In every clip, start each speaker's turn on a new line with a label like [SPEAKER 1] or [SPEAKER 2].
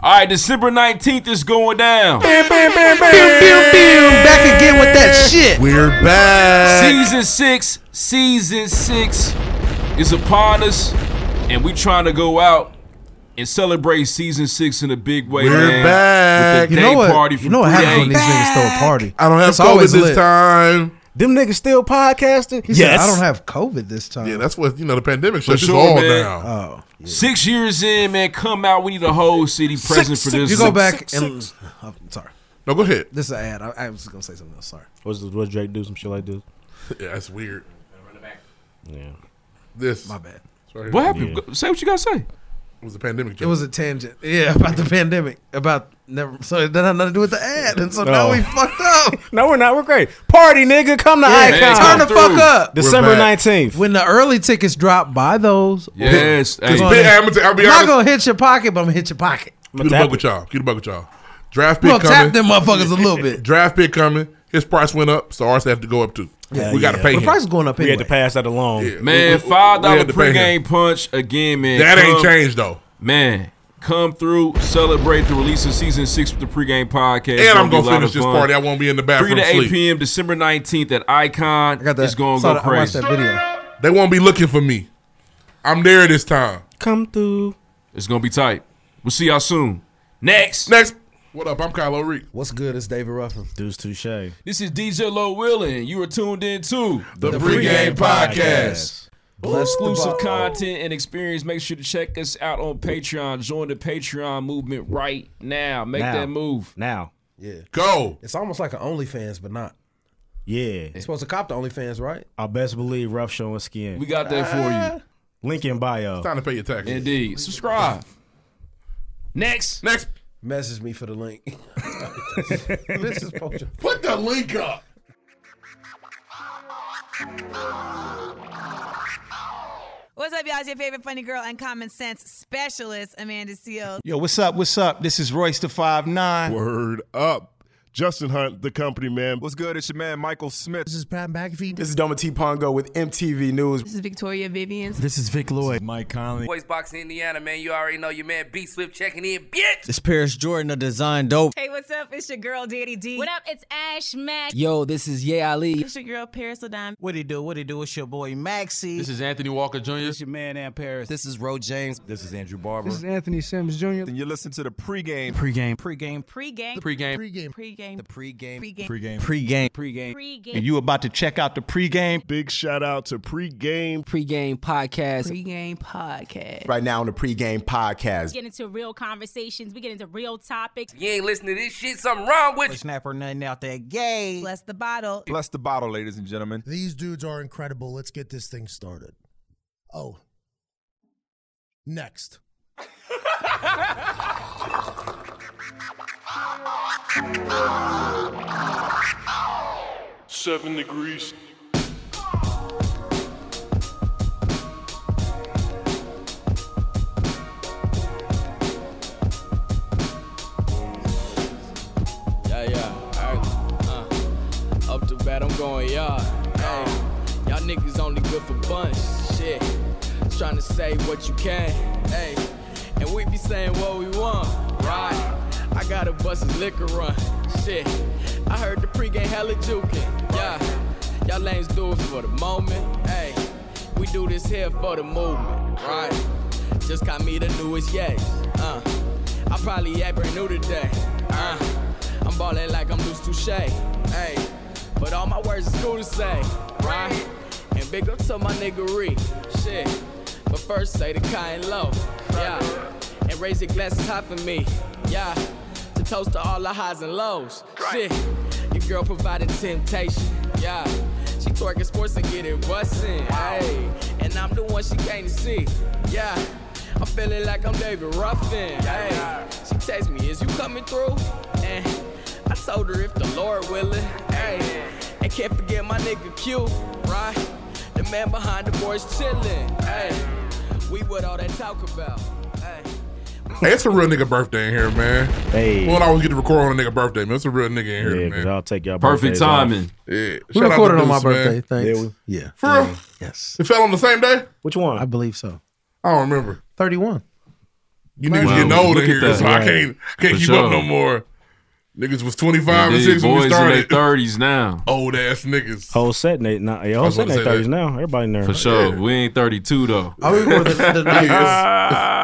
[SPEAKER 1] All right, December 19th is going down.
[SPEAKER 2] Back again with that shit.
[SPEAKER 3] We're back.
[SPEAKER 1] Season six, season six is upon us, and we trying to go out and celebrate season six in a big way,
[SPEAKER 3] We're
[SPEAKER 1] man.
[SPEAKER 3] back.
[SPEAKER 1] With the
[SPEAKER 3] You
[SPEAKER 2] You
[SPEAKER 1] day
[SPEAKER 2] know what?
[SPEAKER 1] party
[SPEAKER 2] you know what happens when these niggas throw a party?
[SPEAKER 3] I don't have
[SPEAKER 2] It's
[SPEAKER 3] COVID
[SPEAKER 2] always
[SPEAKER 3] this
[SPEAKER 2] lit.
[SPEAKER 3] time.
[SPEAKER 2] Them niggas still podcasting? He said,
[SPEAKER 4] Yes.
[SPEAKER 2] I don't have COVID this time.
[SPEAKER 3] Yeah, that's what you know. The pandemic shut
[SPEAKER 1] sure,
[SPEAKER 3] sure, all
[SPEAKER 1] man. Uh,
[SPEAKER 3] down.
[SPEAKER 2] oh.
[SPEAKER 1] Six years in, man, come out. We need a whole city present for this.
[SPEAKER 2] You go
[SPEAKER 1] one.
[SPEAKER 2] back and. Oh, I'm sorry.
[SPEAKER 3] No, go ahead.
[SPEAKER 2] This is an ad. I, I was going to say something else. Sorry.
[SPEAKER 4] What's the, what Drake do? Some shit like this.
[SPEAKER 3] Yeah, that's weird.
[SPEAKER 4] Yeah.
[SPEAKER 3] This
[SPEAKER 2] My bad.
[SPEAKER 3] right
[SPEAKER 1] What
[SPEAKER 3] here
[SPEAKER 1] happened? Go- Say what you got to say.
[SPEAKER 3] was a pandemic
[SPEAKER 2] It
[SPEAKER 3] joke.
[SPEAKER 2] was a tangent. Yeah, about the pandemic. About never. So it didn't have nothing to do with the ad. And so now
[SPEAKER 4] No.
[SPEAKER 2] we fucked up.
[SPEAKER 4] No, we're not. We're great. Party, nigga. Come to
[SPEAKER 2] Yeah,
[SPEAKER 1] man,
[SPEAKER 4] Icon.
[SPEAKER 2] turn the
[SPEAKER 1] through.
[SPEAKER 2] fuck up.
[SPEAKER 4] December
[SPEAKER 3] back.
[SPEAKER 4] 19th.
[SPEAKER 2] When the early tickets drop, buy those.
[SPEAKER 1] Yes. hey.
[SPEAKER 2] on-
[SPEAKER 3] Big- I'm gonna- I'll be
[SPEAKER 2] I'm not
[SPEAKER 3] honest.
[SPEAKER 2] gonna hit your pocket, but I'm gonna hit your pocket.
[SPEAKER 3] Keep the buck with y'all. Keep the buck with y'all. Draft pick
[SPEAKER 2] I'm gonna
[SPEAKER 3] coming.
[SPEAKER 2] tap them motherfuckers a little bit.
[SPEAKER 3] Draft pick coming. His price went up, so ours have to go up too. we got to
[SPEAKER 4] yeah.
[SPEAKER 3] pay
[SPEAKER 2] The
[SPEAKER 3] him.
[SPEAKER 2] price is going up
[SPEAKER 4] We
[SPEAKER 2] anyway.
[SPEAKER 4] had to pass that along.
[SPEAKER 3] Yeah, we- we-
[SPEAKER 1] Man,
[SPEAKER 3] we
[SPEAKER 1] five dollar
[SPEAKER 3] had to pay him.
[SPEAKER 1] pregame punch again, man.
[SPEAKER 3] That ain't
[SPEAKER 1] Come-
[SPEAKER 3] changed though.
[SPEAKER 1] Man, come through, celebrate the release of season six with the pregame podcast.
[SPEAKER 3] And I'm
[SPEAKER 1] It's
[SPEAKER 3] gonna
[SPEAKER 1] be a lot
[SPEAKER 3] finish
[SPEAKER 1] of
[SPEAKER 3] this
[SPEAKER 1] fun.
[SPEAKER 3] party. I won't be in the
[SPEAKER 1] Three
[SPEAKER 3] bathroom
[SPEAKER 1] to eight
[SPEAKER 3] sleep.
[SPEAKER 1] p.m. December nineteenth at Icon.
[SPEAKER 2] I got that.
[SPEAKER 1] It's gonna
[SPEAKER 2] saw
[SPEAKER 1] go
[SPEAKER 2] that- I watched
[SPEAKER 1] crazy.
[SPEAKER 2] that video.
[SPEAKER 3] They won't be looking for me. I'm there this time.
[SPEAKER 4] Come through.
[SPEAKER 1] It's gonna be tight. We'll see y'all soon. Next,
[SPEAKER 3] Next, what up? I'm Kylo Reed.
[SPEAKER 2] What's good? It's David Ruffin.
[SPEAKER 4] Deuce Touche.
[SPEAKER 1] this is DJ Low Willin. You are tuned in to
[SPEAKER 3] The, pregame podcast.
[SPEAKER 1] exclusive content and experience. Make sure to check us out on Patreon. Join the Patreon movement right now. Make
[SPEAKER 4] Now.
[SPEAKER 1] that move.
[SPEAKER 4] Now.
[SPEAKER 3] Go.
[SPEAKER 2] It's almost like an OnlyFans, but not.
[SPEAKER 4] Yeah.
[SPEAKER 2] supposed to cop the OnlyFans, right?
[SPEAKER 4] I best believe rough showing skin.
[SPEAKER 1] We got that
[SPEAKER 2] Ah.
[SPEAKER 1] for
[SPEAKER 4] Link in bio.
[SPEAKER 3] Time to pay your taxes.
[SPEAKER 1] you. Indeed. Subscribe. Next.
[SPEAKER 3] Next,
[SPEAKER 2] Message me for the link. this is Poacher.
[SPEAKER 3] put the link up.
[SPEAKER 5] What's up, y'all? It's your favorite funny girl and common sense specialist, Amanda Seals.
[SPEAKER 6] Yo, what's up? What's up? This is Royce the Five Nine.
[SPEAKER 7] Word up. Justin Hunt, the company man.
[SPEAKER 8] What's good? It's your man Michael Smith.
[SPEAKER 6] This is Pat McAfee.
[SPEAKER 9] This is Doma T. Pongo with MTV News.
[SPEAKER 5] This is Victoria Vivian.
[SPEAKER 6] This is Vic Lloyd. Mike Conley.
[SPEAKER 10] Boys Boxing Indiana, man. You already know your man B Swift checking in, bitch.
[SPEAKER 6] This Paris Jordan of Design Dope.
[SPEAKER 5] Hey, what's up? It's your girl, Daddy D.
[SPEAKER 11] up? It's Ash Mack.
[SPEAKER 10] Yo, this is Ye Ali.
[SPEAKER 5] It's your girl, Paris Ladon.
[SPEAKER 6] What he do? What he do? It's your boy Maxie. This
[SPEAKER 1] is Anthony Walker Jr.
[SPEAKER 6] your man Ann Paris.
[SPEAKER 10] This is Ro James. This is Andrew Barber.
[SPEAKER 6] is Anthony Sims Jr.
[SPEAKER 8] And you listen to the pregame.
[SPEAKER 6] Pre-game. Pre-game.
[SPEAKER 1] Pre-game.
[SPEAKER 5] Pre-game. Pre-game. Pre-game.
[SPEAKER 10] pregame.
[SPEAKER 5] Pre-game.
[SPEAKER 6] Pre-game. Pre-game. Pre-game. And you about to check out the pre-game.
[SPEAKER 7] Big shout out to pregame.
[SPEAKER 10] Pregame podcast.
[SPEAKER 5] Pre-game podcast.
[SPEAKER 9] Right now on the pregame podcast.
[SPEAKER 11] Get into real conversations. We get into real topics.
[SPEAKER 10] You ain't listening to this shit. Something wrong with you.
[SPEAKER 6] Snap or nothing out that gay.
[SPEAKER 5] Bless the bottle.
[SPEAKER 8] Bless the bottle, ladies and gentlemen.
[SPEAKER 9] These dudes are incredible. Let's get this thing started. Oh. Next.
[SPEAKER 7] Seven degrees.
[SPEAKER 10] Yeah, yeah. All right. Uh, up to bat, I'm going yard. Hey, y'all niggas only good for bunch. Shit. Trying to say what you can. Hey, and we be saying what we want. Right. I got a bus's liquor run. Shit. I heard the pregame hella juking. Yeah. Y'all lanes do it for the moment. Hey, we do this here for the movement. Right. Just got me the newest yes. Uh, I probably act brand new today. Uh, I'm ballin' like I'm loose touche. Hey, but all my words is cool to say, right? And big up to my niggery, shit. But first say the kind low, yeah. And raise your glasses high for me, yeah. To toast to all the highs and lows, shit. Your girl providing temptation, yeah. She twerking sports and getting bustin', hey. And I'm the one she came to see, yeah. I'm feeling like I'm David Ruffin. Hey, she text me, is you coming through? And I told her if the Lord willing. Hey, and can't forget my nigga Q, right? The man behind the boys chillin'. Hey, we what all that talk about. Hey.
[SPEAKER 3] Hey, it's a real nigga birthday in here, man.
[SPEAKER 4] Hey.
[SPEAKER 3] Well, I always get to record on a nigga birthday, man. It's a real nigga in here,
[SPEAKER 4] yeah, because
[SPEAKER 3] man.
[SPEAKER 4] I'll take y'all
[SPEAKER 1] Perfect
[SPEAKER 4] birthdays off.
[SPEAKER 1] timing.
[SPEAKER 3] Yeah.
[SPEAKER 2] We
[SPEAKER 3] Shout out to
[SPEAKER 2] recorded on my
[SPEAKER 3] Deuce,
[SPEAKER 2] birthday.
[SPEAKER 3] man.
[SPEAKER 2] Thanks.
[SPEAKER 4] Yeah,
[SPEAKER 2] yeah.
[SPEAKER 3] For real?
[SPEAKER 2] Yes.
[SPEAKER 3] It fell on the same day?
[SPEAKER 4] Which one?
[SPEAKER 2] I believe so.
[SPEAKER 3] I don't remember.
[SPEAKER 2] 31.
[SPEAKER 3] You niggas getting old in here, so I can't can't keep up no more. Niggas was twenty five and six when we started.
[SPEAKER 1] thirties now.
[SPEAKER 3] Old ass niggas.
[SPEAKER 4] Whole set in they not yeah, whole
[SPEAKER 3] was
[SPEAKER 4] set in
[SPEAKER 3] gonna
[SPEAKER 4] they
[SPEAKER 3] say that.
[SPEAKER 4] thirties now. Everybody in there.
[SPEAKER 1] For sure. We ain't 32 though.
[SPEAKER 2] I record the, the night.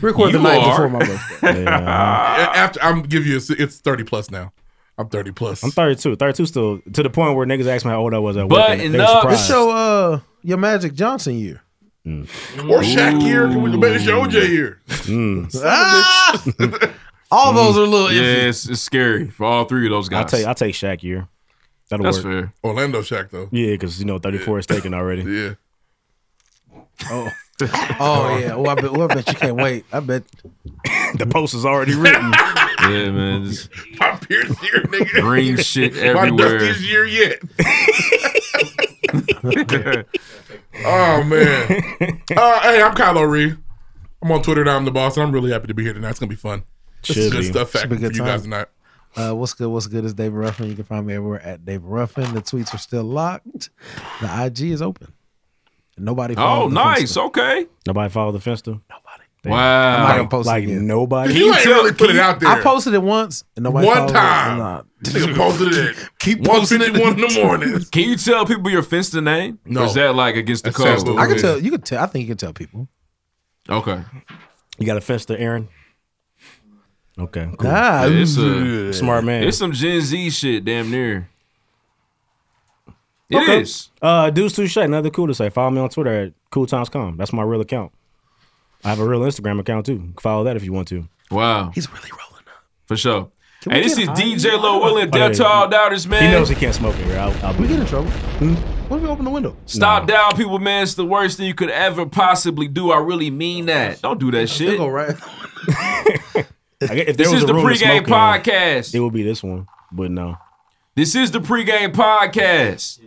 [SPEAKER 2] Record the
[SPEAKER 1] You
[SPEAKER 2] night
[SPEAKER 1] are.
[SPEAKER 2] before my birthday.
[SPEAKER 3] A- After I'm give you a, s- it's thirty plus now. I'm thirty plus.
[SPEAKER 4] I'm 32. 32 still to the point where niggas asked me how old I was at work.
[SPEAKER 1] But
[SPEAKER 4] and they
[SPEAKER 1] enough-
[SPEAKER 4] were
[SPEAKER 2] It's
[SPEAKER 4] surprised.
[SPEAKER 2] your uh your Magic Johnson year.
[SPEAKER 3] or Shaq year. Can we debate it's your OJ year?
[SPEAKER 2] Ah! All those are little
[SPEAKER 1] Yeah,
[SPEAKER 2] iffy.
[SPEAKER 1] it's, it's scary for all three of those
[SPEAKER 4] I'll
[SPEAKER 1] guys.
[SPEAKER 4] take I'll take Shaq year. That'll
[SPEAKER 1] That's
[SPEAKER 4] work.
[SPEAKER 1] fair.
[SPEAKER 3] Orlando Shaq though.
[SPEAKER 4] Yeah, because you know 34 is taken already.
[SPEAKER 3] Yeah.
[SPEAKER 4] Oh,
[SPEAKER 2] Oh yeah. Well I, bet, well, I bet you can't wait. I bet
[SPEAKER 4] the post is already written.
[SPEAKER 1] Yeah, man. This
[SPEAKER 3] My Pierce year, nigga.
[SPEAKER 1] green shit
[SPEAKER 3] My
[SPEAKER 1] everywhere.
[SPEAKER 3] dustiest year yet. oh man. Uh, hey, I'm Kylo Ree. I'm on Twitter. and I'm the boss, and I'm really happy to be here tonight. It's gonna be fun. This is
[SPEAKER 4] Should
[SPEAKER 3] good
[SPEAKER 4] be.
[SPEAKER 3] stuff
[SPEAKER 2] Should
[SPEAKER 3] factory
[SPEAKER 2] be
[SPEAKER 3] for
[SPEAKER 2] good
[SPEAKER 3] you guys
[SPEAKER 2] time.
[SPEAKER 3] tonight.
[SPEAKER 2] Uh, what's good? What's good? Is David Ruffin. You can find me everywhere at David Ruffin. The tweets are still locked. The IG is open. Nobody.
[SPEAKER 1] Oh,
[SPEAKER 2] followed the
[SPEAKER 1] nice.
[SPEAKER 2] Finsta.
[SPEAKER 1] Okay.
[SPEAKER 4] Nobody follow the Finster.
[SPEAKER 2] I'm not
[SPEAKER 1] Wow.
[SPEAKER 2] gonna post
[SPEAKER 4] Like
[SPEAKER 2] it again.
[SPEAKER 4] nobody.
[SPEAKER 3] You ain't really put it out there.
[SPEAKER 2] I posted it once and nobody.
[SPEAKER 3] one
[SPEAKER 2] followed it.
[SPEAKER 3] time.
[SPEAKER 2] Nah.
[SPEAKER 3] This nigga posted it.
[SPEAKER 2] Keep
[SPEAKER 3] One
[SPEAKER 2] posting
[SPEAKER 3] fifty
[SPEAKER 2] it.
[SPEAKER 3] one in the morning.
[SPEAKER 1] Can you tell people your Finsta name?
[SPEAKER 3] No.
[SPEAKER 1] Or is that like against the
[SPEAKER 3] That's
[SPEAKER 1] code?
[SPEAKER 3] taboo.
[SPEAKER 2] I can
[SPEAKER 3] Yeah.
[SPEAKER 2] tell. You can tell. I think you can tell people.
[SPEAKER 1] Okay.
[SPEAKER 4] You got a Finster, Aaron? Okay, cool.
[SPEAKER 2] Nah.
[SPEAKER 1] Yeah, it's a,
[SPEAKER 4] Smart man.
[SPEAKER 1] it's some Gen Z shit damn near. It is.
[SPEAKER 4] Okay. Uh, Deuce Touche, another cool to say. Follow me on Twitter at cooltimescom. That's my real account. I have a real Instagram account too. Follow that if you want to.
[SPEAKER 1] Wow.
[SPEAKER 2] He's really rolling up.
[SPEAKER 1] For sure. Hey,
[SPEAKER 2] we
[SPEAKER 1] this
[SPEAKER 2] get
[SPEAKER 1] is
[SPEAKER 2] high?
[SPEAKER 1] DJ Low Will and
[SPEAKER 4] Oh, yeah.
[SPEAKER 1] Death to All Doubters, man.
[SPEAKER 4] He knows he can't smoke in here. I'll, I'll
[SPEAKER 2] We
[SPEAKER 4] be
[SPEAKER 2] get in trouble. Hmm? What if we open the window?
[SPEAKER 1] Stop down, people, man. It's the worst thing you could ever possibly do. I really mean that. Don't do that
[SPEAKER 2] They
[SPEAKER 1] shit.
[SPEAKER 2] go right.
[SPEAKER 4] I guess if there
[SPEAKER 1] This
[SPEAKER 4] was
[SPEAKER 1] is
[SPEAKER 4] a
[SPEAKER 1] the
[SPEAKER 4] room to
[SPEAKER 1] pregame
[SPEAKER 4] smoke in,
[SPEAKER 1] podcast.
[SPEAKER 4] it would be this one. But no,
[SPEAKER 1] This is the pregame podcast.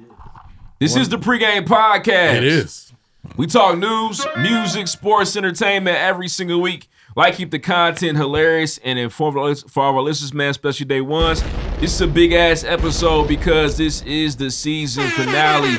[SPEAKER 1] This is the pregame podcast.
[SPEAKER 3] It is.
[SPEAKER 1] We talk news, music, sports, entertainment every single week. Like, keep the content hilarious and informative for our listeners, man, especially day ones. This is a big ass episode because this is the season finale.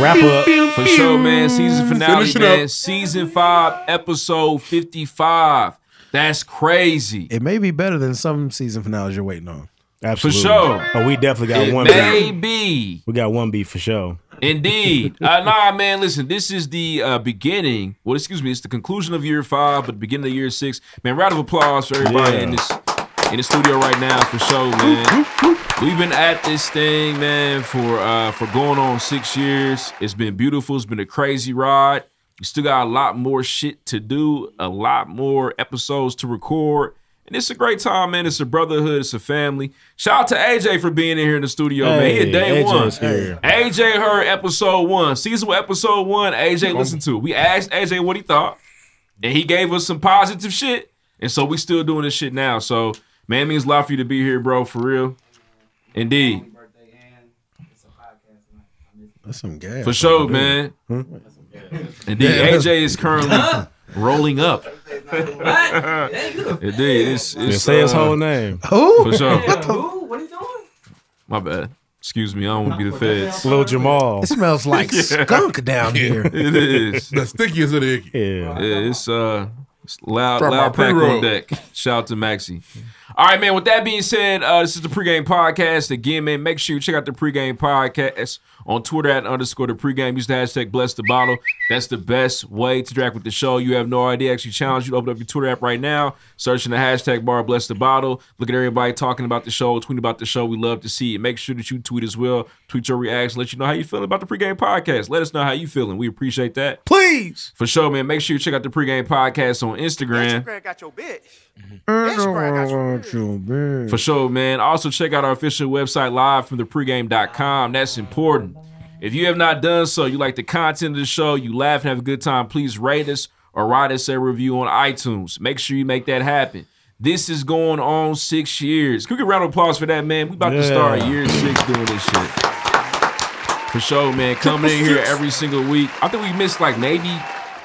[SPEAKER 4] wrap up.
[SPEAKER 1] For sure, man. Season finale,
[SPEAKER 3] Finish it
[SPEAKER 1] man.
[SPEAKER 3] up.
[SPEAKER 1] Season five, episode fifty-five. That's crazy.
[SPEAKER 2] It may be better than some season finales you're waiting on.
[SPEAKER 4] Absolutely.
[SPEAKER 1] sure.
[SPEAKER 4] Oh, we definitely got
[SPEAKER 1] It
[SPEAKER 4] one.
[SPEAKER 1] may
[SPEAKER 4] beat.
[SPEAKER 1] be.
[SPEAKER 4] We got one beat for sure.
[SPEAKER 1] Indeed. Uh, nah, man, listen, this is the uh, beginning. Well, excuse me, it's the conclusion of year five, but beginning of year six. Man, round of applause for everybody
[SPEAKER 4] Yeah.
[SPEAKER 1] in this in the studio right now for sure, man. We've been at this thing, man, for uh for going on six years. It's been beautiful, it's been a crazy ride. We still got a lot more shit to do, a lot more episodes to record. And it's a great time, man. It's a brotherhood. It's a family. Shout out to AJ for being in here in the studio, man. He a day
[SPEAKER 4] Hey,
[SPEAKER 1] one.
[SPEAKER 4] AJ's here.
[SPEAKER 1] AJ heard episode one, season one, episode one. AJ listened to. it. We asked AJ what he thought, and he gave us some positive shit. And so we still doing this shit now. So man, it means a lot for you to be here, bro. For real, indeed,
[SPEAKER 2] That's some gas.
[SPEAKER 1] for sure, man. Indeed, AJ is currently rolling up. Indeed, it's,
[SPEAKER 4] Yeah,
[SPEAKER 1] it's
[SPEAKER 4] say his
[SPEAKER 1] uh,
[SPEAKER 4] whole name.
[SPEAKER 2] Who?
[SPEAKER 1] for sure.
[SPEAKER 12] What are you doing?
[SPEAKER 1] My bad. Excuse me, I don't want to be the feds.
[SPEAKER 4] Lil Jamal.
[SPEAKER 2] It smells like skunk down here.
[SPEAKER 1] It is.
[SPEAKER 3] The stickiest of the icky.
[SPEAKER 4] Yeah.
[SPEAKER 1] Yeah, it's uh it's loud
[SPEAKER 3] Drop
[SPEAKER 1] loud
[SPEAKER 3] my
[SPEAKER 1] pack on
[SPEAKER 3] pre-roll.
[SPEAKER 1] deck. Shout out to Maxi. All right, man. With that being said, uh, this is the pregame podcast. Again, man, make sure you check out the pregame podcast on Twitter at underscore the pregame. Use the hashtag bless the bottle. That's the best way to interact with the show. You have no idea. Actually, challenge you to open up your Twitter app right now. Search in the hashtag bar bless the bottle. Look at everybody talking about the show, tweeting about the show. We love to see it. Make sure that you tweet as well. Tweet your reaction. Let you know how you feeling about the pregame podcast. Let us know how you feeling. We appreciate that. For sure, man. Make sure you check out the pregame podcast on Instagram.
[SPEAKER 12] got your bitch.
[SPEAKER 1] For sure, man. Also, check out our official website live from the pregame.com. That's important. If you have not done so, you like the content of the show, you laugh and have a good time, please rate us or write us a review on iTunes. Make sure you make that happen. This is going on six years. Can we get a round of applause for that, man? We about to
[SPEAKER 4] Yeah.
[SPEAKER 1] start year six doing this shit. For sure, man. Coming in here every single week. I think we missed like maybe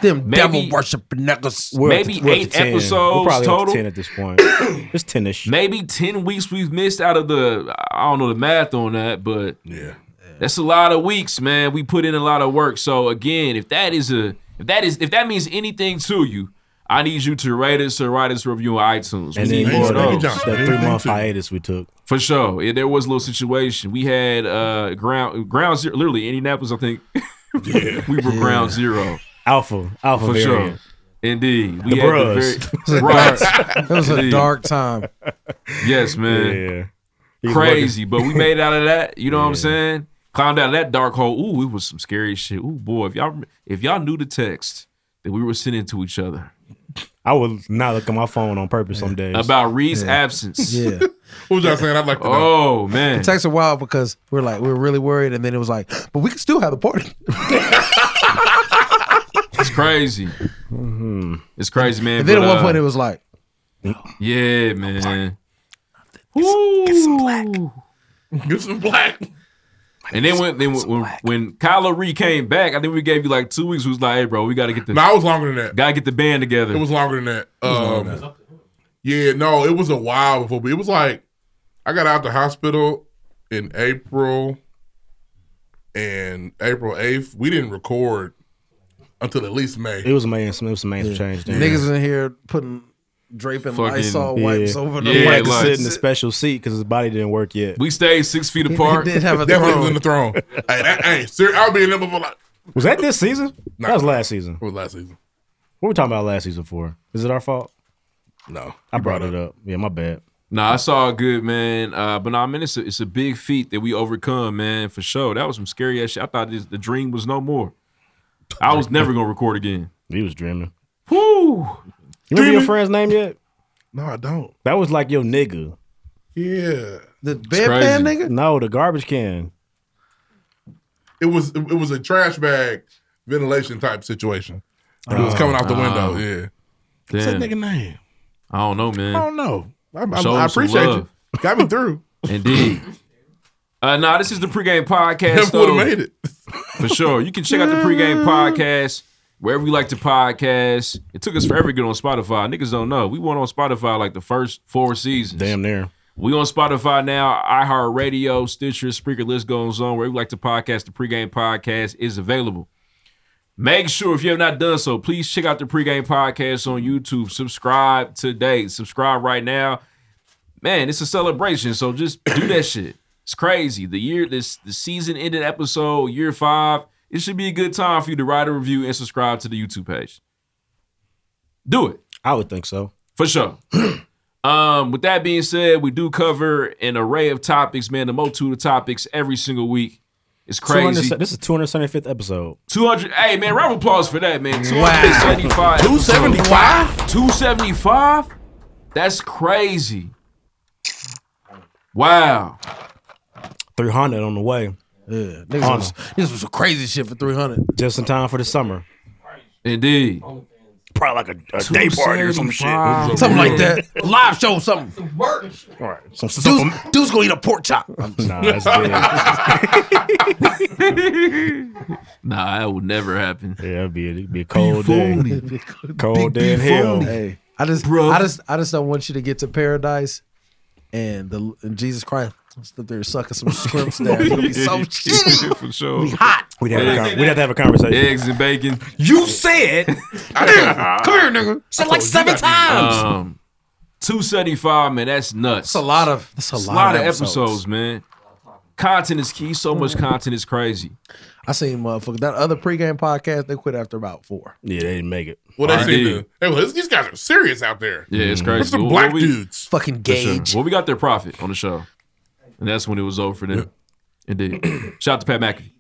[SPEAKER 2] Them
[SPEAKER 1] Maybe-
[SPEAKER 2] devil worshiping niggas.
[SPEAKER 4] We're up
[SPEAKER 1] Maybe
[SPEAKER 4] we're up
[SPEAKER 1] eight
[SPEAKER 4] 10.
[SPEAKER 1] episodes
[SPEAKER 4] We're probably Up
[SPEAKER 1] total.
[SPEAKER 4] to ten at this point. it's tenish.
[SPEAKER 1] maybe 10 weeks we've missed out of the i don't know the math on that but
[SPEAKER 3] Yeah.
[SPEAKER 1] that's a lot of weeks man we put in a lot of work so again if that is a if that is if that means anything to you I need you to rate us or write us a review on iTunes. We
[SPEAKER 4] And
[SPEAKER 1] need
[SPEAKER 4] then
[SPEAKER 1] more
[SPEAKER 4] more
[SPEAKER 1] of those.
[SPEAKER 4] that, that three month hiatus we took.
[SPEAKER 1] For sure. Yeah, there was a little situation. We had uh ground ground zero literally Indianapolis, I think. we were ground zero.
[SPEAKER 4] Alpha. Alpha
[SPEAKER 1] For
[SPEAKER 4] variant.
[SPEAKER 1] sure. Indeed.
[SPEAKER 4] The
[SPEAKER 1] had
[SPEAKER 4] bros.
[SPEAKER 2] It was a
[SPEAKER 1] Right.
[SPEAKER 2] dark- it was a
[SPEAKER 1] Indeed.
[SPEAKER 2] dark time.
[SPEAKER 1] Yes, man.
[SPEAKER 4] He's
[SPEAKER 1] Crazy, but we made it out of that. You know what I'm saying? Climbed out of that dark hole. Ooh, it was some scary shit. Ooh, boy, if y'all if y'all knew the text that we were sending to each other
[SPEAKER 4] I would not look at my phone on purpose some days.
[SPEAKER 1] about Reed's absence.
[SPEAKER 2] Yeah.
[SPEAKER 3] What was y'all saying? I'd like to know.
[SPEAKER 1] Oh man.
[SPEAKER 2] It takes a while because we're like we're really worried, and then it was like, but we can still have the party.
[SPEAKER 1] It's crazy. It's crazy, man.
[SPEAKER 2] Mm-hmm. And then
[SPEAKER 1] but,
[SPEAKER 2] at one
[SPEAKER 1] uh,
[SPEAKER 2] point it was like,
[SPEAKER 1] yeah, man.
[SPEAKER 3] Get some black.
[SPEAKER 1] And then when then when, when when Kylo Ree came back, I think we gave you like two weeks. We was like, hey, bro, we gotta get the
[SPEAKER 3] No, I was longer than that.
[SPEAKER 1] gotta get the band together.
[SPEAKER 3] It was longer than that. Um, yeah, no, it was a while before. But it was like I got out the hospital in April, and April eighth, we didn't record until at least May.
[SPEAKER 4] It was a man. It was a man some change. Then.
[SPEAKER 2] niggas in here putting draping
[SPEAKER 1] Fucking-
[SPEAKER 2] Lysol
[SPEAKER 4] yeah.
[SPEAKER 2] wipes over the
[SPEAKER 1] Yeah,
[SPEAKER 4] He had
[SPEAKER 2] wipes.
[SPEAKER 4] to
[SPEAKER 1] like-
[SPEAKER 4] sit in a special seat because his body didn't work yet.
[SPEAKER 1] we stayed six feet
[SPEAKER 2] He
[SPEAKER 1] apart.
[SPEAKER 2] did have a
[SPEAKER 3] Definitely was
[SPEAKER 2] throne.
[SPEAKER 3] in the throne. hey, that, hey, sir, I'll be in there before like
[SPEAKER 4] Was that this season?
[SPEAKER 3] Nah.
[SPEAKER 4] That was last season.
[SPEAKER 3] what was last season.
[SPEAKER 4] What were we talking about last season for? Is it our fault?
[SPEAKER 3] No,
[SPEAKER 4] I brought it up. Yeah, my bad.
[SPEAKER 1] Nah, it's all good, man. Uh, but nah, I mean, it's a, it's a big feat that we overcome, man, for sure. That was some scary ass shit. I thought this, the dream was no more. I was never gonna record again.
[SPEAKER 4] He was dreaming.
[SPEAKER 1] Whoo!
[SPEAKER 4] You remember your friend's name yet?
[SPEAKER 3] No, I don't.
[SPEAKER 4] That was like your nigga.
[SPEAKER 3] Yeah,
[SPEAKER 2] The bedpan nigga.
[SPEAKER 4] No, the garbage can.
[SPEAKER 3] it was it was a trash bag ventilation type situation. And it was coming
[SPEAKER 1] Oh,
[SPEAKER 3] out the window. Yeah, what's that
[SPEAKER 1] Damn.
[SPEAKER 3] nigga name?
[SPEAKER 1] I don't know,
[SPEAKER 3] I
[SPEAKER 1] man.
[SPEAKER 3] don't know. I, I-
[SPEAKER 1] Show
[SPEAKER 3] I
[SPEAKER 1] him some
[SPEAKER 3] appreciate you.
[SPEAKER 1] love.
[SPEAKER 3] Got me through.
[SPEAKER 1] Indeed. Uh, nah, this is the pregame podcast.
[SPEAKER 3] Never would
[SPEAKER 1] though.
[SPEAKER 3] have made it.
[SPEAKER 1] for sure. You can check out the pregame podcast wherever you like to podcast. It took us forever to get on Spotify. Niggas don't know. We went on Spotify like the first four seasons.
[SPEAKER 4] Damn near.
[SPEAKER 1] We on Spotify now, iHeartRadio, Stitcher, Spreaker, list goes on. Wherever you like to podcast, the pregame podcast is available. Make sure if you have not done so, please check out the pregame podcast on YouTube. Subscribe today. Subscribe right now. Man, it's a celebration, so just do that shit. It's crazy. The year this the season ended episode year five. It should be a good time for you to write a review and subscribe to the YouTube page. Do it.
[SPEAKER 4] I would think so.
[SPEAKER 1] For sure. um, with that being said, we do cover an array of topics, man, a multitude of topics every single week. It's
[SPEAKER 4] 200
[SPEAKER 1] crazy.
[SPEAKER 4] This is 275th episode.
[SPEAKER 1] 200, hey, man, round of applause for that, man. 275.
[SPEAKER 3] 275?
[SPEAKER 1] 275? That's crazy. Wow.
[SPEAKER 4] 300 on the way.
[SPEAKER 2] Yeah, niggas was, this was some crazy shit for three hundred.
[SPEAKER 4] Just in time for the summer.
[SPEAKER 1] Indeed.
[SPEAKER 7] Probably like a, a day party or some shit.
[SPEAKER 1] 275.
[SPEAKER 2] Something like that. Live show, something.
[SPEAKER 7] All right. Some, some,
[SPEAKER 2] Dude's, dude's gonna eat a pork chop.
[SPEAKER 4] Nah, that's dead. yeah,
[SPEAKER 1] Nah, that would never happen.
[SPEAKER 4] it'd be, it'd be a cold day. Cold day in hell.
[SPEAKER 2] Hey, I just,
[SPEAKER 1] Bruh.
[SPEAKER 2] I just, I just don't want you to get to paradise, and the and Jesus Christ, that they're sucking some shrimps down. It'll be so shitty.
[SPEAKER 1] for sure.
[SPEAKER 4] We'd have, a con- we'd have to have a conversation.
[SPEAKER 1] Eggs and bacon.
[SPEAKER 2] Come here, nigga.
[SPEAKER 3] Said like seven times.
[SPEAKER 1] Um, 275, man, that's nuts.
[SPEAKER 2] That's a lot of. That's a,
[SPEAKER 1] It's a lot of episodes, man. Content is key. So much content is crazy.
[SPEAKER 2] I seen motherfucker that other pregame podcast. They quit after about four.
[SPEAKER 4] Yeah, they didn't make it.
[SPEAKER 3] Well, they seem
[SPEAKER 1] Indeed.
[SPEAKER 3] to. Hey, well, these guys are serious out there.
[SPEAKER 1] Yeah, it's
[SPEAKER 3] There's
[SPEAKER 1] crazy.
[SPEAKER 3] some
[SPEAKER 1] Well,
[SPEAKER 3] black
[SPEAKER 1] we,
[SPEAKER 3] dudes.
[SPEAKER 2] Fucking gauge.
[SPEAKER 1] Well, we got their profit on the show, and that's when it was over for them. Indeed. Shout out to Pat McAfee.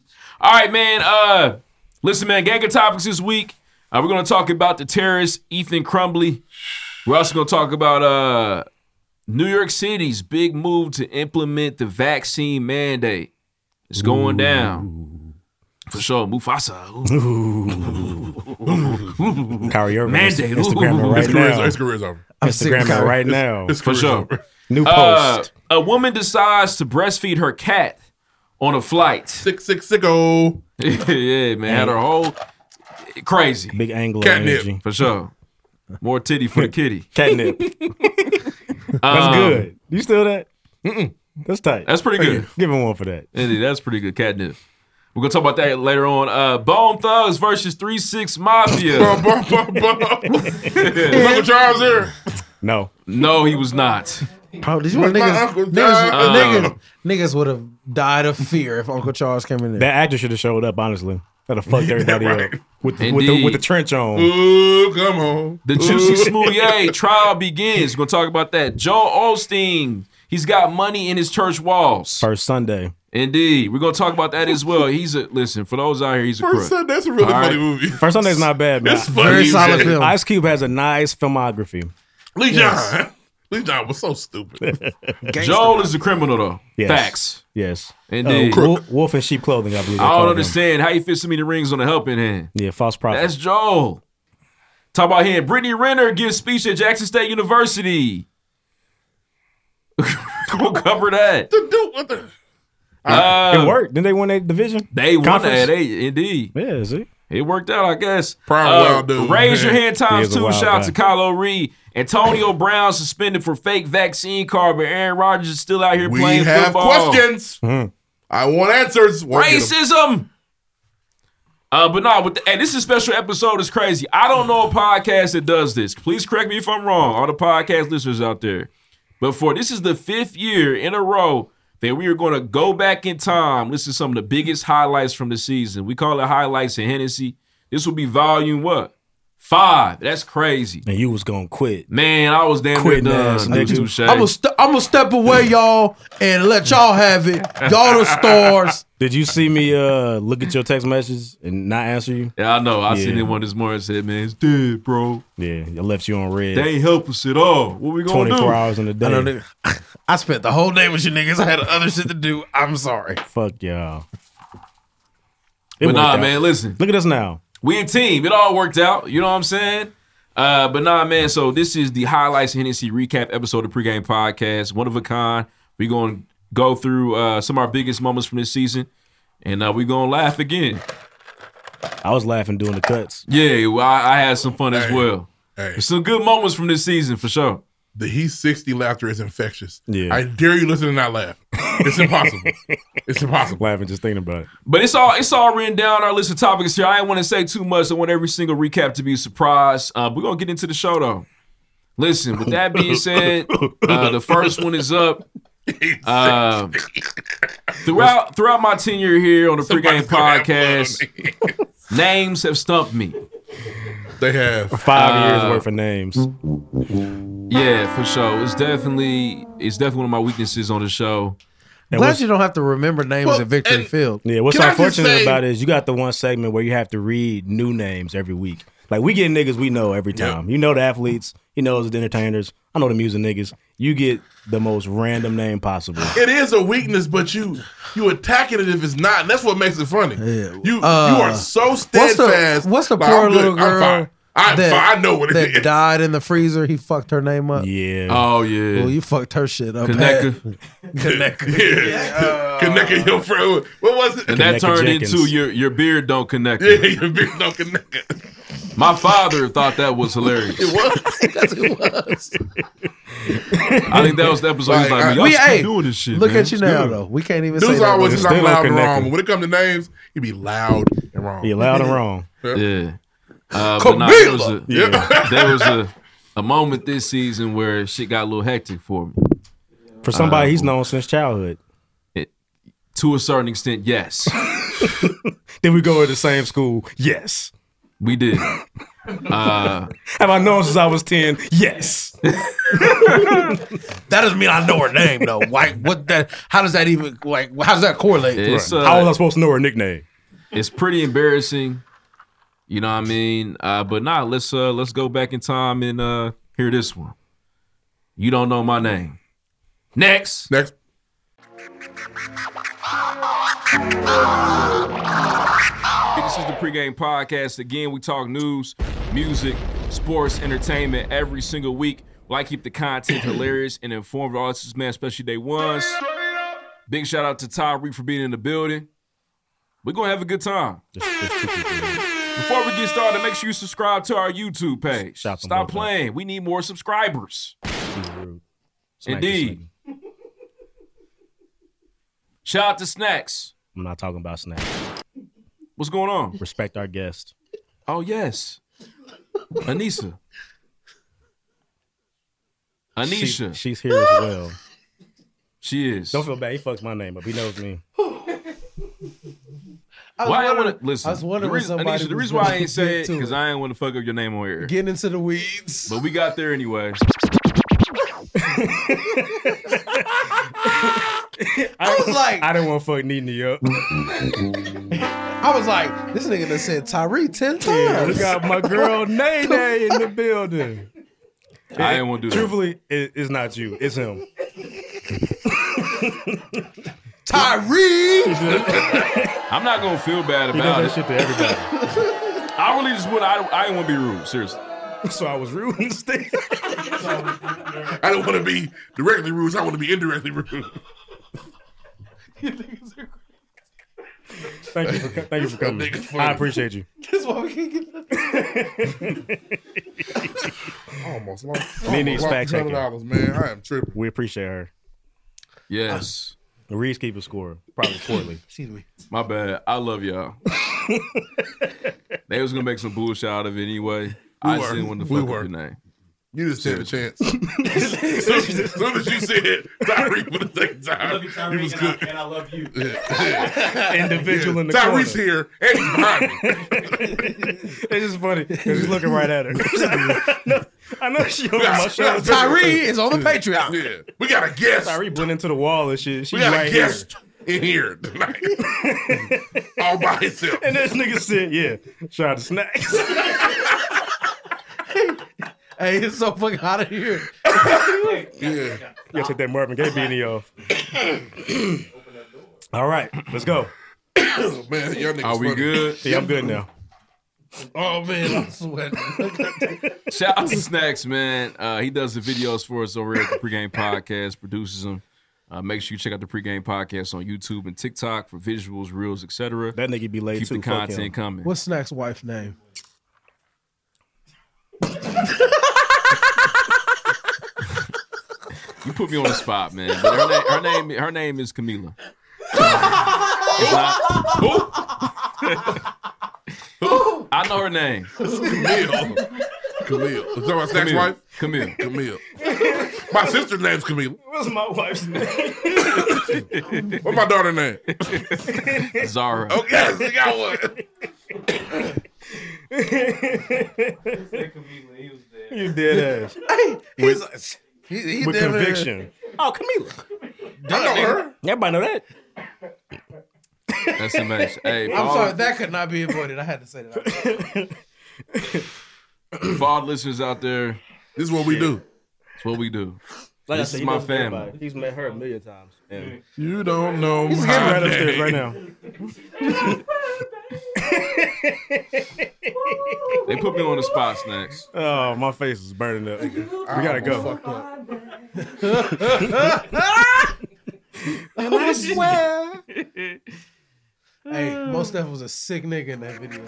[SPEAKER 1] All right, man. Uh, listen, man. Gang of topics this week. Uh, we're gonna talk about the terrorist Ethan Crumbly. We're also gonna talk about uh, New York City's big move to implement the vaccine mandate. It's going down for sure. Mufasa. Ooh.
[SPEAKER 4] Kyrie Irving.
[SPEAKER 1] Mandate.
[SPEAKER 4] Instagram
[SPEAKER 1] Ooh.
[SPEAKER 4] right
[SPEAKER 3] His career's,
[SPEAKER 4] now.
[SPEAKER 3] his career's over.
[SPEAKER 2] I'm sick of
[SPEAKER 4] Instagram
[SPEAKER 2] Kyrie.
[SPEAKER 4] right now.
[SPEAKER 3] His
[SPEAKER 1] For
[SPEAKER 3] career's
[SPEAKER 1] sure.
[SPEAKER 3] over.
[SPEAKER 4] New
[SPEAKER 1] Uh,
[SPEAKER 4] post.
[SPEAKER 1] a woman decides to breastfeed her cat on a flight.
[SPEAKER 3] Sick, sick, sick. Oh,
[SPEAKER 1] yeah, man. Had her whole crazy
[SPEAKER 4] Big Anglo
[SPEAKER 3] catnip.
[SPEAKER 4] energy.
[SPEAKER 1] for sure. More titty for the kitty.
[SPEAKER 4] Catnip.
[SPEAKER 1] Um,
[SPEAKER 4] That's good. You steal that? Mm-mm. That's tight.
[SPEAKER 1] That's pretty good.
[SPEAKER 4] Give him one for that.
[SPEAKER 1] Indeed, that's pretty good catnip. We're gonna talk about that later on. Uh, Bone Thugs versus Three Six Mafia.
[SPEAKER 3] Uncle Charles here.
[SPEAKER 1] No, no, he was not.
[SPEAKER 2] Bro, did you want niggas? Niggas,
[SPEAKER 3] Uh.
[SPEAKER 2] niggas, niggas would have died of fear if Uncle Charles came in there.
[SPEAKER 4] That actor should have showed up, honestly. That'd have fucked everybody
[SPEAKER 1] Right. Mm.
[SPEAKER 4] up with the, with, the, with the trench on.
[SPEAKER 3] Ooh, come home.
[SPEAKER 1] The Juicy Smouye trial begins. We're gonna talk about that. Joe Osteen, he's got money in his church walls.
[SPEAKER 4] First Sunday.
[SPEAKER 1] Indeed, we're gonna talk about that as well. He's a listen for those out here. He's a
[SPEAKER 3] First
[SPEAKER 1] crook.
[SPEAKER 3] Sunday, that's a really
[SPEAKER 1] All
[SPEAKER 3] funny
[SPEAKER 1] right.
[SPEAKER 3] movie.
[SPEAKER 4] First Sunday's not bad, man.
[SPEAKER 3] It's funny, Very solid man. film.
[SPEAKER 4] Ice Cube has a nice filmography.
[SPEAKER 3] Lee
[SPEAKER 4] Yes.
[SPEAKER 3] John. Lee John was so stupid.
[SPEAKER 1] Joel is the criminal though.
[SPEAKER 4] Yes.
[SPEAKER 1] Facts.
[SPEAKER 4] Yes.
[SPEAKER 1] Indeed.
[SPEAKER 4] Uh, wolf, wolf in sheep clothing, I believe. they
[SPEAKER 1] I
[SPEAKER 4] call
[SPEAKER 1] don't
[SPEAKER 4] him.
[SPEAKER 1] understand how you fit so many rings on a helping hand.
[SPEAKER 4] Yeah, false prophet.
[SPEAKER 1] That's Joel. Talk about him. Brittany Renner gives speech at Jackson State University. we'll cover that.
[SPEAKER 3] The dude, what the?
[SPEAKER 1] Uh,
[SPEAKER 4] it worked. Didn't they win that division?
[SPEAKER 1] They won
[SPEAKER 4] Conference?
[SPEAKER 1] that. They, indeed.
[SPEAKER 4] Yeah, see?
[SPEAKER 1] It worked out, I guess.
[SPEAKER 3] Proud
[SPEAKER 1] Uh,
[SPEAKER 3] wild dude,
[SPEAKER 1] Raise
[SPEAKER 3] man.
[SPEAKER 1] your hand
[SPEAKER 4] He
[SPEAKER 1] times
[SPEAKER 4] is a
[SPEAKER 1] two.
[SPEAKER 4] wild
[SPEAKER 1] Shout out to Kylo Ree. Antonio Brown suspended for fake vaccine card, but Aaron Rodgers is still out here
[SPEAKER 3] We
[SPEAKER 1] playing
[SPEAKER 3] have
[SPEAKER 1] football.
[SPEAKER 3] questions.
[SPEAKER 2] Hmm.
[SPEAKER 3] I want answers. Won't get 'em.
[SPEAKER 1] Racism. Uh, but nah, with the, and this is a special episode. It's crazy. I don't know a podcast that does this. Please correct me if I'm wrong, all the podcast listeners out there. But for this is the fifth year in a row that we are going to go back in time. Listen to some of the biggest highlights from the season. We call it highlights in Hennessy. This will be volume what? Five. That's crazy.
[SPEAKER 4] And you was gonna quit.
[SPEAKER 1] Man, I was damn near
[SPEAKER 4] Quitting ass
[SPEAKER 1] done.
[SPEAKER 4] nigga.
[SPEAKER 1] Touche.
[SPEAKER 2] I'm gonna st- I'm gonna step away, y'all, and let y'all have it. Y'all the stars.
[SPEAKER 4] Did you see me uh, look at your text messages and not answer you?
[SPEAKER 1] Yeah, I know. I
[SPEAKER 4] Yeah.
[SPEAKER 1] seen it one this morning. Said, man, it's dead, bro.
[SPEAKER 4] Yeah, I left you on red.
[SPEAKER 1] They ain't help us at all. What we gonna do?
[SPEAKER 4] 24 hours in a
[SPEAKER 2] I, know,
[SPEAKER 4] day.
[SPEAKER 2] nigga. I spent the whole day with you niggas. I had other shit to do. I'm sorry.
[SPEAKER 4] Fuck y'all. It
[SPEAKER 1] But
[SPEAKER 4] worked
[SPEAKER 1] nah,
[SPEAKER 4] out.
[SPEAKER 1] man, listen.
[SPEAKER 4] Look at us now.
[SPEAKER 1] We a team. It all worked out. You know what I'm saying? Uh, but nah, man. So this is the highlights and Hennessy recap episode of pregame podcast, one of a kind. We're gonna go through uh, some of our biggest moments from this season, and uh, we're gonna laugh again.
[SPEAKER 4] I was laughing doing the cuts.
[SPEAKER 1] Yeah, well, I, I had some fun as well.
[SPEAKER 3] Hey,
[SPEAKER 1] Some good moments from this season for sure.
[SPEAKER 3] the he sixty laughter is infectious.
[SPEAKER 4] Yeah.
[SPEAKER 3] I dare you listen and not laugh. It's impossible. it's impossible.
[SPEAKER 4] Laughing just thinking about it.
[SPEAKER 1] But it's all it's all written down. Our list of topics here. I ain't want to say too much. I want every single recap to be a surprise. Uh, we're gonna get into the show though. Listen, with that being said, uh, the first one is up. Um, throughout throughout my tenure here on the pregame
[SPEAKER 3] Somebody's gonna have
[SPEAKER 1] podcast, names have stumped me.
[SPEAKER 3] They have.
[SPEAKER 4] Five years worth of names.
[SPEAKER 1] Yeah, for sure. It's definitely it's definitely one of my weaknesses on the show.
[SPEAKER 4] And
[SPEAKER 2] Glad
[SPEAKER 4] what's-
[SPEAKER 2] you don't have to remember names
[SPEAKER 3] Well,
[SPEAKER 2] at Victory
[SPEAKER 3] and-
[SPEAKER 2] Field.
[SPEAKER 4] Yeah, what's
[SPEAKER 3] Can I just
[SPEAKER 4] unfortunate
[SPEAKER 3] say-
[SPEAKER 4] about it is you got the one segment where you have to read new names every week. Like we get niggas we know every time. You know the athletes, he knows the entertainers, I know the music niggas. You get the most random name possible.
[SPEAKER 3] It is a weakness, but you you attack it if it's not. And that's what makes it funny. You you
[SPEAKER 2] Uh,
[SPEAKER 3] are so
[SPEAKER 2] What's
[SPEAKER 3] steadfast.
[SPEAKER 2] the What's the
[SPEAKER 3] Like,
[SPEAKER 2] poor
[SPEAKER 3] I'm good.
[SPEAKER 2] little girl?
[SPEAKER 3] I'm fine. I'm
[SPEAKER 2] that-
[SPEAKER 3] fine. I know what it
[SPEAKER 2] that
[SPEAKER 3] is.
[SPEAKER 2] died in the freezer. He fucked her name up.
[SPEAKER 4] Yeah.
[SPEAKER 1] Oh
[SPEAKER 2] Well,
[SPEAKER 1] yeah.
[SPEAKER 2] you fucked her shit up.
[SPEAKER 1] Connector.
[SPEAKER 3] Yeah. Connecting your friend. What was it?
[SPEAKER 1] And that
[SPEAKER 4] Connector
[SPEAKER 1] turned
[SPEAKER 4] Jenkins.
[SPEAKER 1] into your your beard don't connect.
[SPEAKER 3] yeah, your beard don't connect. It
[SPEAKER 1] My father thought that was hilarious.
[SPEAKER 3] was.
[SPEAKER 1] I think that was the episode. He's
[SPEAKER 3] Like, I-
[SPEAKER 1] like, y'all
[SPEAKER 2] we-
[SPEAKER 1] still
[SPEAKER 2] hey,
[SPEAKER 1] doing this shit.
[SPEAKER 2] Look
[SPEAKER 1] man.
[SPEAKER 2] at you now, though. We can't even say
[SPEAKER 3] Dude's
[SPEAKER 2] that.
[SPEAKER 3] always
[SPEAKER 2] word.
[SPEAKER 3] is I'm
[SPEAKER 4] still
[SPEAKER 3] loud and
[SPEAKER 4] connecting.
[SPEAKER 3] wrong. But when it comes to names, he be loud and wrong.
[SPEAKER 4] You loud and wrong.
[SPEAKER 1] Yeah. Uh, but nah, there was a,
[SPEAKER 3] Yeah.
[SPEAKER 1] there was a, a moment this season where shit got a little hectic for me.
[SPEAKER 4] For somebody he's known since childhood.
[SPEAKER 1] To a certain extent, yes,
[SPEAKER 4] Did we go to the same school? Yes.
[SPEAKER 1] we did.
[SPEAKER 4] Have I known since I was 10? Yes.
[SPEAKER 2] That doesn't mean I know her name though. Like what that? How does that even like? How does that correlate?
[SPEAKER 1] It's
[SPEAKER 4] How was I
[SPEAKER 1] uh,
[SPEAKER 4] supposed to know her nickname?
[SPEAKER 1] it's pretty embarrassing. You know what I mean? Uh, but nah, let's uh, let's go back in time and uh, hear this one. You don't know my name. Next,
[SPEAKER 3] Next.
[SPEAKER 1] this is the pregame podcast. Again, we talk news, music, sports, entertainment every single week. We like to keep the content hilarious and informative. All this is man, especially day ones. Big shout out to Tyreek for being in the building. We're gonna have a good time. Before we get started, make sure you subscribe to our YouTube page.
[SPEAKER 4] Stop 'em
[SPEAKER 1] Stop
[SPEAKER 4] both, man.
[SPEAKER 1] playing. We need more subscribers.
[SPEAKER 4] Smack this
[SPEAKER 1] Indeed.
[SPEAKER 4] nigga.
[SPEAKER 1] Shout out to Snacks.
[SPEAKER 4] I'm not talking about snacks.
[SPEAKER 1] What's going on?
[SPEAKER 4] Respect our guest.
[SPEAKER 1] Oh yes, Anissa. Anisha.
[SPEAKER 4] She- she's here as well.
[SPEAKER 1] She is.
[SPEAKER 4] Don't feel bad. He fucks my name up. He knows me.
[SPEAKER 2] was
[SPEAKER 1] why I
[SPEAKER 2] wondering-
[SPEAKER 1] want to listen?
[SPEAKER 2] I was wondering
[SPEAKER 1] the
[SPEAKER 2] when
[SPEAKER 1] reason,
[SPEAKER 2] somebody
[SPEAKER 1] Anisha, the
[SPEAKER 2] was
[SPEAKER 1] reason why I
[SPEAKER 2] gonna
[SPEAKER 1] ain't say
[SPEAKER 2] get
[SPEAKER 1] it
[SPEAKER 2] to
[SPEAKER 1] because
[SPEAKER 2] it.
[SPEAKER 1] I ain't want to fuck up your name on here.
[SPEAKER 2] Getting into the weeds.
[SPEAKER 1] But we got there anyway.
[SPEAKER 4] I
[SPEAKER 2] was like-
[SPEAKER 4] I didn't want to fuck Nene up.
[SPEAKER 2] I was like, this nigga done said Tyree ten times.
[SPEAKER 4] Yeah, we got my girl Nay Nay in the building.
[SPEAKER 1] I didn't want to do that.
[SPEAKER 4] Truthfully, it, it's not you. It's him.
[SPEAKER 2] Tyree.
[SPEAKER 1] I'm not gonna feel bad
[SPEAKER 4] He does
[SPEAKER 1] about
[SPEAKER 4] that
[SPEAKER 1] it.
[SPEAKER 4] shit to everybody.
[SPEAKER 1] I really just want. I, I didn't want to be rude. Seriously.
[SPEAKER 4] so I was rude instead.
[SPEAKER 3] I don't want to be directly rude. I want to be indirectly rude.
[SPEAKER 4] Thank you for co- thank you for coming.
[SPEAKER 3] Nigga funny.
[SPEAKER 4] I appreciate you.
[SPEAKER 2] That's why we can't get
[SPEAKER 3] Almost lost. almost
[SPEAKER 4] Nene's
[SPEAKER 3] lost
[SPEAKER 4] fact checking.
[SPEAKER 3] $100, man. I am tripping.
[SPEAKER 4] We appreciate her.
[SPEAKER 1] Yes.
[SPEAKER 4] Reese keep a score, probably poorly.
[SPEAKER 2] Excuse me.
[SPEAKER 1] My bad. I love y'all. they was gonna make some bullshit out of it anyway. I just
[SPEAKER 3] were.
[SPEAKER 1] didn't want to
[SPEAKER 3] We
[SPEAKER 1] fuck up
[SPEAKER 3] were.
[SPEAKER 1] your name.
[SPEAKER 3] You just had a chance. as, soon as, as soon as you said Tyree for the second time, you was good.
[SPEAKER 12] I love you.
[SPEAKER 4] Individual in the
[SPEAKER 3] Tyree's
[SPEAKER 4] corner.
[SPEAKER 3] here and he's behind me.
[SPEAKER 4] It's just funny because he's looking right at her. I know- I know she over my shoulder.
[SPEAKER 2] Tyree is on the Patreon.
[SPEAKER 3] Yeah. We got a guest.
[SPEAKER 4] Tyree blend into the wall and shit.
[SPEAKER 3] we
[SPEAKER 4] She's
[SPEAKER 3] got
[SPEAKER 4] right
[SPEAKER 3] a
[SPEAKER 4] here.
[SPEAKER 3] guest in here tonight. All by himself.
[SPEAKER 4] And this nigga said, "Yeah, shout out to snacks."
[SPEAKER 2] Hey, it's so fucking hot in here.
[SPEAKER 3] Yeah.
[SPEAKER 4] You gotta take that Marvin Gaye beanie off. All right, let's go.
[SPEAKER 3] Oh, man, y'all niggas
[SPEAKER 1] Are we
[SPEAKER 3] funny.
[SPEAKER 1] good?
[SPEAKER 4] Yeah, I'm good now.
[SPEAKER 3] Oh man, I'm sweating.
[SPEAKER 1] Shout out to Snacks, man. Uh, he does the videos for us over at the Pregame Podcast, produces them. Uh, make sure you check out the Pregame Podcast on YouTube and TikTok for visuals, reels, etc.
[SPEAKER 4] That nigga be late
[SPEAKER 1] Keep
[SPEAKER 4] too.
[SPEAKER 1] the
[SPEAKER 4] Fuck him.
[SPEAKER 1] content coming.
[SPEAKER 2] What's Snack's wife's name?
[SPEAKER 1] You put me on the spot, man. But her, na- her name, her name is Camila. It's not- I know her name.
[SPEAKER 3] Camille. Camille. Is that my snacks
[SPEAKER 1] Camille.
[SPEAKER 3] wife?
[SPEAKER 1] Camille.
[SPEAKER 3] Camille. My sister's name's Camille.
[SPEAKER 4] What's my wife's name?
[SPEAKER 3] What's my daughter's name?
[SPEAKER 1] Zara.
[SPEAKER 3] Oh yes, I got one.
[SPEAKER 4] you dead ass
[SPEAKER 2] He's like, he, he
[SPEAKER 4] with
[SPEAKER 2] damn near-
[SPEAKER 4] conviction. Oh, Camila.
[SPEAKER 3] I know her.
[SPEAKER 4] Everybody know that.
[SPEAKER 1] That's amazing. Hey,
[SPEAKER 2] I'm
[SPEAKER 1] Paul,
[SPEAKER 2] sorry, that could not be avoided. I had to say that.
[SPEAKER 1] for all the listeners out there,
[SPEAKER 3] This is what we do.
[SPEAKER 1] it's what we do.
[SPEAKER 4] Like
[SPEAKER 1] This is
[SPEAKER 4] he
[SPEAKER 1] my
[SPEAKER 4] knows
[SPEAKER 1] family.
[SPEAKER 4] everybody. He's met her a million times. And
[SPEAKER 3] You don't know
[SPEAKER 4] He's
[SPEAKER 3] my
[SPEAKER 4] right upstairs
[SPEAKER 3] name.
[SPEAKER 4] right now.
[SPEAKER 1] They put me on the spot, Snacks.
[SPEAKER 4] Oh, my face is burning up. We gotta go.
[SPEAKER 2] hey, most Def was a sick nigga in that video.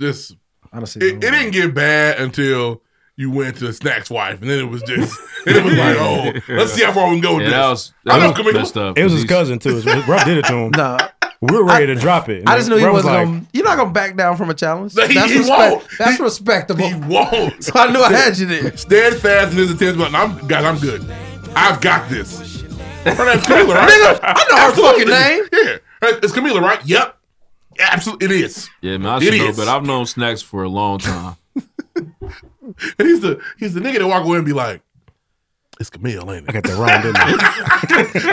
[SPEAKER 3] Just
[SPEAKER 2] Honestly,
[SPEAKER 3] it, it didn't get bad until you went to Snack's wife, and then it was just, and it was like, oh, let's see how far we can go with
[SPEAKER 1] Yeah,
[SPEAKER 3] this.
[SPEAKER 1] that was,
[SPEAKER 3] I know
[SPEAKER 1] that was
[SPEAKER 3] Camila.
[SPEAKER 1] messed up.
[SPEAKER 4] It was his
[SPEAKER 1] He's-
[SPEAKER 4] cousin too. Rob did it to him.
[SPEAKER 2] Nah,
[SPEAKER 4] We were ready to drop it.
[SPEAKER 2] I just knew he
[SPEAKER 4] Ruff was
[SPEAKER 2] wasn't
[SPEAKER 4] like,
[SPEAKER 2] gonna. You're not gonna back down from a challenge.
[SPEAKER 3] No, he-
[SPEAKER 2] that's
[SPEAKER 3] he
[SPEAKER 2] respect-
[SPEAKER 3] won't.
[SPEAKER 2] That's
[SPEAKER 3] He-
[SPEAKER 2] respectable.
[SPEAKER 3] He won't.
[SPEAKER 2] so I knew I had you there.
[SPEAKER 3] Steadfast in his attention, but I'm, guys, I'm good. I've got this. Her name's Camila, right?
[SPEAKER 2] Nigga, I know her
[SPEAKER 3] Absolutely.
[SPEAKER 2] fucking name.
[SPEAKER 3] Yeah, Hey, it's Camila, right? Yep, absolutely, it is.
[SPEAKER 1] Yeah, man, I should know,
[SPEAKER 3] Idiots.
[SPEAKER 1] but I've known Snacks for a long time.
[SPEAKER 3] And he's the he's the nigga that walk away and be like, "It's Camille, ain't
[SPEAKER 4] I
[SPEAKER 3] it?"
[SPEAKER 4] got the wrong, didn't I?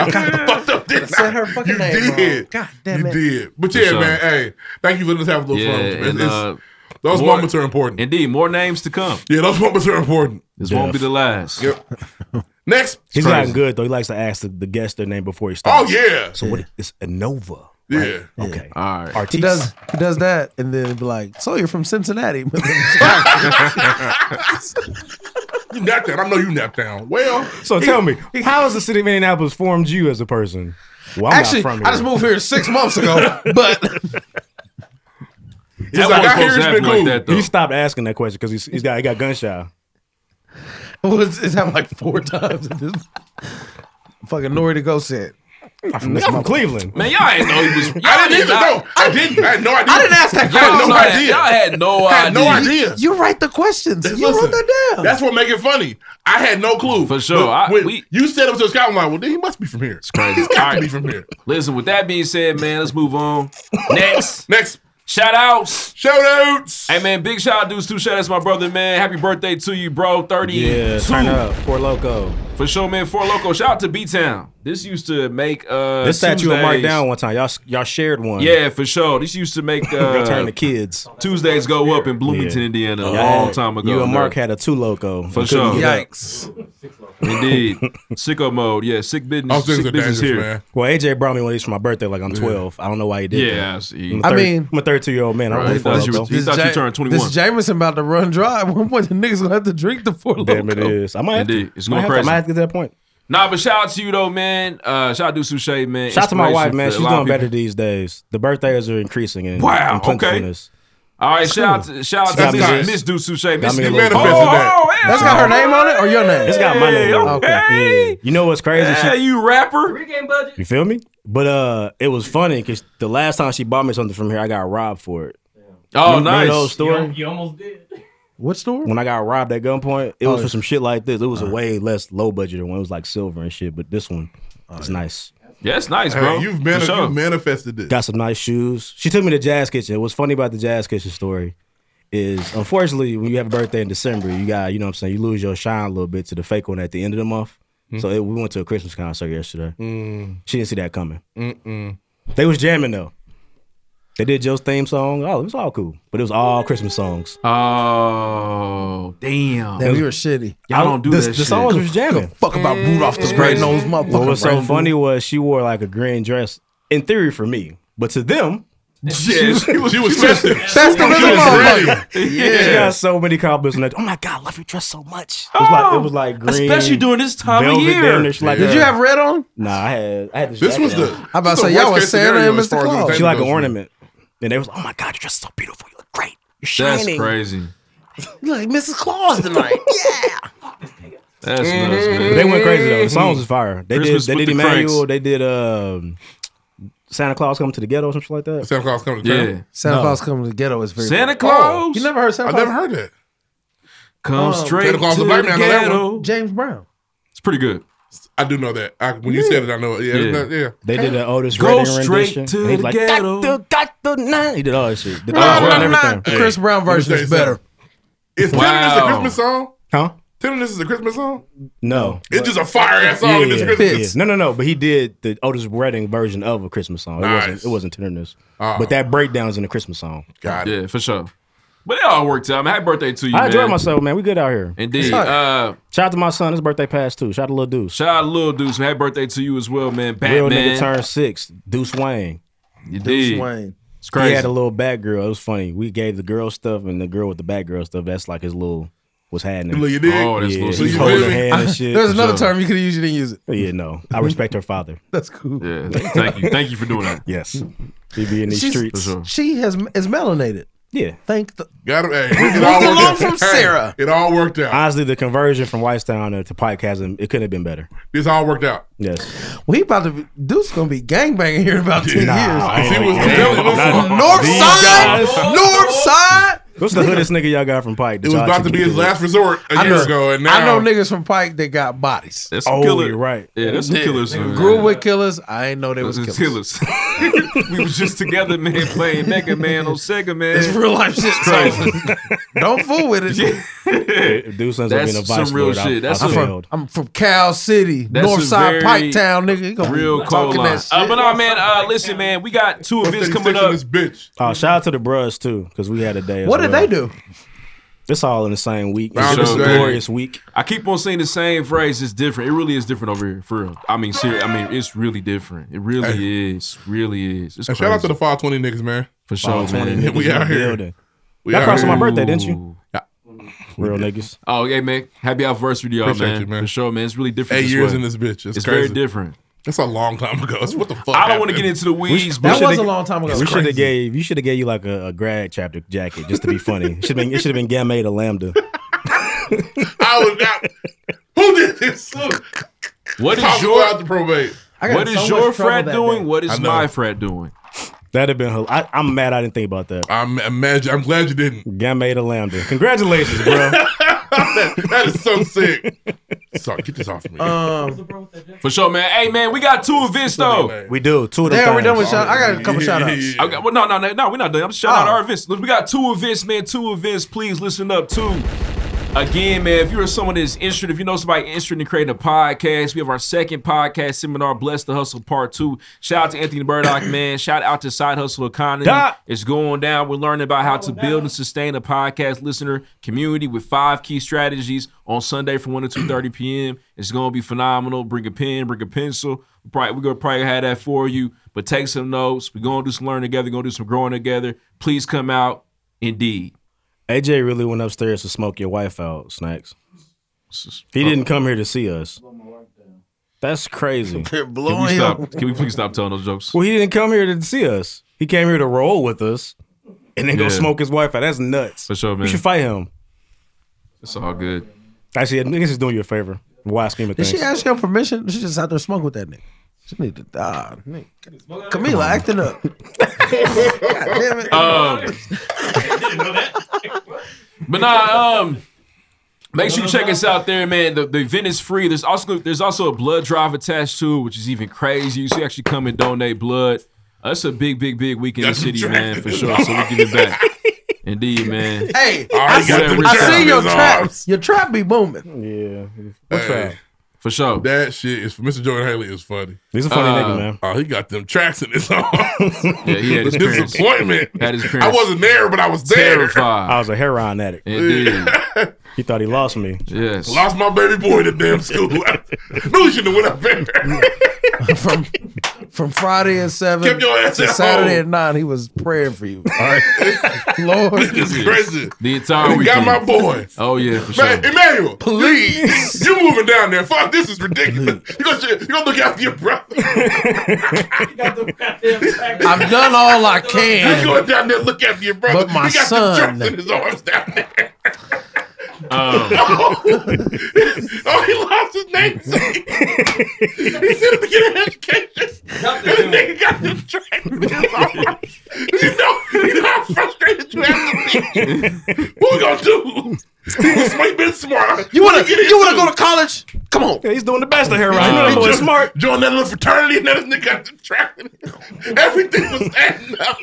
[SPEAKER 3] I kind of fucked up this.
[SPEAKER 2] Said her fucking
[SPEAKER 3] you
[SPEAKER 2] name wrong.
[SPEAKER 3] did.
[SPEAKER 2] God damn
[SPEAKER 3] you
[SPEAKER 2] it.
[SPEAKER 3] did. But yeah,
[SPEAKER 1] sure.
[SPEAKER 3] man. Hey, thank you for letting us have a little
[SPEAKER 1] Yeah,
[SPEAKER 3] fun. with you, man.
[SPEAKER 1] and
[SPEAKER 3] It's-
[SPEAKER 1] uh,
[SPEAKER 3] those
[SPEAKER 1] more-
[SPEAKER 3] moments are important.
[SPEAKER 1] indeed, more names to come.
[SPEAKER 3] yeah, those moments are important.
[SPEAKER 1] This won't be the last.
[SPEAKER 3] Next.
[SPEAKER 4] He's
[SPEAKER 1] crazy.
[SPEAKER 4] gotten good though. He likes to ask the, the guest their name before he
[SPEAKER 3] Oh
[SPEAKER 4] starts.
[SPEAKER 3] yeah.
[SPEAKER 4] So what? It's Anova.
[SPEAKER 3] Yeah.
[SPEAKER 4] Okay.
[SPEAKER 1] All right.
[SPEAKER 4] Artiste.
[SPEAKER 2] He does. He does that, and then be like, "So you're from Cincinnati?"
[SPEAKER 3] You napped down. I know you napped down. Well,
[SPEAKER 4] So tell me, how has the city of Indianapolis formed you as a person? Well, I'm
[SPEAKER 2] Actually,
[SPEAKER 4] not from
[SPEAKER 2] I just moved here six months ago, but
[SPEAKER 3] he's like, I hear it's been cool.
[SPEAKER 4] He stopped asking that question because he's, he's got he got gun shy.
[SPEAKER 2] Well, it's, it's happened like four times. At this. Fucking Nori to go said,
[SPEAKER 4] I'm from, I'm from Cleveland.
[SPEAKER 1] Man, y'all ain't know he was. Y'all
[SPEAKER 3] I didn't either. No, I didn't. I had no idea. I didn't ask that
[SPEAKER 1] Y'all, know that- y'all had no
[SPEAKER 3] I had
[SPEAKER 1] idea.
[SPEAKER 3] no idea.
[SPEAKER 2] You write the questions. You
[SPEAKER 3] Listen,
[SPEAKER 2] wrote that down.
[SPEAKER 3] That's what make it funny. I had no clue. For
[SPEAKER 1] sure. I-
[SPEAKER 3] when
[SPEAKER 1] we-
[SPEAKER 3] you said it was a scout. I'm like, well, then he must be from here. It's
[SPEAKER 1] crazy.
[SPEAKER 3] He's got
[SPEAKER 1] All
[SPEAKER 3] to
[SPEAKER 1] right.
[SPEAKER 3] be from here.
[SPEAKER 1] Listen, with that being said, man, let's move on. Next.
[SPEAKER 3] Next.
[SPEAKER 1] Shout outs.
[SPEAKER 3] Shout outs.
[SPEAKER 1] Hey, man, big shout out, dudes, too. Shout out to my brother, man. Happy birthday to you, bro. 32.
[SPEAKER 4] Yeah, turn up. Four Loco.
[SPEAKER 1] For sure, man. Four Loco. Shout out to B Town. This used to make. uh
[SPEAKER 4] this statue
[SPEAKER 1] Tuesdays-
[SPEAKER 4] of Mark down one time. Y'all y'all shared one.
[SPEAKER 1] Yeah, for sure. This used to make.
[SPEAKER 4] Y'all
[SPEAKER 1] Uh,
[SPEAKER 4] turned the kids.
[SPEAKER 1] Tuesdays go up in Bloomington,
[SPEAKER 4] Yeah.
[SPEAKER 1] Indiana, a
[SPEAKER 4] Y'all
[SPEAKER 1] long
[SPEAKER 4] had-
[SPEAKER 1] time ago.
[SPEAKER 4] You and
[SPEAKER 1] man.
[SPEAKER 4] Mark had a two loco.
[SPEAKER 1] For
[SPEAKER 4] Couldn't
[SPEAKER 1] sure.
[SPEAKER 4] get up.
[SPEAKER 1] Indeed. Sicko mode. Yeah, sick business.
[SPEAKER 3] Those things are
[SPEAKER 1] Sick business
[SPEAKER 3] dangerous,
[SPEAKER 1] here.
[SPEAKER 3] man.
[SPEAKER 4] Well, AJ brought me one of these for my birthday. Like I'm 12. I don't know why he did.
[SPEAKER 1] Yeah,
[SPEAKER 4] that.
[SPEAKER 1] I see.
[SPEAKER 4] I'm a
[SPEAKER 2] I
[SPEAKER 4] third-
[SPEAKER 2] mean-
[SPEAKER 4] I'm a 32 year old man. I don't
[SPEAKER 1] Right,
[SPEAKER 4] really
[SPEAKER 1] he thought you
[SPEAKER 4] follow
[SPEAKER 1] was- he
[SPEAKER 4] loco.
[SPEAKER 1] thought you
[SPEAKER 2] Ja-
[SPEAKER 1] turned 21.
[SPEAKER 2] This Jameson about to run dry. At one point, the niggas gonna have to drink the four loco.
[SPEAKER 4] Damn, it is. I might have
[SPEAKER 1] Indeed.
[SPEAKER 4] to,
[SPEAKER 1] It's
[SPEAKER 4] I might
[SPEAKER 1] going
[SPEAKER 4] have to-
[SPEAKER 1] crazy.
[SPEAKER 4] I might have to get to that point.
[SPEAKER 1] Nah, but shout out to you though, man. Uh, shout out to Suchet, man.
[SPEAKER 4] Shout out to my wife,
[SPEAKER 1] Inspiration
[SPEAKER 4] man.
[SPEAKER 1] for a
[SPEAKER 4] She's
[SPEAKER 1] lot of
[SPEAKER 4] doing better
[SPEAKER 1] people.
[SPEAKER 4] these days. The birthdays are increasing in,
[SPEAKER 1] Wow,
[SPEAKER 4] in
[SPEAKER 1] okay.
[SPEAKER 4] plentifulness.
[SPEAKER 1] All right, shout out to shout out
[SPEAKER 4] Got
[SPEAKER 1] to
[SPEAKER 4] me
[SPEAKER 1] Miss-
[SPEAKER 4] good.
[SPEAKER 1] Miss Du Suchet. Miss
[SPEAKER 4] Got me
[SPEAKER 1] Du-
[SPEAKER 4] good. You
[SPEAKER 3] manifested that.
[SPEAKER 1] Oh, hell
[SPEAKER 2] That's got her name on it or your name?
[SPEAKER 4] It's got my name. on it.
[SPEAKER 1] Okay.
[SPEAKER 4] Yeah. You know what's crazy? She-
[SPEAKER 1] Yeah, you rapper.
[SPEAKER 4] You feel me? But uh, it was funny because the last time she bought me something from here, I got robbed for it.
[SPEAKER 1] Oh,
[SPEAKER 4] Remember
[SPEAKER 1] nice.
[SPEAKER 4] the old story?
[SPEAKER 2] What store?
[SPEAKER 4] When I got robbed at gunpoint, it was
[SPEAKER 2] Oh,
[SPEAKER 4] for some shit like this. It was a way less low budget one. It was like silver and shit, but this one is nice.
[SPEAKER 1] Yeah, it's nice,
[SPEAKER 3] Hey,
[SPEAKER 1] bro.
[SPEAKER 3] you've,
[SPEAKER 1] For
[SPEAKER 3] mani-
[SPEAKER 1] sure.
[SPEAKER 3] you've manifested this.
[SPEAKER 4] Got some nice shoes. She took me to Jazz Kitchen. What's funny about the Jazz Kitchen story is, unfortunately, when you have a birthday in December, you got you know what I'm saying. You lose your shine a little bit to the fake one at the end of the month. So it, we went to a Christmas concert yesterday. She didn't see that coming. They was jamming though. They did Joe's theme song. Oh, it was all cool, but it was all Christmas songs.
[SPEAKER 1] Uh, Oh, damn.
[SPEAKER 2] Damn, we were shitty.
[SPEAKER 1] Y'all don't do
[SPEAKER 4] the,
[SPEAKER 1] that
[SPEAKER 4] the
[SPEAKER 1] shit.
[SPEAKER 4] songs was jamming.
[SPEAKER 2] Fuck about Rudolph the Great Nose, motherfucker.
[SPEAKER 4] What was so
[SPEAKER 2] Rudolph.
[SPEAKER 4] funny was she wore like a green dress. In theory, for me, but to them,
[SPEAKER 1] Yeah, she was-
[SPEAKER 3] She was testing.
[SPEAKER 2] That's the
[SPEAKER 3] She
[SPEAKER 2] rhythm,
[SPEAKER 3] was
[SPEAKER 2] motherfucker.
[SPEAKER 3] ready.
[SPEAKER 4] She got so many compliments. on that. oh my god, I love your dress so much. It was like it was like green,
[SPEAKER 1] Especially during this time of
[SPEAKER 4] velvet down
[SPEAKER 1] year.
[SPEAKER 4] there. She like,
[SPEAKER 2] Did you have red on?
[SPEAKER 4] Nah, I had I had this.
[SPEAKER 3] This
[SPEAKER 4] jacket
[SPEAKER 3] was
[SPEAKER 4] on.
[SPEAKER 3] the.
[SPEAKER 2] I about to say, y'all was Santa and Mr. Claus.
[SPEAKER 4] She like an ornament, and they was like, oh my god, your dress is so beautiful. You look great. You're
[SPEAKER 1] That's
[SPEAKER 4] shining.
[SPEAKER 1] crazy.
[SPEAKER 2] You like Mrs. Claus tonight.
[SPEAKER 1] That's nuts, man.
[SPEAKER 4] But They went crazy though. The songs was fire. They
[SPEAKER 1] Christmas
[SPEAKER 4] did. They
[SPEAKER 1] with
[SPEAKER 4] did
[SPEAKER 1] the cranks.
[SPEAKER 4] Emmanuel. They did um, Santa Claus come to the ghetto or something like that.
[SPEAKER 3] Santa Claus coming to town.
[SPEAKER 1] Yeah.
[SPEAKER 2] Santa
[SPEAKER 4] No.
[SPEAKER 2] Claus coming to the ghetto is very
[SPEAKER 4] Oh,
[SPEAKER 1] Santa Claus.
[SPEAKER 2] You never heard Santa
[SPEAKER 3] I've
[SPEAKER 2] Claus?
[SPEAKER 3] never heard that.
[SPEAKER 1] Come
[SPEAKER 4] um,
[SPEAKER 1] straight
[SPEAKER 3] Santa Claus
[SPEAKER 1] to
[SPEAKER 3] the black
[SPEAKER 1] the
[SPEAKER 3] man, I know that
[SPEAKER 1] ghetto.
[SPEAKER 2] James Brown.
[SPEAKER 1] It's pretty good.
[SPEAKER 3] I do know that. I, when you said it, I know it. Yeah,
[SPEAKER 1] Yeah.
[SPEAKER 3] it's not- yeah.
[SPEAKER 4] They did the Otis
[SPEAKER 1] Go
[SPEAKER 4] Redding
[SPEAKER 1] straight
[SPEAKER 4] rendition.
[SPEAKER 1] to
[SPEAKER 4] and he was
[SPEAKER 1] the
[SPEAKER 4] like,
[SPEAKER 1] ghetto.
[SPEAKER 4] Got the, got the nine. He did all that shit. Did all
[SPEAKER 1] Oh,
[SPEAKER 4] that
[SPEAKER 1] wow.
[SPEAKER 4] and everything.
[SPEAKER 2] The Chris Brown
[SPEAKER 3] Let me
[SPEAKER 2] version
[SPEAKER 3] tell you
[SPEAKER 2] is better.
[SPEAKER 3] something. Is Tenderness
[SPEAKER 1] Wow.
[SPEAKER 3] a Christmas song?
[SPEAKER 4] Huh?
[SPEAKER 3] Tenderness is a Christmas song?
[SPEAKER 4] No.
[SPEAKER 3] It's just a fire ass song. and it's Christmas.
[SPEAKER 2] Fits.
[SPEAKER 4] No, no, no. But he did the Otis Redding version of a Christmas song. It
[SPEAKER 3] Nice.
[SPEAKER 4] wasn't. It wasn't tenderness.
[SPEAKER 3] Ah.
[SPEAKER 4] But that breakdown's in a Christmas song.
[SPEAKER 3] God.
[SPEAKER 1] Yeah, for sure. But it all worked out. Man, happy birthday to you,
[SPEAKER 4] I
[SPEAKER 1] man.
[SPEAKER 4] enjoy myself, man. We good out here.
[SPEAKER 1] Indeed.
[SPEAKER 2] Sorry.
[SPEAKER 1] Uh,
[SPEAKER 4] Shout out to my son. His birthday passed too. Shout out to Lil Deuce.
[SPEAKER 1] shout out to Lil Deuce. Man, happy birthday to you as well, man.
[SPEAKER 4] Real
[SPEAKER 1] Batman.
[SPEAKER 4] nigga turned six. Deuce Wayne.
[SPEAKER 1] Indeed.
[SPEAKER 2] Wayne.
[SPEAKER 1] It's crazy.
[SPEAKER 4] He had a little Batgirl. It was funny. We gave the girl stuff and the girl with the Batgirl stuff. That's like his little what's happening.
[SPEAKER 3] Look, you dig?
[SPEAKER 1] Oh, that's
[SPEAKER 4] yeah,
[SPEAKER 1] little
[SPEAKER 4] he's
[SPEAKER 3] you
[SPEAKER 4] holding
[SPEAKER 3] feel
[SPEAKER 4] her
[SPEAKER 3] me?
[SPEAKER 4] hand and shit.
[SPEAKER 2] There's another
[SPEAKER 1] sure.
[SPEAKER 2] term you could have used. You didn't use it.
[SPEAKER 4] Yeah, no. I respect her father.
[SPEAKER 2] That's cool.
[SPEAKER 1] Yeah, thank you, thank you for doing that.
[SPEAKER 4] Yes. He be in these
[SPEAKER 2] She's-
[SPEAKER 4] streets.
[SPEAKER 1] sure.
[SPEAKER 2] She has is melanated.
[SPEAKER 4] Yeah.
[SPEAKER 2] Thank the
[SPEAKER 3] Got him. Hey, it
[SPEAKER 2] Move
[SPEAKER 3] all worked
[SPEAKER 2] along
[SPEAKER 3] out.
[SPEAKER 2] from
[SPEAKER 3] Hey,
[SPEAKER 2] Sarah.
[SPEAKER 3] it all worked out.
[SPEAKER 4] Honestly, the conversion from Whitestown to- to Pikehasm, it couldn't have been better.
[SPEAKER 3] This all worked out.
[SPEAKER 4] Yes.
[SPEAKER 2] Well, he about to be, Dude's gonna be gangbanging here in about ten years.
[SPEAKER 3] See, was-
[SPEAKER 2] North side, North side.
[SPEAKER 4] What's the hoodest nigga y'all got from Pike?
[SPEAKER 3] It was about to be his last resort a
[SPEAKER 2] I
[SPEAKER 3] year
[SPEAKER 2] know,
[SPEAKER 3] ago, and now
[SPEAKER 2] I know niggas from Pike that got bodies.
[SPEAKER 1] That's some
[SPEAKER 4] Oh,
[SPEAKER 1] killer.
[SPEAKER 4] you're right.
[SPEAKER 1] Yeah, that's some killers. man.
[SPEAKER 2] Grew with killers. I ain't know they was
[SPEAKER 1] Those
[SPEAKER 2] killers.
[SPEAKER 1] is killers. we was just together, man, playing Mega Man on Sega, man.
[SPEAKER 2] It's real life shit. So don't fool with it.
[SPEAKER 4] Deuce ends up
[SPEAKER 1] That's
[SPEAKER 4] being a vice
[SPEAKER 1] some real
[SPEAKER 4] lord. I-
[SPEAKER 1] shit. That's
[SPEAKER 4] I oh,
[SPEAKER 1] some-
[SPEAKER 4] failed.
[SPEAKER 2] I'm from Cal City,
[SPEAKER 1] That's
[SPEAKER 2] North
[SPEAKER 1] a
[SPEAKER 2] Side,
[SPEAKER 1] very
[SPEAKER 2] Pike Town, nigga. You gonna
[SPEAKER 1] Real
[SPEAKER 2] be
[SPEAKER 1] cold
[SPEAKER 2] talking
[SPEAKER 1] line.
[SPEAKER 2] that shit.
[SPEAKER 1] Uh, but no, man. Uh, listen, man. We got two
[SPEAKER 3] What's
[SPEAKER 1] events
[SPEAKER 3] that
[SPEAKER 1] coming
[SPEAKER 3] six in
[SPEAKER 1] up.
[SPEAKER 3] This bitch.
[SPEAKER 4] Uh, shout out to the Bruhs too, because we had a day. as
[SPEAKER 2] what did
[SPEAKER 4] well.
[SPEAKER 2] they do?
[SPEAKER 4] It's all in the same week.
[SPEAKER 3] Round
[SPEAKER 4] It's
[SPEAKER 1] of
[SPEAKER 4] a
[SPEAKER 1] day.
[SPEAKER 4] glorious week.
[SPEAKER 1] I keep on saying the same phrase. It's different. It really is different over here, for real. I mean, serious. I mean, it's really different. It really is. Really is. It's
[SPEAKER 3] And
[SPEAKER 1] crazy.
[SPEAKER 3] shout out to the 520 niggas, Oh, man.
[SPEAKER 1] for sure,
[SPEAKER 4] 20
[SPEAKER 1] man.
[SPEAKER 4] niggas
[SPEAKER 3] We
[SPEAKER 4] in
[SPEAKER 3] out
[SPEAKER 4] the
[SPEAKER 3] here.
[SPEAKER 4] building.
[SPEAKER 3] We
[SPEAKER 4] Y'all
[SPEAKER 3] out
[SPEAKER 4] crossed
[SPEAKER 3] here.
[SPEAKER 4] my birthday, didn't you?
[SPEAKER 1] Ooh.
[SPEAKER 4] Real niggas.
[SPEAKER 1] Oh, yeah, man. Happy anniversary to y'all,
[SPEAKER 3] Appreciate
[SPEAKER 1] man.
[SPEAKER 3] you, man.
[SPEAKER 1] For sure, man. It's really different.
[SPEAKER 3] Eight
[SPEAKER 1] this
[SPEAKER 3] years
[SPEAKER 1] way.
[SPEAKER 3] in this bitch. It's,
[SPEAKER 1] It's very
[SPEAKER 3] crazy.
[SPEAKER 1] different.
[SPEAKER 3] It's a long time ago. It's what the fuck.
[SPEAKER 1] I don't want to
[SPEAKER 3] happened?
[SPEAKER 1] get into the weeds,
[SPEAKER 4] we
[SPEAKER 1] but
[SPEAKER 2] That
[SPEAKER 4] should
[SPEAKER 2] was a
[SPEAKER 4] have-
[SPEAKER 2] long time ago.
[SPEAKER 4] we should have gave you should have gave you like a, a grad chapter jacket just to be funny. It should have been it should have been Gamma to Lambda.
[SPEAKER 3] I was not. Who did this? Look,
[SPEAKER 1] what
[SPEAKER 3] talk
[SPEAKER 1] is your
[SPEAKER 3] about the probate.
[SPEAKER 2] I got
[SPEAKER 1] What
[SPEAKER 2] in so
[SPEAKER 1] is your
[SPEAKER 2] much trouble
[SPEAKER 1] frat
[SPEAKER 2] that
[SPEAKER 1] doing?
[SPEAKER 2] day.
[SPEAKER 1] What is
[SPEAKER 2] I know.
[SPEAKER 1] my frat doing?
[SPEAKER 4] That'd have been. hel- I, I'm mad. I didn't think about that.
[SPEAKER 3] I'm imagine. I'm glad you didn't.
[SPEAKER 4] Gamma lambda. Congratulations, bro.
[SPEAKER 3] that is so sick. Sorry, get this off me.
[SPEAKER 2] Um,
[SPEAKER 1] For sure, man. Hey, man, we got two events though.
[SPEAKER 4] We do two of them.
[SPEAKER 2] Damn, we
[SPEAKER 4] things.
[SPEAKER 2] done with shout. I got a couple shout outs.
[SPEAKER 1] I Oh, got- well, no, no, no, no, we're not done. I'm shouting
[SPEAKER 2] Oh.
[SPEAKER 1] out our events. Look, we got two events, man. Two events. Please listen up, too. Again, man, if you're someone that's interested, if you know somebody interested in creating a podcast, we have our second podcast seminar, Bless the Hustle Part 2. Shout out to Anthony Burdock, man. Shout out to Side Hustle Economy.
[SPEAKER 4] Doc.
[SPEAKER 1] It's going down. We're learning about how to build and sustain a podcast listener community with five key strategies on Sunday from 1 to 2.30 p.m. It's going to be phenomenal. Bring a pen, bring a pencil. Probably, we're going to probably have that for you. But take some notes. We're going to do some learning together. going to do some growing together. Please come out. Indeed.
[SPEAKER 4] AJ really went upstairs to smoke your wife out, Snacks. He didn't come here to see us. That's crazy.
[SPEAKER 7] They're
[SPEAKER 1] Can we,
[SPEAKER 7] blowing up.
[SPEAKER 1] stop, can we please stop telling those jokes?
[SPEAKER 4] Well, he didn't come here to see us. He came here to roll with us and then go
[SPEAKER 1] Yeah.
[SPEAKER 4] smoke his wife out. That's nuts.
[SPEAKER 1] For sure, man.
[SPEAKER 4] You should fight him.
[SPEAKER 1] It's all good.
[SPEAKER 4] Actually, niggas is doing you a favor. Wide scheme of
[SPEAKER 2] Did
[SPEAKER 4] things.
[SPEAKER 2] she ask him permission? She just out there smoking with that nigga. She need to die. Nigga. Camila acting up. God damn it.
[SPEAKER 1] Um, but nah, um, make sure you check us out there, man. The, the event is free. There's also there's also a blood drive attached to it, which is even crazy. You should actually come and donate blood. That's a big, big, big week in the city, man, for sure. So we give it back. Indeed, man.
[SPEAKER 2] Hey,
[SPEAKER 3] I, see,
[SPEAKER 1] Whatever
[SPEAKER 2] I
[SPEAKER 1] it's
[SPEAKER 2] see
[SPEAKER 1] out.
[SPEAKER 2] your
[SPEAKER 3] his
[SPEAKER 2] trap.
[SPEAKER 3] arms.
[SPEAKER 2] Your trap be booming.
[SPEAKER 4] Yeah.
[SPEAKER 3] Hey,
[SPEAKER 1] For sure.
[SPEAKER 3] That shit is Mr. Jordan Haley is funny.
[SPEAKER 4] He's a funny
[SPEAKER 1] Uh,
[SPEAKER 4] nigga, man.
[SPEAKER 3] Oh, he got them tracks in his arm.
[SPEAKER 1] Yeah, he had his parents.
[SPEAKER 3] disappointment.
[SPEAKER 1] Had his parents.
[SPEAKER 3] I wasn't there, but I was there.
[SPEAKER 4] I
[SPEAKER 1] terrified.
[SPEAKER 4] was a heroin addict.
[SPEAKER 1] Indeed.
[SPEAKER 4] He thought he lost me.
[SPEAKER 1] Yes.
[SPEAKER 3] Lost my baby boy to damn school. Knew you should have went up there.
[SPEAKER 2] from from Friday at seven
[SPEAKER 3] Kept your ass
[SPEAKER 2] to
[SPEAKER 3] at
[SPEAKER 2] Saturday
[SPEAKER 3] home.
[SPEAKER 2] at nine. He was praying for you. All right,
[SPEAKER 3] This
[SPEAKER 2] Lord,
[SPEAKER 3] is crazy.
[SPEAKER 1] The entire
[SPEAKER 3] And he got
[SPEAKER 1] weekend.
[SPEAKER 3] my boy.
[SPEAKER 1] Oh yeah, for sure.
[SPEAKER 3] Man, Emmanuel, please. You moving down there. Fuck, this is ridiculous. You gonna, you gonna look after your brother.
[SPEAKER 2] I've done all I
[SPEAKER 3] You
[SPEAKER 2] can.
[SPEAKER 3] going down there look after your brother.
[SPEAKER 2] But my
[SPEAKER 3] he got
[SPEAKER 2] son-
[SPEAKER 3] the drugs in his arms down there.
[SPEAKER 1] Um,
[SPEAKER 3] oh, he lost his name. he said him to get an education. This nigga got this track. in his arms. you know, you know how frustrated you have to be. What we gonna do? He was smart, been smart.
[SPEAKER 2] You wanna
[SPEAKER 3] What we get
[SPEAKER 2] you wanna
[SPEAKER 3] into?
[SPEAKER 2] go to college? Come on.
[SPEAKER 4] Yeah, he's doing the best of heroin.
[SPEAKER 1] You know that boy
[SPEAKER 4] boy
[SPEAKER 3] Join-
[SPEAKER 4] smart.
[SPEAKER 3] Join that little fraternity and that nigga got the track. in it. Everything was adding up.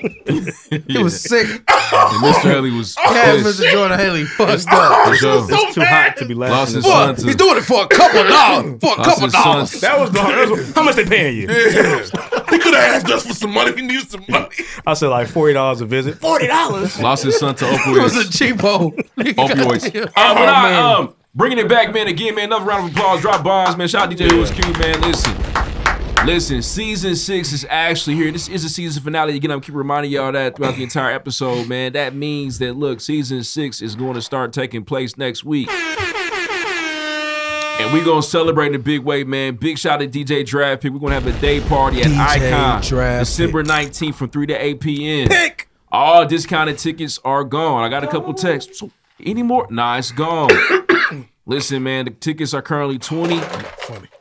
[SPEAKER 2] He was sick.
[SPEAKER 1] and Mr. Haley was
[SPEAKER 2] Had
[SPEAKER 1] pissed.
[SPEAKER 2] Mr. Jordan Haley fucked
[SPEAKER 3] Oh,
[SPEAKER 2] up.
[SPEAKER 3] he was
[SPEAKER 1] sure.
[SPEAKER 3] so
[SPEAKER 4] It's too
[SPEAKER 3] mad.
[SPEAKER 4] hot to be
[SPEAKER 1] Lost
[SPEAKER 4] laughing.
[SPEAKER 1] his
[SPEAKER 4] at-
[SPEAKER 1] son
[SPEAKER 2] Boy,
[SPEAKER 1] to
[SPEAKER 2] he's doing it for a couple dollars. For a
[SPEAKER 1] lost
[SPEAKER 2] couple
[SPEAKER 1] his son
[SPEAKER 2] dollars.
[SPEAKER 4] That was the that was- how much they paying you?
[SPEAKER 3] Yeah. He could have asked us for some money if he needed some money.
[SPEAKER 4] I said like forty dollars a visit. Forty dollars.
[SPEAKER 1] lost his son to
[SPEAKER 2] He was a
[SPEAKER 1] opioids.
[SPEAKER 2] cheapo.
[SPEAKER 1] opioids.
[SPEAKER 2] Goddamn.
[SPEAKER 1] Uh, but
[SPEAKER 3] Oh,
[SPEAKER 1] I,
[SPEAKER 3] man.
[SPEAKER 1] um, bringing it back, man. Again, man. Another round of applause. Drop bombs, man. Shout out DJ Who's Q, man. Listen. Listen, season six is actually here. This is a season finale. Again, I'm keep reminding y'all that throughout the entire episode, man. That means that look, season six is going to start taking place next week. And we're gonna celebrate in a big way, man. Big shout out to DJ Draft Pick. We're gonna have a day party at
[SPEAKER 2] DJ
[SPEAKER 1] Icon
[SPEAKER 2] Draft
[SPEAKER 1] December
[SPEAKER 2] Pick.
[SPEAKER 1] 19th from 3 to 8 p.m. Pick! All discounted tickets are gone. I got a couple texts. So, any more? Nah, it's gone. Listen, man, the tickets are currently 20.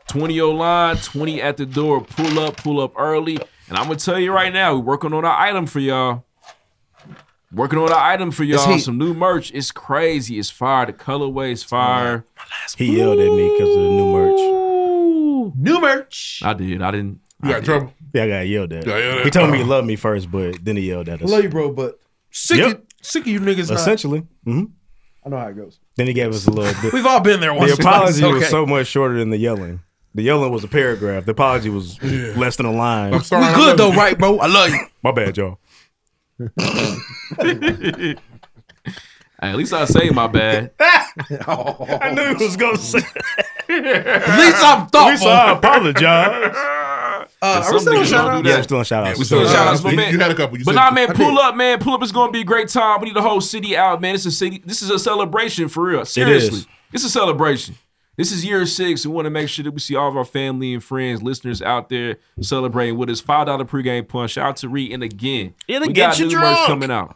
[SPEAKER 1] 20 online, 20 at the door. Pull up, pull up early. And I'm gonna tell you right now, we're working on an item for y'all. Working on an item for y'all.
[SPEAKER 2] heat.
[SPEAKER 1] Some new merch. It's crazy. It's fire. The colorway is fire.
[SPEAKER 4] He yelled at me because of the new merch.
[SPEAKER 2] New merch.
[SPEAKER 1] I did. I didn't.
[SPEAKER 3] You got trouble.
[SPEAKER 4] Yeah, I got yelled at.
[SPEAKER 3] Yeah, yeah,
[SPEAKER 4] he told me he
[SPEAKER 3] uh.
[SPEAKER 4] loved me first, but then he yelled at us.
[SPEAKER 2] Love you, bro, but sick
[SPEAKER 4] Yep.
[SPEAKER 2] of, sick of you niggas. not-
[SPEAKER 4] Essentially. hmm
[SPEAKER 2] I know how it goes.
[SPEAKER 4] Then he gave us a little bit.
[SPEAKER 2] We've all been there once.
[SPEAKER 4] the
[SPEAKER 2] or twice,
[SPEAKER 4] apology was
[SPEAKER 2] okay.
[SPEAKER 4] so much shorter than the yelling. The yelling was a paragraph. The apology was less than a line.
[SPEAKER 3] I'm sorry.
[SPEAKER 2] We
[SPEAKER 3] I
[SPEAKER 2] good
[SPEAKER 3] love
[SPEAKER 2] though,
[SPEAKER 3] you.
[SPEAKER 2] right, bro? I love you.
[SPEAKER 4] My bad, y'all.
[SPEAKER 1] Hey, at least I say my bad.
[SPEAKER 4] I knew he was gonna say.
[SPEAKER 2] At least I'm
[SPEAKER 4] At
[SPEAKER 2] thoughtful.
[SPEAKER 4] least I apologize.
[SPEAKER 2] Uh, are
[SPEAKER 1] Some
[SPEAKER 2] we still on
[SPEAKER 1] niggas
[SPEAKER 2] shout
[SPEAKER 1] don't
[SPEAKER 2] out?
[SPEAKER 1] do
[SPEAKER 4] yeah,
[SPEAKER 1] that.
[SPEAKER 4] I'm still in shout outs.
[SPEAKER 1] We still
[SPEAKER 3] Uh,
[SPEAKER 1] shout outs, my
[SPEAKER 3] you-
[SPEAKER 1] man.
[SPEAKER 3] you had a couple. You
[SPEAKER 1] But
[SPEAKER 3] said
[SPEAKER 1] nah,
[SPEAKER 3] two.
[SPEAKER 1] man,
[SPEAKER 2] I
[SPEAKER 1] pull
[SPEAKER 2] did.
[SPEAKER 1] up, man. Pull up is gonna be a great time. We need the whole city out, man. It's a city. This is a celebration for real. Seriously, it's a celebration. This is year six. We want to make sure that we see all of our family and friends, listeners out there celebrating with us. Five dollar pregame punch. Shout out to Reed and again.
[SPEAKER 4] It'll
[SPEAKER 1] we
[SPEAKER 4] get
[SPEAKER 1] got
[SPEAKER 4] you
[SPEAKER 1] new merch
[SPEAKER 4] drunk.
[SPEAKER 1] coming out.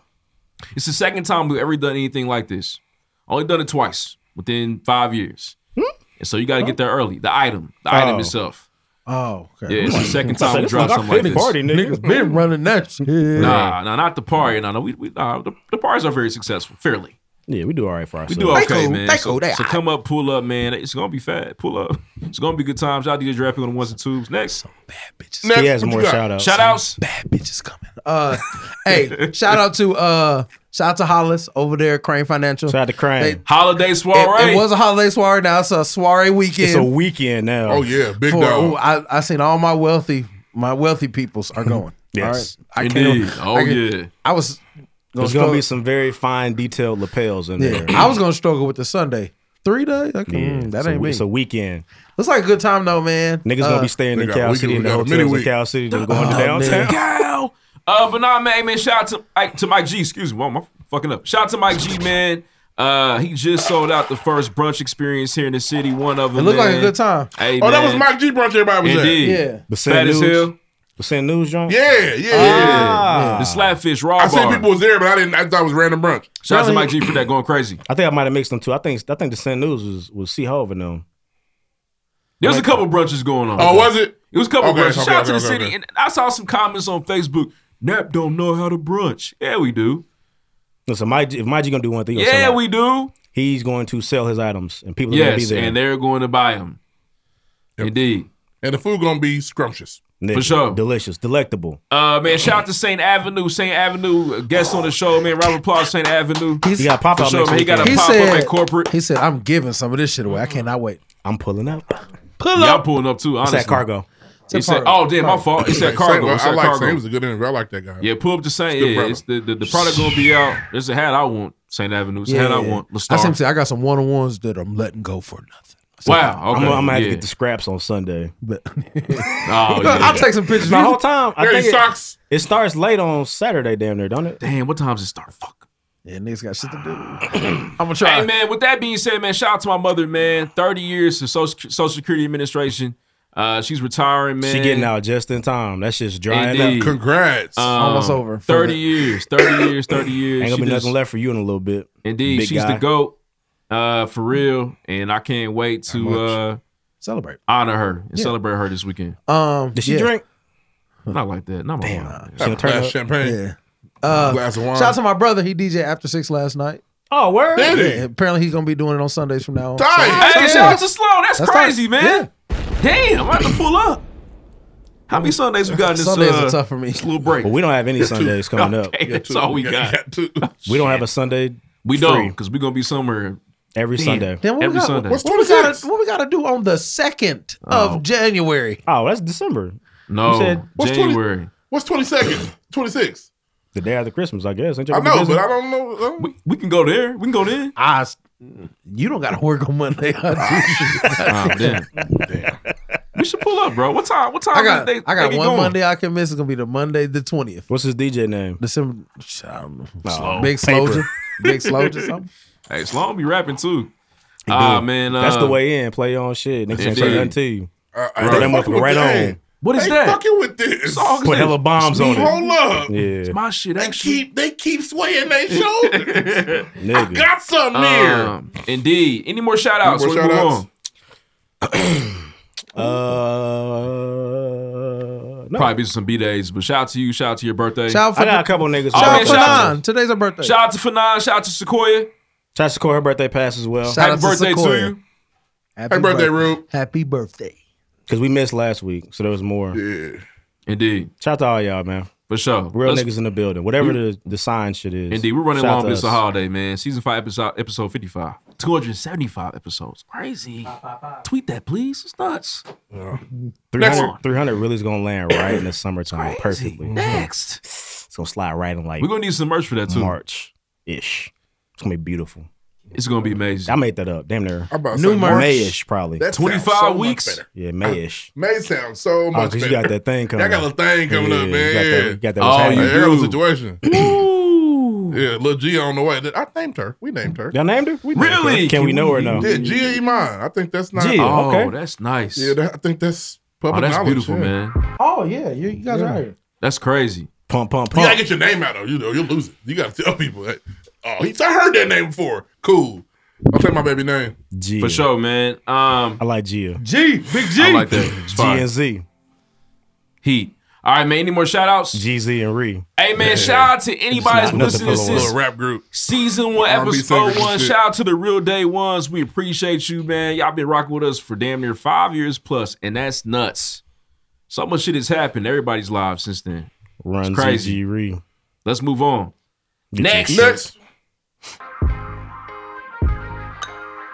[SPEAKER 1] It's the second time we've ever done anything like this. Only done it
[SPEAKER 4] Hmm?
[SPEAKER 1] twice within five years. And so you got to get there early. The item, the item
[SPEAKER 4] Oh.
[SPEAKER 1] itself.
[SPEAKER 2] Oh, okay.
[SPEAKER 1] Yeah, it's the second time we
[SPEAKER 2] It's
[SPEAKER 1] dropped
[SPEAKER 2] our
[SPEAKER 1] something like
[SPEAKER 2] favorite
[SPEAKER 1] this.
[SPEAKER 2] Party, niggas been running that shit.
[SPEAKER 1] Nah, nah, not the party. No, no, we, we nah, the, the parties are very successful, fairly.
[SPEAKER 4] Yeah, we do all right for
[SPEAKER 1] We
[SPEAKER 4] ourselves.
[SPEAKER 1] do okay, man.
[SPEAKER 4] They
[SPEAKER 1] so, so come up, pull up, man. It's gonna be fat. Pull up. It's gonna be good times. Y'all DJ Draft on the ones and twos. Next, some bad bitches.
[SPEAKER 2] He has more shout-outs.
[SPEAKER 1] Shout outs.
[SPEAKER 2] Bad bitches coming. Uh, hey, shout out to uh, shout out to Hollis over there at Crane Financial. Shout out to
[SPEAKER 4] Crane.
[SPEAKER 1] Holiday
[SPEAKER 2] It,
[SPEAKER 1] soiree.
[SPEAKER 2] it was a holiday soiree. Now it's a soiree weekend.
[SPEAKER 4] It's a weekend now.
[SPEAKER 2] Oh, yeah,
[SPEAKER 4] big
[SPEAKER 2] For,
[SPEAKER 4] dog.
[SPEAKER 2] ooh, I I seen all my wealthy my wealthy peoples are going.
[SPEAKER 4] Yes.
[SPEAKER 2] all right?
[SPEAKER 4] Indeed.
[SPEAKER 2] can't-
[SPEAKER 4] Oh,
[SPEAKER 2] I can't-
[SPEAKER 4] yeah.
[SPEAKER 2] I was.
[SPEAKER 4] There's gonna
[SPEAKER 2] struggle-
[SPEAKER 4] be some very fine detailed lapels in
[SPEAKER 2] Yeah,
[SPEAKER 4] there.
[SPEAKER 2] I was gonna struggle with the Sunday three day. Okay, mm, that
[SPEAKER 4] it's a
[SPEAKER 2] ain't
[SPEAKER 4] we-
[SPEAKER 2] me.
[SPEAKER 4] It's a weekend.
[SPEAKER 2] Looks like a good time though, man.
[SPEAKER 4] Niggas
[SPEAKER 2] Uh, Oh,
[SPEAKER 4] gonna be staying in Cal City and the hotels in Cal City, then going to downtown.
[SPEAKER 1] Cal. Uh, but nah, man, hey, man. Shout out to Ike- to Mike G. Excuse me, well, I'm fucking up. Shout out to Mike G, man. Uh, he just sold out the first brunch experience here in the city. One of them.
[SPEAKER 2] It looked like a
[SPEAKER 1] man.
[SPEAKER 2] good time.
[SPEAKER 1] Hey,
[SPEAKER 3] oh, that
[SPEAKER 1] man.
[SPEAKER 3] was Mike G brunch everybody was
[SPEAKER 1] Indeed.
[SPEAKER 3] at.
[SPEAKER 1] Yeah. The Fat as hell.
[SPEAKER 4] The Sand News, John?
[SPEAKER 3] Yeah, yeah, Oh,
[SPEAKER 2] Ah.
[SPEAKER 3] yeah.
[SPEAKER 1] The Slapfish Raw
[SPEAKER 3] I seen
[SPEAKER 1] Bar.
[SPEAKER 3] people was there, but I didn't. I thought it was random brunch.
[SPEAKER 1] Shout out to Mike G for that going crazy.
[SPEAKER 4] I think I might have mixed them too. I think I think the Sand News was was C Hove and them.
[SPEAKER 1] There's a couple brunches going on.
[SPEAKER 4] Oh, was it?
[SPEAKER 1] It was a couple
[SPEAKER 4] Okay,
[SPEAKER 1] brunches.
[SPEAKER 4] okay,
[SPEAKER 1] Shout out to the
[SPEAKER 4] okay, okay,
[SPEAKER 1] city.
[SPEAKER 4] okay.
[SPEAKER 1] And I saw some comments on Facebook. Nap don't know how to brunch. Yeah, we do.
[SPEAKER 4] Listen, my if my G gonna do one thing, he'll
[SPEAKER 1] Yeah,
[SPEAKER 4] sell out.
[SPEAKER 1] we do.
[SPEAKER 4] He's going to sell his items, and people are gonna be
[SPEAKER 1] Yes,
[SPEAKER 4] there.
[SPEAKER 1] and they're going to buy them. Indeed.
[SPEAKER 3] And the food gonna be scrumptious.
[SPEAKER 1] For sure.
[SPEAKER 4] delicious, delectable.
[SPEAKER 1] Uh, man, shout out to Saint Avenue. Saint Avenue, uh, guest on the show, man. Round of applause, Saint Avenue.
[SPEAKER 4] He got
[SPEAKER 1] Uh,
[SPEAKER 4] pop-up
[SPEAKER 1] For sure,
[SPEAKER 4] next
[SPEAKER 1] man. He got a
[SPEAKER 2] He
[SPEAKER 1] pop up
[SPEAKER 2] said-
[SPEAKER 1] at corporate.
[SPEAKER 2] He said, "I'm giving some of this shit away. I cannot wait.
[SPEAKER 4] I'm pulling up.
[SPEAKER 1] Pull Y'all pulling up too. Honestly,
[SPEAKER 4] that cargo.
[SPEAKER 1] He
[SPEAKER 2] It's
[SPEAKER 1] said,
[SPEAKER 2] that
[SPEAKER 1] "Oh,
[SPEAKER 2] cargo.
[SPEAKER 1] damn, my fault." He said,
[SPEAKER 3] Saint-
[SPEAKER 1] "Cargo."
[SPEAKER 3] I
[SPEAKER 1] He said,
[SPEAKER 3] like Saint. He
[SPEAKER 1] "Cargo."
[SPEAKER 3] was a good interview. I like that guy.
[SPEAKER 1] Yeah, pull up to Saint.
[SPEAKER 3] Good
[SPEAKER 1] Yeah,
[SPEAKER 3] brother.
[SPEAKER 1] it's the, the the product gonna be out. There's a hat I want. Saint Avenue. It's a hat I want.
[SPEAKER 2] I seen him
[SPEAKER 1] Lestar.
[SPEAKER 2] say, I got some one on ones that I'm letting go for nothing. I said,
[SPEAKER 1] Wow.
[SPEAKER 4] I'm,
[SPEAKER 1] Okay.
[SPEAKER 4] gonna- I'm gonna have
[SPEAKER 1] yeah.
[SPEAKER 4] to get the scraps on Sunday.
[SPEAKER 2] But
[SPEAKER 1] Oh, yeah.
[SPEAKER 2] I'll take some pictures.
[SPEAKER 4] the whole time. I
[SPEAKER 2] Dirty
[SPEAKER 4] think it-
[SPEAKER 2] socks.
[SPEAKER 4] It, starts late on Saturday, damn near, don't it?
[SPEAKER 1] Damn, what time's it start? Fuck.
[SPEAKER 2] Yeah, niggas got shit to do. I'm gonna try.
[SPEAKER 1] Hey man, with that being said, man, shout out to my mother, man. Thirty years to Social, Sec- Social Security Administration. Uh, she's retiring, man.
[SPEAKER 4] She getting out just in time. That shit's drying
[SPEAKER 1] Indeed.
[SPEAKER 4] up.
[SPEAKER 3] Congrats.
[SPEAKER 1] Um,
[SPEAKER 4] Almost over.
[SPEAKER 1] Thirty years. Thirty years. Thirty years.
[SPEAKER 4] Ain't gonna
[SPEAKER 1] She
[SPEAKER 4] be
[SPEAKER 1] just-
[SPEAKER 4] nothing left for you in a little bit.
[SPEAKER 1] Indeed,
[SPEAKER 4] Big
[SPEAKER 1] she's
[SPEAKER 4] guy.
[SPEAKER 1] the goat. Uh, for real, and I can't wait to uh
[SPEAKER 2] celebrate,
[SPEAKER 1] honor her, and
[SPEAKER 2] Yeah.
[SPEAKER 1] celebrate her this weekend.
[SPEAKER 2] Um,
[SPEAKER 1] Did she
[SPEAKER 2] yeah.
[SPEAKER 1] drink? Not like that. Not my Damn.
[SPEAKER 3] Have a glass of champagne.
[SPEAKER 2] Yeah. Uh,
[SPEAKER 3] glass of wine.
[SPEAKER 2] Shout out to my brother. He DJ after six last night.
[SPEAKER 4] Oh, word.
[SPEAKER 2] Yeah,
[SPEAKER 3] Did he?
[SPEAKER 2] apparently he's gonna be doing it on Sundays from now on.
[SPEAKER 3] Tight.
[SPEAKER 2] So-
[SPEAKER 1] Hey,
[SPEAKER 2] so,
[SPEAKER 1] shout
[SPEAKER 2] yeah.
[SPEAKER 1] out to Sloan. That's,
[SPEAKER 2] That's
[SPEAKER 1] crazy,
[SPEAKER 2] tight.
[SPEAKER 1] man. Damn, I'm about to pull up. How many Sundays we got in this?
[SPEAKER 4] Sundays
[SPEAKER 1] uh,
[SPEAKER 4] are tough
[SPEAKER 2] for me.
[SPEAKER 1] This little break.
[SPEAKER 4] But we don't have any Sundays coming up.
[SPEAKER 1] Okay, that's all we got.
[SPEAKER 4] We don't have a Sunday.
[SPEAKER 1] We
[SPEAKER 4] free.
[SPEAKER 1] don't because we're gonna be somewhere
[SPEAKER 4] every
[SPEAKER 1] Damn.
[SPEAKER 4] Sunday.
[SPEAKER 2] Then what
[SPEAKER 1] every
[SPEAKER 2] we got,
[SPEAKER 1] Sunday.
[SPEAKER 2] What's what we gotta what we gotta do on the second of January?
[SPEAKER 4] Oh, that's December.
[SPEAKER 1] No,
[SPEAKER 4] You said-
[SPEAKER 3] What's
[SPEAKER 1] January.
[SPEAKER 3] What's twenty second? Twenty sixth.
[SPEAKER 4] The day after Christmas, I guess. Ain't y'all
[SPEAKER 3] I
[SPEAKER 4] gonna be
[SPEAKER 3] know,
[SPEAKER 4] busy?
[SPEAKER 3] but I don't know. I don't-
[SPEAKER 1] We, we can go there. We can go there.
[SPEAKER 2] I, you don't gotta work on Monday.
[SPEAKER 4] Ah,
[SPEAKER 1] Oh, damn. We should pull up, bro. What time? What time?
[SPEAKER 2] I got
[SPEAKER 1] they,
[SPEAKER 2] I got
[SPEAKER 1] they get
[SPEAKER 2] one
[SPEAKER 1] going?
[SPEAKER 2] Monday I can miss. It's gonna be the Monday the twentieth.
[SPEAKER 4] What's his DJ name?
[SPEAKER 2] December. I don't know.
[SPEAKER 1] Slow.
[SPEAKER 2] Big
[SPEAKER 1] Paper.
[SPEAKER 2] Sloja. Big Sloja. Something.
[SPEAKER 1] Hey, Sloan be rapping too. Ah man, uh,
[SPEAKER 4] That's the way in. Play your own shit. Niggas ain't
[SPEAKER 1] Indeed.
[SPEAKER 4] say nothing to you.
[SPEAKER 3] Uh,
[SPEAKER 4] Throw
[SPEAKER 3] they
[SPEAKER 4] that
[SPEAKER 3] fuck
[SPEAKER 4] motherfucker
[SPEAKER 3] with
[SPEAKER 4] right
[SPEAKER 3] that.
[SPEAKER 4] on.
[SPEAKER 1] What is
[SPEAKER 3] They
[SPEAKER 1] that?
[SPEAKER 3] fucking with this.
[SPEAKER 1] song is
[SPEAKER 4] Put
[SPEAKER 1] that?
[SPEAKER 4] hella bombs on it.
[SPEAKER 3] Hold up.
[SPEAKER 4] Yeah,
[SPEAKER 1] My shit
[SPEAKER 3] They keep they keep swaying their shoulders. I
[SPEAKER 4] nigga.
[SPEAKER 3] got something here.
[SPEAKER 1] Um, indeed. Any more shout outs?
[SPEAKER 3] Any more shout-outs?
[SPEAKER 4] Uh, no.
[SPEAKER 1] Probably be some B days, but shout out to you. Shout out to your birthday.
[SPEAKER 2] Shout out
[SPEAKER 4] I got a couple niggas.
[SPEAKER 1] Oh, man,
[SPEAKER 2] Shout
[SPEAKER 1] shout
[SPEAKER 2] out for
[SPEAKER 1] out-
[SPEAKER 2] nine. Today's her birthday.
[SPEAKER 1] Shout out to Fanon. Shout out to Sequoia.
[SPEAKER 4] Tasha Cole, her birthday passed as well.
[SPEAKER 2] Shout out
[SPEAKER 1] Happy birthday to
[SPEAKER 2] Sequoia.
[SPEAKER 1] you.
[SPEAKER 2] Happy
[SPEAKER 3] Happy birthday, Rube.
[SPEAKER 2] Happy birthday.
[SPEAKER 4] Because we missed last week, so there was more.
[SPEAKER 3] Yeah.
[SPEAKER 1] Indeed.
[SPEAKER 4] Shout out to all y'all, man.
[SPEAKER 1] For sure.
[SPEAKER 4] Real
[SPEAKER 1] Let's-
[SPEAKER 4] niggas in the building. Whatever the, the sign shit is.
[SPEAKER 1] Indeed. We're running
[SPEAKER 4] Shout out
[SPEAKER 1] long,
[SPEAKER 4] to
[SPEAKER 1] but it's a
[SPEAKER 4] us.
[SPEAKER 1] holiday, man. Season 5, episode, episode 55. 275 episodes. Crazy. Tweet that, please. It's nuts.
[SPEAKER 4] 300, 300 really is going to land right in the summertime perfectly. Mm-hmm.
[SPEAKER 1] Next.
[SPEAKER 4] It's going to slide right in like
[SPEAKER 1] We're going to need some merch for that, too.
[SPEAKER 4] March ish. It's going to be beautiful.
[SPEAKER 1] It's going to be amazing.
[SPEAKER 4] I made that up. Damn near.
[SPEAKER 3] I'm about to
[SPEAKER 4] New
[SPEAKER 3] say
[SPEAKER 4] March.
[SPEAKER 3] March.
[SPEAKER 4] Mayish, probably.
[SPEAKER 3] That sounds
[SPEAKER 1] 25
[SPEAKER 3] so much
[SPEAKER 1] weeks?
[SPEAKER 3] better.
[SPEAKER 4] yeah, Mayish.
[SPEAKER 3] May sound so
[SPEAKER 4] Oh,
[SPEAKER 3] much
[SPEAKER 4] because
[SPEAKER 3] better.
[SPEAKER 4] you got that thing coming
[SPEAKER 3] Y'all got a
[SPEAKER 4] up.
[SPEAKER 3] thing coming up,
[SPEAKER 4] Yeah, you got
[SPEAKER 3] man.
[SPEAKER 4] that- you got that
[SPEAKER 1] Oh,
[SPEAKER 4] what's
[SPEAKER 1] you
[SPEAKER 4] happening.
[SPEAKER 3] Hey, that was
[SPEAKER 1] do.
[SPEAKER 3] a situation.
[SPEAKER 1] Ooh.
[SPEAKER 3] yeah, little G on the way. I named her. We named her.
[SPEAKER 4] Y'all named her? We named her.
[SPEAKER 1] Really?
[SPEAKER 4] Can we know her now?
[SPEAKER 3] Yeah, G Iman. I think that's not.
[SPEAKER 4] G. E.
[SPEAKER 3] Oh,
[SPEAKER 1] Oh,
[SPEAKER 4] Okay.
[SPEAKER 1] that's nice.
[SPEAKER 3] yeah, that, I think that's public
[SPEAKER 1] oh, that's
[SPEAKER 3] knowledge,
[SPEAKER 1] beautiful,
[SPEAKER 3] yeah.
[SPEAKER 1] man.
[SPEAKER 2] Oh yeah, you, you guys are out here.
[SPEAKER 1] That's crazy.
[SPEAKER 4] Pump, pump,
[SPEAKER 3] You gotta
[SPEAKER 4] pump.
[SPEAKER 3] get your name out though. You know, you'll lose it. You gotta tell people. That, oh, he's I heard that name before. Cool. I'll take my baby name.
[SPEAKER 1] For sure, man. Um,
[SPEAKER 4] I like Gia.
[SPEAKER 3] G, Big G.
[SPEAKER 1] I like that. It's
[SPEAKER 4] G
[SPEAKER 1] fine.
[SPEAKER 4] and Z.
[SPEAKER 1] Heat. All right, man. Any more shout outs?
[SPEAKER 4] GZ and Re.
[SPEAKER 1] Hey man, shout out to anybody that's
[SPEAKER 4] It's not
[SPEAKER 1] listening
[SPEAKER 4] nothing for the
[SPEAKER 1] since
[SPEAKER 4] little
[SPEAKER 3] rap group.
[SPEAKER 1] season one,
[SPEAKER 4] R&B
[SPEAKER 1] episode
[SPEAKER 4] singers and
[SPEAKER 1] one.
[SPEAKER 4] shit.
[SPEAKER 1] Shout out to the real day ones. We appreciate you, man. Y'all been rocking with us for damn near five years plus, and that's nuts. So much shit has happened. in Everybody's live since then.
[SPEAKER 4] Run
[SPEAKER 1] It's crazy.
[SPEAKER 4] crazy. Re.
[SPEAKER 1] Let's move on.
[SPEAKER 4] Get
[SPEAKER 1] Next.
[SPEAKER 4] your
[SPEAKER 3] Next.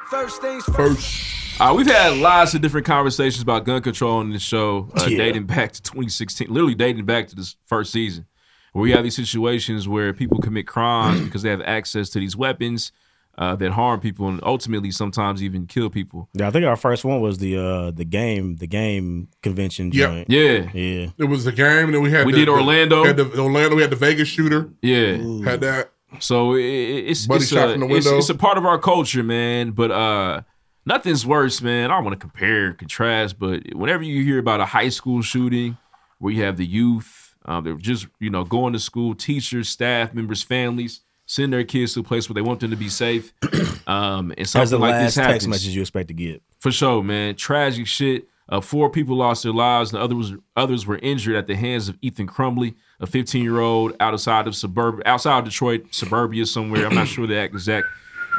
[SPEAKER 12] First things
[SPEAKER 1] First. Uh, we've had lots of different conversations about gun control on this show, uh,
[SPEAKER 12] Yeah.
[SPEAKER 1] dating back to 2016, literally dating back to this first season, where we have these situations where people commit crimes because they have access to these weapons uh, that harm people and ultimately sometimes even kill people.
[SPEAKER 4] Yeah, I think our first one was the uh the game the game convention
[SPEAKER 3] Yep.
[SPEAKER 4] joint.
[SPEAKER 1] Yeah.
[SPEAKER 4] Yeah.
[SPEAKER 3] It was the game that we had.
[SPEAKER 1] We
[SPEAKER 3] the-
[SPEAKER 1] did
[SPEAKER 3] the-
[SPEAKER 1] Orlando.
[SPEAKER 3] Had the, Orlando. We had the Vegas shooter.
[SPEAKER 1] Yeah.
[SPEAKER 3] Had that.
[SPEAKER 1] So i- i- it's
[SPEAKER 3] Buddy
[SPEAKER 1] it's,
[SPEAKER 3] shot
[SPEAKER 1] a,
[SPEAKER 3] from the
[SPEAKER 1] it's-
[SPEAKER 3] window.
[SPEAKER 1] it's a part of our culture, man. But uh, nothing's worse, man. I don't want to compare, and contrast, but whenever you hear about a high school shooting, where you have the youth, um, they're just you know going to school, teachers, staff members, families send their kids to a place where they want them to be safe, um, and
[SPEAKER 4] That's the
[SPEAKER 1] something like
[SPEAKER 4] last
[SPEAKER 1] this happens.
[SPEAKER 4] text message you expect to get.
[SPEAKER 1] For sure, man. Tragic shit. Uh, four people lost their lives, and others others were injured at the hands of Ethan Crumley, a 15 year old outside of suburb outside of Detroit suburbia somewhere. I'm not sure the exact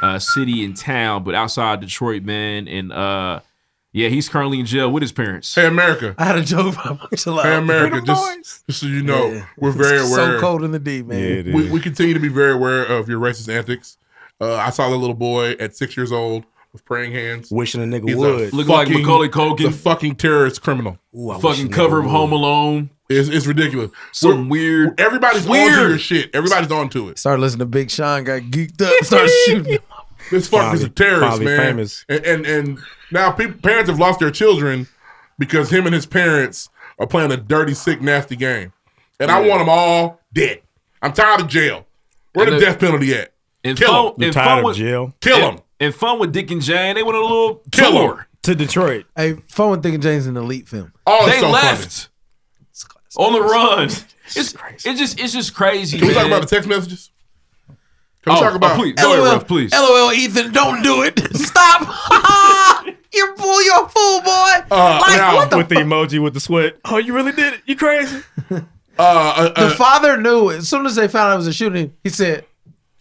[SPEAKER 1] uh, city and town, but outside Detroit, man. And uh, yeah, he's currently in jail with his parents.
[SPEAKER 3] Hey America.
[SPEAKER 2] I had a joke about much alive.
[SPEAKER 3] Hey America. Just, just so you know,
[SPEAKER 2] Yeah.
[SPEAKER 3] we're very
[SPEAKER 2] It's
[SPEAKER 3] aware.
[SPEAKER 2] So cold in the deep, man.
[SPEAKER 3] we, we continue to be very aware of your racist antics. Uh, I saw the little boy at six years old with praying hands.
[SPEAKER 4] Wishing a nigga
[SPEAKER 3] He's a
[SPEAKER 4] would.
[SPEAKER 1] Look like Macaulay Culkin.
[SPEAKER 3] He's a fucking terrorist criminal.
[SPEAKER 4] Ooh, I wish
[SPEAKER 1] Fucking
[SPEAKER 4] a nigga
[SPEAKER 1] cover of
[SPEAKER 4] would.
[SPEAKER 1] Home Alone.
[SPEAKER 3] It's, it's ridiculous.
[SPEAKER 1] Some weird.
[SPEAKER 3] Everybody's on to
[SPEAKER 1] Weird.
[SPEAKER 3] your shit. Everybody's on to it.
[SPEAKER 2] Started listening to Big Sean, got geeked up, started shooting.
[SPEAKER 3] This fucker's a
[SPEAKER 4] Probably-
[SPEAKER 3] terrorist,
[SPEAKER 4] probably
[SPEAKER 3] man.
[SPEAKER 4] famous.
[SPEAKER 3] And, and and now people, parents have lost their children because him and his parents are playing a dirty, sick, nasty game. And I
[SPEAKER 1] Yeah.
[SPEAKER 3] want them all dead. I'm tired of jail. Where
[SPEAKER 1] And
[SPEAKER 3] the
[SPEAKER 1] the-
[SPEAKER 3] death penalty at?
[SPEAKER 1] And
[SPEAKER 3] Kill
[SPEAKER 1] fun,
[SPEAKER 3] him.
[SPEAKER 1] and fun with,
[SPEAKER 3] Kill
[SPEAKER 1] and-
[SPEAKER 3] him.
[SPEAKER 1] And fun with Dick and Jane. They went on a little
[SPEAKER 3] Kill 'em.
[SPEAKER 1] tour.
[SPEAKER 4] To Detroit.
[SPEAKER 2] Hey, phone thinking James an elite film.
[SPEAKER 3] Oh, it's
[SPEAKER 1] they
[SPEAKER 3] so
[SPEAKER 1] left on the run. It's, it's just it's just crazy.
[SPEAKER 3] Can we talk
[SPEAKER 1] man.
[SPEAKER 3] about the text messages? Can we
[SPEAKER 1] Oh,
[SPEAKER 3] talk
[SPEAKER 1] oh,
[SPEAKER 3] about
[SPEAKER 1] please. Go ahead, Ruff, please.
[SPEAKER 2] LOL, Ethan, don't do it. Stop. you're fool. You're a fool, boy.
[SPEAKER 4] Uh,
[SPEAKER 2] like
[SPEAKER 4] now,
[SPEAKER 2] what the?
[SPEAKER 4] with the emoji with the sweat. Oh, you really did it? You crazy?
[SPEAKER 3] Uh,
[SPEAKER 2] the father knew as soon as they found out it was a shooting. He said,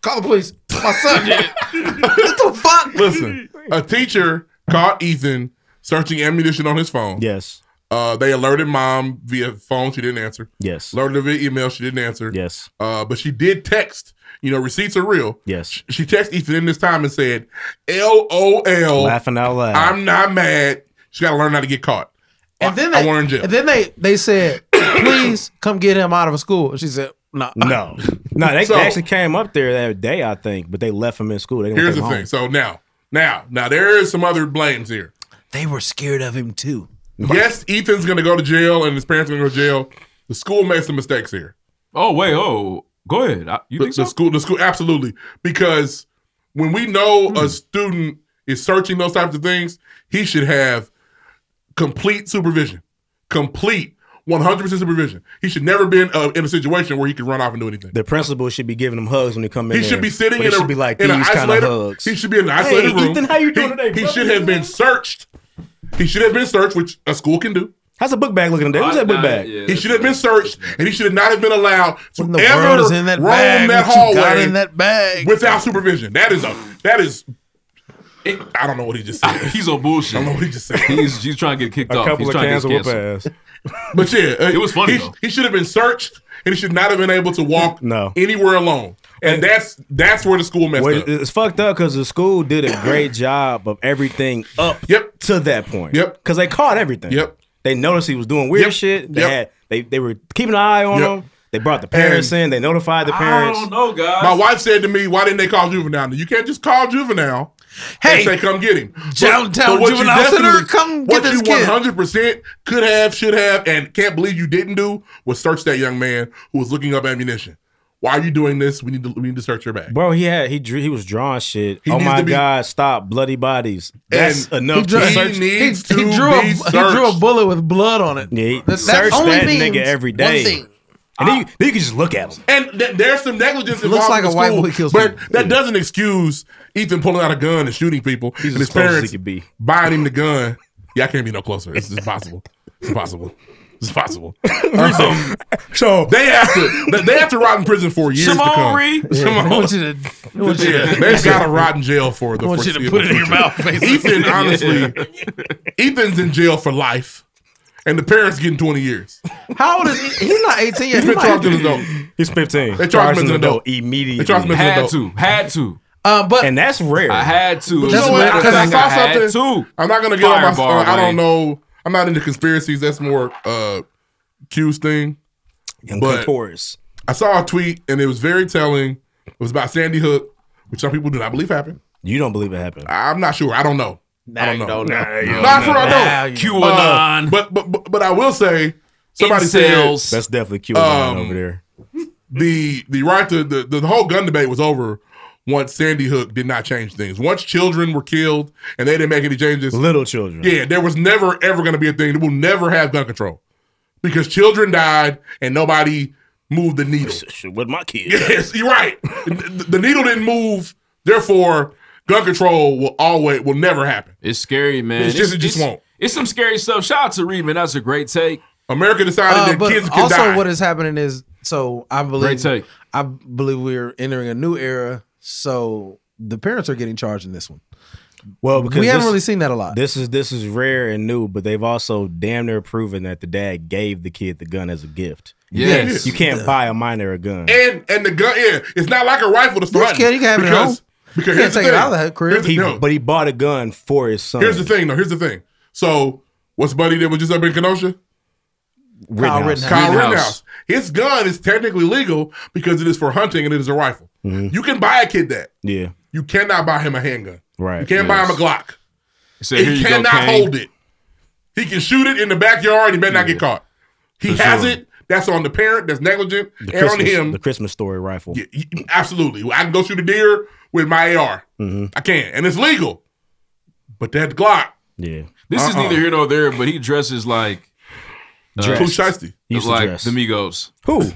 [SPEAKER 2] "Call the police. My son. what the fuck?
[SPEAKER 3] Listen, a teacher caught Ethan searching ammunition on his phone.
[SPEAKER 4] Yes.
[SPEAKER 3] Uh, they alerted mom via phone. She didn't answer.
[SPEAKER 4] Yes.
[SPEAKER 3] Alerted her via email. She didn't answer.
[SPEAKER 4] Yes.
[SPEAKER 3] Uh, but she did text. You know, receipts are real.
[SPEAKER 4] Yes.
[SPEAKER 3] She texted Ethan in this time and said, LOL.
[SPEAKER 4] Laughing out loud.
[SPEAKER 3] Oh, I'm not mad. She got to learn how to get caught.
[SPEAKER 2] And then
[SPEAKER 3] I
[SPEAKER 2] they,
[SPEAKER 3] want her in jail.
[SPEAKER 2] and then they, they said, "Please come get him out of school." And she said, "No,
[SPEAKER 4] no. No, they,
[SPEAKER 3] So-
[SPEAKER 4] they actually came up there that day, I think, but they left him in school. They didn't
[SPEAKER 3] Here's
[SPEAKER 4] take
[SPEAKER 3] the
[SPEAKER 4] him
[SPEAKER 3] thing. So now, now, now there is some other blames here.
[SPEAKER 2] They were scared of him too.
[SPEAKER 3] Yes, Ethan's gonna go to jail and his parents are gonna go to jail. The school made some mistakes here.
[SPEAKER 1] Oh wait, oh, go ahead. I- You
[SPEAKER 3] The,
[SPEAKER 1] think
[SPEAKER 3] the
[SPEAKER 1] so?
[SPEAKER 3] school, the school, absolutely. Because when we know a student is searching those types of things, he should have complete supervision, complete 100% supervision. He should never been uh, in a situation where he could run off and do anything.
[SPEAKER 4] The principal should be giving him hugs when he come in.
[SPEAKER 3] He should
[SPEAKER 4] there,
[SPEAKER 3] be sitting
[SPEAKER 4] but
[SPEAKER 3] in
[SPEAKER 4] it
[SPEAKER 3] a
[SPEAKER 4] should be like
[SPEAKER 3] in
[SPEAKER 4] these
[SPEAKER 3] an
[SPEAKER 4] kind of
[SPEAKER 3] isolated.
[SPEAKER 4] hugs.
[SPEAKER 3] He should be in an isolated room.
[SPEAKER 4] Ethan, how you doing
[SPEAKER 3] he,
[SPEAKER 4] today,
[SPEAKER 3] He
[SPEAKER 4] brother?
[SPEAKER 3] should have been searched. He should have been searched, which a school can do.
[SPEAKER 4] How's a book bag looking today? What's that book bag?
[SPEAKER 3] He should have been searched, and he should have not have been allowed to
[SPEAKER 2] What in the
[SPEAKER 3] ever
[SPEAKER 2] world is in that
[SPEAKER 3] roam
[SPEAKER 2] bag?
[SPEAKER 3] that
[SPEAKER 2] What you got
[SPEAKER 3] hallway
[SPEAKER 2] in that bag?
[SPEAKER 3] without supervision. That is a that is. It, I don't know what he just said.
[SPEAKER 1] He's on bullshit.
[SPEAKER 3] I don't know what he just said.
[SPEAKER 1] He's he's trying to get kicked off. he's trying to get canceled.
[SPEAKER 3] But yeah, uh,
[SPEAKER 1] It was funny,
[SPEAKER 3] He,
[SPEAKER 1] though.
[SPEAKER 3] he should have been searched, and he should not have been able to walk
[SPEAKER 4] No.
[SPEAKER 3] anywhere alone. And that's that's where the school messed
[SPEAKER 4] Wait,
[SPEAKER 3] up.
[SPEAKER 4] it's fucked up because the school did a great job of everything up
[SPEAKER 3] Yep.
[SPEAKER 4] to that point.
[SPEAKER 3] Yep.
[SPEAKER 4] Because they caught everything.
[SPEAKER 3] Yep.
[SPEAKER 4] They noticed he was doing weird
[SPEAKER 3] Yep.
[SPEAKER 4] shit. They
[SPEAKER 3] Yep.
[SPEAKER 4] had they they were keeping an eye on
[SPEAKER 3] Yep.
[SPEAKER 4] him. They brought the parents in. They notified the
[SPEAKER 1] I
[SPEAKER 4] parents.
[SPEAKER 1] don't know, guys.
[SPEAKER 3] My wife said to me, "Why didn't they call juvenile? You can't just call juvenile. and
[SPEAKER 2] Hey,
[SPEAKER 3] say come get him. But-
[SPEAKER 2] downtown
[SPEAKER 3] but what you
[SPEAKER 2] juvenile center,
[SPEAKER 3] definitely-
[SPEAKER 2] come
[SPEAKER 3] what
[SPEAKER 2] get this
[SPEAKER 3] you
[SPEAKER 2] kid.
[SPEAKER 3] 100 percent could have, should have, and can't believe you didn't do was search that young man who was looking up ammunition. Why are you doing this? We need to we need to search your bag.
[SPEAKER 4] Bro, he had he drew he was drawing shit.
[SPEAKER 3] He
[SPEAKER 4] oh
[SPEAKER 3] needs
[SPEAKER 4] my
[SPEAKER 3] to be-
[SPEAKER 4] god! Stop bloody bodies. That's
[SPEAKER 3] And
[SPEAKER 4] enough.
[SPEAKER 2] He drew,
[SPEAKER 4] to
[SPEAKER 2] he,
[SPEAKER 4] search.
[SPEAKER 3] need-
[SPEAKER 2] he,
[SPEAKER 3] Needs to
[SPEAKER 2] he drew a,
[SPEAKER 3] be
[SPEAKER 2] he drew a
[SPEAKER 3] searched.
[SPEAKER 2] bullet with blood on it.
[SPEAKER 4] Yeah, he
[SPEAKER 2] That- that
[SPEAKER 4] search
[SPEAKER 2] only
[SPEAKER 4] that
[SPEAKER 2] means
[SPEAKER 4] nigga every
[SPEAKER 2] one
[SPEAKER 4] day.
[SPEAKER 2] thing.
[SPEAKER 4] And then you, then you can just look at them.
[SPEAKER 3] And th- there's some negligence
[SPEAKER 4] Looks
[SPEAKER 3] involved
[SPEAKER 4] like
[SPEAKER 3] in
[SPEAKER 4] a white
[SPEAKER 3] school,
[SPEAKER 4] boy kills
[SPEAKER 3] but
[SPEAKER 4] people.
[SPEAKER 3] that doesn't excuse Ethan pulling out a gun and shooting people. and his
[SPEAKER 4] as close as he
[SPEAKER 3] parents
[SPEAKER 4] could be.
[SPEAKER 3] buying him the gun. Yeah, I can't be no closer. It's just possible. It's possible. It's possible. so they have to they- they have to rot in prison for years to
[SPEAKER 1] Simone
[SPEAKER 3] come.
[SPEAKER 1] Reed?
[SPEAKER 3] Simone-
[SPEAKER 1] Yeah, I want you to- I want you to-
[SPEAKER 3] Yeah, they've got to rot in jail for the
[SPEAKER 1] I want you to
[SPEAKER 3] foreseeable
[SPEAKER 1] put it in your
[SPEAKER 3] future.
[SPEAKER 1] mouth, basically.
[SPEAKER 3] Ethan,
[SPEAKER 1] Yeah.
[SPEAKER 3] honestly, Ethan's in jail for life, and the parents getting twenty years.
[SPEAKER 2] How old is he? He's not 18 yet.
[SPEAKER 3] He's been
[SPEAKER 2] He might-
[SPEAKER 3] charged as an adult.
[SPEAKER 4] He's 15.
[SPEAKER 3] They charged him as an adult
[SPEAKER 4] immediately.
[SPEAKER 3] They charged him as an
[SPEAKER 1] had
[SPEAKER 3] adult.
[SPEAKER 1] to, had to.
[SPEAKER 2] Um, but
[SPEAKER 4] and that's rare.
[SPEAKER 1] I had to.
[SPEAKER 3] But
[SPEAKER 1] As
[SPEAKER 3] you
[SPEAKER 1] a
[SPEAKER 3] know what?
[SPEAKER 1] matter of
[SPEAKER 3] Because I
[SPEAKER 1] fact,
[SPEAKER 3] saw
[SPEAKER 1] had
[SPEAKER 3] something.
[SPEAKER 1] to.
[SPEAKER 3] I'm not gonna get on my.
[SPEAKER 1] Fireball,
[SPEAKER 3] uh, I
[SPEAKER 1] Wayne.
[SPEAKER 3] don't know. I'm not into conspiracies. That's more uh Q's thing.
[SPEAKER 4] Young
[SPEAKER 3] But
[SPEAKER 4] Taurus.
[SPEAKER 3] I saw a tweet and it was very telling. It was about Sandy Hook, which some people do not believe happened.
[SPEAKER 4] You don't believe it happened.
[SPEAKER 3] I'm not sure. I don't know. I don't
[SPEAKER 1] you
[SPEAKER 3] know.
[SPEAKER 1] don't know. Now you don't
[SPEAKER 3] Not for
[SPEAKER 1] know.
[SPEAKER 3] I
[SPEAKER 1] Now
[SPEAKER 3] don't.
[SPEAKER 1] you QAnon.
[SPEAKER 3] Uh, but, but but but I will say somebody
[SPEAKER 1] Incels.
[SPEAKER 3] said
[SPEAKER 4] That's definitely QAnon
[SPEAKER 3] Um,
[SPEAKER 4] over there.
[SPEAKER 3] the the right to the, the whole gun debate was over once Sandy Hook did not change things. Once children were killed and they didn't make any changes.
[SPEAKER 4] Little children.
[SPEAKER 3] Yeah, there was never ever going to be a thing. We'll never have gun control because children died and nobody moved the needle.
[SPEAKER 4] With my kids.
[SPEAKER 3] Yes, you're right. the the needle didn't move. Therefore, gun control will always will never happen.
[SPEAKER 1] It's scary, man.
[SPEAKER 3] It's just- it just won't.
[SPEAKER 1] It's some scary stuff. Shout out to Reed, man. That's a great take.
[SPEAKER 3] America decided
[SPEAKER 2] Uh,
[SPEAKER 3] that kids can
[SPEAKER 2] also,
[SPEAKER 3] die.
[SPEAKER 2] what is happening is so I
[SPEAKER 1] Great
[SPEAKER 2] believe
[SPEAKER 1] take.
[SPEAKER 2] I believe we're entering a new era. So the parents are getting charged in this one.
[SPEAKER 4] Well, because
[SPEAKER 2] we haven't
[SPEAKER 4] this-
[SPEAKER 2] really seen that a lot.
[SPEAKER 4] This is this is rare and new, but they've also damn near proven that the dad gave the kid the gun as a gift.
[SPEAKER 1] Yes.
[SPEAKER 4] you can't buy a minor a gun.
[SPEAKER 3] and and the gun. Yeah, it's not like a rifle. That's threatened
[SPEAKER 2] kid, he can have it at
[SPEAKER 3] because,
[SPEAKER 2] home.
[SPEAKER 3] Because
[SPEAKER 2] He
[SPEAKER 3] here's
[SPEAKER 2] can't
[SPEAKER 3] the
[SPEAKER 2] take it
[SPEAKER 3] thing.
[SPEAKER 2] out of that crib.
[SPEAKER 3] Here's the,
[SPEAKER 4] He-
[SPEAKER 3] no,
[SPEAKER 4] but he bought a gun for his son.
[SPEAKER 3] here's the thing. though. here's the thing. So what's buddy that was just up in Kenosha?
[SPEAKER 4] Rittenhouse.
[SPEAKER 2] Rittenhouse.
[SPEAKER 3] Kyle
[SPEAKER 1] Rittenhouse.
[SPEAKER 3] Rittenhouse. His gun is technically legal because it is for hunting and it is a rifle. You can buy a kid that.
[SPEAKER 4] Yeah,
[SPEAKER 3] You cannot buy him a handgun.
[SPEAKER 4] right.
[SPEAKER 3] You can't buy him a Glock.
[SPEAKER 1] So here
[SPEAKER 3] he
[SPEAKER 1] you go,
[SPEAKER 3] cannot
[SPEAKER 1] Kane.
[SPEAKER 3] hold it. He can shoot it in the backyard. He better not get caught. He
[SPEAKER 4] For
[SPEAKER 3] has
[SPEAKER 4] sure.
[SPEAKER 3] it. That's on the parent. That's negligent.
[SPEAKER 4] the
[SPEAKER 3] and
[SPEAKER 4] Christmas,
[SPEAKER 3] on
[SPEAKER 4] the
[SPEAKER 3] him.
[SPEAKER 4] Christmas story rifle.
[SPEAKER 3] Yeah, y- absolutely. I can go shoot a deer with my AR. I can, and it's legal. But that Glock,
[SPEAKER 4] Yeah,
[SPEAKER 1] This is
[SPEAKER 3] Uh-uh.
[SPEAKER 1] neither here nor there, but he dresses like
[SPEAKER 3] too shiesty.
[SPEAKER 4] He used to
[SPEAKER 1] like
[SPEAKER 4] dress.
[SPEAKER 1] the Migos.
[SPEAKER 4] Who?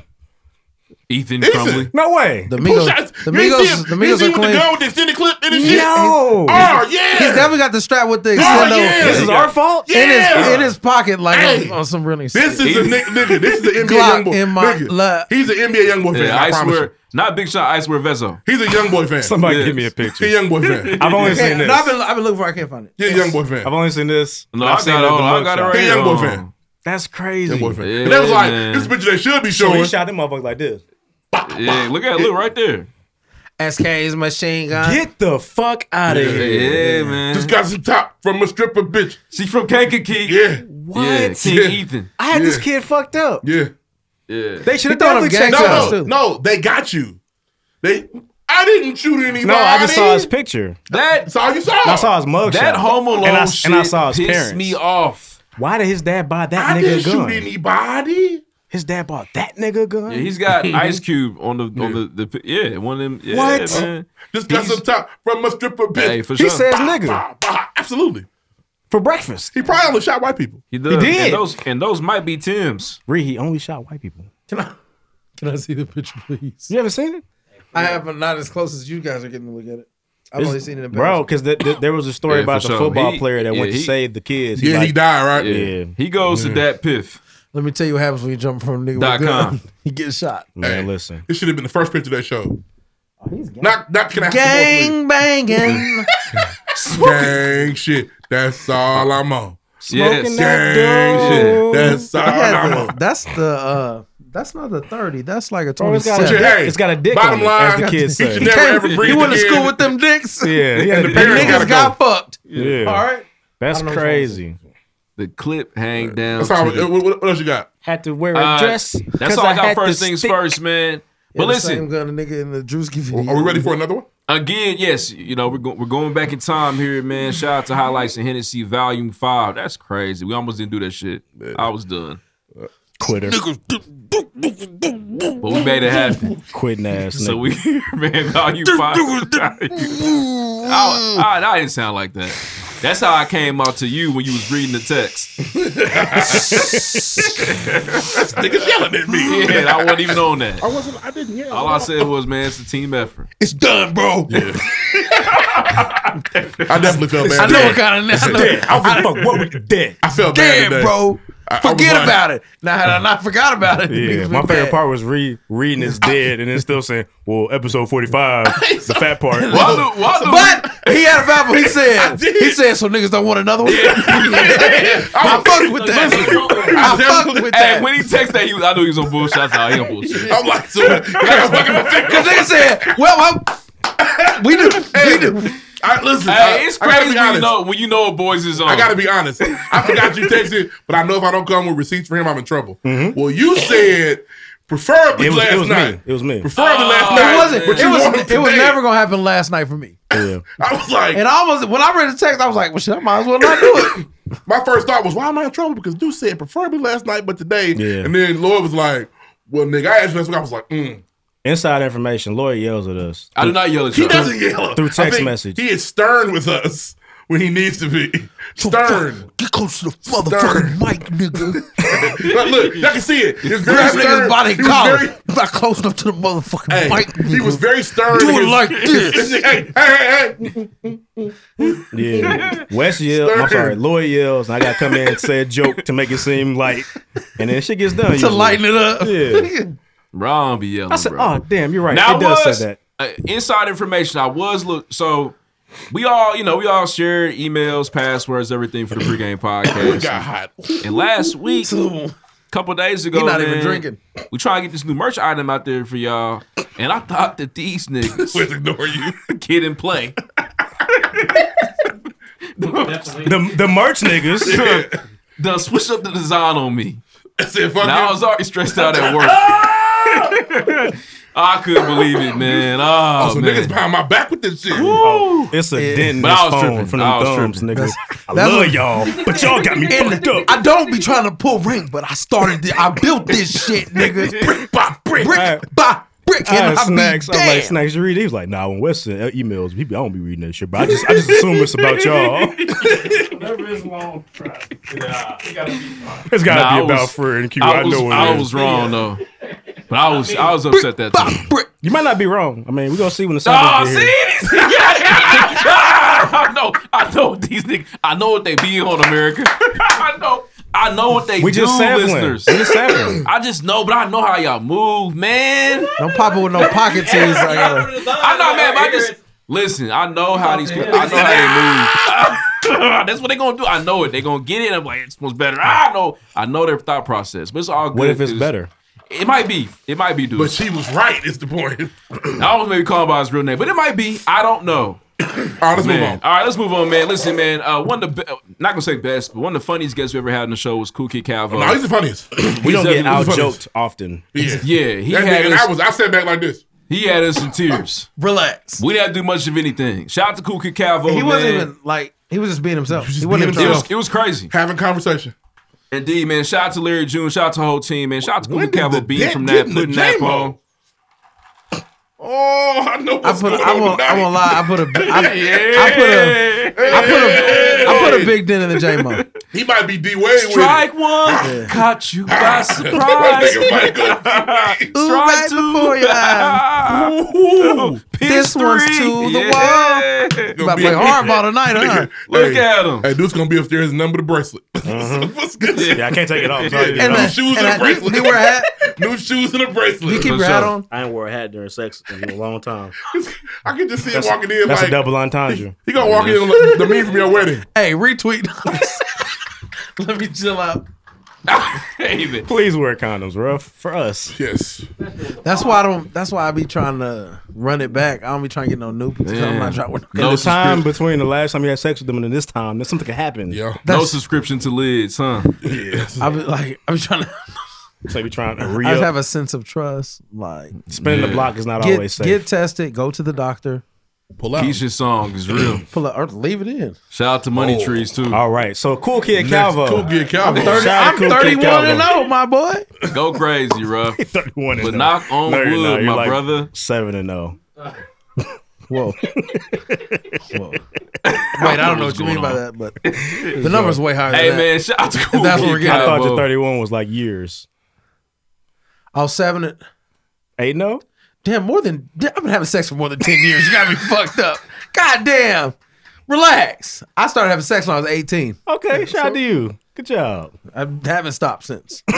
[SPEAKER 1] Ethan
[SPEAKER 3] Ethan.
[SPEAKER 1] Crumley.
[SPEAKER 4] No way.
[SPEAKER 2] The
[SPEAKER 3] Too
[SPEAKER 2] Migos,
[SPEAKER 3] shiesty.
[SPEAKER 2] the
[SPEAKER 3] You ain't see him-
[SPEAKER 2] Migos, the
[SPEAKER 3] you ain't see
[SPEAKER 2] Migos are
[SPEAKER 3] him with the
[SPEAKER 2] clean.
[SPEAKER 3] gun with the extended clip and his shit.
[SPEAKER 4] No.
[SPEAKER 3] Oh yeah.
[SPEAKER 2] He's definitely got the strap with the
[SPEAKER 3] Oh,
[SPEAKER 2] extendo
[SPEAKER 3] yeah.
[SPEAKER 4] this is our fault.
[SPEAKER 3] Yeah.
[SPEAKER 2] in his in his pocket, like
[SPEAKER 3] Hey.
[SPEAKER 2] on, on some really.
[SPEAKER 3] This is a
[SPEAKER 1] He-
[SPEAKER 3] ni- nigga. This is an NBA
[SPEAKER 2] Glock
[SPEAKER 3] young boy.
[SPEAKER 2] in my
[SPEAKER 3] nigga.
[SPEAKER 2] lap.
[SPEAKER 3] He's an NBA young boy fan.
[SPEAKER 1] Yeah,
[SPEAKER 3] I,
[SPEAKER 1] I
[SPEAKER 3] promise
[SPEAKER 1] swear. Not Big Shot, I swear Vezo.
[SPEAKER 3] you. He's a young boy fan.
[SPEAKER 4] Somebody
[SPEAKER 1] Yes.
[SPEAKER 4] give me a
[SPEAKER 3] He a
[SPEAKER 4] picture.
[SPEAKER 3] young boy fan.
[SPEAKER 4] I've only
[SPEAKER 2] Yeah,
[SPEAKER 4] seen this.
[SPEAKER 2] no, I've been I've been looking for. it, I can't find it.
[SPEAKER 3] He a young boy fan.
[SPEAKER 4] I've only seen this.
[SPEAKER 1] No,
[SPEAKER 4] and
[SPEAKER 1] I
[SPEAKER 4] I've seen
[SPEAKER 1] got it
[SPEAKER 4] at the
[SPEAKER 1] on. I
[SPEAKER 4] mug
[SPEAKER 1] got it
[SPEAKER 4] shot.
[SPEAKER 1] right
[SPEAKER 3] He a young boy
[SPEAKER 1] here.
[SPEAKER 3] fan.
[SPEAKER 4] That's
[SPEAKER 3] Young
[SPEAKER 4] crazy.
[SPEAKER 3] boy fan. and that was
[SPEAKER 1] Yeah,
[SPEAKER 3] like
[SPEAKER 1] man.
[SPEAKER 3] this picture they should be
[SPEAKER 4] So
[SPEAKER 3] showing.
[SPEAKER 4] he shot that motherfucker like this.
[SPEAKER 1] Yeah, look at look right there.
[SPEAKER 2] SK's machine gun.
[SPEAKER 4] Get the fuck out of
[SPEAKER 1] Yeah,
[SPEAKER 4] here.
[SPEAKER 1] man.
[SPEAKER 3] Just got some top from a stripper bitch.
[SPEAKER 1] She's from Kankakee.
[SPEAKER 3] Yeah,
[SPEAKER 4] What?
[SPEAKER 1] Yeah, King
[SPEAKER 3] Yeah.
[SPEAKER 1] Ethan.
[SPEAKER 4] I had this
[SPEAKER 3] Yeah.
[SPEAKER 4] kid fucked up.
[SPEAKER 3] yeah.
[SPEAKER 1] Yeah.
[SPEAKER 4] They should have
[SPEAKER 2] He thought
[SPEAKER 4] definitely
[SPEAKER 2] I'm
[SPEAKER 4] checked
[SPEAKER 2] gangsta.
[SPEAKER 4] out.
[SPEAKER 3] No,
[SPEAKER 2] Us
[SPEAKER 3] no,
[SPEAKER 2] too.
[SPEAKER 3] no, they got you. They. I didn't shoot anybody.
[SPEAKER 4] No, I just saw his picture.
[SPEAKER 1] That
[SPEAKER 3] That's all you saw.
[SPEAKER 4] I saw his mugshot.
[SPEAKER 1] that Home Alone
[SPEAKER 4] and I,
[SPEAKER 1] shit
[SPEAKER 4] and I saw his
[SPEAKER 1] pissed
[SPEAKER 4] parents.
[SPEAKER 1] me off.
[SPEAKER 4] Why did his dad buy that
[SPEAKER 3] I
[SPEAKER 4] nigga a
[SPEAKER 3] didn't
[SPEAKER 4] gun?
[SPEAKER 3] shoot anybody.
[SPEAKER 4] His dad bought that nigga a gun.
[SPEAKER 1] Yeah, he's got Ice Cube on the on the, the yeah one of them. Yeah,
[SPEAKER 4] What?
[SPEAKER 1] Man.
[SPEAKER 3] Just got
[SPEAKER 1] He's-
[SPEAKER 3] some top from a stripper bitch.
[SPEAKER 1] Hey, for
[SPEAKER 4] he
[SPEAKER 1] sure.
[SPEAKER 4] says nigga
[SPEAKER 3] Bah, bah. Absolutely.
[SPEAKER 4] for breakfast.
[SPEAKER 3] He probably only shot white people.
[SPEAKER 1] He, does.
[SPEAKER 4] did.
[SPEAKER 1] And those, and those might be Tim's.
[SPEAKER 4] Ree, he only shot white people.
[SPEAKER 2] Can I can I see the picture, please?
[SPEAKER 4] You ever seen it?
[SPEAKER 2] I have but not as close as you guys are getting to look at it. I've only seen it in
[SPEAKER 4] Bro, because th- th- there was a story
[SPEAKER 1] Yeah,
[SPEAKER 4] about
[SPEAKER 1] for
[SPEAKER 4] the
[SPEAKER 1] sure.
[SPEAKER 4] football
[SPEAKER 1] He-
[SPEAKER 4] player that
[SPEAKER 1] yeah,
[SPEAKER 4] went to
[SPEAKER 1] he-
[SPEAKER 4] save the kids.
[SPEAKER 3] Yeah,
[SPEAKER 4] like,
[SPEAKER 3] he died, right?
[SPEAKER 1] Yeah.
[SPEAKER 4] Yeah.
[SPEAKER 1] He goes to that piff.
[SPEAKER 2] Let me tell you what happens when you jump from a nigga
[SPEAKER 1] Dot
[SPEAKER 2] with a gun.
[SPEAKER 1] com.
[SPEAKER 2] He gets shot.
[SPEAKER 4] Man,
[SPEAKER 3] Hey.
[SPEAKER 4] listen.
[SPEAKER 3] This should have been the first picture they showed. Not, not can I have some
[SPEAKER 2] Gang banging.
[SPEAKER 3] more, please? Gang shit. That's all I'm on.
[SPEAKER 1] Yes.
[SPEAKER 4] Smoking that
[SPEAKER 3] Gang shit.
[SPEAKER 4] dope.
[SPEAKER 3] That's all I'm
[SPEAKER 2] Yeah, the-
[SPEAKER 3] on.
[SPEAKER 2] that's the uh that's not the 30. That's like a
[SPEAKER 4] Bro, it's got a
[SPEAKER 2] 27.
[SPEAKER 3] Shit, hey,
[SPEAKER 4] dick- it's got a dick
[SPEAKER 3] Bottom
[SPEAKER 4] on it,
[SPEAKER 3] line,
[SPEAKER 4] as the kids
[SPEAKER 3] he
[SPEAKER 4] say.
[SPEAKER 3] should never ever breathe
[SPEAKER 2] you went to
[SPEAKER 3] again.
[SPEAKER 2] school with them dicks.
[SPEAKER 4] Yeah, yeah.
[SPEAKER 3] And the
[SPEAKER 4] yeah.
[SPEAKER 2] And
[SPEAKER 3] parents gotta
[SPEAKER 2] niggas got fucked.
[SPEAKER 4] Yeah.
[SPEAKER 2] All right.
[SPEAKER 4] That's
[SPEAKER 2] I don't know which one this
[SPEAKER 4] crazy.
[SPEAKER 1] The clip hang down.
[SPEAKER 3] That's all.
[SPEAKER 1] to the-
[SPEAKER 3] What, what- what else you got?
[SPEAKER 4] Had to wear a
[SPEAKER 1] Uh,
[SPEAKER 4] dress.
[SPEAKER 1] That's
[SPEAKER 4] 'cause
[SPEAKER 1] all I got.
[SPEAKER 4] had
[SPEAKER 1] First
[SPEAKER 4] to
[SPEAKER 1] things
[SPEAKER 4] stick-
[SPEAKER 1] first, man. But
[SPEAKER 2] Yeah, the same
[SPEAKER 1] listen,
[SPEAKER 2] gun a nigga in the Drewski video.
[SPEAKER 3] Are we ready for another one?
[SPEAKER 1] Again, yes, you know, we're, go- we're going back in time here, man. Shout out to Highlights and Hennessy Volume 5. That's crazy. We almost didn't do that shit. I was done.
[SPEAKER 4] Quitter.
[SPEAKER 1] But we made it happen.
[SPEAKER 4] Quitting ass.
[SPEAKER 1] so
[SPEAKER 4] nigga.
[SPEAKER 1] we, man, Volume 5. I, I, I didn't sound like that. That's how I came out to you when you was reading the text. Niggas
[SPEAKER 3] yelling at me.
[SPEAKER 1] Yeah, I wasn't even on that.
[SPEAKER 3] I wasn't. I didn't yell.
[SPEAKER 1] All I said was, man, it's a team effort.
[SPEAKER 3] It's done, bro. Yeah. I definitely felt bad.
[SPEAKER 7] I know what kind of. I know. I
[SPEAKER 3] I,
[SPEAKER 7] fuck what we dead.
[SPEAKER 3] I felt
[SPEAKER 7] dead,
[SPEAKER 3] bad today.
[SPEAKER 7] bro.
[SPEAKER 3] I- I was
[SPEAKER 7] Forget
[SPEAKER 3] like-
[SPEAKER 7] about it. Now had I not forgot about it,
[SPEAKER 4] Yeah,
[SPEAKER 7] niggas
[SPEAKER 4] my
[SPEAKER 7] was
[SPEAKER 4] favorite
[SPEAKER 7] dead.
[SPEAKER 4] part was re- reading is dead and then still saying, well, episode 45, the fat part.
[SPEAKER 7] Well, But he had a Bible. He said, he said, so niggas don't want another one. I fuck with that. I fuck with
[SPEAKER 1] Hey,
[SPEAKER 7] that.
[SPEAKER 1] when he texted that, he was, I knew he was on bullshit. I thought he on bullshit.
[SPEAKER 3] I'm like, so
[SPEAKER 7] Because niggas said, well, I'm, we do. We do.
[SPEAKER 3] I, listen,
[SPEAKER 1] Hey, it's
[SPEAKER 3] I- I gotta
[SPEAKER 1] crazy
[SPEAKER 3] be
[SPEAKER 1] when you
[SPEAKER 3] honest.
[SPEAKER 1] know when you know a boys is on.
[SPEAKER 3] I gotta be honest. I forgot you texted, but I know if I don't come with receipts for him, I'm in trouble. Well, you said preferably
[SPEAKER 4] It was,
[SPEAKER 3] last
[SPEAKER 4] it was
[SPEAKER 3] night.
[SPEAKER 4] me. It was me.
[SPEAKER 3] Preferably last night.
[SPEAKER 2] it wasn't.
[SPEAKER 3] Oh, But you want him
[SPEAKER 2] It was. It was
[SPEAKER 3] today.
[SPEAKER 2] never gonna happen last night for me.
[SPEAKER 4] Yeah.
[SPEAKER 3] I was like,
[SPEAKER 2] And I almost when I read the text, I was like, well, shit, I might as well not do it.
[SPEAKER 3] my first thought was, why am I in trouble? Because Dude said preferably last night, but today.
[SPEAKER 4] Yeah.
[SPEAKER 3] And then Lloyd was like, well, nigga, I asked you last week. I was like, mm.
[SPEAKER 4] Inside information. Lloyd yells at us.
[SPEAKER 1] I do not yell at
[SPEAKER 3] he
[SPEAKER 1] you.
[SPEAKER 3] doesn't yell
[SPEAKER 4] Through
[SPEAKER 3] I
[SPEAKER 4] text
[SPEAKER 3] think
[SPEAKER 4] message.
[SPEAKER 3] He is stern with us when he needs to be. Stern.
[SPEAKER 7] Get close to the motherfucking mic, nigga.
[SPEAKER 3] But look, y'all can see it. It's very
[SPEAKER 7] Grab
[SPEAKER 3] stern.
[SPEAKER 7] niggas by
[SPEAKER 3] He
[SPEAKER 7] their
[SPEAKER 3] was
[SPEAKER 7] collar.
[SPEAKER 3] very-
[SPEAKER 7] You're not close enough to the motherfucking
[SPEAKER 3] Hey,
[SPEAKER 7] mic,
[SPEAKER 3] he
[SPEAKER 7] nigga.
[SPEAKER 3] was very stern.
[SPEAKER 7] Do
[SPEAKER 3] in
[SPEAKER 7] it
[SPEAKER 3] his-
[SPEAKER 7] like this.
[SPEAKER 3] hey, hey, hey, hey.
[SPEAKER 4] Yeah. Wes yells. I'm sorry. Lloyd yells, and I got to come in and say a joke to make it seem light. And then shit gets done.
[SPEAKER 7] to
[SPEAKER 4] usually.
[SPEAKER 7] lighten it up.
[SPEAKER 4] Yeah.
[SPEAKER 1] Bro, I don't be yelling.
[SPEAKER 4] I said,
[SPEAKER 1] bro.
[SPEAKER 4] oh, damn, you're right.
[SPEAKER 1] Now
[SPEAKER 4] it
[SPEAKER 1] I was
[SPEAKER 4] does say that.
[SPEAKER 1] uh, inside information. I was look. So we all, you know, we all shared emails, passwords, everything for the pregame podcast.
[SPEAKER 3] It got hot.
[SPEAKER 1] And last week, a couple days ago,
[SPEAKER 7] He not even
[SPEAKER 1] man,
[SPEAKER 7] drinking.
[SPEAKER 1] We trying to get this new merch item out there for y'all, and I thought that these niggas
[SPEAKER 3] Please ignore you.
[SPEAKER 1] kid and play.
[SPEAKER 4] The, the merch niggas.
[SPEAKER 1] Done switch up the design on me.
[SPEAKER 3] I said, fuck
[SPEAKER 1] Now I
[SPEAKER 3] it.
[SPEAKER 1] was already stressed out at work. I couldn't believe it, man. Oh,
[SPEAKER 3] so
[SPEAKER 1] man.
[SPEAKER 3] niggas behind my back with this shit.
[SPEAKER 4] It's a
[SPEAKER 7] Yeah.
[SPEAKER 4] dent in
[SPEAKER 1] But
[SPEAKER 4] this
[SPEAKER 1] I was
[SPEAKER 4] phone
[SPEAKER 1] tripping.
[SPEAKER 4] from
[SPEAKER 1] I
[SPEAKER 4] them
[SPEAKER 1] was
[SPEAKER 4] thumbs,
[SPEAKER 1] tripping.
[SPEAKER 4] nigga. I
[SPEAKER 7] that's
[SPEAKER 4] love
[SPEAKER 7] what-
[SPEAKER 4] y'all, but y'all got me fucked up.
[SPEAKER 7] I don't be trying to pull ring, but I started. This, I built this shit, nigga. Brick by brick,
[SPEAKER 4] All right.
[SPEAKER 7] by brick,
[SPEAKER 4] I
[SPEAKER 7] and
[SPEAKER 4] had
[SPEAKER 7] I
[SPEAKER 4] snacks.
[SPEAKER 7] be
[SPEAKER 4] I'm like,
[SPEAKER 7] damn.
[SPEAKER 4] snacks, you read? it?" He was like, nah, when Wes sent uh, emails, he be, I don't be reading that shit, but I just, I just assume it's about y'all.
[SPEAKER 13] Whatever is long, try. Yeah, it gotta be fine.
[SPEAKER 4] It's
[SPEAKER 1] Nah,
[SPEAKER 4] gotta
[SPEAKER 1] I
[SPEAKER 4] be about
[SPEAKER 1] was-
[SPEAKER 4] Fred and Q.
[SPEAKER 1] I
[SPEAKER 4] I
[SPEAKER 1] was,
[SPEAKER 4] know what
[SPEAKER 1] I
[SPEAKER 4] it
[SPEAKER 1] was
[SPEAKER 4] is.
[SPEAKER 1] wrong though, but I was I was upset that time.
[SPEAKER 7] By brick.
[SPEAKER 4] You might not be wrong. I mean, we're gonna see when the
[SPEAKER 1] Oh,
[SPEAKER 4] samples
[SPEAKER 1] see
[SPEAKER 4] get here.
[SPEAKER 1] these? Yeah, yeah. Ah, I know, I know what these niggas. I know what they be on America. I know, I know what they
[SPEAKER 4] We
[SPEAKER 1] do,
[SPEAKER 4] just sampling.
[SPEAKER 1] listeners.
[SPEAKER 4] We just sampling.
[SPEAKER 1] I just know, but I know how y'all move, man.
[SPEAKER 2] Don't pop it with no pocket tees. I gotta.
[SPEAKER 1] I'm not mad, but I just listen. I know how these people. I know how they move. That's what they gonna do. I know it. They gonna get it. I'm like, it's supposed better. I know. I know their thought process, but it's all good.
[SPEAKER 4] What if it's
[SPEAKER 1] 'cause
[SPEAKER 4] better?
[SPEAKER 1] It might be. It might be, dude.
[SPEAKER 3] But she was right, is the point.
[SPEAKER 1] I almost maybe call him by his real name, but it might be. I don't know.
[SPEAKER 3] All right, let's
[SPEAKER 1] Man.
[SPEAKER 3] move on.
[SPEAKER 1] All right, let's move on, man. Listen, man. Uh, one of the be- not gonna say best, but one of the funniest guests we ever had on the show was Cool Kid Calvo.
[SPEAKER 3] No, he's the funniest.
[SPEAKER 4] We don't get
[SPEAKER 1] definitely-
[SPEAKER 4] out
[SPEAKER 3] he's the
[SPEAKER 4] joked often.
[SPEAKER 3] yeah.
[SPEAKER 1] yeah, he
[SPEAKER 3] That
[SPEAKER 1] had
[SPEAKER 3] nigga, and I
[SPEAKER 1] us,
[SPEAKER 3] was, I sat back like this.
[SPEAKER 1] he had us in tears.
[SPEAKER 7] Relax.
[SPEAKER 1] We didn't do much of anything. Shout out to Cool Kid Calvo.
[SPEAKER 2] He wasn't
[SPEAKER 1] man.
[SPEAKER 2] even uh, like. He was just being himself. He
[SPEAKER 3] being
[SPEAKER 2] wasn't even
[SPEAKER 1] It
[SPEAKER 2] trying.
[SPEAKER 1] was, it was crazy.
[SPEAKER 3] Having conversation.
[SPEAKER 1] Indeed, man. Shout out to Larry June. Shout out to the whole team, man. Shout out to Cool
[SPEAKER 3] When
[SPEAKER 1] Kid Calvo
[SPEAKER 3] did the
[SPEAKER 1] being
[SPEAKER 3] dent
[SPEAKER 1] from
[SPEAKER 3] get
[SPEAKER 1] that,
[SPEAKER 3] in the
[SPEAKER 1] putting that
[SPEAKER 3] J-Mo?
[SPEAKER 1] on.
[SPEAKER 3] Oh, I know
[SPEAKER 2] I
[SPEAKER 3] what's
[SPEAKER 2] put.
[SPEAKER 3] going
[SPEAKER 2] I
[SPEAKER 3] on
[SPEAKER 2] won't. I
[SPEAKER 3] tonight.
[SPEAKER 2] won't lie. I put a. I, I put a. I put a. I put a big dent in the J Mo.
[SPEAKER 3] He might be D Wade with
[SPEAKER 1] Strike one, caught you by
[SPEAKER 3] it.
[SPEAKER 1] surprise.
[SPEAKER 3] That nigga might go D-Wade.
[SPEAKER 2] Ooh,
[SPEAKER 1] Strike
[SPEAKER 2] right
[SPEAKER 1] two.
[SPEAKER 2] before your eye. Ooh, this one's
[SPEAKER 1] three.
[SPEAKER 2] to the wall.
[SPEAKER 1] Yeah.
[SPEAKER 2] You about to play hardball tonight, huh?
[SPEAKER 1] Look at him.
[SPEAKER 3] Hey, dude's gonna be upstairs and number the bracelet. What's good?
[SPEAKER 4] Yeah, I can't take it off.
[SPEAKER 3] Yeah.
[SPEAKER 4] Sorry, you
[SPEAKER 2] And
[SPEAKER 4] know.
[SPEAKER 2] uh,
[SPEAKER 3] shoes and
[SPEAKER 2] and
[SPEAKER 3] a
[SPEAKER 2] uh, you,
[SPEAKER 3] bracelet.
[SPEAKER 2] you wear a hat.
[SPEAKER 3] New shoes and a bracelet.
[SPEAKER 2] You keep
[SPEAKER 1] For
[SPEAKER 2] your hat
[SPEAKER 1] sure.
[SPEAKER 2] on.
[SPEAKER 4] I ain't wore a hat during sex in a long time.
[SPEAKER 3] I can just see him
[SPEAKER 4] That's,
[SPEAKER 3] walking in
[SPEAKER 4] that's
[SPEAKER 3] like
[SPEAKER 4] a double entendre.
[SPEAKER 3] he gonna walk in like the mean from your wedding.
[SPEAKER 2] Hey, retweet. Let me chill out.
[SPEAKER 1] Hey, man.
[SPEAKER 4] Please wear condoms, bro. For us.
[SPEAKER 3] Yes.
[SPEAKER 2] That's why I don't. That's why I be trying to run it back. I don't be trying to get no new. Yeah. I'm not
[SPEAKER 1] Yeah.
[SPEAKER 2] trying. we're not-
[SPEAKER 1] No
[SPEAKER 4] the time
[SPEAKER 1] subscrip-
[SPEAKER 4] between the last time you had sex with them and this time, there's something could happen.
[SPEAKER 3] Yeah.
[SPEAKER 1] no
[SPEAKER 2] That's-
[SPEAKER 1] subscription to lids, huh?
[SPEAKER 3] Yes.
[SPEAKER 2] I be like. I'm trying to.
[SPEAKER 4] So you trying to re
[SPEAKER 2] I just have
[SPEAKER 4] up.
[SPEAKER 2] a sense of trust. Like
[SPEAKER 4] Spinning the
[SPEAKER 1] Yeah.
[SPEAKER 4] block is not
[SPEAKER 2] get
[SPEAKER 4] always safe.
[SPEAKER 2] get tested. Go to the doctor.
[SPEAKER 3] Pull out.
[SPEAKER 1] Keisha's song is real.
[SPEAKER 2] Pull up or leave it in.
[SPEAKER 1] Shout out to Money Trees too.
[SPEAKER 4] All right, so cool kid Calvo.
[SPEAKER 3] Cool kid Calvo.
[SPEAKER 4] Shout out to
[SPEAKER 2] I'm
[SPEAKER 4] Cool Kid
[SPEAKER 2] 31 and
[SPEAKER 4] Calvo.
[SPEAKER 2] 0, my boy.
[SPEAKER 1] Go crazy, bro.
[SPEAKER 4] 31 and
[SPEAKER 1] But
[SPEAKER 4] oh.
[SPEAKER 1] knock on
[SPEAKER 4] you're
[SPEAKER 1] wood,
[SPEAKER 4] not. You're
[SPEAKER 1] my brother.
[SPEAKER 4] Seven and zero. Whoa.
[SPEAKER 2] Whoa. Wait, I don't know what you mean by that, but the number's way higher.
[SPEAKER 1] Hey
[SPEAKER 2] than
[SPEAKER 1] man,
[SPEAKER 2] that.
[SPEAKER 1] shout out to
[SPEAKER 2] If
[SPEAKER 1] Cool
[SPEAKER 2] That's what
[SPEAKER 1] Kid
[SPEAKER 2] we're
[SPEAKER 1] Cop,
[SPEAKER 2] getting.
[SPEAKER 4] I
[SPEAKER 2] at,
[SPEAKER 4] thought the
[SPEAKER 2] bro.
[SPEAKER 4] 31 was like years.
[SPEAKER 2] Oh, seven. It.
[SPEAKER 4] Eight oh? no.
[SPEAKER 2] Damn, more than damn, I've been having sex for more than ten years. You gotta be fucked up. God damn. Relax. I started having sex when I was eighteen.
[SPEAKER 4] Okay, shout out to you. Good job.
[SPEAKER 2] I haven't stopped since.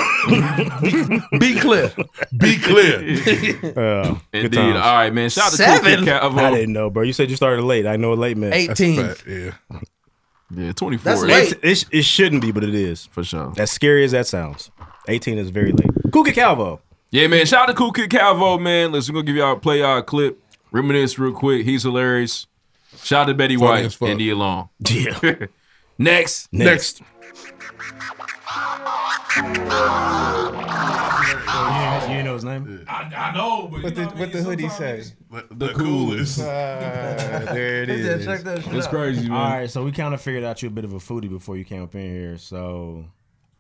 [SPEAKER 2] be clear.
[SPEAKER 3] Be clear.
[SPEAKER 4] Uh, good
[SPEAKER 1] Indeed.
[SPEAKER 4] times.
[SPEAKER 1] All right, man. Shout out to Cool Kid
[SPEAKER 4] Seven?
[SPEAKER 1] Cat of
[SPEAKER 4] I didn't know, bro. You said you started late. I know what late meant.
[SPEAKER 2] 18.
[SPEAKER 3] That's a fact, yeah.
[SPEAKER 1] Yeah, 24.
[SPEAKER 4] That's
[SPEAKER 1] That's-
[SPEAKER 4] late. It, it shouldn't be, but it is.
[SPEAKER 1] For sure.
[SPEAKER 4] As scary as that sounds. 18 is very late. Kuka Calvo.
[SPEAKER 1] Yeah, man. Shout out to Cool Kid Calvo, man. Listen, we're gonna give y'all play y'all a clip. Reminisce real quick. He's hilarious. Shout out to Betty
[SPEAKER 4] Funny
[SPEAKER 1] White
[SPEAKER 4] as fuck.
[SPEAKER 1] and Nia Long.
[SPEAKER 4] Yeah.
[SPEAKER 1] Next.
[SPEAKER 4] Next.
[SPEAKER 14] You know his name?
[SPEAKER 13] I, I know, but
[SPEAKER 14] What the, what the hoodie say?
[SPEAKER 3] The, coolest.
[SPEAKER 14] Ah, there
[SPEAKER 13] Check
[SPEAKER 14] it
[SPEAKER 13] that-
[SPEAKER 14] is.
[SPEAKER 13] check that shit It's out. crazy, man.
[SPEAKER 14] All right, so we kind of figured out you're a bit of a foodie before you came up in here. So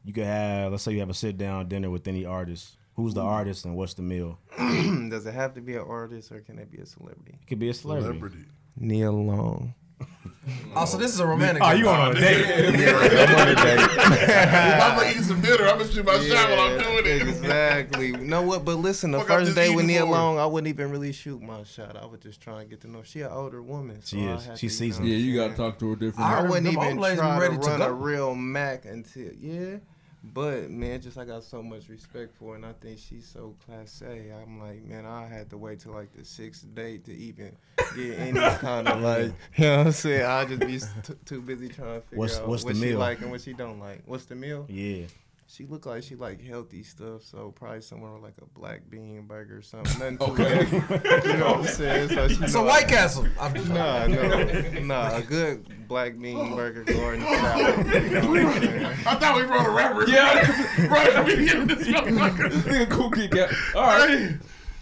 [SPEAKER 14] you could have, let's say you have a sit down dinner with any artist. Who's the
[SPEAKER 15] Ooh.
[SPEAKER 14] artist and what's the meal?
[SPEAKER 15] Does it have to be an artist or can it be a celebrity?
[SPEAKER 14] It could be a celebrity.
[SPEAKER 15] Neil Long.
[SPEAKER 2] Oh, so this is a romantic.
[SPEAKER 14] Oh, you on a date.
[SPEAKER 15] I'm on a
[SPEAKER 3] if I'm
[SPEAKER 15] date.
[SPEAKER 3] gonna eat some dinner, I'm gonna shoot my shot while I'm doing it.
[SPEAKER 15] Exactly. You know what? But listen, the
[SPEAKER 3] Fuck, I'm
[SPEAKER 15] first
[SPEAKER 3] just
[SPEAKER 15] day with
[SPEAKER 3] eating
[SPEAKER 15] Nia
[SPEAKER 3] for
[SPEAKER 15] Long, I wouldn't even really shoot my shot. I was just trying to get to know. She an older woman. So
[SPEAKER 14] She
[SPEAKER 15] I
[SPEAKER 14] is.
[SPEAKER 15] had
[SPEAKER 14] She's
[SPEAKER 15] to,
[SPEAKER 14] seasoned.
[SPEAKER 15] know what I'm
[SPEAKER 14] Yeah, you gotta
[SPEAKER 15] saying?
[SPEAKER 14] talk to her different.
[SPEAKER 15] I
[SPEAKER 14] Them-
[SPEAKER 15] wouldn't
[SPEAKER 14] them
[SPEAKER 15] even
[SPEAKER 14] old ladies
[SPEAKER 15] try
[SPEAKER 14] ready
[SPEAKER 15] to
[SPEAKER 14] to
[SPEAKER 15] run
[SPEAKER 14] go.
[SPEAKER 15] a real Mac until yeah. But man, just I got so much respect for her, and I think she's so class A. I'm like, man, I had to wait till like the sixth day to even get any kind of like, you know what I'm saying? I just be t- too busy trying to figure
[SPEAKER 14] What's-
[SPEAKER 15] out
[SPEAKER 14] what's
[SPEAKER 15] what
[SPEAKER 14] the
[SPEAKER 15] she
[SPEAKER 14] meal?
[SPEAKER 15] like and what she don't like. What's the meal?
[SPEAKER 14] Yeah.
[SPEAKER 15] She look like she like healthy stuff, so probably somewhere with, like a black bean burger or something. Nothing too
[SPEAKER 2] Okay.
[SPEAKER 15] bad. you know what I'm saying? So she
[SPEAKER 2] It's
[SPEAKER 15] know
[SPEAKER 2] a White Castle. I'm just-
[SPEAKER 15] nah, no, nah, a good black bean burger garden salad. You know what I'm saying?
[SPEAKER 3] I thought we brought a rapper.
[SPEAKER 1] Yeah.
[SPEAKER 3] right from the beginning of this motherfucker.
[SPEAKER 1] Nigga, Cool Kid Cat. All right.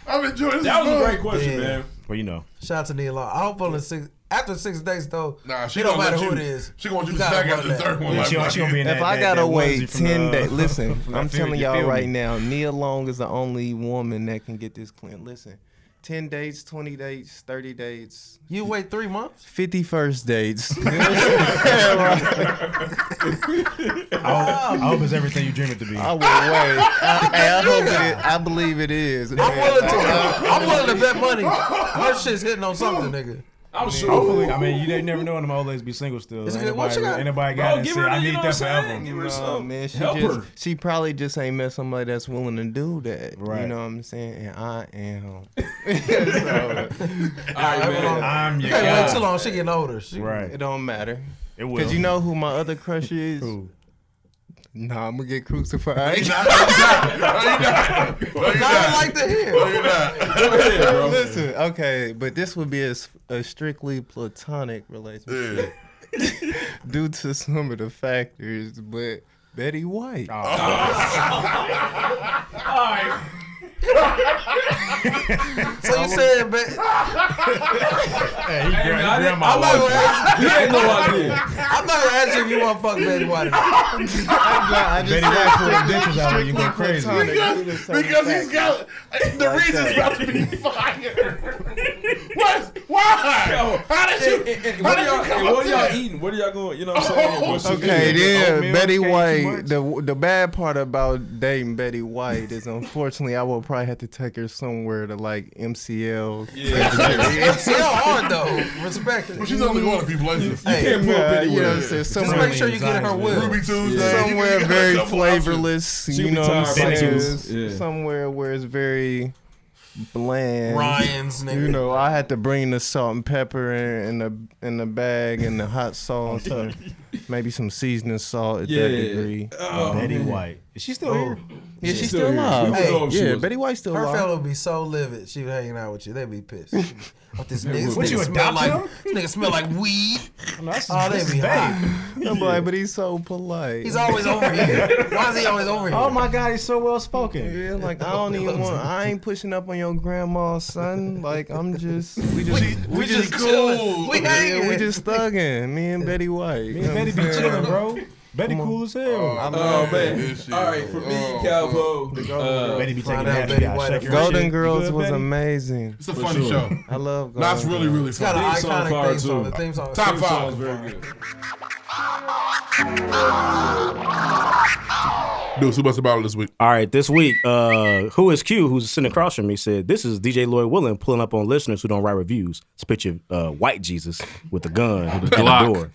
[SPEAKER 3] I'm enjoying this.
[SPEAKER 1] That was a
[SPEAKER 3] fun.
[SPEAKER 1] great question, man.
[SPEAKER 14] Well, you know.
[SPEAKER 2] Shout out to Neil Long. I don't follow six after six days though.
[SPEAKER 3] Nah, she
[SPEAKER 2] it don't
[SPEAKER 3] gonna
[SPEAKER 2] matter
[SPEAKER 3] let
[SPEAKER 2] who it
[SPEAKER 3] you-
[SPEAKER 2] is.
[SPEAKER 3] she gonna do
[SPEAKER 2] You
[SPEAKER 3] the
[SPEAKER 2] gotta
[SPEAKER 3] second
[SPEAKER 2] run
[SPEAKER 3] after
[SPEAKER 2] that.
[SPEAKER 3] the third one, like, fuck you.
[SPEAKER 15] if I gotta wait ten days, listen, I'm telling y'all right now, Nia Long is the only woman that can get this clean. Listen, ten dates, twenty dates, thirty dates,
[SPEAKER 2] You wait three months?
[SPEAKER 15] fifty first dates.
[SPEAKER 14] I hope it's everything you dream it to be.
[SPEAKER 15] I will wait. I, hey, I hope it is. I believe it is.
[SPEAKER 2] I'm willing to.
[SPEAKER 15] man.
[SPEAKER 2] I'm willing to bet money. Her shit's hitting on something, nigga.
[SPEAKER 1] I'm
[SPEAKER 14] sure. Hopefully,
[SPEAKER 1] Oh,
[SPEAKER 14] I mean, you they never know when them old ladies be single still.
[SPEAKER 2] It's good.
[SPEAKER 14] Anybody,
[SPEAKER 2] What you got?
[SPEAKER 14] anybody
[SPEAKER 2] Bro,
[SPEAKER 14] got it
[SPEAKER 2] give
[SPEAKER 14] and
[SPEAKER 2] her
[SPEAKER 14] said,
[SPEAKER 2] the-
[SPEAKER 14] I
[SPEAKER 2] you
[SPEAKER 14] need
[SPEAKER 2] know
[SPEAKER 14] that
[SPEAKER 2] what I'm saying?
[SPEAKER 14] forever.
[SPEAKER 1] Give her
[SPEAKER 15] Oh
[SPEAKER 1] some.
[SPEAKER 15] man, she
[SPEAKER 1] Help
[SPEAKER 15] just
[SPEAKER 1] her.
[SPEAKER 15] she probably just ain't met somebody that's willing to do that.
[SPEAKER 14] Right.
[SPEAKER 15] You know what I'm saying? And I am.
[SPEAKER 1] All right, man.
[SPEAKER 14] I'm
[SPEAKER 2] You
[SPEAKER 14] your
[SPEAKER 2] can't
[SPEAKER 14] guy.
[SPEAKER 2] wait too long. She getting older. She,
[SPEAKER 15] It don't matter.
[SPEAKER 14] It will.
[SPEAKER 15] Cause you know who my other crush is. Nah, I'm gonna get crucified.
[SPEAKER 2] I don't like to hear.
[SPEAKER 15] Listen, okay, but this would be a, s- a strictly platonic relationship due to some of the factors. But Betty White,
[SPEAKER 1] Ah. Oh.
[SPEAKER 2] So you said, but
[SPEAKER 14] Hey, he
[SPEAKER 1] Hey, man, I didn't-
[SPEAKER 14] grandma
[SPEAKER 1] I'm not gonna ask you. You had no idea.
[SPEAKER 2] I'm not gonna ask you if you want to fuck Betty White.
[SPEAKER 15] I'm glad I just
[SPEAKER 14] Betty
[SPEAKER 15] said
[SPEAKER 14] White pulled
[SPEAKER 15] strictly-
[SPEAKER 14] dentures out when you go
[SPEAKER 15] strictly
[SPEAKER 14] crazy.
[SPEAKER 15] platonic
[SPEAKER 3] Because- Because he's got
[SPEAKER 15] due to some factors.
[SPEAKER 3] the
[SPEAKER 15] Like
[SPEAKER 3] reason's
[SPEAKER 15] that.
[SPEAKER 3] about to be fired. what? Why? How did you?
[SPEAKER 1] And- and
[SPEAKER 3] how
[SPEAKER 1] what are
[SPEAKER 3] did you
[SPEAKER 1] y'all,
[SPEAKER 3] come
[SPEAKER 1] and
[SPEAKER 3] up
[SPEAKER 1] what are
[SPEAKER 3] to
[SPEAKER 1] y'all
[SPEAKER 3] that?
[SPEAKER 1] eating? What are y'all going? You know
[SPEAKER 4] Oh.
[SPEAKER 1] what I'm saying? What's the-
[SPEAKER 15] Oh, Okay,
[SPEAKER 14] The
[SPEAKER 15] then
[SPEAKER 14] oatmeal
[SPEAKER 15] Betty
[SPEAKER 14] came too
[SPEAKER 15] White.
[SPEAKER 14] much?
[SPEAKER 15] The the bad part about dating Betty White is unfortunately I will probably have to take her somewhere to like MCL.
[SPEAKER 2] It's so hard though. Respect it.
[SPEAKER 3] Well, she's only going a few places.
[SPEAKER 2] Hey,
[SPEAKER 1] can't pull up
[SPEAKER 15] Yeah, you know
[SPEAKER 1] anywhere.
[SPEAKER 15] what I'm saying?
[SPEAKER 2] just
[SPEAKER 15] Somewhere,
[SPEAKER 2] make sure you get her will.
[SPEAKER 3] Ruby Tuesday. you
[SPEAKER 15] somewhere
[SPEAKER 3] can get
[SPEAKER 15] very
[SPEAKER 3] double
[SPEAKER 15] flavorless.
[SPEAKER 1] She'll
[SPEAKER 15] you
[SPEAKER 1] be
[SPEAKER 15] know what I'm
[SPEAKER 1] tired by
[SPEAKER 15] saying?
[SPEAKER 1] then. Yeah.
[SPEAKER 15] Somewhere where it's very bland.
[SPEAKER 2] Ryan's nigga.
[SPEAKER 15] You know, I had to bring the salt and pepper in, in the in the bag and the hot sauce, and maybe some seasoning salt at
[SPEAKER 1] Yeah.
[SPEAKER 15] that degree.
[SPEAKER 1] Oh,
[SPEAKER 14] Betty
[SPEAKER 1] man.
[SPEAKER 14] White. Is she still here?
[SPEAKER 15] Yeah, she's,
[SPEAKER 1] still
[SPEAKER 15] still
[SPEAKER 1] here.
[SPEAKER 15] alive.
[SPEAKER 1] We don't know if she
[SPEAKER 15] yeah,
[SPEAKER 1] was-
[SPEAKER 15] Betty White's still
[SPEAKER 2] Her
[SPEAKER 15] alive.
[SPEAKER 2] fella would be so livid. She was hanging out with you. They'd be pissed. What this nigga, this
[SPEAKER 14] What, you
[SPEAKER 2] nigga smell
[SPEAKER 14] adopt
[SPEAKER 2] like?
[SPEAKER 14] him?
[SPEAKER 2] This nigga smell like weed.
[SPEAKER 14] No, that's
[SPEAKER 2] Oh,
[SPEAKER 14] that's
[SPEAKER 2] they be
[SPEAKER 14] babe.
[SPEAKER 2] hot.
[SPEAKER 15] I'm like, but he's so polite.
[SPEAKER 2] He's always over here. Why is he always over here?
[SPEAKER 14] Oh my God, he's so well spoken.
[SPEAKER 15] Yeah, like I don't even want. I ain't pushing up on your grandma, son. Like I'm just, we just,
[SPEAKER 2] we, just, cool. We
[SPEAKER 15] yeah,
[SPEAKER 2] hanging.
[SPEAKER 15] we just thugging. Me and Betty White.
[SPEAKER 14] Me and Betty be chilling, bro. Betty
[SPEAKER 15] Come on.
[SPEAKER 14] cool as hell.
[SPEAKER 15] Oh, I'm
[SPEAKER 14] Oh,
[SPEAKER 15] not-
[SPEAKER 14] man.
[SPEAKER 15] this shit.
[SPEAKER 14] All right, for me,
[SPEAKER 15] Oh,
[SPEAKER 14] Calvo,
[SPEAKER 15] fuck. The
[SPEAKER 14] uh,
[SPEAKER 15] Golden
[SPEAKER 14] Betty be taking
[SPEAKER 15] Girls. Find out
[SPEAKER 14] half
[SPEAKER 15] Betty
[SPEAKER 14] shots,
[SPEAKER 15] White.
[SPEAKER 14] shaking her
[SPEAKER 15] Golden
[SPEAKER 14] shit.
[SPEAKER 15] Girls
[SPEAKER 14] Good,
[SPEAKER 15] was
[SPEAKER 14] Betty?
[SPEAKER 15] amazing.
[SPEAKER 14] It's a funny show.
[SPEAKER 15] I love Golden
[SPEAKER 14] No, it's really, really
[SPEAKER 15] Girls.
[SPEAKER 14] funny. Theme
[SPEAKER 15] Uh, It's
[SPEAKER 14] song
[SPEAKER 15] got an
[SPEAKER 14] fire,
[SPEAKER 15] iconic theme song.
[SPEAKER 14] too.
[SPEAKER 15] The theme song is
[SPEAKER 14] Top
[SPEAKER 15] fire.
[SPEAKER 14] five.
[SPEAKER 15] It's very good.
[SPEAKER 3] Dude, who busted bottle this week?
[SPEAKER 4] All right, this week, uh, who is Q? Who's sitting across from me said, "This is DJ Lloyd Willing pulling up on listeners who don't write reviews." It's a picture of uh, White Jesus with a gun at the
[SPEAKER 2] Glock.
[SPEAKER 4] door.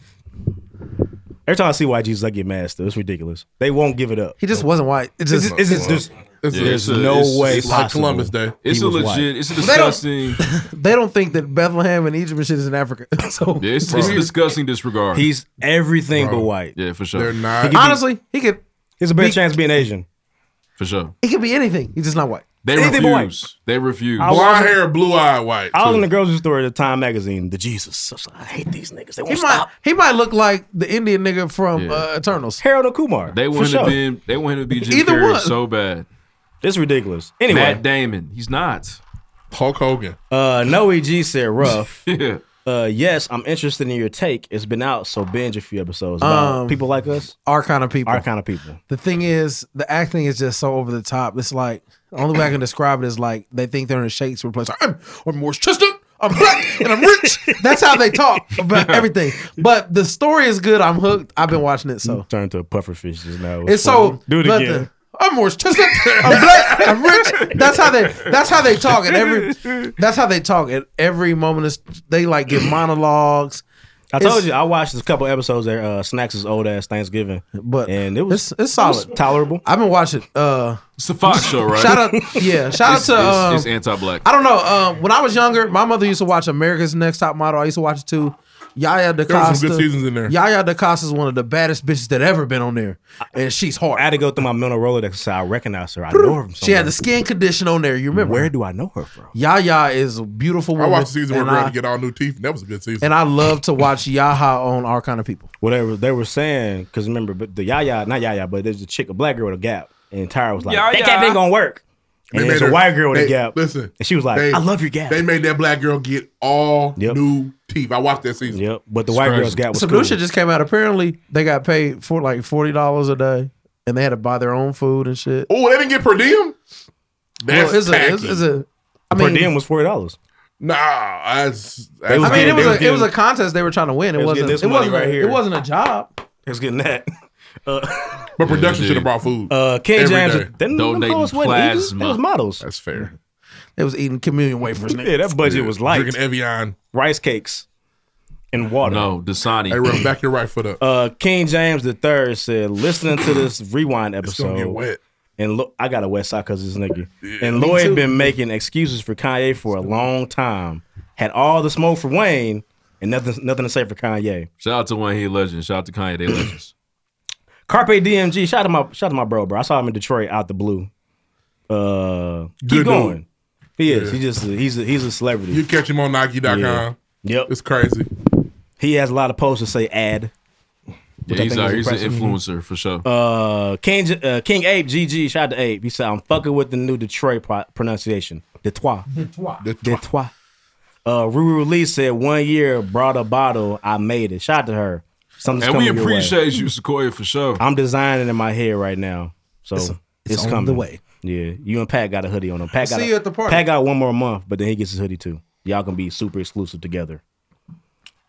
[SPEAKER 4] Every time I see White Jesus, I get mad. Still, it's ridiculous. They won't give it up.
[SPEAKER 2] He just wasn't white. It
[SPEAKER 4] It's
[SPEAKER 2] just-
[SPEAKER 4] just, it's just, there's,
[SPEAKER 2] It's-
[SPEAKER 4] there's
[SPEAKER 2] it's a-
[SPEAKER 4] no
[SPEAKER 2] it's-
[SPEAKER 4] way.
[SPEAKER 2] it's like
[SPEAKER 4] possible
[SPEAKER 2] Columbus Day.
[SPEAKER 4] he
[SPEAKER 1] It's a
[SPEAKER 4] was
[SPEAKER 1] legit.
[SPEAKER 4] white.
[SPEAKER 1] It's a
[SPEAKER 2] They don't-
[SPEAKER 1] disgusting.
[SPEAKER 2] they don't think that Bethlehem and Egypt and shit is in Africa. so
[SPEAKER 1] Yeah, it's, it's a disgusting disregard.
[SPEAKER 4] He's everything
[SPEAKER 1] Bro.
[SPEAKER 4] but white.
[SPEAKER 1] Yeah, for sure.
[SPEAKER 4] They're
[SPEAKER 1] not.
[SPEAKER 4] He could be-
[SPEAKER 2] honestly, he could
[SPEAKER 4] He's a better
[SPEAKER 2] Be-
[SPEAKER 4] chance of being Asian.
[SPEAKER 1] For sure.
[SPEAKER 2] he could be anything. He's just not white.
[SPEAKER 1] They
[SPEAKER 4] Anything but white.
[SPEAKER 1] refuse. They refuse.
[SPEAKER 4] I was- Blonde hair,
[SPEAKER 3] blue eye, white.
[SPEAKER 4] I was in the grocery store at the Time magazine. The Jesus. I was like, I hate these niggas. They
[SPEAKER 2] He
[SPEAKER 4] won't
[SPEAKER 2] might
[SPEAKER 4] stop.
[SPEAKER 2] he might look like the Indian nigga from
[SPEAKER 1] Yeah.
[SPEAKER 2] uh, Eternals.
[SPEAKER 4] Harold and Kumar.
[SPEAKER 1] They want him to be. They want him to be Jim
[SPEAKER 2] Either
[SPEAKER 1] Carrey
[SPEAKER 2] one.
[SPEAKER 1] so bad.
[SPEAKER 4] It's ridiculous. Anyway.
[SPEAKER 1] Matt Damon. He's not.
[SPEAKER 3] Hulk Hogan.
[SPEAKER 4] Uh, Noe G said rough.
[SPEAKER 1] yeah.
[SPEAKER 4] Uh, yes, I'm interested in your take. It's been out, so binge a few episodes. About
[SPEAKER 2] Um,
[SPEAKER 4] people like us,
[SPEAKER 2] our kind of people,
[SPEAKER 4] our kind of people.
[SPEAKER 2] The thing is, the acting is just so over the top. It's like the only way I can describe it is like they think they're in a Shakespeare place. Like, I'm, I'm Morris Chestnut. I'm black and I'm rich. That's how they talk about everything. But the story is good. I'm hooked. I've been watching it. So
[SPEAKER 4] turned to a pufferfish just now.
[SPEAKER 2] Oh. it's so.
[SPEAKER 4] do it
[SPEAKER 2] but
[SPEAKER 4] again.
[SPEAKER 2] the- I'm Morris Chestnut. I'm black. I'm rich. That's how they. That's how they talk at every. That's how they talk at every moment. It's- They like give monologues.
[SPEAKER 4] I
[SPEAKER 2] It's-
[SPEAKER 4] told you I watched a couple episodes there. Uh, Snacks' old ass Thanksgiving,
[SPEAKER 2] but
[SPEAKER 4] and it was
[SPEAKER 2] it's
[SPEAKER 4] it was
[SPEAKER 2] solid.
[SPEAKER 4] tolerable.
[SPEAKER 2] I've been watching. Uh,
[SPEAKER 1] it's a Fox show, right?
[SPEAKER 2] Shout out, yeah. Shout out
[SPEAKER 1] It's-
[SPEAKER 2] to.
[SPEAKER 1] it's-
[SPEAKER 2] um,
[SPEAKER 1] it's anti-black.
[SPEAKER 2] I don't know. Um, when I was younger, my mother used to watch America's Next Top Model. I used to watch it too. Yaya DaCosta.
[SPEAKER 3] There were some good seasons in there.
[SPEAKER 2] Yaya DaCosta is one of the baddest bitches that ever been on there, and she's hard. I
[SPEAKER 4] had to go through my mental rolodex. So I recognize her. I know her. From
[SPEAKER 2] She had the skin condition on there. You remember?
[SPEAKER 4] Where do I know her from?
[SPEAKER 2] Yaya is a beautiful
[SPEAKER 3] I
[SPEAKER 2] woman.
[SPEAKER 3] watched the season where
[SPEAKER 2] and
[SPEAKER 3] we had
[SPEAKER 2] I,
[SPEAKER 3] to get all new teeth. and That was a good season.
[SPEAKER 2] and I love to watch Yaha on our kind of people.
[SPEAKER 4] Whatever they were saying, because remember, but the Yaya, not Yaya, but there's a chick, a black girl with a gap, and Tyra was like,
[SPEAKER 3] Yaya.
[SPEAKER 4] "That gap ain't gonna work."
[SPEAKER 3] They
[SPEAKER 4] And
[SPEAKER 3] made
[SPEAKER 4] there's a
[SPEAKER 3] her-
[SPEAKER 4] white girl with
[SPEAKER 3] they-
[SPEAKER 4] a gap.
[SPEAKER 3] listen,
[SPEAKER 4] and she was like,
[SPEAKER 3] they-
[SPEAKER 4] "I love your gap."
[SPEAKER 3] They made that black girl get all new teeth. I watched that season.
[SPEAKER 4] Yep. But the white girls got was
[SPEAKER 2] Some
[SPEAKER 4] cool.
[SPEAKER 2] new shit just came out. Apparently, they got paid for like forty dollars a day, and they had to buy their own food and shit.
[SPEAKER 3] Oh, they didn't get per diem. That's
[SPEAKER 2] Well, it's a-
[SPEAKER 3] tacky.
[SPEAKER 2] it's- it's a- I
[SPEAKER 4] per
[SPEAKER 2] mean-
[SPEAKER 4] diem was forty dollars.
[SPEAKER 3] Nah, that's,
[SPEAKER 4] They was
[SPEAKER 2] I mean,
[SPEAKER 4] getting-
[SPEAKER 2] it was
[SPEAKER 4] they
[SPEAKER 2] a
[SPEAKER 4] was
[SPEAKER 2] it was a
[SPEAKER 4] getting-
[SPEAKER 2] contest they were trying to win. It
[SPEAKER 4] they was getting
[SPEAKER 2] wasn't.
[SPEAKER 4] this
[SPEAKER 2] it
[SPEAKER 4] money
[SPEAKER 2] wasn't.
[SPEAKER 4] right
[SPEAKER 2] a-
[SPEAKER 4] here.
[SPEAKER 2] It wasn't a job.
[SPEAKER 4] It was getting that.
[SPEAKER 3] But production should have brought food.
[SPEAKER 4] Uh, Ken
[SPEAKER 3] Every
[SPEAKER 4] James,
[SPEAKER 3] day.
[SPEAKER 4] them- them fellas wasn't eaters, they was models.
[SPEAKER 3] That's fair.
[SPEAKER 2] It was eating communion wafers. Nigga.
[SPEAKER 4] Yeah, that budget was light.
[SPEAKER 3] Drinking Evian,
[SPEAKER 4] rice cakes, and water.
[SPEAKER 1] No, Dasani.
[SPEAKER 3] Hey, run back your right foot up.
[SPEAKER 4] Uh, King James the Third said, "Listening to this rewind episode,
[SPEAKER 3] gonna get wet.
[SPEAKER 4] and look, I got a wet sock because this nigga and
[SPEAKER 3] me
[SPEAKER 4] Lloyd
[SPEAKER 3] too.
[SPEAKER 4] been making excuses for Kanye for a long time. Had all the smoke for Wayne, and nothing, nothing to say for Kanye.
[SPEAKER 1] Shout out to Wayne. He legend. Shout out to Kanye. They legends.
[SPEAKER 4] Carpe DMG, shout out to my, shout out to my bro, bro. I saw him in Detroit out the blue. Uh,
[SPEAKER 3] Good dude.
[SPEAKER 4] keep going. He is.
[SPEAKER 3] Yeah.
[SPEAKER 4] He just he's a, he's a celebrity.
[SPEAKER 3] You catch him on Nike.com.
[SPEAKER 4] Yeah. Yep,
[SPEAKER 3] it's crazy.
[SPEAKER 4] He has a lot of posts that say ad.
[SPEAKER 1] Yeah,
[SPEAKER 4] which I
[SPEAKER 1] he's,
[SPEAKER 4] think
[SPEAKER 1] out,
[SPEAKER 4] is
[SPEAKER 1] he's an
[SPEAKER 4] impressive.
[SPEAKER 1] influencer for sure.
[SPEAKER 4] Uh, King J- uh, King Ape GG, shout out to Ape. He said, "I'm fucking with the new Detroit pro- pronunciation, Detroit,
[SPEAKER 2] Detroit,
[SPEAKER 4] Detroit." Uh, Ruru Lee said, "One year brought a bottle, I made it." Shout out to her. Something's
[SPEAKER 1] and we
[SPEAKER 4] coming your way.
[SPEAKER 1] appreciate you, Sequoia, for sure.
[SPEAKER 4] I'm designing in my head right now, so
[SPEAKER 1] It's-
[SPEAKER 4] it's,
[SPEAKER 1] it's on
[SPEAKER 4] coming
[SPEAKER 1] the way.
[SPEAKER 4] Yeah, you and Pat got a hoodie on him. Pat
[SPEAKER 2] I'll
[SPEAKER 4] got
[SPEAKER 2] see
[SPEAKER 4] a-
[SPEAKER 2] you at the party.
[SPEAKER 4] Pat got one more month, but then he gets his hoodie too. Y'all gonna be super exclusive together.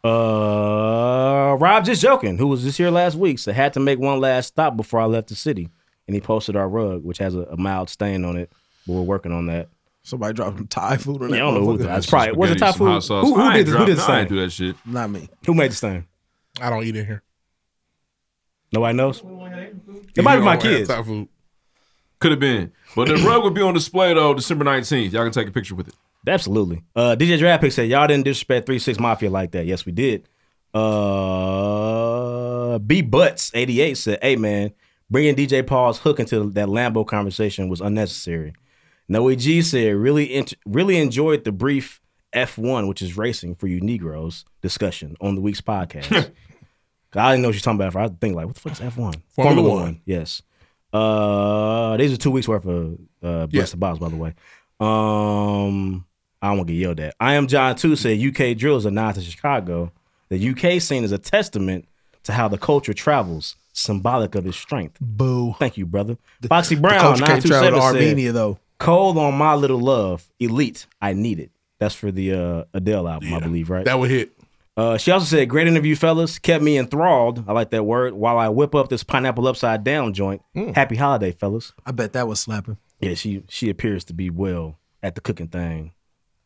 [SPEAKER 4] Uh, Rob just joking. Who was just here last week? So had to make one last stop before I left the city, and he posted our rug, which has a, a mild stain on it. But we're working on that.
[SPEAKER 2] Somebody dropped some Thai food
[SPEAKER 4] Yeah,
[SPEAKER 2] on that.
[SPEAKER 4] I don't know who
[SPEAKER 2] motherfucker.
[SPEAKER 4] did- that's probably was it
[SPEAKER 1] Spaghetti,
[SPEAKER 4] top
[SPEAKER 1] some hot
[SPEAKER 4] food.
[SPEAKER 1] sauce.
[SPEAKER 4] Who, who
[SPEAKER 1] I ain't
[SPEAKER 4] did, who
[SPEAKER 1] drop-
[SPEAKER 4] did the
[SPEAKER 1] I ain't
[SPEAKER 4] stain?
[SPEAKER 1] do that shit.
[SPEAKER 2] Not me.
[SPEAKER 4] Who made the stain?
[SPEAKER 3] I don't eat in here.
[SPEAKER 4] Nobody knows. It might be my kids.
[SPEAKER 1] Could have been. But the rug will be on display though, December 19th. Y'all can take a picture with it.
[SPEAKER 4] Absolutely. Uh, DJ Draft Pick said, Y'all didn't disrespect 3 6 Mafia like that. Yes, we did. Uh, B Butts 88 said, Hey, man, bringing DJ Paul's hook into that Lambo conversation was unnecessary. Noe G said, Really, int- really enjoyed the brief F1, which is racing for you Negroes discussion on the week's podcast. I didn't know what you're talking about. I think, like, what the fuck is F1? Formula,
[SPEAKER 3] One.
[SPEAKER 4] Yes. Uh, these are two weeks worth of uh, Bless
[SPEAKER 3] Yeah.
[SPEAKER 4] the Box, by the way. Um, I don't want to get yelled at. I am John too said UK drill is a nod to Chicago. The UK scene is a testament to how the culture travels. symbolic of his strength.
[SPEAKER 2] Boo.
[SPEAKER 4] Thank you, brother. Foxy Brown,
[SPEAKER 2] coach can't travel
[SPEAKER 4] 927
[SPEAKER 2] to
[SPEAKER 4] said,
[SPEAKER 2] Armenia, though.
[SPEAKER 4] Cold on My Little Love, Elite, I Need It. That's for the uh, Adele album, I believe, right?
[SPEAKER 3] That would hit.
[SPEAKER 4] Uh, she also said, great interview, fellas. Kept me enthralled. I like that word. While I whip up this pineapple upside down joint.
[SPEAKER 3] Hmm.
[SPEAKER 4] Happy holiday, fellas.
[SPEAKER 2] I bet that was slapping.
[SPEAKER 4] Yeah, she she appears to be well at the cooking thing.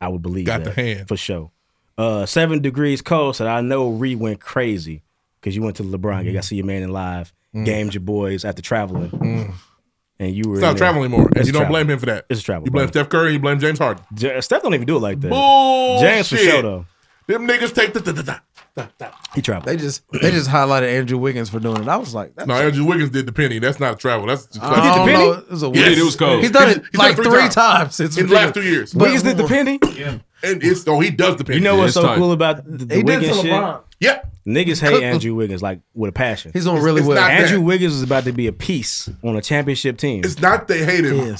[SPEAKER 4] I would believe
[SPEAKER 3] Got
[SPEAKER 4] that,
[SPEAKER 3] the hand.
[SPEAKER 4] for sure. Uh, seven degrees cold said, I know Ree went crazy because you went to the LeBron game. I see your man in live,
[SPEAKER 3] Mm-hmm. Mm.
[SPEAKER 4] gamed your boys after traveling, and you were
[SPEAKER 3] It's not
[SPEAKER 4] in there.
[SPEAKER 3] traveling anymore. And
[SPEAKER 4] It's
[SPEAKER 3] you don't
[SPEAKER 4] traveling.
[SPEAKER 3] blame him for that.
[SPEAKER 4] It's travel.
[SPEAKER 3] You blame Steph Curry and you blame James Harden.
[SPEAKER 4] Steph don't even do it like that.
[SPEAKER 3] Bullshit.
[SPEAKER 4] James for sure though.
[SPEAKER 3] Them niggas take the. da- da- da- da- da.
[SPEAKER 4] He traveled.
[SPEAKER 2] They just they just highlighted Andrew Wiggins for doing it. I was like, that's
[SPEAKER 3] No, Andrew Wiggins did the penny. That's not travel. That's just
[SPEAKER 4] Uh-huh.
[SPEAKER 2] I don't know. It was a
[SPEAKER 3] Yes.
[SPEAKER 2] weird- He's done it like three times. It's
[SPEAKER 3] in the last two years.
[SPEAKER 2] ridiculous. But- Wiggins did the
[SPEAKER 4] penny.
[SPEAKER 3] Yeah, and it's oh he does the penny.
[SPEAKER 4] You know what's so
[SPEAKER 3] It's tight.
[SPEAKER 4] cool about the, the
[SPEAKER 3] He did
[SPEAKER 4] Wiggins
[SPEAKER 3] to
[SPEAKER 4] shit?
[SPEAKER 3] LeBron. Yep.
[SPEAKER 4] Niggas
[SPEAKER 3] Cook-
[SPEAKER 4] hate Andrew Wiggins like with a passion.
[SPEAKER 3] He's on It's- really it's well. not that.
[SPEAKER 4] Andrew Wiggins is about to be a piece on a championship team.
[SPEAKER 3] It's not they hate him.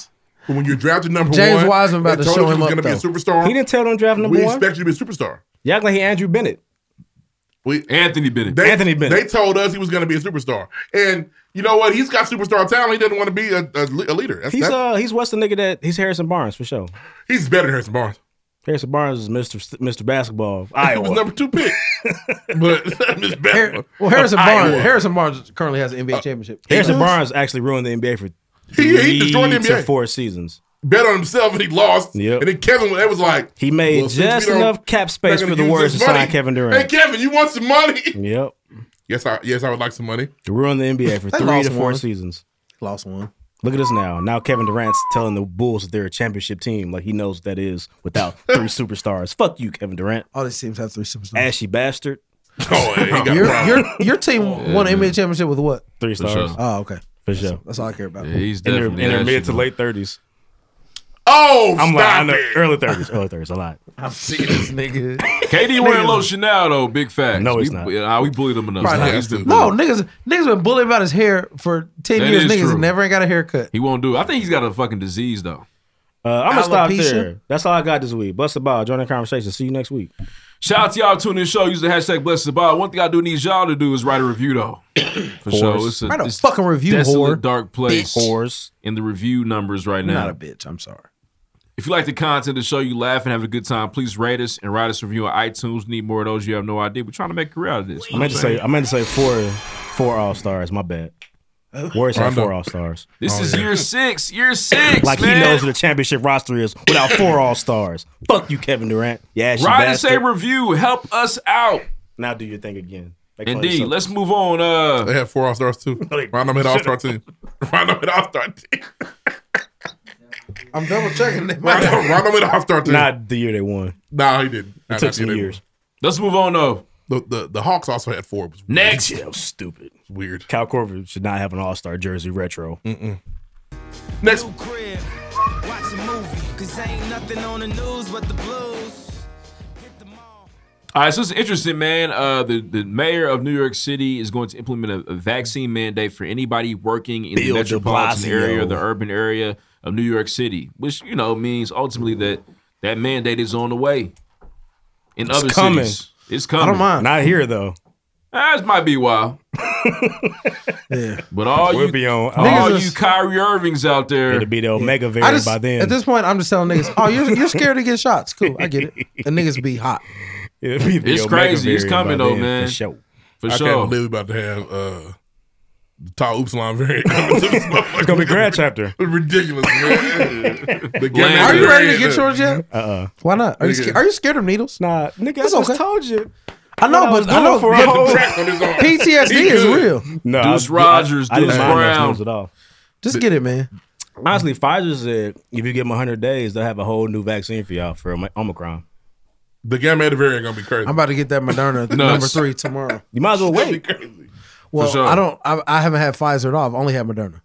[SPEAKER 3] But when you're drafted number
[SPEAKER 4] James
[SPEAKER 3] one,
[SPEAKER 4] Wiseman about
[SPEAKER 3] they
[SPEAKER 4] to
[SPEAKER 3] told
[SPEAKER 4] show
[SPEAKER 3] you
[SPEAKER 4] him
[SPEAKER 3] he was
[SPEAKER 4] up,
[SPEAKER 3] Gonna
[SPEAKER 4] though.
[SPEAKER 3] be a superstar.
[SPEAKER 4] He didn't tell them draft number
[SPEAKER 3] we
[SPEAKER 4] one.
[SPEAKER 3] expect you to be a superstar.
[SPEAKER 4] You act like he Andrew Bennett.
[SPEAKER 3] We,
[SPEAKER 1] Anthony Bennett.
[SPEAKER 3] They,
[SPEAKER 4] Anthony Bennett.
[SPEAKER 3] They told us he was going to be a superstar, and you know what? He's got superstar talent. He doesn't want to be a, a, le- a leader. That's,
[SPEAKER 4] He's
[SPEAKER 3] that's,
[SPEAKER 4] uh he's what's the nigga that he's Harrison Barnes for sure.
[SPEAKER 3] He's better than Harrison Barnes.
[SPEAKER 4] Harrison Barnes is Mr. S- Mr. Basketball of
[SPEAKER 3] He was
[SPEAKER 4] Iowa.
[SPEAKER 3] number two pick, but Miss Bennett.
[SPEAKER 2] Well, Harrison Barnes.
[SPEAKER 4] Iowa.
[SPEAKER 2] Harrison Barnes currently has an NBA championship.
[SPEAKER 4] Uh, Harrison Barnes actually ruined the NBA for
[SPEAKER 3] He- he
[SPEAKER 4] three
[SPEAKER 3] destroyed the
[SPEAKER 4] to
[SPEAKER 3] NBA.
[SPEAKER 4] four seasons.
[SPEAKER 3] bet on himself and he lost.
[SPEAKER 4] Yep.
[SPEAKER 3] And then Kevin, that was like
[SPEAKER 4] He made
[SPEAKER 3] well, since
[SPEAKER 4] just
[SPEAKER 3] we don't-
[SPEAKER 4] enough cap
[SPEAKER 3] not
[SPEAKER 4] space
[SPEAKER 3] gonna
[SPEAKER 4] for the
[SPEAKER 3] use
[SPEAKER 4] Warriors to
[SPEAKER 3] this
[SPEAKER 4] sign
[SPEAKER 3] money.
[SPEAKER 4] Kevin
[SPEAKER 3] Hey
[SPEAKER 4] Durant.
[SPEAKER 3] Kevin, you want some money?
[SPEAKER 4] Yep.
[SPEAKER 3] Yes, I yes I would like some money.
[SPEAKER 4] To ruin the NBA for
[SPEAKER 3] They
[SPEAKER 4] three
[SPEAKER 3] lost
[SPEAKER 4] to four
[SPEAKER 3] one.
[SPEAKER 4] seasons.
[SPEAKER 2] Lost one.
[SPEAKER 4] Look at us now. Now Kevin Durant's telling the Bulls that they're a championship team, like he knows what that is without three superstars. Fuck you, Kevin Durant.
[SPEAKER 2] All these teams have three superstars.
[SPEAKER 4] Ashy bastard.
[SPEAKER 3] Oh,
[SPEAKER 2] Your, your your team won an NBA championship with what?
[SPEAKER 4] Three For stars. sure.
[SPEAKER 2] Oh, okay.
[SPEAKER 4] For sure.
[SPEAKER 2] That's all I care about.
[SPEAKER 4] Yeah, he's In their- definitely in their ashy, mid to bro. late thirties.
[SPEAKER 3] Oh,
[SPEAKER 4] I'm like, I
[SPEAKER 1] stop
[SPEAKER 4] know,
[SPEAKER 1] it.
[SPEAKER 4] early thirties, early thirties, a lot.
[SPEAKER 2] I'm seeing this nigga.
[SPEAKER 1] KD wearing low Chanel though, big fact.
[SPEAKER 4] No,
[SPEAKER 1] we,
[SPEAKER 4] he's not.
[SPEAKER 1] Nah, we bullied him enough.
[SPEAKER 2] Probably
[SPEAKER 1] Nah,
[SPEAKER 2] not.
[SPEAKER 1] he's the-
[SPEAKER 2] No, niggas niggas been bullied about his hair for ten
[SPEAKER 1] That
[SPEAKER 2] years.
[SPEAKER 1] is
[SPEAKER 2] Niggas
[SPEAKER 1] true.
[SPEAKER 2] never ain't got a haircut.
[SPEAKER 1] He won't do. it. I think he's got a fucking disease though.
[SPEAKER 4] Uh, I'm gonna stop
[SPEAKER 1] Alopecia?
[SPEAKER 4] there. That's all I got this week. Bless the ball. Join the conversation. See you next week.
[SPEAKER 1] Shout out to y'all tuning in the show. Use the hashtag blessed about. One thing I do need y'all to do is write a review though. For
[SPEAKER 2] Whores.
[SPEAKER 1] sure. It's
[SPEAKER 2] Write a
[SPEAKER 1] it's
[SPEAKER 2] fucking review,
[SPEAKER 1] desolate
[SPEAKER 2] whore.
[SPEAKER 1] dark place.
[SPEAKER 2] Bitch.
[SPEAKER 1] In the review numbers right
[SPEAKER 2] You're
[SPEAKER 1] now.
[SPEAKER 2] not a bitch. I'm sorry.
[SPEAKER 1] If you like the content of the show, you laugh and have a good time, please rate us and write us a review on iTunes. Need more of those. You have no idea. We're trying to make a career out of this.
[SPEAKER 4] I meant to say I meant to say four four all stars. My bad. Warriors have four all stars.
[SPEAKER 1] This is year six. Year six.
[SPEAKER 4] like
[SPEAKER 1] man.
[SPEAKER 4] he knows what the championship roster is without four all stars. Fuck you, Kevin Durant. Yeah,
[SPEAKER 1] Ride and say review. Help us
[SPEAKER 4] Oh,
[SPEAKER 1] out.
[SPEAKER 4] Now do your thing again. Make fun of
[SPEAKER 1] Indeed.
[SPEAKER 4] yourself.
[SPEAKER 1] Let's move on. Uh,
[SPEAKER 3] They had four all stars too. Round them at all star team. Round them at all star team.
[SPEAKER 2] I'm double checking.
[SPEAKER 3] Round them round them at all star team.
[SPEAKER 4] Not the year they won.
[SPEAKER 3] No, he didn't.
[SPEAKER 4] It took some years.
[SPEAKER 1] Let's move on uh, though.
[SPEAKER 3] The, the the Hawks also had four. It was weird.
[SPEAKER 1] Next.
[SPEAKER 4] Yeah, that was stupid.
[SPEAKER 3] Weird.
[SPEAKER 4] Cal Corver should not have an All Star jersey retro.
[SPEAKER 3] Next.
[SPEAKER 12] Crib, watch a movie, cause ain't nothing on the news but the blues.
[SPEAKER 1] All right, so it's interesting, man. Uh, the, the mayor of New York City is going to implement a, a vaccine mandate for anybody working in the
[SPEAKER 4] Bill de
[SPEAKER 1] metropolitan
[SPEAKER 4] Blasio.
[SPEAKER 1] area or the urban area of New York City, which, you know, means ultimately that that mandate is on the way in
[SPEAKER 4] It's
[SPEAKER 1] other
[SPEAKER 4] coming.
[SPEAKER 1] cities. It's coming.
[SPEAKER 4] Not here though.
[SPEAKER 1] Ah, this might be a while.
[SPEAKER 2] yeah.
[SPEAKER 1] But all
[SPEAKER 4] We'll
[SPEAKER 1] you,
[SPEAKER 4] be on-
[SPEAKER 1] all
[SPEAKER 4] Niggas
[SPEAKER 1] you
[SPEAKER 4] is-
[SPEAKER 1] Kyrie Irvings out there.
[SPEAKER 4] It'll be the Omega
[SPEAKER 2] I
[SPEAKER 4] variant
[SPEAKER 2] just-
[SPEAKER 4] by then.
[SPEAKER 2] At this point, I'm just telling niggas, oh, you're, you're scared to get shots. Cool, I get it. The niggas be hot.
[SPEAKER 4] It'll be the
[SPEAKER 1] It's
[SPEAKER 4] Omega
[SPEAKER 1] crazy. It's
[SPEAKER 4] variant
[SPEAKER 1] coming
[SPEAKER 4] by
[SPEAKER 1] though,
[SPEAKER 4] then,
[SPEAKER 1] man.
[SPEAKER 4] For sure.
[SPEAKER 1] For
[SPEAKER 3] I
[SPEAKER 1] sure.
[SPEAKER 3] can't believe we about to have uh, the Tall Oops line variant. it's
[SPEAKER 4] gonna be Grand Chapter.
[SPEAKER 3] Ridiculous, man. the
[SPEAKER 2] Land
[SPEAKER 3] out
[SPEAKER 2] Are you
[SPEAKER 3] there
[SPEAKER 2] ready to
[SPEAKER 3] is
[SPEAKER 2] get
[SPEAKER 3] a-
[SPEAKER 2] yours yet?
[SPEAKER 4] Uh uh
[SPEAKER 2] Why not? Are you,
[SPEAKER 3] Nigga.
[SPEAKER 2] sca- are you scared of needles?
[SPEAKER 4] Nah, nigga, I just told you.
[SPEAKER 2] I know,
[SPEAKER 4] I was
[SPEAKER 2] but
[SPEAKER 4] going
[SPEAKER 2] no,
[SPEAKER 4] for a
[SPEAKER 2] but
[SPEAKER 4] whole-
[SPEAKER 2] PTSD
[SPEAKER 4] He
[SPEAKER 2] is
[SPEAKER 4] good.
[SPEAKER 2] real.
[SPEAKER 4] No,
[SPEAKER 1] Deuce
[SPEAKER 4] I-
[SPEAKER 1] Rogers,
[SPEAKER 4] I, I didn't
[SPEAKER 1] Deuce
[SPEAKER 4] mind those
[SPEAKER 1] Brown.
[SPEAKER 4] moves at all.
[SPEAKER 2] Just get it, man.
[SPEAKER 4] Honestly, Pfizer said if you give them 100 days, they'll have a whole new vaccine for y'all for Om- Omicron.
[SPEAKER 3] The gamma variant gonna be crazy.
[SPEAKER 2] I'm about to get that Moderna
[SPEAKER 4] Nuts.
[SPEAKER 2] number three tomorrow.
[SPEAKER 4] You might as well wait.
[SPEAKER 2] Well,
[SPEAKER 4] sure.
[SPEAKER 2] I don't. I, I haven't had Pfizer at all. I've only had Moderna.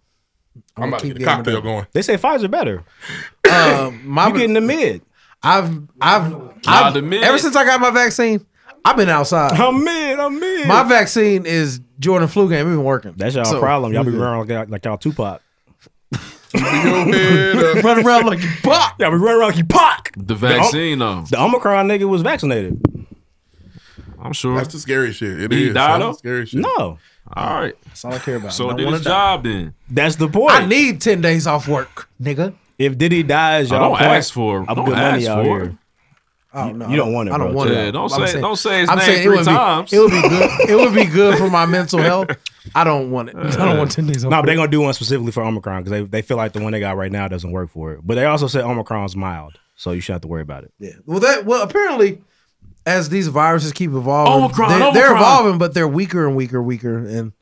[SPEAKER 3] I'm about to
[SPEAKER 2] keep
[SPEAKER 3] get a
[SPEAKER 2] getting
[SPEAKER 3] cocktail
[SPEAKER 2] Moderna.
[SPEAKER 3] going.
[SPEAKER 4] They say Pfizer better.
[SPEAKER 2] Um, my, you
[SPEAKER 4] getting the mid?
[SPEAKER 2] I've I've, I've
[SPEAKER 1] the mid.
[SPEAKER 2] ever since I got my vaccine, I've been outside.
[SPEAKER 4] I'm in. I'm in.
[SPEAKER 2] My vaccine is Jordan flu game. We've been working.
[SPEAKER 4] That's y'all
[SPEAKER 2] So,
[SPEAKER 4] problem. Y'all be
[SPEAKER 2] we good.
[SPEAKER 4] running like, like y'all Tupac.
[SPEAKER 2] running around like you pop.
[SPEAKER 4] Y'all be running around like you Pac.
[SPEAKER 1] The vaccine, though.
[SPEAKER 4] The Omicron nigga was vaccinated.
[SPEAKER 1] I'm sure.
[SPEAKER 3] That's the scary shit. It
[SPEAKER 1] Did he
[SPEAKER 3] is.
[SPEAKER 1] die,
[SPEAKER 3] That's
[SPEAKER 1] though?
[SPEAKER 3] the scary shit.
[SPEAKER 4] No.
[SPEAKER 1] All right.
[SPEAKER 4] That's all I care about.
[SPEAKER 1] So
[SPEAKER 4] I
[SPEAKER 1] did
[SPEAKER 4] wanna
[SPEAKER 1] his
[SPEAKER 4] die.
[SPEAKER 1] job then.
[SPEAKER 4] That's the point.
[SPEAKER 2] I need ten days off work, nigga.
[SPEAKER 4] If Diddy dies,
[SPEAKER 1] Oh,
[SPEAKER 4] y'all
[SPEAKER 1] don't
[SPEAKER 4] point,
[SPEAKER 1] ask for-
[SPEAKER 4] I'm
[SPEAKER 1] don't
[SPEAKER 4] good money
[SPEAKER 1] ask
[SPEAKER 4] out
[SPEAKER 1] for it.
[SPEAKER 4] here.
[SPEAKER 2] Oh no,
[SPEAKER 4] you don't want it,
[SPEAKER 2] I don't
[SPEAKER 4] bro.
[SPEAKER 2] want
[SPEAKER 4] Yeah,
[SPEAKER 2] it.
[SPEAKER 4] don't
[SPEAKER 2] I'm
[SPEAKER 1] say- don't say his
[SPEAKER 2] I'm
[SPEAKER 1] name
[SPEAKER 2] saying
[SPEAKER 1] three
[SPEAKER 2] it would
[SPEAKER 1] times.
[SPEAKER 2] Be, it would be good. It would be good for my mental health. I don't want it. I don't want ten days off.
[SPEAKER 4] No,
[SPEAKER 2] work.
[SPEAKER 4] they're gonna do one specifically for Omicron because they, they feel like the one they got right now doesn't work for it. But they also said Omicron's mild, so you shouldn't have to worry about it.
[SPEAKER 2] Yeah. Well, that well apparently, as these viruses keep evolving,
[SPEAKER 4] Omicron,
[SPEAKER 2] they're, they're
[SPEAKER 4] Omicron.
[SPEAKER 2] evolving, but they're weaker and weaker, weaker, and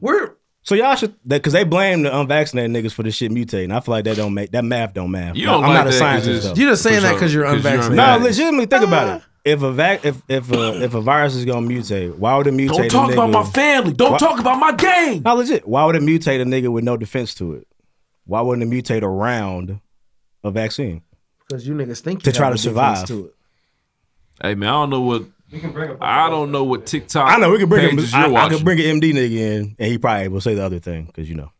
[SPEAKER 2] we're
[SPEAKER 4] so y'all should because they blame the unvaccinated niggas for this shit mutating. I feel like that don't make that math don't math.
[SPEAKER 2] You don't
[SPEAKER 4] I'm
[SPEAKER 2] like
[SPEAKER 4] not a
[SPEAKER 2] that 'cause
[SPEAKER 4] scientist.
[SPEAKER 2] it's-
[SPEAKER 4] though.
[SPEAKER 2] You're just saying For that sure. 'cause you're 'Cause you're unvaccinated.
[SPEAKER 4] No, legitimately think
[SPEAKER 2] Uh.
[SPEAKER 4] about it. If a vac if if a, if a virus is gonna mutate, why would it mutate?
[SPEAKER 1] Don't
[SPEAKER 4] a
[SPEAKER 1] talk about
[SPEAKER 4] nigga-
[SPEAKER 1] my family. Don't
[SPEAKER 4] Why-
[SPEAKER 1] talk about my gang.
[SPEAKER 4] No, legit. Why would it mutate a nigga with no defense to it? Why wouldn't it mutate around a vaccine?
[SPEAKER 2] because you niggas think
[SPEAKER 4] To
[SPEAKER 2] you
[SPEAKER 4] try
[SPEAKER 2] have
[SPEAKER 4] to
[SPEAKER 2] a defense
[SPEAKER 4] survive.
[SPEAKER 2] To it.
[SPEAKER 1] Hey man, I don't know what I don't know what TikTok.
[SPEAKER 4] I know we could bring him.
[SPEAKER 1] pages
[SPEAKER 4] I,
[SPEAKER 1] you're
[SPEAKER 4] I could
[SPEAKER 1] watching.
[SPEAKER 4] bring an MD nigga in, and he probably will say the other thing because you know.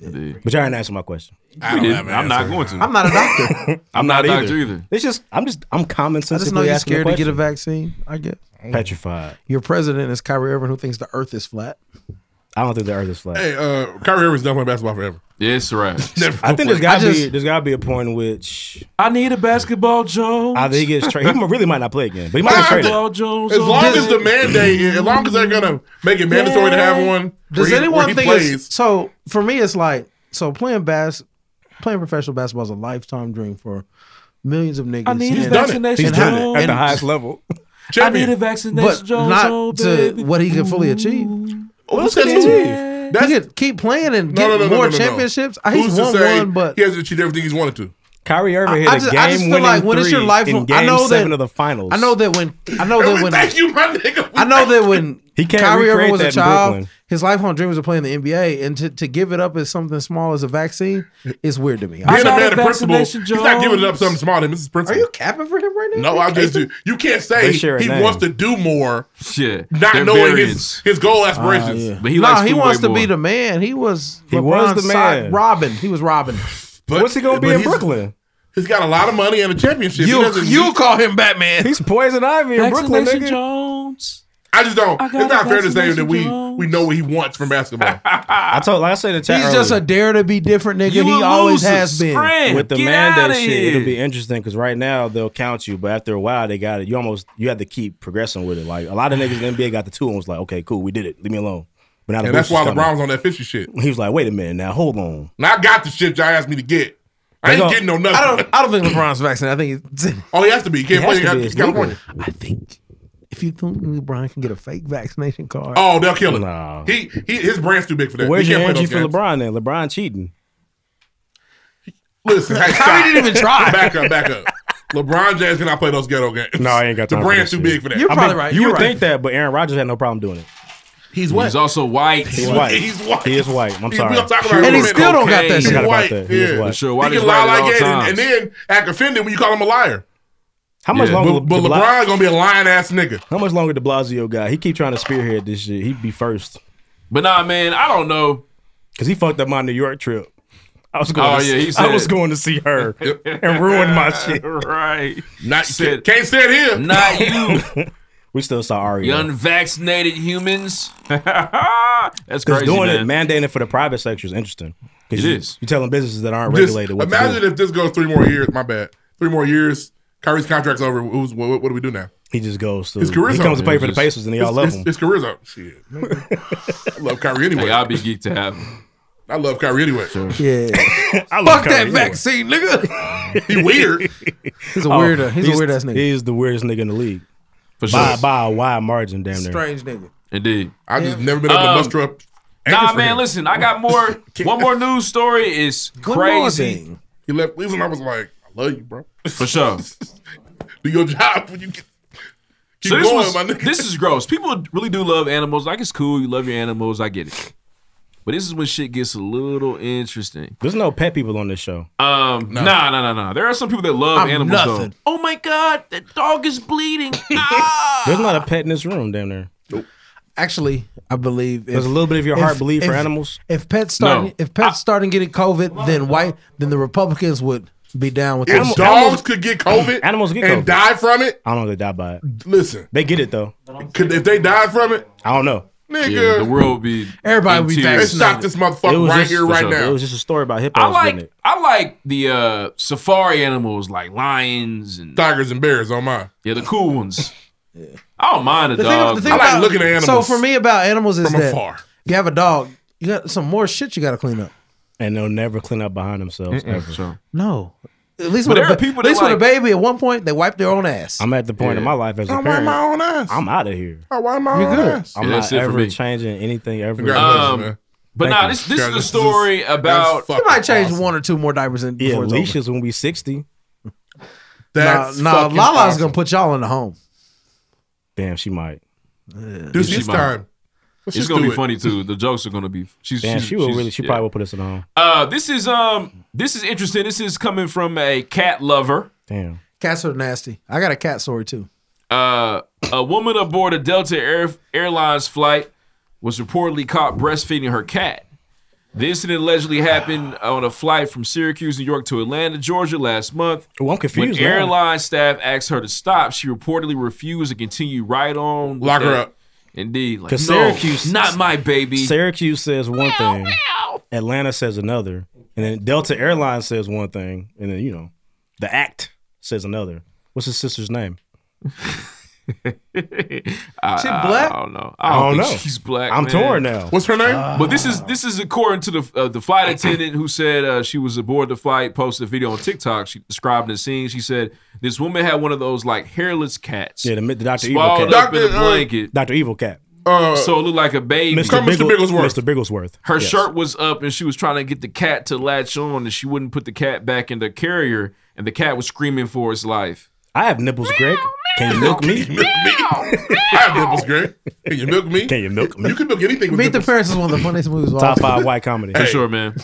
[SPEAKER 4] But y'all ain't answer my question.
[SPEAKER 1] I don't We have didn't. an I'm not answer. going to.
[SPEAKER 2] I'm not a doctor.
[SPEAKER 4] I'm,
[SPEAKER 1] not a
[SPEAKER 4] either.
[SPEAKER 1] doctor either.
[SPEAKER 4] It's just I'm just I'm common
[SPEAKER 2] I
[SPEAKER 4] sense.
[SPEAKER 2] just know you're scared to get a vaccine. I guess.
[SPEAKER 4] Petrified.
[SPEAKER 2] Your president is Kyrie Irving, who thinks the Earth is flat.
[SPEAKER 4] I don't think the Earth is flat.
[SPEAKER 3] Hey, uh, Kyrie Irving's done playing basketball forever.
[SPEAKER 1] Yes, right.
[SPEAKER 4] I think
[SPEAKER 3] I
[SPEAKER 4] there's gotta be
[SPEAKER 3] just-
[SPEAKER 4] there's gotta be a point in which
[SPEAKER 1] I need a basketball Jones.
[SPEAKER 4] I think he gets traded. He really might not play again, but he might get traded.
[SPEAKER 1] Basketball Jones.
[SPEAKER 3] As
[SPEAKER 1] on
[SPEAKER 3] long
[SPEAKER 1] this-
[SPEAKER 3] as the mandate, as long as they're gonna make it mandatory to have one. where
[SPEAKER 2] Does
[SPEAKER 3] he-
[SPEAKER 2] anyone
[SPEAKER 3] where he
[SPEAKER 2] think
[SPEAKER 3] plays.
[SPEAKER 2] it's, so? For me, it's like so playing bass, playing professional basketball is a lifetime dream for millions of niggas.
[SPEAKER 1] I need his
[SPEAKER 2] And-
[SPEAKER 1] vaccination
[SPEAKER 2] and how-
[SPEAKER 1] Jones.
[SPEAKER 2] and-
[SPEAKER 1] At the highest
[SPEAKER 4] level.
[SPEAKER 1] I need a vaccination
[SPEAKER 2] but
[SPEAKER 1] Jones. oh,
[SPEAKER 2] not to
[SPEAKER 1] baby.
[SPEAKER 2] what he can fully achieve.
[SPEAKER 3] What's
[SPEAKER 2] he
[SPEAKER 3] that
[SPEAKER 2] can
[SPEAKER 3] to
[SPEAKER 2] achieve? he could keep playing and
[SPEAKER 3] No,
[SPEAKER 2] get
[SPEAKER 3] no, no, no,
[SPEAKER 2] more
[SPEAKER 3] no, no, no.
[SPEAKER 2] championships. I
[SPEAKER 3] Who's
[SPEAKER 2] He's
[SPEAKER 3] to
[SPEAKER 2] won
[SPEAKER 3] say
[SPEAKER 2] one, but
[SPEAKER 3] he hasn't achieved everything he's wanted to.
[SPEAKER 4] Kyrie Irving
[SPEAKER 2] I-
[SPEAKER 4] hit
[SPEAKER 2] I
[SPEAKER 4] a
[SPEAKER 2] just- I just
[SPEAKER 4] game
[SPEAKER 2] feel
[SPEAKER 4] winning
[SPEAKER 2] like when
[SPEAKER 4] three
[SPEAKER 2] it's your life-
[SPEAKER 4] in game
[SPEAKER 2] I know
[SPEAKER 4] seven
[SPEAKER 2] that-
[SPEAKER 4] of the finals.
[SPEAKER 2] I know that when I know that when
[SPEAKER 3] Thank you, my nigga.
[SPEAKER 2] I know that when
[SPEAKER 4] He can't
[SPEAKER 2] Kyrie Irving
[SPEAKER 4] recreate
[SPEAKER 2] was
[SPEAKER 4] that
[SPEAKER 2] a
[SPEAKER 4] in
[SPEAKER 2] child,
[SPEAKER 4] Brooklyn.
[SPEAKER 2] his lifelong dream was to play in the NBA, and to, to give it up as something small as a vaccine is weird to me.
[SPEAKER 3] Being a man of principle, he's not giving it up something small. to him. This is principle. Are you
[SPEAKER 2] capping for him right
[SPEAKER 3] now? No, I just do. You can't
[SPEAKER 1] They
[SPEAKER 3] say
[SPEAKER 1] share a
[SPEAKER 3] he
[SPEAKER 1] name.
[SPEAKER 3] wants to do more,
[SPEAKER 1] yeah,
[SPEAKER 3] not
[SPEAKER 1] they're
[SPEAKER 3] knowing
[SPEAKER 1] variants.
[SPEAKER 3] his his goal
[SPEAKER 4] Ah,
[SPEAKER 3] aspirations.
[SPEAKER 1] But he
[SPEAKER 2] no,
[SPEAKER 1] likes
[SPEAKER 2] he
[SPEAKER 1] Food
[SPEAKER 2] wants
[SPEAKER 1] Way
[SPEAKER 2] to
[SPEAKER 1] more.
[SPEAKER 2] be the man. He was
[SPEAKER 3] He was
[SPEAKER 2] LeBron's
[SPEAKER 3] the
[SPEAKER 2] side-
[SPEAKER 3] man.
[SPEAKER 2] Robin. He was Robin.
[SPEAKER 3] But,
[SPEAKER 4] What's he gonna be
[SPEAKER 3] but
[SPEAKER 4] in
[SPEAKER 3] he's-
[SPEAKER 4] Brooklyn?
[SPEAKER 3] He's got a lot of money and a championship.
[SPEAKER 2] You- you call him Batman.
[SPEAKER 4] He's poison ivy in Brooklyn,
[SPEAKER 1] Vaccination
[SPEAKER 4] nigga.
[SPEAKER 1] Jones.
[SPEAKER 3] I just don't.
[SPEAKER 1] I
[SPEAKER 3] it's
[SPEAKER 1] got
[SPEAKER 3] not fair to say
[SPEAKER 1] vaccination
[SPEAKER 3] that we we know what he wants from basketball.
[SPEAKER 4] I told like I said in chat
[SPEAKER 2] He's just a
[SPEAKER 4] earlier,
[SPEAKER 2] dare to be different nigga.
[SPEAKER 4] You
[SPEAKER 2] he
[SPEAKER 4] a
[SPEAKER 2] always
[SPEAKER 4] loser.
[SPEAKER 2] has been.
[SPEAKER 4] Scram. with the
[SPEAKER 2] Get outta
[SPEAKER 4] mandate shit.
[SPEAKER 2] here.
[SPEAKER 4] It'll be interesting because right now they'll count you, but after a while they got it. You almost you have to keep progressing with it. Like a lot of niggas in the NBA got the two and was like, okay, cool, we did it. Leave me alone. But now the
[SPEAKER 3] and that's why
[SPEAKER 4] booster's coming.
[SPEAKER 3] LeBron was on that fishy shit.
[SPEAKER 4] He was like, wait a minute, now hold on.
[SPEAKER 3] Now I got the shit y'all asked me to get. I
[SPEAKER 4] They
[SPEAKER 3] ain't
[SPEAKER 4] gon-
[SPEAKER 3] getting no nothing.
[SPEAKER 4] I
[SPEAKER 2] I don't think LeBron's vaccinated. I think it's,
[SPEAKER 3] oh, he has to be. He can't
[SPEAKER 2] He
[SPEAKER 3] play
[SPEAKER 2] has
[SPEAKER 3] in
[SPEAKER 2] to be. It's
[SPEAKER 3] California.
[SPEAKER 2] I think if you think LeBron can get a fake vaccination card,
[SPEAKER 3] Oh, they'll kill him.
[SPEAKER 4] Nah.
[SPEAKER 3] He, he his brand's too big for that.
[SPEAKER 4] Where's
[SPEAKER 3] he
[SPEAKER 4] your
[SPEAKER 3] can't play
[SPEAKER 4] energy
[SPEAKER 3] those
[SPEAKER 4] for
[SPEAKER 3] games.
[SPEAKER 4] LeBron then? LeBron cheating.
[SPEAKER 3] Listen, hey, stop.
[SPEAKER 4] Kyrie didn't even try.
[SPEAKER 3] Back up, back up. LeBron James cannot play those ghetto games.
[SPEAKER 4] No, I ain't got
[SPEAKER 3] the
[SPEAKER 4] time for
[SPEAKER 3] brand's
[SPEAKER 4] that
[SPEAKER 3] too big
[SPEAKER 4] shit.
[SPEAKER 3] for that.
[SPEAKER 4] I mean, You would think that, but Aaron Rodgers had no problem doing it.
[SPEAKER 3] He's white.
[SPEAKER 1] He's also white.
[SPEAKER 4] He's white.
[SPEAKER 3] He's white.
[SPEAKER 4] He is white. I'm
[SPEAKER 3] We
[SPEAKER 4] sorry.
[SPEAKER 3] gonna talk about it in a minute.
[SPEAKER 4] Cocaine.
[SPEAKER 3] He's
[SPEAKER 4] Forgot about
[SPEAKER 3] white.
[SPEAKER 4] that. He is
[SPEAKER 3] yeah.
[SPEAKER 4] white.
[SPEAKER 1] Sure, white
[SPEAKER 3] he
[SPEAKER 1] is
[SPEAKER 3] can
[SPEAKER 1] right
[SPEAKER 3] lie
[SPEAKER 1] at all
[SPEAKER 3] like that and,
[SPEAKER 1] times.
[SPEAKER 3] and then act offended when you call him a liar.
[SPEAKER 4] How much
[SPEAKER 1] Yeah.
[SPEAKER 4] longer?
[SPEAKER 1] But- but
[SPEAKER 4] the Bla-
[SPEAKER 1] LeBron
[SPEAKER 3] gonna be a lying ass nigga.
[SPEAKER 4] How much longer the Blasio guy? He keep trying to spearhead this shit. He'd be first
[SPEAKER 1] But nah, man, I don't know.
[SPEAKER 4] because he fucked up my New York trip. I was going.
[SPEAKER 1] Oh,
[SPEAKER 4] to,
[SPEAKER 1] yeah,
[SPEAKER 4] see-
[SPEAKER 1] he
[SPEAKER 4] I was
[SPEAKER 1] said-
[SPEAKER 4] going to see her and ruin my shit.
[SPEAKER 1] right.
[SPEAKER 3] Not
[SPEAKER 1] Said-
[SPEAKER 3] can't say it here.
[SPEAKER 1] Not you,
[SPEAKER 4] We still saw
[SPEAKER 1] you
[SPEAKER 4] Aria.
[SPEAKER 1] unvaccinated humans. That's crazy,
[SPEAKER 4] doing
[SPEAKER 1] man.
[SPEAKER 4] it, mandating it for the private sector is interesting.
[SPEAKER 1] It
[SPEAKER 4] Because you,
[SPEAKER 1] is.
[SPEAKER 4] you telling businesses that aren't
[SPEAKER 3] Just
[SPEAKER 4] regulated. What to
[SPEAKER 3] imagine
[SPEAKER 4] do.
[SPEAKER 3] if this goes three more years. My bad. Three more years. Kyrie's contract's over. Who's, what, what do we do now?
[SPEAKER 4] he just goes to
[SPEAKER 3] His career's
[SPEAKER 4] He comes
[SPEAKER 3] over.
[SPEAKER 4] to play for
[SPEAKER 3] It's
[SPEAKER 4] the
[SPEAKER 3] just-
[SPEAKER 4] Pacers and they all
[SPEAKER 3] his-
[SPEAKER 4] love
[SPEAKER 3] his-
[SPEAKER 4] him.
[SPEAKER 3] His career's up. Shit. I love Kyrie anyway.
[SPEAKER 1] Hey, I'll be geeked to have him.
[SPEAKER 3] I love Kyrie anyway.
[SPEAKER 2] Yeah.
[SPEAKER 4] I
[SPEAKER 2] Fuck
[SPEAKER 4] Kyrie
[SPEAKER 2] that
[SPEAKER 4] anyway.
[SPEAKER 2] vaccine, nigga.
[SPEAKER 3] he weird.
[SPEAKER 2] He's a weirdo. He's, a weird ass nigga.
[SPEAKER 4] Oh, He's the weirdest nigga in the league.
[SPEAKER 1] For
[SPEAKER 4] By,
[SPEAKER 1] sure.
[SPEAKER 4] by a wide margin, damn near.
[SPEAKER 2] Strange nigga.
[SPEAKER 1] Indeed.
[SPEAKER 3] I've just never been able to
[SPEAKER 1] Um,
[SPEAKER 3] muster up. anger
[SPEAKER 1] Nah,
[SPEAKER 3] for
[SPEAKER 1] man,
[SPEAKER 3] him.
[SPEAKER 1] listen, I got more. one more news story is
[SPEAKER 2] One more
[SPEAKER 1] crazy.
[SPEAKER 2] thing.
[SPEAKER 3] He left Cleveland. I was like, I love you, bro.
[SPEAKER 1] For sure.
[SPEAKER 3] Do your job when you get. Keep
[SPEAKER 1] so this,
[SPEAKER 3] going,
[SPEAKER 1] was-
[SPEAKER 3] my nigga.
[SPEAKER 1] this is gross. People really do love animals. Like it's cool. You love your animals. I get it. But this is when shit gets a little interesting.
[SPEAKER 4] There's no pet people on this show.
[SPEAKER 1] Um,
[SPEAKER 4] No.
[SPEAKER 1] nah, nah, nah, nah. There are some people that love
[SPEAKER 4] I'm
[SPEAKER 1] animals. though.
[SPEAKER 4] nothing.
[SPEAKER 1] Oh my god, that dog is bleeding. Ah!
[SPEAKER 4] There's not a pet in this room, damn near.
[SPEAKER 2] Actually, I believe
[SPEAKER 4] There's a little bit of your heart believe for animals?
[SPEAKER 2] If pets start,
[SPEAKER 4] No.
[SPEAKER 2] if pets starting getting COVID, then white, then the Republicans would be down with
[SPEAKER 3] If
[SPEAKER 2] that.
[SPEAKER 3] dogs could get COVID
[SPEAKER 4] animals get
[SPEAKER 3] and
[SPEAKER 4] COVID.
[SPEAKER 3] die from it,
[SPEAKER 4] I don't know if they die by it.
[SPEAKER 3] Listen,
[SPEAKER 4] they get it though.
[SPEAKER 3] Could, if they died from it,
[SPEAKER 4] I don't know.
[SPEAKER 3] Nigga. Yeah, the
[SPEAKER 1] world would be.
[SPEAKER 2] Everybody would be
[SPEAKER 3] Let's stop this
[SPEAKER 4] It
[SPEAKER 3] motherfucker
[SPEAKER 4] was
[SPEAKER 3] right
[SPEAKER 4] just-
[SPEAKER 3] here,
[SPEAKER 4] for
[SPEAKER 3] right
[SPEAKER 4] sure.
[SPEAKER 3] now.
[SPEAKER 4] It was just a story about hippos.
[SPEAKER 1] I
[SPEAKER 4] wasn't
[SPEAKER 1] like
[SPEAKER 4] it?
[SPEAKER 1] I like the uh, safari animals like lions and
[SPEAKER 3] tigers and bears on mine.
[SPEAKER 1] Yeah, the cool ones. I don't mind the,
[SPEAKER 2] The thing-
[SPEAKER 1] dog.
[SPEAKER 2] the thing about- So for me about animals is
[SPEAKER 1] from
[SPEAKER 2] that
[SPEAKER 1] afar.
[SPEAKER 2] you have a dog, you got some more shit you got to clean up.
[SPEAKER 4] and they'll never clean up behind themselves
[SPEAKER 2] Mm-mm.
[SPEAKER 4] ever.
[SPEAKER 2] No. At least
[SPEAKER 4] But
[SPEAKER 2] with a,
[SPEAKER 4] there are
[SPEAKER 2] ba-
[SPEAKER 4] people
[SPEAKER 2] at
[SPEAKER 4] that
[SPEAKER 2] least with a
[SPEAKER 4] like-
[SPEAKER 2] baby, at one point they wipe their own ass.
[SPEAKER 4] I'm at the point in my life as a
[SPEAKER 2] I'm
[SPEAKER 4] parent.
[SPEAKER 2] wearing my own ass.
[SPEAKER 4] I'm out of here.
[SPEAKER 3] Oh, why am I
[SPEAKER 2] You're
[SPEAKER 3] on
[SPEAKER 2] good.
[SPEAKER 3] ass?
[SPEAKER 4] I'm
[SPEAKER 1] Yeah, that's
[SPEAKER 4] not
[SPEAKER 1] it for
[SPEAKER 4] ever
[SPEAKER 1] me.
[SPEAKER 4] changing anything ever.
[SPEAKER 3] Congratulations,
[SPEAKER 1] Um, man. but
[SPEAKER 4] Thank
[SPEAKER 1] nah,
[SPEAKER 4] you.
[SPEAKER 1] this- this is a Congratulations. story That's about-
[SPEAKER 2] You might change one or two more diapers in
[SPEAKER 4] Yeah,
[SPEAKER 2] before it's over.
[SPEAKER 4] leashes when we sixty.
[SPEAKER 3] That's
[SPEAKER 2] nah, nah
[SPEAKER 3] fucking
[SPEAKER 2] Lala's
[SPEAKER 3] awesome.
[SPEAKER 2] gonna put y'all in the home.
[SPEAKER 4] Damn, she might.
[SPEAKER 3] This is time. Let's
[SPEAKER 1] it's
[SPEAKER 3] just
[SPEAKER 1] gonna
[SPEAKER 3] do
[SPEAKER 1] be
[SPEAKER 3] it.
[SPEAKER 1] funny too. The jokes are gonna be. She's,
[SPEAKER 4] Damn,
[SPEAKER 1] she's-
[SPEAKER 4] she will
[SPEAKER 1] she's-
[SPEAKER 4] really. She
[SPEAKER 1] yeah.
[SPEAKER 4] probably will put us in the home.
[SPEAKER 1] Uh, this is um, this is interesting. This is coming from a cat lover.
[SPEAKER 4] Damn.
[SPEAKER 2] Cats are nasty. I got a cat story too.
[SPEAKER 1] Uh, a woman aboard a Delta Air, Airlines flight was reportedly caught breastfeeding her cat. The incident allegedly happened on a flight from Syracuse, New York to Atlanta, Georgia last month.
[SPEAKER 4] Oh, I'm confused.
[SPEAKER 1] when
[SPEAKER 4] now.
[SPEAKER 1] airline staff asked her to stop, she reportedly refused to continue right on. with
[SPEAKER 4] Lock her
[SPEAKER 1] that.
[SPEAKER 4] up.
[SPEAKER 1] Indeed. Like, no,
[SPEAKER 4] Because
[SPEAKER 1] Syracuse,
[SPEAKER 4] Syracuse,
[SPEAKER 1] not my baby.
[SPEAKER 4] Syracuse says one thing, Atlanta says another, and then Delta Airlines says one thing, and then you know, the act says another. What's his sister's name?
[SPEAKER 1] I,
[SPEAKER 4] She
[SPEAKER 1] I-
[SPEAKER 4] black?
[SPEAKER 1] I don't know. I don't,
[SPEAKER 4] I don't
[SPEAKER 1] think
[SPEAKER 4] know.
[SPEAKER 1] She's black.
[SPEAKER 4] I'm
[SPEAKER 1] man.
[SPEAKER 4] torn now. What's
[SPEAKER 3] her name?
[SPEAKER 1] but this is this is according to the uh, the flight attendant who said uh, she was aboard the flight. Posted a video on TikTok. She described the scene. She said this woman had one of those like hairless cats.
[SPEAKER 4] Yeah, the, the Doctor Evil
[SPEAKER 1] Swallowed
[SPEAKER 4] cat.
[SPEAKER 1] up in a
[SPEAKER 2] uh,
[SPEAKER 1] blanket.
[SPEAKER 4] Doctor Evil cat.
[SPEAKER 3] Uh,
[SPEAKER 1] so it looked like a baby.
[SPEAKER 4] Biggle- Mr. Bigglesworth.
[SPEAKER 1] Her
[SPEAKER 4] Yes.
[SPEAKER 1] shirt was up and she was trying to get the cat to latch on and she wouldn't put the cat back in the carrier and the cat was screaming for its life.
[SPEAKER 4] I have nipples, Greg. Can you milk me?
[SPEAKER 3] I have nipples, Greg. Can you milk me?
[SPEAKER 4] Can you milk me?
[SPEAKER 3] You can milk anything with
[SPEAKER 2] Meet the Parents is one of the funniest movies. Of all
[SPEAKER 4] Top
[SPEAKER 2] time.
[SPEAKER 4] five white comedy.
[SPEAKER 1] For sure, man.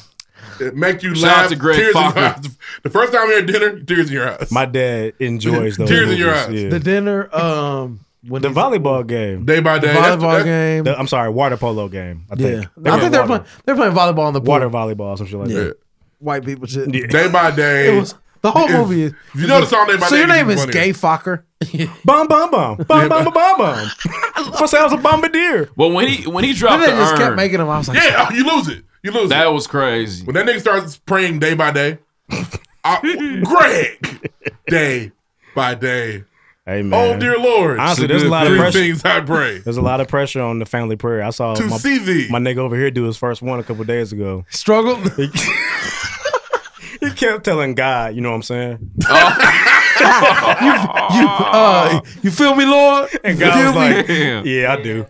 [SPEAKER 3] It make you
[SPEAKER 1] Shout out
[SPEAKER 3] laugh.
[SPEAKER 1] to Greg
[SPEAKER 3] tears in your
[SPEAKER 1] Fokker.
[SPEAKER 3] eyes. The first time you're at dinner, tears in your eyes.
[SPEAKER 4] My dad enjoys those.
[SPEAKER 3] Tears in your
[SPEAKER 4] movies,
[SPEAKER 3] eyes.
[SPEAKER 4] yeah.
[SPEAKER 2] The dinner, um, when
[SPEAKER 4] The volleyball game.
[SPEAKER 3] Day by
[SPEAKER 2] The day. That's- volleyball that's- game.
[SPEAKER 4] I'm sorry, water polo game. I
[SPEAKER 2] yeah,
[SPEAKER 4] think.
[SPEAKER 2] I think they're
[SPEAKER 4] water-
[SPEAKER 2] playing. They're playing volleyball in the pool.
[SPEAKER 4] water volleyball, some shit like
[SPEAKER 2] Yeah.
[SPEAKER 4] that.
[SPEAKER 2] White people shit.
[SPEAKER 3] Day by day.
[SPEAKER 2] It was the whole
[SPEAKER 3] If-
[SPEAKER 2] movie. Is,
[SPEAKER 3] if you know the song Day by
[SPEAKER 2] So
[SPEAKER 3] Day,
[SPEAKER 2] your
[SPEAKER 3] it's
[SPEAKER 2] name is
[SPEAKER 3] funnier.
[SPEAKER 2] Gay Fokker.
[SPEAKER 4] Bomb, bomb, bomb, bomb, bomb, bomb, bomb. For sounds a bombardier.
[SPEAKER 1] Well, when he when he dropped
[SPEAKER 2] Then
[SPEAKER 1] the
[SPEAKER 2] they just kept
[SPEAKER 1] urn,
[SPEAKER 2] making them. I was like,
[SPEAKER 3] Yeah, you lose it. You lose
[SPEAKER 1] that was crazy.
[SPEAKER 3] it. When that nigga starts praying day by day, I, Greg, day by day.
[SPEAKER 4] Hey,
[SPEAKER 3] Oh dear Lord!
[SPEAKER 4] Honestly, there's a lot of
[SPEAKER 3] Three
[SPEAKER 4] pressure.
[SPEAKER 3] things I pray.
[SPEAKER 4] There's a lot of pressure on the family prayer. I saw
[SPEAKER 3] To
[SPEAKER 4] my,
[SPEAKER 3] see thee.
[SPEAKER 4] my nigga over here do his first one a couple days ago.
[SPEAKER 2] Struggle.
[SPEAKER 4] He, he kept telling God, you know what I'm saying?
[SPEAKER 2] you, uh, you feel me, Lord?
[SPEAKER 4] And
[SPEAKER 2] You
[SPEAKER 4] God was
[SPEAKER 2] feel me?
[SPEAKER 4] like, yeah, I do.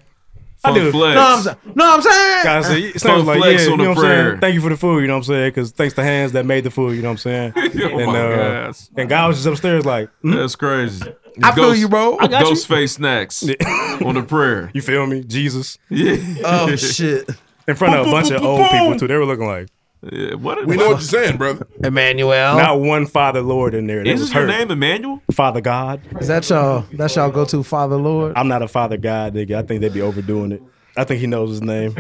[SPEAKER 4] I
[SPEAKER 1] Fun
[SPEAKER 4] do.
[SPEAKER 1] flex.
[SPEAKER 2] No, I'm, sa- no, I'm saying.
[SPEAKER 4] God said,
[SPEAKER 1] Fun
[SPEAKER 4] Satan was like,
[SPEAKER 1] flex
[SPEAKER 4] yeah,
[SPEAKER 1] on
[SPEAKER 4] you know
[SPEAKER 1] the
[SPEAKER 4] what I'm
[SPEAKER 1] prayer.
[SPEAKER 4] saying? Thank you for the food, you know what I'm saying? Because thanks to hands that made the food, you know what I'm saying?
[SPEAKER 1] Oh
[SPEAKER 4] and,
[SPEAKER 1] my
[SPEAKER 4] uh,
[SPEAKER 1] gosh.
[SPEAKER 4] and God was just upstairs like, "Hmm,
[SPEAKER 1] That's crazy.
[SPEAKER 2] I feel you, bro. I got you.
[SPEAKER 1] Ghost face snacks on the prayer.
[SPEAKER 4] you feel me? Jesus.
[SPEAKER 1] Yeah.
[SPEAKER 2] Oh shit.
[SPEAKER 4] In front of a
[SPEAKER 2] Boom,
[SPEAKER 4] bunch
[SPEAKER 2] boom,
[SPEAKER 4] of
[SPEAKER 2] boom,
[SPEAKER 4] old
[SPEAKER 2] boom.
[SPEAKER 4] people, too. They were looking like,
[SPEAKER 1] Yeah, what?
[SPEAKER 3] We know what you're saying, brother.
[SPEAKER 2] Emmanuel.
[SPEAKER 4] not one Father Lord in there. That was
[SPEAKER 1] Isn't your
[SPEAKER 4] hurt.
[SPEAKER 1] name Emmanuel?
[SPEAKER 4] Father God.
[SPEAKER 2] Is that y'all? That's y'all go to Father Lord.
[SPEAKER 4] I'm not a Father God, nigga. I think they'd be overdoing it. I think he knows his name.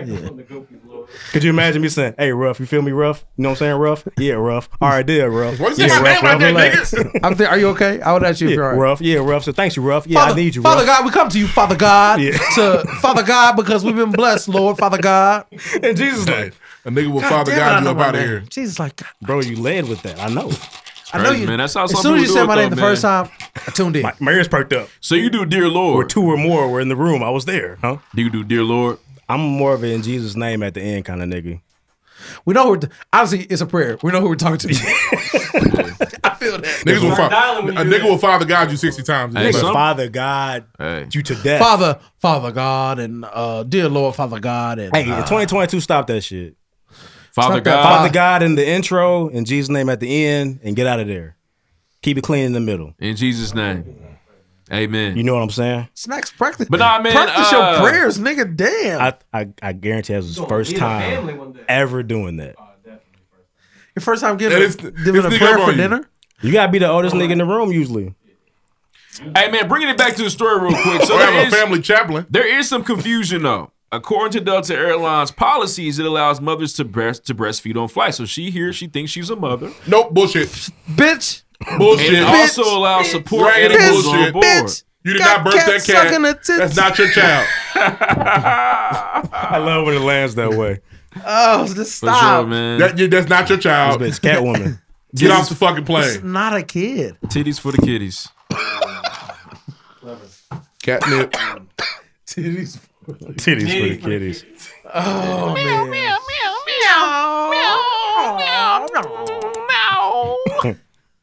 [SPEAKER 4] Could you imagine me saying, "Hey, rough, you feel me, rough? You know what I'm saying, rough? Yeah, rough. All right, there, rough.
[SPEAKER 3] What's
[SPEAKER 4] yeah,
[SPEAKER 3] your name right there,
[SPEAKER 4] relax.
[SPEAKER 3] niggas?
[SPEAKER 2] I'm th- are you okay? I would ask you
[SPEAKER 4] Yeah,
[SPEAKER 2] if you're all right.
[SPEAKER 4] rough. Yeah, rough. So thanks, you, rough. Yeah, I need you,
[SPEAKER 2] Father
[SPEAKER 4] rough.
[SPEAKER 2] God, we come to you, Father God,
[SPEAKER 4] Yeah.
[SPEAKER 2] to Father God because we've been blessed, Lord, Father God.
[SPEAKER 4] And Jesus,
[SPEAKER 3] Hey, a nigga with
[SPEAKER 2] God
[SPEAKER 3] Father
[SPEAKER 2] damn it, I
[SPEAKER 3] God you
[SPEAKER 2] know
[SPEAKER 3] up
[SPEAKER 2] my
[SPEAKER 3] out of
[SPEAKER 2] name.
[SPEAKER 3] here.
[SPEAKER 2] Jesus, like, God,
[SPEAKER 4] bro, you led with that. I know.
[SPEAKER 2] I know
[SPEAKER 1] Crazy,
[SPEAKER 2] you.
[SPEAKER 1] man. That's how
[SPEAKER 2] as
[SPEAKER 1] some
[SPEAKER 2] soon as you
[SPEAKER 1] people
[SPEAKER 2] said
[SPEAKER 1] do it,
[SPEAKER 2] my name
[SPEAKER 1] though,
[SPEAKER 2] the first
[SPEAKER 1] man.
[SPEAKER 2] time, I tuned in.
[SPEAKER 4] My, my ears perked up.
[SPEAKER 1] So you do dear
[SPEAKER 4] Or
[SPEAKER 1] Lord.
[SPEAKER 4] two or more were in the room. I was there, huh?
[SPEAKER 1] Do you do dear Lord?
[SPEAKER 4] I'm more of an in Jesus' name at the end kind of nigga.
[SPEAKER 2] we know who we're honestly it's a prayer. We know who we're talking to. I feel that.
[SPEAKER 3] Niggas will fa-
[SPEAKER 13] dialing when you
[SPEAKER 3] a
[SPEAKER 13] do
[SPEAKER 3] nigga
[SPEAKER 13] that.
[SPEAKER 3] will Father God you sixty times.
[SPEAKER 1] Hey,
[SPEAKER 4] Nigga,
[SPEAKER 1] some-
[SPEAKER 4] Father God,
[SPEAKER 1] Hey.
[SPEAKER 4] you to death.
[SPEAKER 2] Father, Father God, and uh, dear Lord, Father God, and
[SPEAKER 4] Hey,
[SPEAKER 2] uh,
[SPEAKER 4] 2022, stop that shit.
[SPEAKER 1] Father
[SPEAKER 2] Stop that,
[SPEAKER 1] God.
[SPEAKER 4] Father God in the intro, in Jesus' name at the end, and get out of there. Keep it clean in the middle.
[SPEAKER 1] In Jesus' name. Amen.
[SPEAKER 4] You know what I'm saying?
[SPEAKER 2] snacks practice.
[SPEAKER 1] But nah, man,
[SPEAKER 2] practice
[SPEAKER 1] uh,
[SPEAKER 2] your prayers, nigga. Damn,
[SPEAKER 4] I I, I guarantee that was his first
[SPEAKER 13] lead a family
[SPEAKER 4] time
[SPEAKER 13] one day.
[SPEAKER 4] ever doing that.
[SPEAKER 2] your first time
[SPEAKER 3] And
[SPEAKER 2] giving,
[SPEAKER 3] it's-
[SPEAKER 2] giving
[SPEAKER 3] this
[SPEAKER 2] a
[SPEAKER 3] nigga
[SPEAKER 2] prayer
[SPEAKER 3] up
[SPEAKER 2] for
[SPEAKER 3] on you.
[SPEAKER 2] dinner.
[SPEAKER 4] You gotta be the oldest nigga in the room usually.
[SPEAKER 1] Hey man, bringing it back to the story real quick. So
[SPEAKER 3] Or have
[SPEAKER 1] there
[SPEAKER 3] a
[SPEAKER 1] is,
[SPEAKER 3] family chaplain.
[SPEAKER 1] there is some confusion though. According to Delta Airlines policies, it allows mothers to breast to breastfeed on flight. So she here, she thinks she's a mother.
[SPEAKER 3] Nope, bullshit,
[SPEAKER 2] bitch.
[SPEAKER 3] Bullshit.
[SPEAKER 1] And it also allows support
[SPEAKER 3] Right,
[SPEAKER 1] animals
[SPEAKER 3] bullshit.
[SPEAKER 1] on board.
[SPEAKER 3] Bitch. You did not birth that cat. That's not your child.
[SPEAKER 4] I love when it lands that way.
[SPEAKER 2] Oh, just stop.
[SPEAKER 1] man.
[SPEAKER 3] That, you- that's not your child.
[SPEAKER 4] This bitch, Catwoman.
[SPEAKER 3] Get off the fucking
[SPEAKER 2] It's
[SPEAKER 3] plane.
[SPEAKER 2] not a kid.
[SPEAKER 1] Titties for the kitties.
[SPEAKER 3] Catnip.
[SPEAKER 4] Titties
[SPEAKER 2] Titties.
[SPEAKER 4] for the kitties.
[SPEAKER 2] Oh man.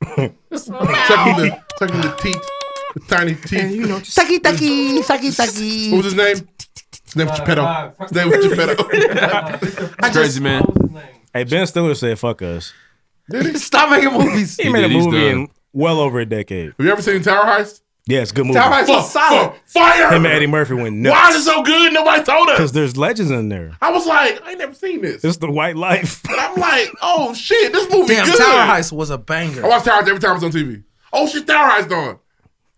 [SPEAKER 3] Sucking the, sucking the teeth, the tiny teeth.
[SPEAKER 2] Sucky, sucky, sucky, sucky.
[SPEAKER 3] What was his name? His name was Geppetto. His name was Geppetto.
[SPEAKER 1] It's crazy, man.
[SPEAKER 4] Hey, Ben Stiller said, "Fuck us."
[SPEAKER 2] Stop making movies.
[SPEAKER 4] He made a movie in well over a decade.
[SPEAKER 3] Have you ever seen Tower Heist?
[SPEAKER 4] Yeah, it's a good movie.
[SPEAKER 3] Tower Heist was solid. Fire!
[SPEAKER 4] Him and Eddie Murphy went nuts.
[SPEAKER 3] Why is it so good? Nobody told us.
[SPEAKER 4] Because there's legends in there.
[SPEAKER 3] I was like, I ain't never seen this.
[SPEAKER 4] It's the white life.
[SPEAKER 3] But I'm like, oh shit, this movie
[SPEAKER 2] Damn,
[SPEAKER 3] good.
[SPEAKER 2] Tower Heist was a banger.
[SPEAKER 3] I watch Tower Heist every time it's on TV. Oh shit, Tower Heist on.
[SPEAKER 4] And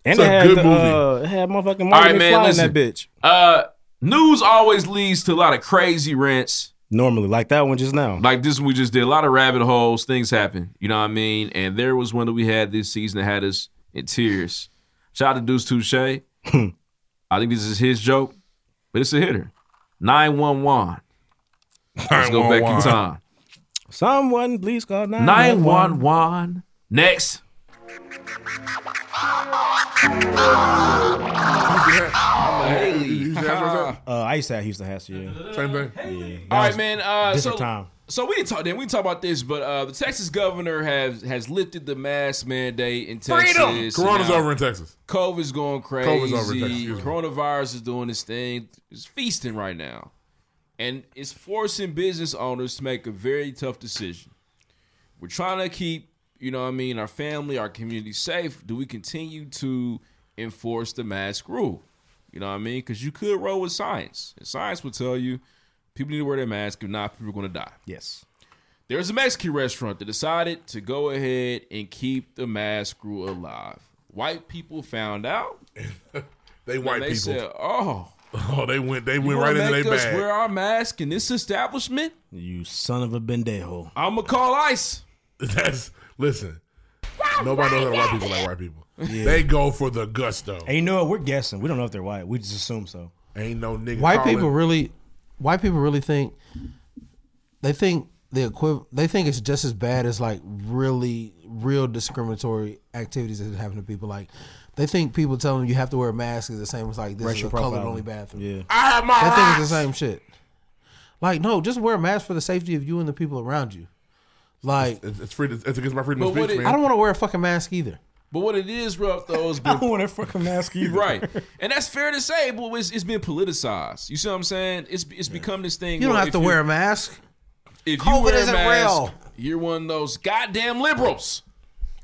[SPEAKER 3] it's
[SPEAKER 4] they
[SPEAKER 3] a
[SPEAKER 4] had
[SPEAKER 3] good
[SPEAKER 4] the,
[SPEAKER 3] movie.
[SPEAKER 4] Uh, it had motherfucking Marty
[SPEAKER 1] All right, man.
[SPEAKER 4] McFly in
[SPEAKER 1] Listen,
[SPEAKER 4] that bitch.
[SPEAKER 1] Uh, news always leads to a lot of crazy rants.
[SPEAKER 4] Normally, like that one just now.
[SPEAKER 1] Like this one we just did, a lot of rabbit holes. Things happen, you know what I mean. And there was one that we had this season that had us in tears. Shout out to Deuce Touche. I think this is his joke, but it's a hitter. Nine one one. Let's go back in
[SPEAKER 4] 911.
[SPEAKER 1] time.
[SPEAKER 4] Someone please call
[SPEAKER 1] Nine one
[SPEAKER 4] 911.
[SPEAKER 1] one. Next.
[SPEAKER 4] Uh, I used to have Houston Hats, yeah.
[SPEAKER 3] Same thing.
[SPEAKER 4] Yeah.
[SPEAKER 1] All
[SPEAKER 4] That
[SPEAKER 1] right,
[SPEAKER 4] was
[SPEAKER 1] man. Uh, so,
[SPEAKER 4] different time.
[SPEAKER 1] so we didn't talk. Then we talk about this, but uh, the Texas governor has has lifted the mask mandate in Texas.
[SPEAKER 3] Freedom!
[SPEAKER 1] and
[SPEAKER 3] Corona's
[SPEAKER 1] now
[SPEAKER 3] over in Texas.
[SPEAKER 1] COVID's going crazy.
[SPEAKER 3] COVID's over in Texas, excuse me.
[SPEAKER 1] Coronavirus is doing this thing. It's feasting right now, and it's forcing business owners to make a very tough decision. We're trying to keep, you know, what I mean, our family, our community safe. Do we continue to enforce the mask rule? You know what I mean? Because you could roll with science, and science will tell you people need to wear their mask. If not, people are going to die.
[SPEAKER 4] Yes.
[SPEAKER 1] There's a Mexican restaurant that decided to go ahead and keep the mask rule alive. White people found out.
[SPEAKER 3] They
[SPEAKER 1] And
[SPEAKER 3] white
[SPEAKER 1] they
[SPEAKER 3] people.
[SPEAKER 1] Said, oh,
[SPEAKER 3] Oh, they went. They
[SPEAKER 1] you
[SPEAKER 3] went
[SPEAKER 1] wanna
[SPEAKER 3] right into their
[SPEAKER 1] make us
[SPEAKER 3] bag.
[SPEAKER 1] Wear our mask in this establishment.
[SPEAKER 4] You son of a bendejo.
[SPEAKER 1] I'm gonna call ICE.
[SPEAKER 3] That's listen. Nobody knows how to white people like white people. They go for the gusto.
[SPEAKER 4] And you know what? We're guessing. We don't know if they're white. We just assume so.
[SPEAKER 3] Ain't no nigga.
[SPEAKER 2] White
[SPEAKER 3] calling-
[SPEAKER 2] people really, white people really think they think the equiv- They think it's just as bad as like really real discriminatory activities that happen to people. Like they think people telling them you have to wear a mask is the same as like this
[SPEAKER 4] Racial
[SPEAKER 2] is a colored
[SPEAKER 4] profiling.
[SPEAKER 2] only bathroom.
[SPEAKER 4] Yeah.
[SPEAKER 3] I have my
[SPEAKER 2] They think
[SPEAKER 3] rights.
[SPEAKER 2] it's the same shit. Like no, just wear a mask for the safety of you and the people around you. Like
[SPEAKER 3] It's, it's free. It's against my freedom of
[SPEAKER 1] But what
[SPEAKER 3] speech,
[SPEAKER 1] it-
[SPEAKER 3] man.
[SPEAKER 2] I don't want to wear a fucking mask either.
[SPEAKER 1] But what it is, rough though, is been,
[SPEAKER 4] want to fucking mask you.
[SPEAKER 1] right, and that's fair to say. But it's, it's been politicized. You see what I'm saying? It's it's become this thing.
[SPEAKER 2] You don't
[SPEAKER 1] where
[SPEAKER 2] have
[SPEAKER 1] if
[SPEAKER 2] to wear a mask.
[SPEAKER 1] If you
[SPEAKER 2] COVID
[SPEAKER 1] wear a
[SPEAKER 2] isn't
[SPEAKER 1] mask,
[SPEAKER 2] real.
[SPEAKER 1] you're one of those goddamn liberals.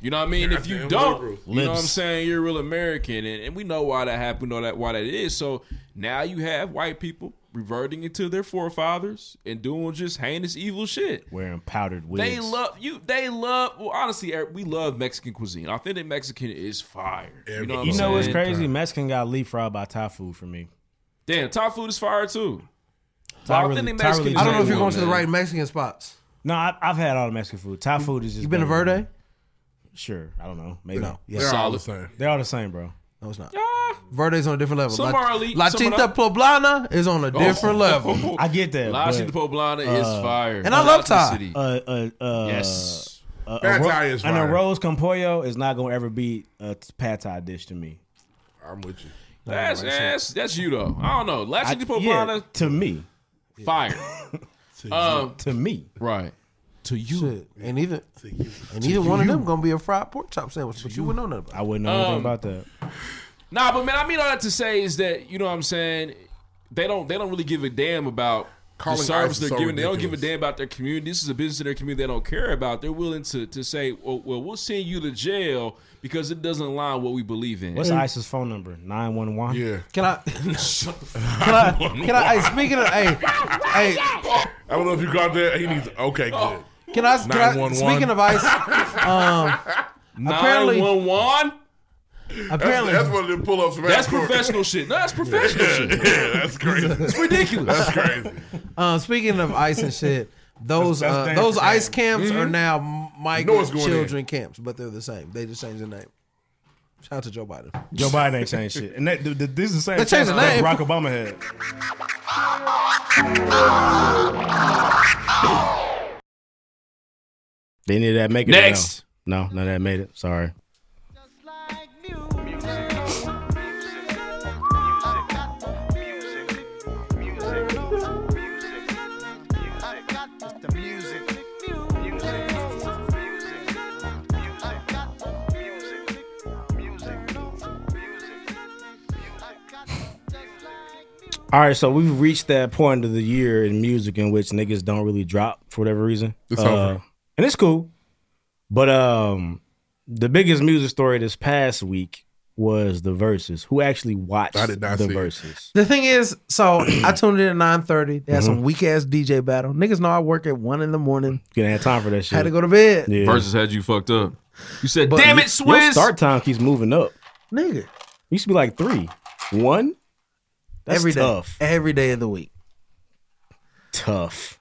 [SPEAKER 1] You know what I mean? if you
[SPEAKER 3] Goddamn
[SPEAKER 1] don't,
[SPEAKER 3] liberals.
[SPEAKER 1] you know what I'm
[SPEAKER 4] Libs.
[SPEAKER 1] saying, you're a real American, and, and we know why that happened, or that why that is. So now you have white people reverting into their forefathers and doing just heinous evil shit.
[SPEAKER 4] Wearing powdered wigs.
[SPEAKER 1] They love you. They love. Well, honestly, Eric, we love Mexican cuisine. Authentic Mexican is fire. You know, what
[SPEAKER 4] You
[SPEAKER 1] I'm
[SPEAKER 4] know what's
[SPEAKER 1] saying?
[SPEAKER 4] crazy? Mexican got leapfrogged by Thai food for me.
[SPEAKER 1] Damn, Thai food is fire too.
[SPEAKER 4] Thai
[SPEAKER 1] Authentic
[SPEAKER 4] really- Thai
[SPEAKER 1] Mexican.
[SPEAKER 4] really
[SPEAKER 1] is
[SPEAKER 2] I don't know if
[SPEAKER 1] number one,
[SPEAKER 2] you're going to the
[SPEAKER 1] man.
[SPEAKER 2] right Mexican spots.
[SPEAKER 4] No, I, I've had all the Mexican food. Thai food is just.
[SPEAKER 2] You been to
[SPEAKER 4] better.
[SPEAKER 2] Verde?
[SPEAKER 4] Sure. I don't know. Maybe.
[SPEAKER 2] No.
[SPEAKER 4] Yeah.
[SPEAKER 3] They're all the
[SPEAKER 1] solid.
[SPEAKER 3] same.
[SPEAKER 4] They're all the same, bro.
[SPEAKER 2] No, it's not.
[SPEAKER 1] Ah.
[SPEAKER 2] Verde's on a different level.
[SPEAKER 1] Some
[SPEAKER 2] La,
[SPEAKER 1] are elite,
[SPEAKER 2] La
[SPEAKER 1] some are
[SPEAKER 2] Chita
[SPEAKER 1] not.
[SPEAKER 2] Poblana is on a different level.
[SPEAKER 4] I get that.
[SPEAKER 1] La
[SPEAKER 4] but,
[SPEAKER 1] Chita Poblana is fire.
[SPEAKER 2] and I
[SPEAKER 1] Shout
[SPEAKER 2] love
[SPEAKER 1] out to the
[SPEAKER 2] Thai.
[SPEAKER 1] city.
[SPEAKER 4] Uh, uh, uh,
[SPEAKER 1] Yes.
[SPEAKER 4] a- a
[SPEAKER 3] Pad
[SPEAKER 4] ro-
[SPEAKER 3] Thai is
[SPEAKER 4] and a
[SPEAKER 3] fire.
[SPEAKER 4] rose con pollo is not gonna ever beat a t- pad thai dish to me.
[SPEAKER 3] I'm with you.
[SPEAKER 1] That's, that's that's you though. I don't know. La
[SPEAKER 4] I-
[SPEAKER 1] Chita
[SPEAKER 4] yeah,
[SPEAKER 1] Poblana,
[SPEAKER 4] to me,
[SPEAKER 1] fire. um,
[SPEAKER 4] to me,
[SPEAKER 1] right. To you.
[SPEAKER 2] Shit. And either and either one of them gonna be a fried pork chop sandwich, but you wouldn't know nothing about.
[SPEAKER 4] I wouldn't know anything
[SPEAKER 1] Um,
[SPEAKER 4] about that.
[SPEAKER 1] Nah, but man, I mean all that to say is that you know what I'm saying they don't they don't really give a damn about the
[SPEAKER 3] Calling ICE
[SPEAKER 1] service
[SPEAKER 3] is
[SPEAKER 1] they're
[SPEAKER 3] so
[SPEAKER 1] giving. They don't give a
[SPEAKER 3] ridiculous.
[SPEAKER 1] damn about their community. This is a business in their community they don't care about. They're willing to to say, well, well we'll send you to jail because it doesn't align with what we believe in.
[SPEAKER 4] What's ISIS phone number? Nine one one.
[SPEAKER 3] Yeah.
[SPEAKER 2] Can I? Can I? Can I? Hey, speaking of, hey, hey,
[SPEAKER 3] I don't know if you got that. He needs. Okay,
[SPEAKER 1] Oh.
[SPEAKER 3] good.
[SPEAKER 2] can I? Can I
[SPEAKER 3] 911.
[SPEAKER 2] speaking of ice, um,
[SPEAKER 1] Nine
[SPEAKER 2] apparently-
[SPEAKER 1] one one.
[SPEAKER 2] Apparently-
[SPEAKER 3] that's, that's one of them pull ups.
[SPEAKER 1] That's professional shit. No, that's professional shit.
[SPEAKER 3] Yeah, that's crazy.
[SPEAKER 1] It's ridiculous.
[SPEAKER 3] That's crazy.
[SPEAKER 2] Um, speaking of ice and shit, those
[SPEAKER 3] That's- that's
[SPEAKER 2] uh,
[SPEAKER 3] damn
[SPEAKER 2] those
[SPEAKER 3] for
[SPEAKER 2] ice
[SPEAKER 3] damn.
[SPEAKER 2] camps are
[SPEAKER 3] Mhm.
[SPEAKER 2] now
[SPEAKER 3] know
[SPEAKER 2] Michael
[SPEAKER 3] it's going
[SPEAKER 2] Children camps, but they're the same. They just changed the name. Shout out to Joe Biden.
[SPEAKER 14] Joe Biden ain't changed shit. And that, th- th- this is the same
[SPEAKER 2] They changed the
[SPEAKER 14] shit
[SPEAKER 2] name.
[SPEAKER 14] Barack Obama had.
[SPEAKER 4] They need that make it. or
[SPEAKER 1] Next.
[SPEAKER 4] No, no, none of that made it. Sorry. All right, so we've reached that point of the year in music in which niggas don't really drop for whatever reason.
[SPEAKER 14] It's
[SPEAKER 4] Uh,
[SPEAKER 14] over.
[SPEAKER 4] and it's cool. But um, the biggest music story this past week was the verses. Who actually watched
[SPEAKER 3] I did not
[SPEAKER 4] the
[SPEAKER 3] see it.
[SPEAKER 4] verses?
[SPEAKER 2] The thing is, so I tuned in at nine thirty. They had some
[SPEAKER 4] Mhm.
[SPEAKER 2] weak ass DJ battle. Niggas know I work at one in the morning.
[SPEAKER 4] You didn't have time for that shit.
[SPEAKER 2] Had to go to bed.
[SPEAKER 4] Yeah.
[SPEAKER 1] Versus had you fucked up. You said,
[SPEAKER 4] But
[SPEAKER 1] "Damn
[SPEAKER 4] your-
[SPEAKER 1] it,
[SPEAKER 4] Your
[SPEAKER 1] Swizz."
[SPEAKER 4] start time keeps moving up.
[SPEAKER 2] Nigga.
[SPEAKER 4] Used to be like three, one. That's
[SPEAKER 2] Every day.
[SPEAKER 4] tough.
[SPEAKER 2] Every day of the week.
[SPEAKER 4] Tough.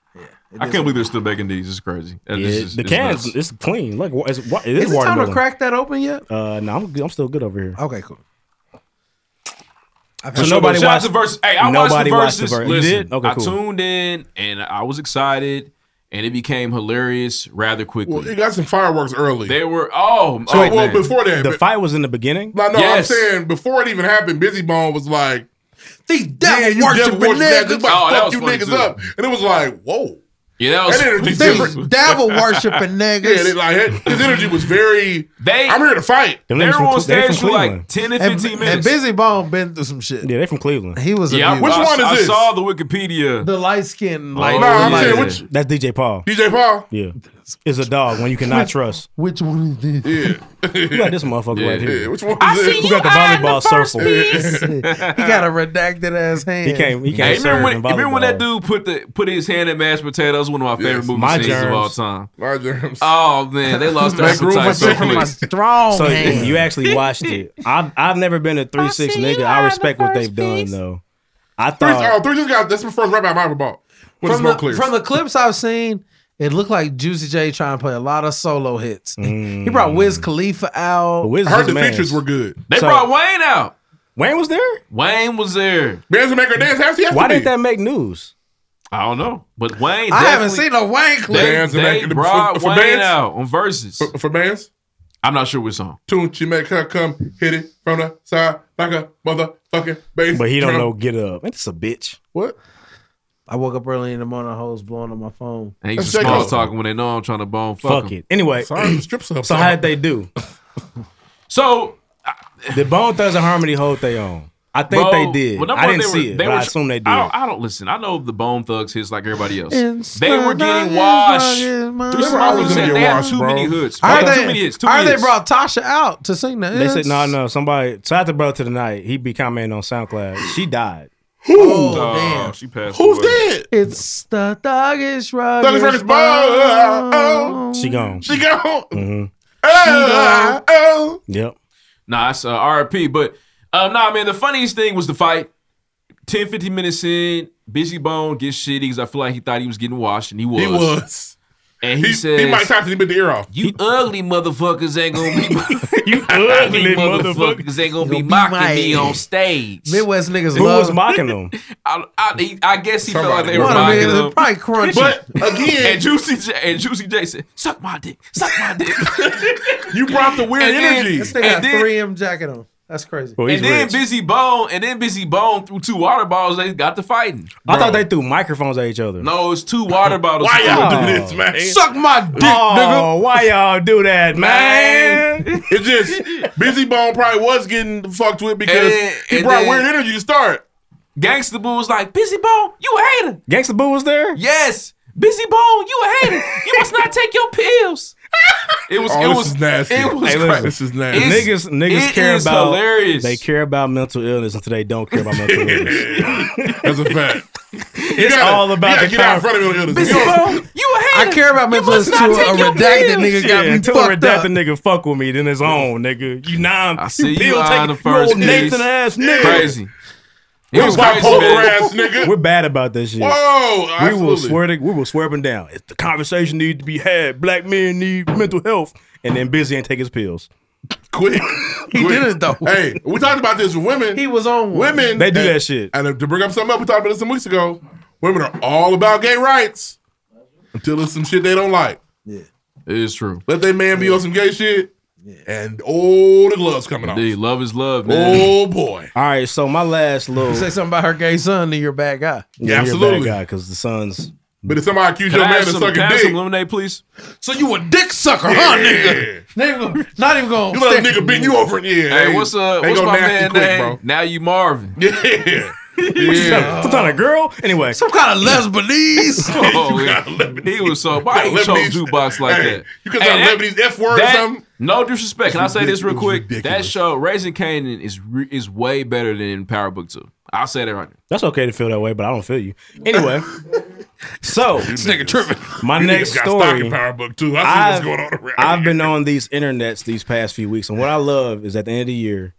[SPEAKER 1] I can't believe they're still baking these. It's crazy. That-
[SPEAKER 4] Yeah,
[SPEAKER 1] this is-
[SPEAKER 4] the
[SPEAKER 1] it's
[SPEAKER 4] cans
[SPEAKER 1] nuts.
[SPEAKER 4] it's clean. Look, wa- it's, wa- it is,
[SPEAKER 2] Is it time to
[SPEAKER 4] watermelon.
[SPEAKER 2] crack that open yet?
[SPEAKER 4] Uh, no, I'm, I'm still good over here.
[SPEAKER 2] Okay, cool.
[SPEAKER 4] So nobody
[SPEAKER 1] Shout out
[SPEAKER 4] watched
[SPEAKER 1] to versus. Hey, I watched
[SPEAKER 4] nobody
[SPEAKER 1] the
[SPEAKER 4] Watched the
[SPEAKER 1] verses.
[SPEAKER 4] verse.
[SPEAKER 1] Listen,
[SPEAKER 4] you did? Okay,
[SPEAKER 1] I
[SPEAKER 4] cool.
[SPEAKER 1] tuned in and I was excited, and it became hilarious rather quickly.
[SPEAKER 3] Well, it got some fireworks early.
[SPEAKER 1] they were oh,
[SPEAKER 3] So,
[SPEAKER 1] oh,
[SPEAKER 3] well,
[SPEAKER 1] man.
[SPEAKER 3] before that,
[SPEAKER 4] the
[SPEAKER 3] but-
[SPEAKER 4] fight was in the beginning.
[SPEAKER 3] No, no,
[SPEAKER 1] Yes.
[SPEAKER 3] I'm saying before it even happened, Busy Bone was like,
[SPEAKER 2] "The devil
[SPEAKER 3] yeah, you
[SPEAKER 2] worshiping
[SPEAKER 3] devil worshiping
[SPEAKER 2] niggas."
[SPEAKER 3] niggas. This about
[SPEAKER 1] Oh,
[SPEAKER 3] to
[SPEAKER 1] that
[SPEAKER 3] fuck
[SPEAKER 1] was
[SPEAKER 3] you
[SPEAKER 1] funny
[SPEAKER 3] niggas
[SPEAKER 1] too.
[SPEAKER 3] up, and it was like, whoa.
[SPEAKER 1] Yeah, that was
[SPEAKER 3] That energy
[SPEAKER 1] pretty
[SPEAKER 3] different.
[SPEAKER 1] cool.
[SPEAKER 2] Devil worshiping niggas.
[SPEAKER 3] Yeah, they, like his- his energy was very.
[SPEAKER 1] They,
[SPEAKER 3] I'm here to fight.
[SPEAKER 4] Them
[SPEAKER 1] They
[SPEAKER 4] niggas
[SPEAKER 1] were on
[SPEAKER 4] Cle- they
[SPEAKER 1] stage for like
[SPEAKER 4] Cleveland.
[SPEAKER 1] ten and
[SPEAKER 2] And,
[SPEAKER 1] fifteen
[SPEAKER 2] and
[SPEAKER 1] minutes.
[SPEAKER 2] Busy Bone been through some shit.
[SPEAKER 4] Yeah, they from Cleveland.
[SPEAKER 2] He was a
[SPEAKER 1] yeah, I-
[SPEAKER 2] mute.
[SPEAKER 1] I-
[SPEAKER 3] one is
[SPEAKER 1] I
[SPEAKER 3] this?
[SPEAKER 1] saw the Wikipedia.
[SPEAKER 2] the light skin.
[SPEAKER 1] Oh,
[SPEAKER 2] Like,
[SPEAKER 1] Nah, I'm
[SPEAKER 2] like-
[SPEAKER 1] saying
[SPEAKER 3] which-
[SPEAKER 4] That's DJ Paul.
[SPEAKER 3] DJ Paul.
[SPEAKER 4] Yeah, is a dog when you cannot trust.
[SPEAKER 2] Which one is this?
[SPEAKER 3] Yeah.
[SPEAKER 4] You got this motherfucker right
[SPEAKER 3] Yeah,
[SPEAKER 4] here.
[SPEAKER 3] which one
[SPEAKER 1] I
[SPEAKER 3] is
[SPEAKER 1] see
[SPEAKER 3] it?
[SPEAKER 1] you
[SPEAKER 4] got the
[SPEAKER 1] eyeing
[SPEAKER 4] volleyball
[SPEAKER 1] the first
[SPEAKER 4] circle?
[SPEAKER 1] piece.
[SPEAKER 2] he got a redacted ass hand.
[SPEAKER 4] He can't. He
[SPEAKER 1] Hey,
[SPEAKER 4] can't serve
[SPEAKER 1] remember when,
[SPEAKER 4] in
[SPEAKER 1] remember when that
[SPEAKER 4] volleyball.
[SPEAKER 1] dude put the put his hand in mashed potatoes? One of my favorite
[SPEAKER 3] Yes.
[SPEAKER 1] movie
[SPEAKER 4] My
[SPEAKER 1] scenes of
[SPEAKER 4] germs.
[SPEAKER 1] all time.
[SPEAKER 3] My germs.
[SPEAKER 1] Oh man, they lost their
[SPEAKER 3] Mac Groove
[SPEAKER 1] appetite
[SPEAKER 3] was
[SPEAKER 1] so
[SPEAKER 3] different.
[SPEAKER 1] quick.
[SPEAKER 2] My strong
[SPEAKER 4] So
[SPEAKER 2] hand.
[SPEAKER 4] you actually watched it. I've I've never been a three six
[SPEAKER 5] see you
[SPEAKER 4] nigga. I
[SPEAKER 5] on the
[SPEAKER 4] respect what
[SPEAKER 5] first
[SPEAKER 4] they've done
[SPEAKER 5] piece.
[SPEAKER 4] though. I
[SPEAKER 3] Three,
[SPEAKER 4] thought
[SPEAKER 3] oh, three just got. That's the first rap album I ever bought. When the
[SPEAKER 2] from,
[SPEAKER 3] smoke
[SPEAKER 2] the,
[SPEAKER 3] clears.
[SPEAKER 2] from the clips I've seen, it looked like Juicy J trying to play a lot of solo hits. he brought Wiz Khalifa out.
[SPEAKER 4] Wiz
[SPEAKER 3] I
[SPEAKER 4] is
[SPEAKER 3] heard
[SPEAKER 4] his
[SPEAKER 3] the
[SPEAKER 4] mans.
[SPEAKER 3] features were good.
[SPEAKER 1] They
[SPEAKER 4] So-
[SPEAKER 1] brought Wayne out.
[SPEAKER 4] Wayne was there.
[SPEAKER 1] Wayne was there.
[SPEAKER 3] Bands make her dance. Has to, has
[SPEAKER 4] Why
[SPEAKER 3] to
[SPEAKER 4] didn't
[SPEAKER 3] be.
[SPEAKER 4] that make news?
[SPEAKER 1] I don't know, but Wayne.
[SPEAKER 2] I haven't
[SPEAKER 1] definitely-
[SPEAKER 2] seen no Wayne clip.
[SPEAKER 1] They,
[SPEAKER 3] Bands and
[SPEAKER 1] they
[SPEAKER 3] that- for-
[SPEAKER 1] brought
[SPEAKER 3] for
[SPEAKER 1] Wayne
[SPEAKER 3] bands?
[SPEAKER 1] out on verses.
[SPEAKER 3] for, for bands?
[SPEAKER 1] I'm not sure what song.
[SPEAKER 3] Tune she make her come hit it from the side like a motherfucking bass.
[SPEAKER 4] But he don't
[SPEAKER 3] drum.
[SPEAKER 4] know get up. It's a bitch.
[SPEAKER 3] what.
[SPEAKER 2] I woke up early in the morning, hoes blowing on my phone.
[SPEAKER 1] And he's
[SPEAKER 3] That's
[SPEAKER 1] just
[SPEAKER 3] J.
[SPEAKER 1] small
[SPEAKER 3] Cole.
[SPEAKER 1] talking when they know I'm trying to bone. Fuck,
[SPEAKER 4] Fuck,
[SPEAKER 1] 'em.
[SPEAKER 4] it. Anyway,
[SPEAKER 3] Sorry, the strips up.
[SPEAKER 4] so how did they do?
[SPEAKER 1] So
[SPEAKER 4] The Bone Thugs and Harmony hold they own. I think
[SPEAKER 1] Bro,
[SPEAKER 4] they did.
[SPEAKER 1] well, number
[SPEAKER 4] I
[SPEAKER 1] one,
[SPEAKER 4] didn't
[SPEAKER 1] they were-
[SPEAKER 4] see it, but I assume they did.
[SPEAKER 1] I don't, I don't listen. I know the Bone Thugs hits like everybody else.
[SPEAKER 2] It's
[SPEAKER 1] they were
[SPEAKER 2] the
[SPEAKER 1] getting
[SPEAKER 2] Thugs
[SPEAKER 1] washed.
[SPEAKER 2] is my-
[SPEAKER 1] Three
[SPEAKER 3] They're always
[SPEAKER 1] Smurfs
[SPEAKER 3] gonna
[SPEAKER 1] said
[SPEAKER 3] get
[SPEAKER 1] they have
[SPEAKER 3] washed,
[SPEAKER 1] too
[SPEAKER 3] bro.
[SPEAKER 1] many hoods.
[SPEAKER 2] I
[SPEAKER 1] They
[SPEAKER 2] heard
[SPEAKER 1] have
[SPEAKER 2] they,
[SPEAKER 1] too many hits. Too
[SPEAKER 2] I heard
[SPEAKER 1] many
[SPEAKER 2] they
[SPEAKER 1] hits.
[SPEAKER 2] brought Tasha out to sing that.
[SPEAKER 4] They said no, no. Somebody shout out to bro to the night. He be commenting on SoundCloud. She died.
[SPEAKER 2] Oh,
[SPEAKER 1] Oh,
[SPEAKER 2] damn.
[SPEAKER 1] she passed.
[SPEAKER 3] Who's
[SPEAKER 1] away.
[SPEAKER 3] dead?
[SPEAKER 2] It's the thuggish rug.
[SPEAKER 3] Thuggish Ruggish Bone.
[SPEAKER 4] She gone.
[SPEAKER 3] She gone.
[SPEAKER 4] hmm
[SPEAKER 3] Oh, oh.
[SPEAKER 4] Yep.
[SPEAKER 1] Nah, that's uh, RIP. But um, nah, man, the funniest thing was the fight. 10, 15 minutes in, Busy Bone gets shitty because I feel like he thought he was getting washed, and he was.
[SPEAKER 3] He was.
[SPEAKER 1] And he,
[SPEAKER 3] He,
[SPEAKER 1] says,
[SPEAKER 3] he might talk to him bit the ear off.
[SPEAKER 1] You ugly motherfuckers ain't gonna be
[SPEAKER 4] You ugly
[SPEAKER 1] motherfuckers ain't gonna be mocking me on stage.
[SPEAKER 2] Midwest niggas
[SPEAKER 4] Who
[SPEAKER 2] love
[SPEAKER 4] was mocking them?
[SPEAKER 1] I, I, he- I guess he felt like
[SPEAKER 3] Somebody.
[SPEAKER 1] they were
[SPEAKER 2] one of
[SPEAKER 1] mocking
[SPEAKER 2] them.
[SPEAKER 1] him.
[SPEAKER 2] niggas, Probably crunchy.
[SPEAKER 3] But
[SPEAKER 1] And
[SPEAKER 3] again,
[SPEAKER 1] Juicy J, and Juicy J said, "Suck my dick, suck my dick."
[SPEAKER 3] you brought the weird
[SPEAKER 1] And then-
[SPEAKER 3] energy.
[SPEAKER 2] this nigga
[SPEAKER 1] and
[SPEAKER 2] got
[SPEAKER 1] then-
[SPEAKER 2] 3M jacket on. That's crazy.
[SPEAKER 4] Well, he's
[SPEAKER 1] and then
[SPEAKER 4] rich.
[SPEAKER 1] Busy Bone, and then Busy Bone threw two water bottles. They got to fighting.
[SPEAKER 4] I thought they threw microphones at each other.
[SPEAKER 1] No, it's two water bottles.
[SPEAKER 3] Why y'all do
[SPEAKER 4] Oh.
[SPEAKER 3] this, man?
[SPEAKER 2] Suck my dick,
[SPEAKER 4] Oh, why y'all do that, man?
[SPEAKER 3] It's just Busy Bone probably was getting fucked with because
[SPEAKER 1] And-
[SPEAKER 3] he
[SPEAKER 1] and
[SPEAKER 3] brought
[SPEAKER 1] then-
[SPEAKER 3] weird energy to start.
[SPEAKER 1] Gangsta Boo was like, "Busy Bone, you a hater."
[SPEAKER 4] Gangsta Boo was there.
[SPEAKER 1] Yes, Busy Bone, you a hater. You must not take your pills. It was.
[SPEAKER 3] Oh,
[SPEAKER 1] it
[SPEAKER 3] this
[SPEAKER 1] was
[SPEAKER 3] is nasty.
[SPEAKER 1] It was.
[SPEAKER 3] Hey,
[SPEAKER 1] cra-
[SPEAKER 3] listen. This is nasty.
[SPEAKER 1] It's-
[SPEAKER 4] niggas niggas
[SPEAKER 1] it
[SPEAKER 4] care
[SPEAKER 1] is
[SPEAKER 4] about
[SPEAKER 1] hilarious.
[SPEAKER 4] they care about mental illness until they don't care about mental illness.
[SPEAKER 3] That's a fact.
[SPEAKER 4] it's all about the
[SPEAKER 3] get out in front of your illness. You don't-
[SPEAKER 2] I care about mental illness to a redacted nigga got me
[SPEAKER 4] until a
[SPEAKER 2] fucked
[SPEAKER 4] redacted
[SPEAKER 2] up.
[SPEAKER 4] nigga fuck with me, then it's on, nigga. You nah, I
[SPEAKER 1] see you
[SPEAKER 4] pill
[SPEAKER 1] lying
[SPEAKER 4] taking-
[SPEAKER 1] the first
[SPEAKER 4] you old Nathan
[SPEAKER 1] piece.
[SPEAKER 4] ass nigga.
[SPEAKER 1] Crazy. It
[SPEAKER 4] We
[SPEAKER 1] was
[SPEAKER 4] white
[SPEAKER 1] crazy,
[SPEAKER 4] polar
[SPEAKER 1] man.
[SPEAKER 4] ass nigga. We're bad about that shit.
[SPEAKER 3] Whoa,
[SPEAKER 4] we will
[SPEAKER 3] absolutely.
[SPEAKER 4] swear to, we will swear up and down. If the conversation needs to be had, black men need mental health, and then busy ain't take his pills.
[SPEAKER 3] Quick,
[SPEAKER 4] he
[SPEAKER 3] Quick.
[SPEAKER 4] did it though.
[SPEAKER 3] Hey, we talked about this with women. He
[SPEAKER 2] was on
[SPEAKER 4] one.
[SPEAKER 3] women.
[SPEAKER 4] They do
[SPEAKER 3] and-
[SPEAKER 4] that shit.
[SPEAKER 3] And to bring up something else, we talked about this some weeks ago. Women are all about gay rights until it's some shit they don't like.
[SPEAKER 2] Yeah,
[SPEAKER 1] it is true.
[SPEAKER 3] Let that man be on some gay shit, and all the gloves coming off.
[SPEAKER 1] Dude, love is love, man.
[SPEAKER 3] Oh boy.
[SPEAKER 4] All right, so my last little
[SPEAKER 2] You say something about her gay son, then you're a bad guy.
[SPEAKER 4] because the sons.
[SPEAKER 3] But if somebody accuse
[SPEAKER 1] Can I have some, can I have some lemonade, please?
[SPEAKER 2] So you a dick sucker, huh, nigga? Not even gonna- Not even gonna.
[SPEAKER 3] You let a
[SPEAKER 2] stick-
[SPEAKER 3] nigga beat you over in the air.
[SPEAKER 1] Hey,
[SPEAKER 3] They-
[SPEAKER 1] what's uh,
[SPEAKER 3] they
[SPEAKER 1] what's
[SPEAKER 3] go
[SPEAKER 1] my
[SPEAKER 3] nasty
[SPEAKER 1] man
[SPEAKER 3] quick,
[SPEAKER 1] name?
[SPEAKER 3] bro.
[SPEAKER 1] Now you Marvin.
[SPEAKER 3] Yeah.
[SPEAKER 1] Yeah.
[SPEAKER 4] Some kind of girl? Anyway.
[SPEAKER 2] Some kind of Lebanese.
[SPEAKER 1] Oh, yeah. He was so. Why
[SPEAKER 3] You
[SPEAKER 1] he
[SPEAKER 3] got
[SPEAKER 1] chose
[SPEAKER 3] Lebanese-
[SPEAKER 1] jukebox like
[SPEAKER 3] Hey,
[SPEAKER 1] that?
[SPEAKER 3] you could
[SPEAKER 1] Hey,
[SPEAKER 3] have
[SPEAKER 1] that-
[SPEAKER 3] Lebanese F word or
[SPEAKER 1] that-
[SPEAKER 3] something.
[SPEAKER 1] No disrespect. Can I say this real
[SPEAKER 3] It was
[SPEAKER 1] quick? That show, Raising Canaan, is re- is way better than Power Book Two. I'll say that right now.
[SPEAKER 4] That's okay to feel that way, but I don't feel you. Anyway, so
[SPEAKER 3] This nigga tripping.
[SPEAKER 4] My
[SPEAKER 3] You
[SPEAKER 4] next
[SPEAKER 3] niggas got stock
[SPEAKER 4] story.
[SPEAKER 3] in Power Book too. I see what's going on around.
[SPEAKER 4] I've been on these internets these past few weeks, and what I love is at the end of the year,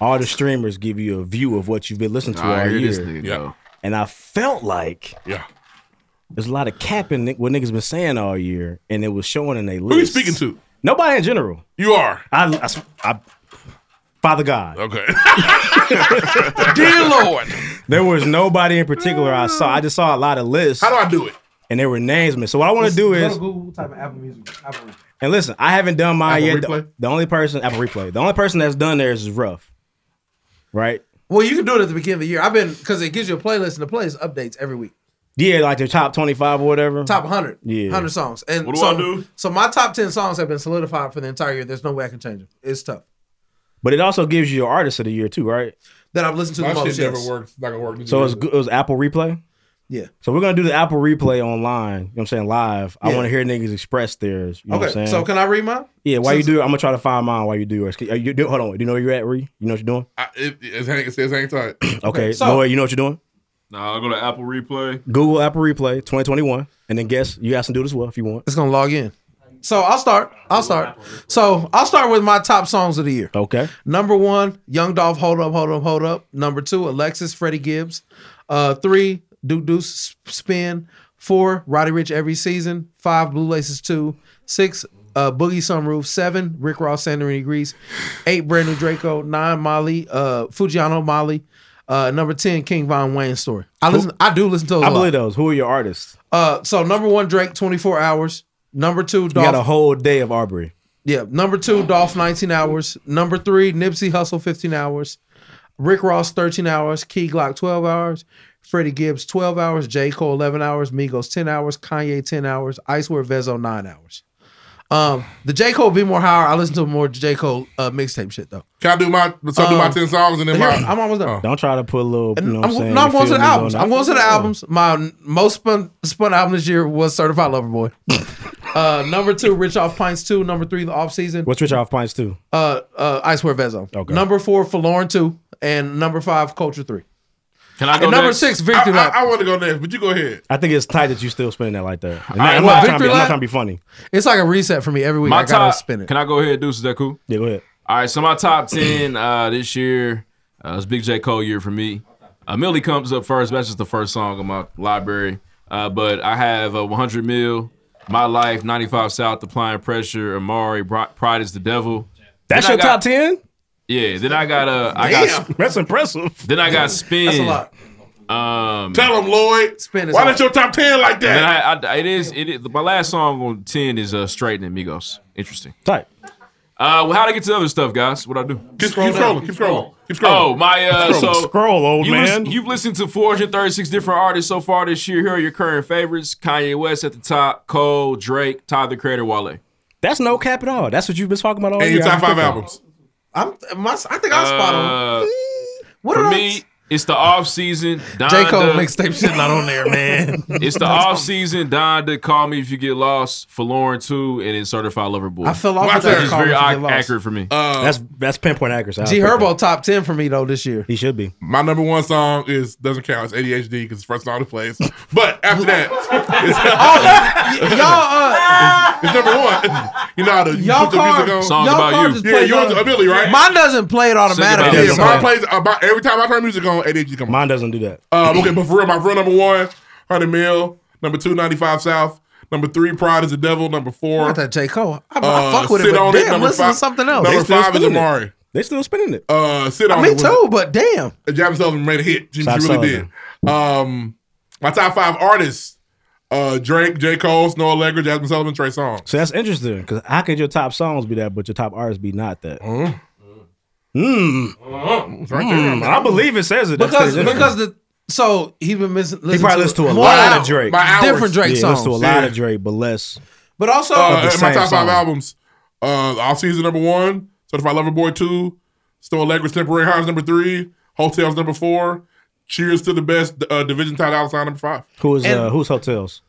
[SPEAKER 4] all the streamers give you a view of what you've been listening to all,
[SPEAKER 1] All right, here
[SPEAKER 4] year.
[SPEAKER 1] this nigga go.
[SPEAKER 4] And I felt like
[SPEAKER 3] yeah,
[SPEAKER 4] there's a lot of capping what niggas been saying all year, and it was showing in a list.
[SPEAKER 3] Who you speaking to?
[SPEAKER 4] Nobody in general.
[SPEAKER 3] You are.
[SPEAKER 4] I, I s- I- Father God.
[SPEAKER 3] Okay.
[SPEAKER 2] Dear Lord.
[SPEAKER 4] There was nobody in particular I saw. I just saw a lot of lists. How
[SPEAKER 3] do I do it?
[SPEAKER 4] And there were names, man. So what I want to do is
[SPEAKER 2] Google type of Apple Music. Apple.
[SPEAKER 4] And listen, I haven't done mine
[SPEAKER 2] Apple
[SPEAKER 4] yet. The-
[SPEAKER 2] Replay?
[SPEAKER 4] The only person Apple Replay, the only person that's done theirs is rough, right?
[SPEAKER 2] Well, you can do it at the beginning of the year. I've been because it gives you a playlist, and the playlist updates every week.
[SPEAKER 4] Yeah, like their top twenty-five or whatever.
[SPEAKER 2] Top 100.
[SPEAKER 4] Yeah.
[SPEAKER 2] 100 songs. And
[SPEAKER 4] What do
[SPEAKER 2] so,
[SPEAKER 4] I do?
[SPEAKER 2] So my top 10 songs have been solidified for the entire year. There's no way I can change them. It's tough.
[SPEAKER 4] But it also gives you your artist of the year too, right?
[SPEAKER 2] That I've listened to
[SPEAKER 3] My
[SPEAKER 2] the most.
[SPEAKER 3] shit never
[SPEAKER 2] yes.
[SPEAKER 3] works. Not gonna work.
[SPEAKER 4] So it's, go- it was Apple Replay.
[SPEAKER 2] Yeah.
[SPEAKER 4] So we're gonna do the Apple Replay online. You know what I'm saying? Live. I
[SPEAKER 2] Yeah.
[SPEAKER 4] want to hear niggas express theirs. You know what I'm
[SPEAKER 2] Okay.
[SPEAKER 4] saying?
[SPEAKER 2] So can I read mine?
[SPEAKER 4] yeah, while
[SPEAKER 2] So-
[SPEAKER 4] you do, it, I'm gonna try to find mine while you do yours. Are you, do- hold on, do you know where you're at, Ree? You know what you're doing?
[SPEAKER 3] I, it, it's hang, it's, it's hang tight.
[SPEAKER 4] Okay,
[SPEAKER 3] so-
[SPEAKER 4] Lloyd, you know what you're doing?
[SPEAKER 1] Nah, I'll go to Apple Replay.
[SPEAKER 4] Google Apple Replay 2021, and then guess you guys can do it as well if you want.
[SPEAKER 2] It's gonna log in. So I'll start. I'll start. So I'll start with my top songs of the year.
[SPEAKER 4] Okay.
[SPEAKER 2] Number one, Young Dolph, Hold Up, Hold Up, Hold Up. Number two, Alexis, Freddie Gibbs. Uh, three, Duke Deuce, Spin. Four, Roddy Rich Every Season. Five, Blue Laces 2. Six, uh, Boogie Sunroof. Seven, Rick Ross, Santorini Grease. Eight, Brand New Draco. Nine, Molly, uh, Fujiano Molly. Uh, number 10, King Von Wayne Story. I listen. I do listen to those.
[SPEAKER 4] I
[SPEAKER 2] a lot.
[SPEAKER 4] believe those. Who are your artists?
[SPEAKER 2] Uh, so number one, Drake, 24 hours. Number two,
[SPEAKER 4] You got a
[SPEAKER 2] Dolph.
[SPEAKER 4] whole day of Arbery.
[SPEAKER 2] yeah, number two, Dolph, 19 hours. Number three, Nipsey Hustle, 15 hours. Rick Ross, 13 hours. Key Glock, 12 hours. Freddie Gibbs, 12 hours. J. Cole, 11 hours. Migos, 10 hours. Kanye, 10 hours. Icewear Vezo, 9 hours. Um, the J. Cole Be More Higher, I listen to more J. Cole uh, mixtape shit, though.
[SPEAKER 3] Can I do my so do my
[SPEAKER 2] Um,
[SPEAKER 3] ten songs and then
[SPEAKER 2] here,
[SPEAKER 3] my?
[SPEAKER 2] I'm almost done.
[SPEAKER 4] Don't try to put a little. You know what
[SPEAKER 2] I'm,
[SPEAKER 4] Oh. I'm, saying?
[SPEAKER 2] no, I'm
[SPEAKER 4] You
[SPEAKER 2] going to
[SPEAKER 4] feel
[SPEAKER 2] the
[SPEAKER 4] me?
[SPEAKER 2] albums.
[SPEAKER 4] No,
[SPEAKER 2] I'm
[SPEAKER 4] no.
[SPEAKER 2] going to the albums. My n- most spun, spun album this year was Certified Lover Boy. uh, number two, Rich Off Pints 2. Number three, The Off Season.
[SPEAKER 4] What's Rich Off Pines too?
[SPEAKER 2] Uh, uh, I Swear Vezo. Okay. Number four, Forlorn 2. And number five, Culture 3.
[SPEAKER 1] Can
[SPEAKER 2] And number six, Victory
[SPEAKER 3] Oh, I,
[SPEAKER 2] Lap.
[SPEAKER 3] I, I want to go next, but you go ahead.
[SPEAKER 4] I think it's tight that you still spinning that like that. And
[SPEAKER 1] All right,
[SPEAKER 4] I'm,
[SPEAKER 1] well,
[SPEAKER 4] not trying to be,
[SPEAKER 1] Victory
[SPEAKER 4] I'm not
[SPEAKER 1] Lap-
[SPEAKER 4] trying to be funny.
[SPEAKER 2] It's like a reset for me every week. I gotta spin it.
[SPEAKER 1] Can I go ahead, Deuce? Is that cool?
[SPEAKER 4] Yeah, go ahead.
[SPEAKER 1] All right, so my top ten uh, this year uh, is Big J Cole year for me. Uh, Millie comes up first. That's just the first song in my library. Uh, but I have uh, 100 Mil, My Life, 95 South, Applying Pressure, Amari, Bri- Pride is the Devil.
[SPEAKER 4] That's
[SPEAKER 1] Then
[SPEAKER 4] your
[SPEAKER 1] I got-
[SPEAKER 4] top ten.
[SPEAKER 1] Yeah. Then I got uh, I got
[SPEAKER 4] that's impressive.
[SPEAKER 1] then I got Spin.
[SPEAKER 4] That's a lot.
[SPEAKER 1] Um,
[SPEAKER 3] Tell him, Lloyd.
[SPEAKER 2] Spin
[SPEAKER 3] Why not your top ten like
[SPEAKER 1] And then
[SPEAKER 3] that?
[SPEAKER 1] I, I, it is. It is. My last song on ten is uh, Straightening Migos. Interesting.
[SPEAKER 4] Tight.
[SPEAKER 1] Uh, well, how to get to the other stuff, guys? What I do?
[SPEAKER 3] Keep, keep scrolling. Keep scrolling. Keep scrolling.
[SPEAKER 1] Oh my! Uh,
[SPEAKER 3] Keep scrolling.
[SPEAKER 1] so
[SPEAKER 4] Scroll, old
[SPEAKER 1] you
[SPEAKER 4] man.
[SPEAKER 1] you've listened to 436 different artists so far this year. Here are your current favorites: Kanye West at the top, Cole, Drake, Ty the Creator, Wale.
[SPEAKER 4] That's no cap at all. That's what you've been talking about all
[SPEAKER 1] And
[SPEAKER 4] year.
[SPEAKER 1] your top
[SPEAKER 4] I respect
[SPEAKER 1] five
[SPEAKER 4] that.
[SPEAKER 3] Uh,
[SPEAKER 1] albums.
[SPEAKER 2] I'm, my, I think I'm spot on.
[SPEAKER 1] Uh,
[SPEAKER 2] What
[SPEAKER 1] for
[SPEAKER 2] are
[SPEAKER 1] me, It's the off season.
[SPEAKER 3] uh,
[SPEAKER 2] J. Cole mixtape shit not on there, man.
[SPEAKER 1] It's the off season. Donda, call me if you get lost for Lauren too, and then Certified Lover Boy.
[SPEAKER 2] I fell off
[SPEAKER 1] Which
[SPEAKER 2] with that
[SPEAKER 1] is
[SPEAKER 2] Call Me
[SPEAKER 1] very
[SPEAKER 2] If You Get
[SPEAKER 1] ac-
[SPEAKER 2] Lost.
[SPEAKER 1] accurate for me.
[SPEAKER 3] Uh,
[SPEAKER 4] that's that's pinpoint accuracy.
[SPEAKER 2] G Herbo top ten for me though this year.
[SPEAKER 4] He should be.
[SPEAKER 3] My number one song is doesn't count. It's ADHD because it's the first song that plays. But after that, it's, it's number one. You know how to
[SPEAKER 2] uh, Y'all
[SPEAKER 3] put the
[SPEAKER 2] car,
[SPEAKER 3] music on.
[SPEAKER 2] y'all car just
[SPEAKER 3] Yeah,
[SPEAKER 2] plays
[SPEAKER 3] yours
[SPEAKER 2] auto-
[SPEAKER 3] ability, right?
[SPEAKER 2] Mine doesn't play it automatically.
[SPEAKER 3] Yeah, mine plays about every time I turn music on. ADHD comes.
[SPEAKER 4] Mine doesn't do that.
[SPEAKER 3] Um, okay, but for real, my real number one, hundred mil. Number two, ninety five South. Number three, Pride is the Devil. Number four, uh,
[SPEAKER 2] Not that J. Cole. I, I fuck with it,
[SPEAKER 3] Sit
[SPEAKER 2] but
[SPEAKER 3] On
[SPEAKER 2] damn, listen to something else.
[SPEAKER 3] Number
[SPEAKER 2] They still
[SPEAKER 3] five is
[SPEAKER 2] spinning it.
[SPEAKER 3] Amari.
[SPEAKER 4] They still spinning it.
[SPEAKER 3] Uh, sit on
[SPEAKER 2] me
[SPEAKER 3] it was-
[SPEAKER 2] too, but damn.
[SPEAKER 3] Javis Sullivan made a hit. She, she
[SPEAKER 2] Shout
[SPEAKER 3] really
[SPEAKER 2] Sullivan.
[SPEAKER 3] did. Um, my top five artists: uh, Drake, J. Cole, Snow Allegra, Jasmine Sullivan, Trey Songz.
[SPEAKER 4] So that's interesting because how could your top songs be that, but your top artists be not that?
[SPEAKER 1] Uh-huh.
[SPEAKER 4] Mm.
[SPEAKER 3] Mm.
[SPEAKER 4] Mm. I believe it says it. That's
[SPEAKER 2] because
[SPEAKER 4] kinda
[SPEAKER 2] because the so he's been missing.
[SPEAKER 4] He probably listens to a
[SPEAKER 2] more
[SPEAKER 4] lot
[SPEAKER 2] out-
[SPEAKER 4] of Drake.
[SPEAKER 2] different Drake
[SPEAKER 4] yeah,
[SPEAKER 2] songs.
[SPEAKER 4] Listen to a lot of Drake, but less.
[SPEAKER 2] But also,
[SPEAKER 3] Uh,
[SPEAKER 4] Of the
[SPEAKER 3] in my
[SPEAKER 4] same
[SPEAKER 3] top
[SPEAKER 4] song.
[SPEAKER 3] five albums: uh, All Season number one, Certified Lover Boy two, Snow Allegra's Temporary Highs number three, Hotels number four, Cheers to the Best, uh, Division Tied Out Sign number five.
[SPEAKER 4] Who is uh, who's hotels?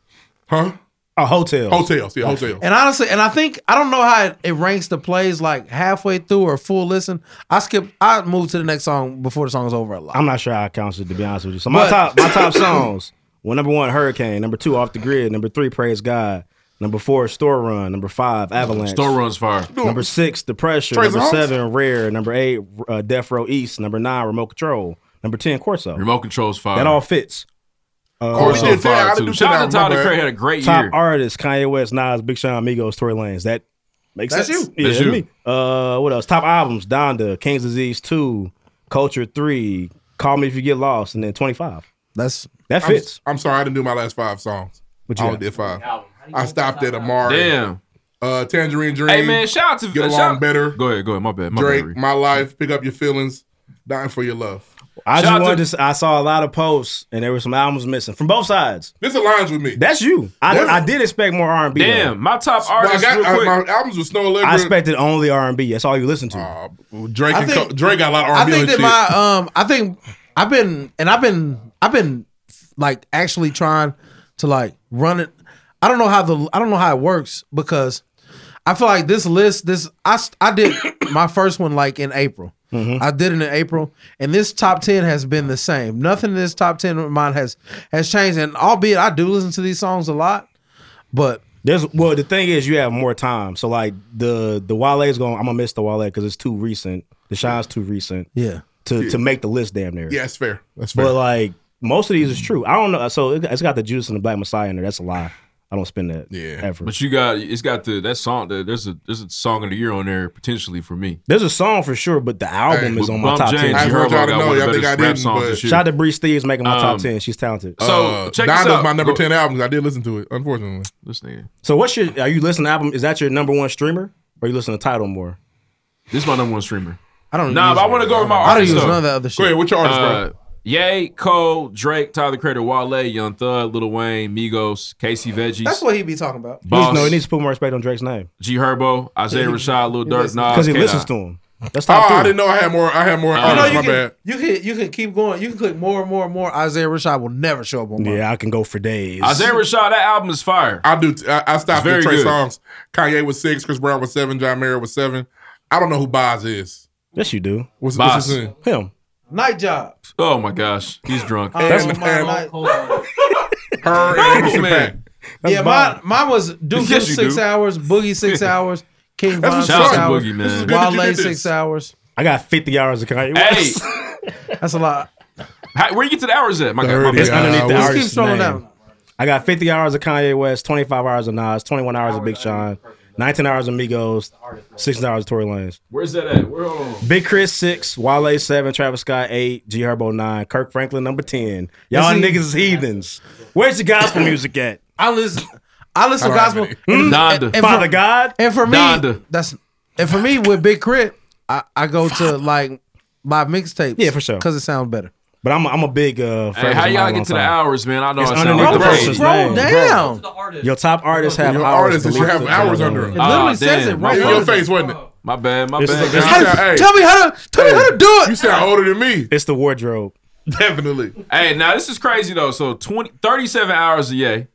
[SPEAKER 3] Huh?
[SPEAKER 4] Oh, hotels.
[SPEAKER 3] Hotels, yeah, hotels.
[SPEAKER 2] And honestly, and I think I don't know how it, it ranks the plays like halfway through or full listen. I skip. I move to the next song before the song is over a lot.
[SPEAKER 4] I'm not sure how it counts it to be honest with you. So my
[SPEAKER 2] But-
[SPEAKER 4] top my top songs. Well, number one, Hurricane. Number two, Off the Grid. Number three, Praise God. Number four, Store Run. Number five, Avalanche.
[SPEAKER 1] Store Run's fire.
[SPEAKER 4] Number six, The Pressure.
[SPEAKER 1] Praise
[SPEAKER 4] number
[SPEAKER 1] the House.
[SPEAKER 4] seven, Rare. Number eight, uh, Death Row East. Number nine, Remote Control. Number ten, Corso.
[SPEAKER 1] Remote controls fire.
[SPEAKER 4] That all fits. Uh,
[SPEAKER 1] Corso Corso fire, fire, too. too. Shout out to Tyler Perry, had a great
[SPEAKER 4] Top
[SPEAKER 1] year.
[SPEAKER 4] artists: Kanye West, Nas, Big Sean, Amigos, Tory Lanez. That makes
[SPEAKER 2] That's
[SPEAKER 4] sense.
[SPEAKER 2] you.
[SPEAKER 4] Yeah,
[SPEAKER 2] That's
[SPEAKER 4] that's
[SPEAKER 2] you.
[SPEAKER 4] me. Uh, what else? Top albums: Donda, King's Disease Two, Culture Three, Call Me If You Get Lost, and then Twenty Five.
[SPEAKER 2] That's
[SPEAKER 4] that
[SPEAKER 3] I'm-
[SPEAKER 4] fits.
[SPEAKER 3] I'm, sorry, I didn't do my last five songs. But
[SPEAKER 4] What you
[SPEAKER 3] you I only
[SPEAKER 4] got?
[SPEAKER 3] did five. I stopped at Amari.
[SPEAKER 1] Damn.
[SPEAKER 3] Uh, Tangerine Dream.
[SPEAKER 1] Hey man, shout out to
[SPEAKER 3] Get
[SPEAKER 1] uh,
[SPEAKER 3] Along
[SPEAKER 1] shout,
[SPEAKER 3] Better.
[SPEAKER 1] Go ahead, go ahead. My bad. My
[SPEAKER 3] Drake,
[SPEAKER 1] bad. Reed.
[SPEAKER 3] My Life, Pick Up Your Feelings, Dying for Your Love.
[SPEAKER 4] I
[SPEAKER 1] Shout
[SPEAKER 4] just
[SPEAKER 1] out
[SPEAKER 4] wanted to. s- I saw a lot of posts, and there were some albums missing from both sides.
[SPEAKER 3] This aligns with me.
[SPEAKER 4] That's you. I,
[SPEAKER 3] That's-
[SPEAKER 4] I did expect more R and B.
[SPEAKER 1] Damn, my top
[SPEAKER 3] Well, I
[SPEAKER 1] artist.
[SPEAKER 3] got
[SPEAKER 1] real
[SPEAKER 3] uh,
[SPEAKER 1] quick.
[SPEAKER 3] my albums with Snow Allegra. Uh,
[SPEAKER 4] I expected only R and B. That's all you listen to.
[SPEAKER 3] Drake,
[SPEAKER 2] I think-
[SPEAKER 3] Drake got a lot of
[SPEAKER 2] I
[SPEAKER 3] R&B
[SPEAKER 2] think that
[SPEAKER 3] and shit.
[SPEAKER 2] my um, I think I've been and I've been I've been like actually trying to like run it. I don't know how the I don't know how it works because I feel like this list this I s- I did my first one like in April.
[SPEAKER 1] Mm-hmm.
[SPEAKER 2] I did it in April, and this top ten has been the same. Nothing in this top ten of mine has has changed, and albeit I do listen to these songs a lot, but
[SPEAKER 4] There's well, the thing is, you have more time. So like the the Wale is going. I'm gonna miss the Wale because it's too recent. The shine's too recent.
[SPEAKER 2] Yeah.
[SPEAKER 4] To
[SPEAKER 3] Yeah.
[SPEAKER 4] to make the list, damn near.
[SPEAKER 3] Yeah, that's fair. That's fair.
[SPEAKER 4] But like most of these is true. I don't know. So it- it's got the Judas and the Black Messiah in there. That's a lie. I don't spend that. Yeah. Ever.
[SPEAKER 1] But you got it's got the that song. The, there's a there's a song of the year on there potentially for me.
[SPEAKER 4] There's a song for sure, but the album
[SPEAKER 1] Hey,
[SPEAKER 4] is on my
[SPEAKER 1] Bum
[SPEAKER 4] top
[SPEAKER 1] James,
[SPEAKER 4] ten.
[SPEAKER 1] I just want y'all to know, y'all think I didn't, but-
[SPEAKER 4] Shout out to Bree Steves making my
[SPEAKER 1] Um,
[SPEAKER 4] top ten. She's talented.
[SPEAKER 3] Uh, Donda's my number 10 album. I did listen to it, unfortunately.
[SPEAKER 1] This nigga.
[SPEAKER 4] So what's your? Are you listening to album? Is that your number one streamer? Or are you listening to title more?
[SPEAKER 1] This is my number one streamer.
[SPEAKER 2] I don't.
[SPEAKER 1] Nah,
[SPEAKER 4] use
[SPEAKER 1] but I
[SPEAKER 4] it.
[SPEAKER 1] want to go with my
[SPEAKER 4] I don't
[SPEAKER 1] artist
[SPEAKER 4] use
[SPEAKER 1] stuff.
[SPEAKER 4] none of that other shit. Go ahead,
[SPEAKER 3] what's your artist,
[SPEAKER 1] Uh,
[SPEAKER 3] bro?
[SPEAKER 1] Ye, Cole, Drake, Tyler the Creator, Wale, Young Thug, Lil Wayne, Migos, Casey Veggies.
[SPEAKER 2] that's what he be talking about.
[SPEAKER 1] Boss,
[SPEAKER 4] No, he needs to put more respect on Drake's name
[SPEAKER 1] G Herbo, Isaiah
[SPEAKER 2] He-
[SPEAKER 1] Rashad, Lil Durk,
[SPEAKER 2] he listens.
[SPEAKER 1] Nas.
[SPEAKER 4] because he
[SPEAKER 1] K-Dot.
[SPEAKER 4] listens to him. That's
[SPEAKER 3] Oh,
[SPEAKER 4] top
[SPEAKER 3] I
[SPEAKER 4] three.
[SPEAKER 3] didn't know I had more. I had more.
[SPEAKER 1] Uh,
[SPEAKER 3] artists,
[SPEAKER 2] you
[SPEAKER 3] my
[SPEAKER 2] can,
[SPEAKER 3] bad.
[SPEAKER 2] You can you can keep going. You can click more and more and more. Isaiah Rashad will never show up on mine.
[SPEAKER 4] Yeah, I can go for days.
[SPEAKER 1] Isaiah Rashad, that album is fire.
[SPEAKER 3] I do. I, I stopped
[SPEAKER 1] It's very
[SPEAKER 3] at Trey
[SPEAKER 1] good.
[SPEAKER 3] Songs. Kanye was six. Chris Brown was seven. John Mayer was seven. I don't know who Boz is.
[SPEAKER 4] Yes, you do.
[SPEAKER 3] What's,
[SPEAKER 1] Boz.
[SPEAKER 3] what's his name?
[SPEAKER 4] Him.
[SPEAKER 2] Night job.
[SPEAKER 1] Oh my gosh, he's drunk.
[SPEAKER 2] Oh,
[SPEAKER 3] That's-
[SPEAKER 2] my
[SPEAKER 3] and-
[SPEAKER 2] night-
[SPEAKER 3] Her and Anderson
[SPEAKER 1] man.
[SPEAKER 3] Paak.
[SPEAKER 2] yeah, mine, mine was Duke
[SPEAKER 1] Yes, you
[SPEAKER 2] six
[SPEAKER 1] do.
[SPEAKER 2] hours, Boogie six hours, King
[SPEAKER 1] That's
[SPEAKER 2] Von
[SPEAKER 1] what's
[SPEAKER 2] six
[SPEAKER 1] up. Shout out to
[SPEAKER 2] hours,
[SPEAKER 1] Boogie, man. This is good that you
[SPEAKER 2] Wale
[SPEAKER 1] did this.
[SPEAKER 2] six hours.
[SPEAKER 4] I got 50 hours of Kanye
[SPEAKER 1] Hey,
[SPEAKER 4] West.
[SPEAKER 2] That's a lot.
[SPEAKER 1] how, where you get to the hours at? My God, my
[SPEAKER 4] It's
[SPEAKER 1] bad.
[SPEAKER 4] underneath the
[SPEAKER 2] Just
[SPEAKER 4] artist's
[SPEAKER 2] keep scrolling
[SPEAKER 4] name.
[SPEAKER 2] down.
[SPEAKER 4] I got 50 hours of Kanye West, 25 hours of Nas, 21 hours of Big Sean, 19 hours of Migos, 16 hours of Tory Lanez.
[SPEAKER 1] Where's that at? Where? hold on.
[SPEAKER 4] Big Chris six, Wale seven, Travis Scott eight, G Herbo nine, Kirk Franklin number ten. Y'all
[SPEAKER 2] Is he-
[SPEAKER 4] niggas is heathens. Where's the gospel music at?
[SPEAKER 2] I listen. I listen to
[SPEAKER 4] I don't
[SPEAKER 2] gospel.
[SPEAKER 4] have
[SPEAKER 1] Mm-hmm.
[SPEAKER 4] any. Donda. Father God.
[SPEAKER 2] And for me,
[SPEAKER 4] Donda.
[SPEAKER 2] that's and for me with Big Crit, I, I go to like my mixtapes.
[SPEAKER 4] Yeah, for sure.
[SPEAKER 2] because it sounds better.
[SPEAKER 4] But I'm a, I'm a big uh.
[SPEAKER 1] Hey, how y'all get to the hours, man? I know
[SPEAKER 4] It's
[SPEAKER 1] I sound
[SPEAKER 4] underneath
[SPEAKER 1] like
[SPEAKER 4] the
[SPEAKER 1] the
[SPEAKER 4] person's
[SPEAKER 1] bro.
[SPEAKER 4] name.
[SPEAKER 2] Damn.
[SPEAKER 4] Your top artists have
[SPEAKER 3] Your
[SPEAKER 4] hours.
[SPEAKER 3] artists, you
[SPEAKER 4] deleted
[SPEAKER 3] have
[SPEAKER 4] to
[SPEAKER 3] hours
[SPEAKER 4] their
[SPEAKER 3] under
[SPEAKER 4] own.
[SPEAKER 3] them. It literally
[SPEAKER 1] says it right
[SPEAKER 3] in
[SPEAKER 1] on
[SPEAKER 3] your
[SPEAKER 1] it.
[SPEAKER 3] face, wasn't it?
[SPEAKER 1] My bad, my
[SPEAKER 4] It's
[SPEAKER 1] bad.
[SPEAKER 4] the-
[SPEAKER 1] guys.
[SPEAKER 3] Hey,
[SPEAKER 2] Tell me how to tell me how to do it.
[SPEAKER 3] You sound older than me.
[SPEAKER 4] It's the wardrobe.
[SPEAKER 3] Definitely.
[SPEAKER 1] Hey, now this is crazy though. So 20, 37 hours of Ye,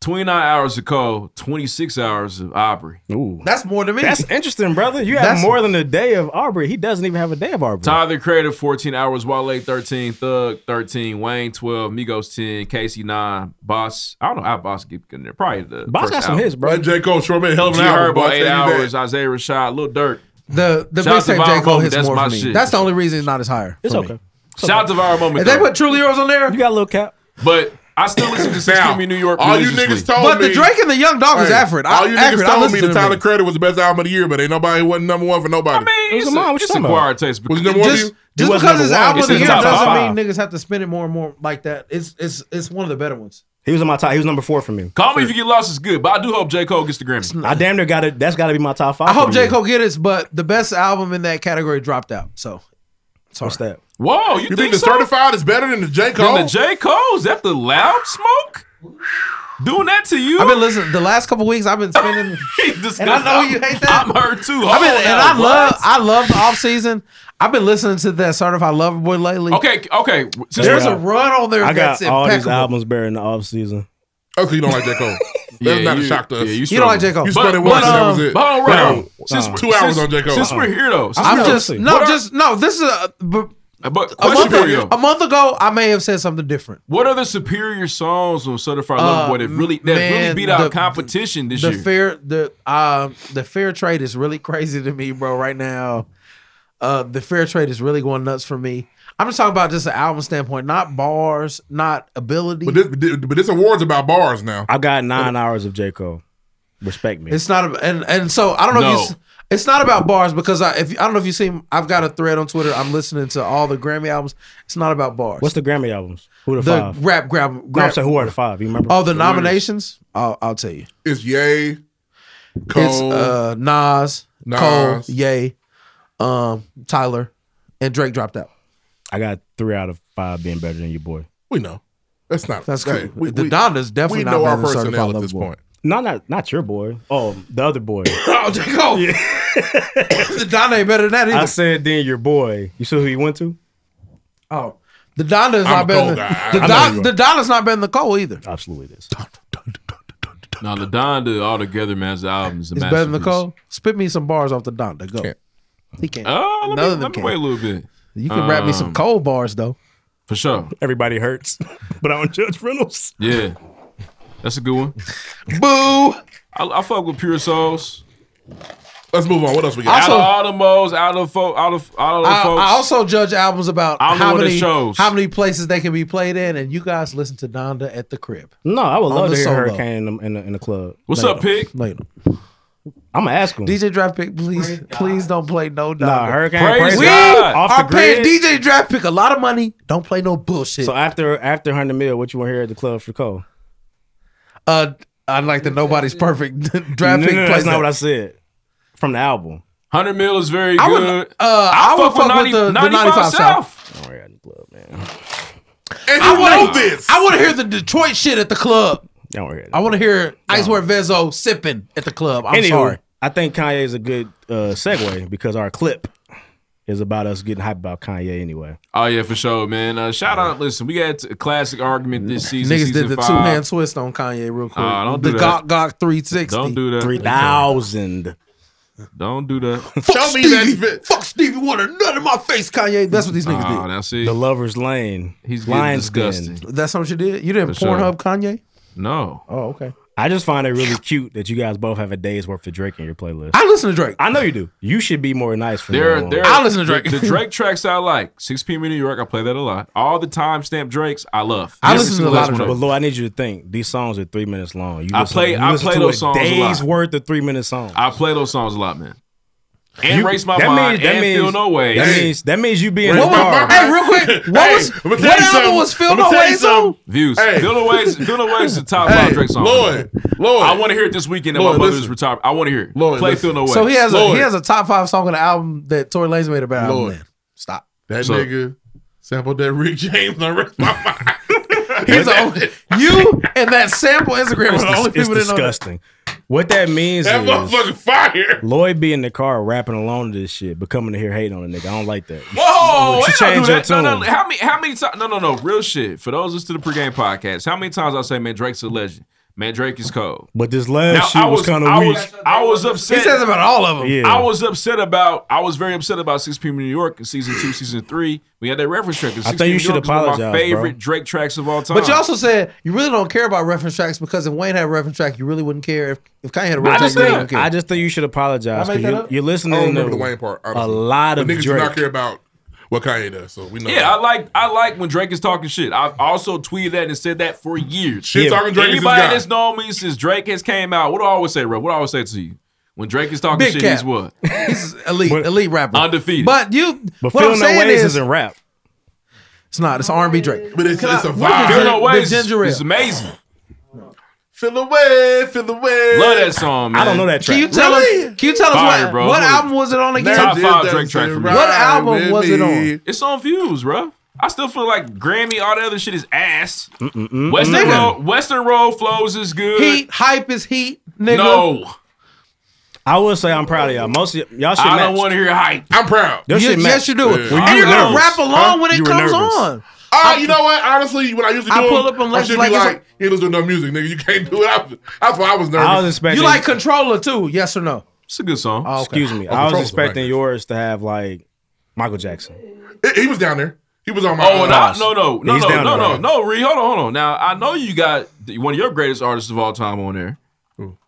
[SPEAKER 1] 29 hours of Cole, 26 hours of Aubrey.
[SPEAKER 4] Ooh.
[SPEAKER 2] That's more than me.
[SPEAKER 4] That's interesting, brother. You have
[SPEAKER 1] That's-
[SPEAKER 4] more than a day of Aubrey. He doesn't even have a day of Aubrey.
[SPEAKER 1] Tyler the Creator, 14 hours, Wale 13, Thug 13, Wayne 12, Migos 10, Casey 9, Boss. I don't know how Boss keep getting there. Probably the first album.
[SPEAKER 3] Let J. Cole short man, hell of
[SPEAKER 1] G
[SPEAKER 3] an hour.
[SPEAKER 1] Herbo,
[SPEAKER 3] boy.
[SPEAKER 1] eight
[SPEAKER 3] Tell you that.
[SPEAKER 1] hours, Isaiah Rashad, Lil Durk.
[SPEAKER 2] The the
[SPEAKER 1] Shout out to
[SPEAKER 2] mixtape J
[SPEAKER 1] Viral
[SPEAKER 2] Cole
[SPEAKER 1] Moment,
[SPEAKER 2] hits
[SPEAKER 1] that's
[SPEAKER 2] more
[SPEAKER 1] my
[SPEAKER 2] for me.
[SPEAKER 1] shit.
[SPEAKER 2] That's the only reason it's not as higher.
[SPEAKER 4] It's
[SPEAKER 2] for
[SPEAKER 4] okay.
[SPEAKER 1] Shout out to Viral Moment.
[SPEAKER 2] If they
[SPEAKER 1] though.
[SPEAKER 2] put Truly Yours on there,
[SPEAKER 4] you got a little cap.
[SPEAKER 1] But I still listen to 6 New York.
[SPEAKER 3] All you
[SPEAKER 1] religiously.
[SPEAKER 3] niggas told me.
[SPEAKER 2] But the Drake and the Young Dog was Afrin. I-
[SPEAKER 3] All you
[SPEAKER 2] Afrin,
[SPEAKER 3] niggas
[SPEAKER 2] I
[SPEAKER 3] told me
[SPEAKER 2] listened to
[SPEAKER 3] the
[SPEAKER 2] them
[SPEAKER 3] Tyler Credit was the best album of the year, but ain't nobody wasn't number one for nobody.
[SPEAKER 1] I mean, it's, a, it's acquired taste.
[SPEAKER 3] Was it number one? for you?
[SPEAKER 2] Just, just because it's album of the
[SPEAKER 3] in
[SPEAKER 2] year
[SPEAKER 3] top
[SPEAKER 2] doesn't
[SPEAKER 3] five.
[SPEAKER 2] mean niggas have to spend it more and more like that. It's it's it's one of the better ones.
[SPEAKER 4] He was in my top. He was number four for me.
[SPEAKER 1] Call me if you get lost is good, but I do hope J. Cole gets the Grammy.
[SPEAKER 4] I damn near got it. That's got to be my top five.
[SPEAKER 2] I hope
[SPEAKER 4] for the
[SPEAKER 2] J
[SPEAKER 4] year.
[SPEAKER 2] Cole get it, but the best album in that category dropped out. So
[SPEAKER 4] What's that?
[SPEAKER 1] Whoa, you,
[SPEAKER 3] You think the certified is better than the J. Cole?
[SPEAKER 1] Then the J. Cole's that the loud smoke? Doing that to you?
[SPEAKER 2] I've been listening the last couple weeks. I've been spending, and I know you hate that.
[SPEAKER 1] I'm hurt too.
[SPEAKER 2] I've been,
[SPEAKER 1] Hold
[SPEAKER 2] and
[SPEAKER 1] on,
[SPEAKER 2] I love
[SPEAKER 1] what?
[SPEAKER 2] I love the off season. I've been listening to that certified lover boy lately.
[SPEAKER 1] Okay, okay. Since
[SPEAKER 2] There's
[SPEAKER 1] we're-
[SPEAKER 2] a run on there
[SPEAKER 4] I got
[SPEAKER 2] that's
[SPEAKER 4] all these
[SPEAKER 2] impeccable.
[SPEAKER 4] albums better in the off season.
[SPEAKER 3] Okay, Oh, you don't like J. Cole. That's not a shock to us.
[SPEAKER 2] You don't like J. Cole.
[SPEAKER 3] You
[SPEAKER 2] But-
[SPEAKER 3] spent it once and
[SPEAKER 2] but,
[SPEAKER 3] that
[SPEAKER 2] um,
[SPEAKER 3] was it.
[SPEAKER 2] but hold on,
[SPEAKER 3] Now,
[SPEAKER 2] hold on.
[SPEAKER 3] since
[SPEAKER 2] Uh-uh.
[SPEAKER 3] two hours
[SPEAKER 1] since-
[SPEAKER 3] on J. Cole.
[SPEAKER 1] Since we're here though, since
[SPEAKER 2] I'm
[SPEAKER 1] we're-
[SPEAKER 2] just no,
[SPEAKER 1] What are-
[SPEAKER 2] just no. This is a but
[SPEAKER 1] But
[SPEAKER 2] a
[SPEAKER 1] question
[SPEAKER 2] month,
[SPEAKER 1] for you.
[SPEAKER 2] ago, a month ago. I may have said something different.
[SPEAKER 1] What are the superior songs on Certified
[SPEAKER 2] Uh,
[SPEAKER 1] Lover Boy that really that really
[SPEAKER 2] man,
[SPEAKER 1] beat out
[SPEAKER 2] the-
[SPEAKER 1] competition this
[SPEAKER 2] the
[SPEAKER 1] year?
[SPEAKER 2] fair the uh, the fair trade is really crazy to me, bro. Right now, uh, the fair trade is really going nuts for me. I'm just talking about just an album standpoint, not bars, not ability.
[SPEAKER 3] But this, but this award's about bars now.
[SPEAKER 4] I got nine hours of J Cole. Respect me.
[SPEAKER 2] It's not, a, and and so I don't know.
[SPEAKER 4] No.
[SPEAKER 2] If you, s- it's not about bars because I, if I don't know if you've seen, I've got a thread on Twitter. I'm listening to all the Grammy albums. It's not about bars.
[SPEAKER 4] What's the Grammy albums? Who the,
[SPEAKER 2] the
[SPEAKER 4] five?
[SPEAKER 2] rap grab?
[SPEAKER 4] No, I'm saying who are the five? You remember?
[SPEAKER 2] Oh, the nominations. I'll, I'll tell you.
[SPEAKER 3] It's Yay,
[SPEAKER 2] it's
[SPEAKER 3] Cole.
[SPEAKER 2] uh, Nas,
[SPEAKER 3] Nas.
[SPEAKER 2] Cole, Ye, um, Tyler, and Drake dropped out.
[SPEAKER 4] I got three out of five being better than your boy.
[SPEAKER 3] We know. That's not.
[SPEAKER 2] That's
[SPEAKER 3] hey,
[SPEAKER 2] cool. The Donda's definitely
[SPEAKER 3] we
[SPEAKER 2] not
[SPEAKER 3] know
[SPEAKER 2] better
[SPEAKER 3] our
[SPEAKER 2] than Certified
[SPEAKER 3] personnel at
[SPEAKER 2] Lover
[SPEAKER 3] this
[SPEAKER 2] Boy.
[SPEAKER 3] point.
[SPEAKER 4] No, not not your boy. Oh, the other boy.
[SPEAKER 2] oh, J. Cole. the Donda ain't better than that
[SPEAKER 4] I
[SPEAKER 2] either.
[SPEAKER 4] said then your boy. You see who he went to?
[SPEAKER 2] oh, the Donda is not
[SPEAKER 4] a
[SPEAKER 2] better.
[SPEAKER 4] Cole
[SPEAKER 2] Than,
[SPEAKER 4] guy.
[SPEAKER 2] the,
[SPEAKER 4] I know
[SPEAKER 2] Don,
[SPEAKER 4] you are.
[SPEAKER 2] the Donda's not better than the Cole either.
[SPEAKER 4] Absolutely it is.
[SPEAKER 1] Now the Donda all together, man's album is a
[SPEAKER 2] It's better than the
[SPEAKER 1] masterpiece.
[SPEAKER 2] Cole. Spit me some bars off the Donda. Go. He can't.
[SPEAKER 1] Oh, let
[SPEAKER 2] None
[SPEAKER 1] me,
[SPEAKER 2] of them
[SPEAKER 1] let me
[SPEAKER 2] can.
[SPEAKER 1] wait a little bit.
[SPEAKER 2] You can rap me some
[SPEAKER 1] Um,
[SPEAKER 2] Cole bars though.
[SPEAKER 1] for sure.
[SPEAKER 4] Everybody hurts, but I don't judge Reynolds.
[SPEAKER 1] Yeah, that's a good one.
[SPEAKER 2] Boo!
[SPEAKER 1] I, I fuck with Pure Souls.
[SPEAKER 3] Let's move on. What else we
[SPEAKER 2] got?
[SPEAKER 1] out of
[SPEAKER 2] Also-
[SPEAKER 1] all the modes, out of folk, out of out of the
[SPEAKER 2] I,
[SPEAKER 1] folks.
[SPEAKER 2] I also judge albums about
[SPEAKER 1] I'm the
[SPEAKER 2] how
[SPEAKER 1] one that
[SPEAKER 2] many
[SPEAKER 1] shows.
[SPEAKER 2] how many places they can be played in, and you guys listen to Donda at the crib.
[SPEAKER 4] No, I would
[SPEAKER 2] On
[SPEAKER 4] love
[SPEAKER 2] the
[SPEAKER 4] to hear
[SPEAKER 2] solo.
[SPEAKER 4] Hurricane in the, in the, in the club.
[SPEAKER 1] What's
[SPEAKER 4] Later.
[SPEAKER 1] up, Pig?
[SPEAKER 2] Later.
[SPEAKER 4] I'm gonna ask him.
[SPEAKER 2] DJ Draft Pick, please, please don't play no Donda.
[SPEAKER 4] Nah, Hurricane, praise
[SPEAKER 2] we
[SPEAKER 4] God. Off the
[SPEAKER 2] are paying
[SPEAKER 4] grid.
[SPEAKER 2] DJ Draft Pick a lot of money. Don't play no bullshit.
[SPEAKER 4] So after after hundred mil, what you want to hear at the club for Cole?
[SPEAKER 2] uh, I'd like the nobody's perfect Draft
[SPEAKER 4] no,
[SPEAKER 2] Pick.
[SPEAKER 4] no,
[SPEAKER 2] plays
[SPEAKER 4] that's not
[SPEAKER 2] that.
[SPEAKER 4] what I said. From the album.
[SPEAKER 1] Hundred mil is very
[SPEAKER 2] I would-
[SPEAKER 1] good.
[SPEAKER 2] uh, I would fuck with the- the 95 South.
[SPEAKER 1] Don't worry, I just love man.
[SPEAKER 3] And
[SPEAKER 2] I
[SPEAKER 3] you
[SPEAKER 2] wanna,
[SPEAKER 3] know this.
[SPEAKER 2] I want to hear the Detroit shit at the club.
[SPEAKER 4] Don't worry.
[SPEAKER 2] I want to hear Icewear Vezo sipping at the club. I'm
[SPEAKER 4] Anywho,
[SPEAKER 2] sorry.
[SPEAKER 4] I think Kanye is a good uh, segue because our clip is about us getting hype about Kanye anyway.
[SPEAKER 1] Oh yeah, for sure, man. Uh, shout out. Listen, we got a classic argument this season.
[SPEAKER 2] Niggas
[SPEAKER 1] season
[SPEAKER 2] did the
[SPEAKER 1] five.
[SPEAKER 2] two hand twist on Kanye real quick.
[SPEAKER 1] Ah, don't
[SPEAKER 2] the
[SPEAKER 1] do that.
[SPEAKER 2] Gok Gok 360.
[SPEAKER 1] Don't do that.
[SPEAKER 4] Three thousand.
[SPEAKER 1] Don't do that.
[SPEAKER 2] Fuck
[SPEAKER 3] Tell me
[SPEAKER 2] Stevie.
[SPEAKER 3] that
[SPEAKER 2] Fuck Stevie Wonder. None of my face, Kanye. That's what these niggas
[SPEAKER 1] Oh,
[SPEAKER 2] did.
[SPEAKER 1] now see,
[SPEAKER 4] The Lover's Lane.
[SPEAKER 1] he's getting
[SPEAKER 4] Lions Den.
[SPEAKER 1] disgusting.
[SPEAKER 2] That's what you did. You didn't
[SPEAKER 4] For sure.
[SPEAKER 2] Pornhub Kanye.
[SPEAKER 1] No.
[SPEAKER 2] Oh, okay.
[SPEAKER 4] I just find it really cute that you guys both have a day's worth of Drake in your playlist.
[SPEAKER 2] I listen to Drake.
[SPEAKER 4] I know you do. You should be more nice for
[SPEAKER 1] There,
[SPEAKER 4] now
[SPEAKER 1] are-
[SPEAKER 4] on.
[SPEAKER 1] there. are- The, the Drake tracks I like. 6 p.m. in New York. I play that a lot. All the timestamp Drakes I love. This is the last
[SPEAKER 4] But
[SPEAKER 1] one.
[SPEAKER 4] Lord, I need you to think. These songs are three minutes long. You
[SPEAKER 1] I
[SPEAKER 4] listen-
[SPEAKER 1] play-
[SPEAKER 4] you
[SPEAKER 1] I
[SPEAKER 4] listen
[SPEAKER 1] play
[SPEAKER 4] to
[SPEAKER 1] those
[SPEAKER 4] a
[SPEAKER 1] songs a
[SPEAKER 4] Day's
[SPEAKER 1] lot.
[SPEAKER 4] worth of three minute songs.
[SPEAKER 1] I play those songs a lot, man. And
[SPEAKER 4] You-
[SPEAKER 1] race my
[SPEAKER 4] that
[SPEAKER 1] mind.
[SPEAKER 4] means- that
[SPEAKER 1] and
[SPEAKER 4] means-
[SPEAKER 1] feel no way.
[SPEAKER 4] That means that means you being
[SPEAKER 1] What
[SPEAKER 4] what
[SPEAKER 1] was-
[SPEAKER 2] Hey, real quick, what was
[SPEAKER 3] I'ma
[SPEAKER 2] what
[SPEAKER 3] tell you
[SPEAKER 2] album
[SPEAKER 3] something.
[SPEAKER 2] was Phil
[SPEAKER 3] I'ma
[SPEAKER 2] No
[SPEAKER 3] tell you
[SPEAKER 2] Ways
[SPEAKER 3] something.
[SPEAKER 2] on?
[SPEAKER 1] Views.
[SPEAKER 3] Hey.
[SPEAKER 1] Feel no ways. Feel no ways is the top five Drake song.
[SPEAKER 3] Lord, Lord.
[SPEAKER 1] I want to hear it this weekend. At my
[SPEAKER 3] Lord,
[SPEAKER 1] mother's
[SPEAKER 3] listen.
[SPEAKER 1] retirement. I want to hear it.
[SPEAKER 3] Lord,
[SPEAKER 1] play
[SPEAKER 3] listen.
[SPEAKER 1] feel no ways.
[SPEAKER 2] So he has a
[SPEAKER 3] Lord.
[SPEAKER 2] he has a top five song on the album that Tory Lanez made about album.
[SPEAKER 3] Lord.
[SPEAKER 2] Then. Stop.
[SPEAKER 3] That
[SPEAKER 1] So-
[SPEAKER 3] nigga sampled that Rick James on Rick my mind.
[SPEAKER 2] He's the only, you and that sample Instagram was the only
[SPEAKER 4] It's
[SPEAKER 2] people that know. that.
[SPEAKER 4] disgusting. What that means
[SPEAKER 3] That
[SPEAKER 4] is
[SPEAKER 3] motherfucking fire.
[SPEAKER 4] Lloyd be in the car rapping along to this shit, but coming in here hating on a nigga. I don't like that.
[SPEAKER 1] Whoa!
[SPEAKER 4] You
[SPEAKER 1] ain't I do
[SPEAKER 4] change your
[SPEAKER 1] that. No, no,
[SPEAKER 4] tune.
[SPEAKER 1] no. How many? How many times? No, no, no. Real shit. For those listening to the pregame podcast, how many times I say, man, Drake's a legend. Man, Drake is cold.
[SPEAKER 4] But this last shit
[SPEAKER 1] I
[SPEAKER 4] was, kind of
[SPEAKER 1] I
[SPEAKER 4] weak.
[SPEAKER 1] Was, I was upset.
[SPEAKER 4] He says about all of them. Yeah.
[SPEAKER 1] I was upset about. I was very upset about Six PM in New York in season two, season three. We had that reference track. 'cause 6
[SPEAKER 4] I think
[SPEAKER 1] PM
[SPEAKER 4] you
[SPEAKER 1] New
[SPEAKER 4] should
[SPEAKER 1] York is one of
[SPEAKER 4] apologize,
[SPEAKER 1] My
[SPEAKER 4] bro.
[SPEAKER 1] favorite Drake tracks of all time.
[SPEAKER 2] But you also said you really don't care about reference tracks because if Wayne had a reference track, you really wouldn't care. If, if Kanye had a
[SPEAKER 4] I
[SPEAKER 2] reference
[SPEAKER 4] just,
[SPEAKER 2] track, you wouldn't
[SPEAKER 4] think,
[SPEAKER 2] care.
[SPEAKER 4] I just think you should apologize.
[SPEAKER 2] I make
[SPEAKER 4] 'cause
[SPEAKER 2] that
[SPEAKER 4] you,
[SPEAKER 2] up?
[SPEAKER 4] you're listening
[SPEAKER 2] I don't
[SPEAKER 4] to
[SPEAKER 2] remember the Wayne
[SPEAKER 3] part,
[SPEAKER 4] a lot
[SPEAKER 3] But
[SPEAKER 4] of
[SPEAKER 3] niggas do
[SPEAKER 4] Drake.
[SPEAKER 3] not care about what Kanye does, so we know.
[SPEAKER 1] Yeah, I like I like when Drake is talking shit. I've also tweeted that and said that for years.
[SPEAKER 3] Shit Yeah. talking Drake is his
[SPEAKER 1] Anybody
[SPEAKER 3] guy.
[SPEAKER 1] that's known me since Drake has came out, what do I always say, bro? What do I always say to you? When Drake is talking
[SPEAKER 2] Big
[SPEAKER 1] shit,
[SPEAKER 2] cap.
[SPEAKER 1] he's what?
[SPEAKER 2] he's elite, elite rapper,
[SPEAKER 1] undefeated.
[SPEAKER 2] But you,
[SPEAKER 1] But
[SPEAKER 2] what
[SPEAKER 1] Feel
[SPEAKER 2] I'm
[SPEAKER 1] No
[SPEAKER 2] saying
[SPEAKER 1] Ways
[SPEAKER 2] is,
[SPEAKER 1] isn't
[SPEAKER 4] rap.
[SPEAKER 2] It's not. It's R and B Drake.
[SPEAKER 3] But it's, it's a
[SPEAKER 2] What
[SPEAKER 3] vibe.
[SPEAKER 2] the
[SPEAKER 1] Feel
[SPEAKER 2] gin-
[SPEAKER 1] no
[SPEAKER 2] the
[SPEAKER 1] ways.
[SPEAKER 2] ginger ale.
[SPEAKER 1] It's amazing.
[SPEAKER 3] Feel the way, feel the way.
[SPEAKER 1] Love that song, man.
[SPEAKER 4] I don't know that track.
[SPEAKER 2] Can you tell
[SPEAKER 3] Really?
[SPEAKER 2] us? Can you tell us
[SPEAKER 1] Fire,
[SPEAKER 2] what,
[SPEAKER 1] bro.
[SPEAKER 2] what
[SPEAKER 1] Hold
[SPEAKER 2] album was it on again?
[SPEAKER 1] Top five Drake track for me.
[SPEAKER 2] What album was it on?
[SPEAKER 1] It's on Views, bro. I still feel like Grammy, all the other shit is ass.
[SPEAKER 4] Mm-mm-mm.
[SPEAKER 1] Western
[SPEAKER 2] Nigga.
[SPEAKER 1] Road, Western Road flows is good.
[SPEAKER 2] Heat, hype is heat, nigga.
[SPEAKER 1] No,
[SPEAKER 4] I will say I'm proud of y'all. Most of y- y'all should
[SPEAKER 1] I don't want to hear hype. I'm proud.
[SPEAKER 4] Your
[SPEAKER 2] Ye-
[SPEAKER 4] shit
[SPEAKER 2] yes,
[SPEAKER 4] matched.
[SPEAKER 2] you do.
[SPEAKER 4] When you
[SPEAKER 2] And you're
[SPEAKER 4] were
[SPEAKER 2] gonna
[SPEAKER 4] nervous.
[SPEAKER 2] rap along
[SPEAKER 4] Huh?
[SPEAKER 2] when it
[SPEAKER 4] You were
[SPEAKER 2] comes
[SPEAKER 4] nervous.
[SPEAKER 2] on.
[SPEAKER 3] Uh, you know what? Honestly, when I used to do
[SPEAKER 2] I pull
[SPEAKER 3] them,
[SPEAKER 2] up on
[SPEAKER 3] I
[SPEAKER 2] Lex
[SPEAKER 3] should be
[SPEAKER 2] like
[SPEAKER 3] like,
[SPEAKER 2] it's like-
[SPEAKER 3] you just do no music, nigga. You can't do it. I was, that's why I was nervous.
[SPEAKER 4] I was expecting.
[SPEAKER 2] You like controller too? Yes or no?
[SPEAKER 1] It's a good song.
[SPEAKER 2] Oh, okay.
[SPEAKER 4] Excuse me.
[SPEAKER 2] Oh,
[SPEAKER 4] I was
[SPEAKER 2] Control's
[SPEAKER 4] expecting yours to have like Michael Jackson.
[SPEAKER 3] He was down there. He was on my.
[SPEAKER 1] Oh,
[SPEAKER 3] uh,
[SPEAKER 1] and I, no, no, no,
[SPEAKER 4] He's
[SPEAKER 1] no,
[SPEAKER 4] down
[SPEAKER 1] no,
[SPEAKER 4] there,
[SPEAKER 1] no,
[SPEAKER 4] right?
[SPEAKER 1] no, Ree, hold on, hold on. Now I know you got the- one of your greatest artists of all time on there,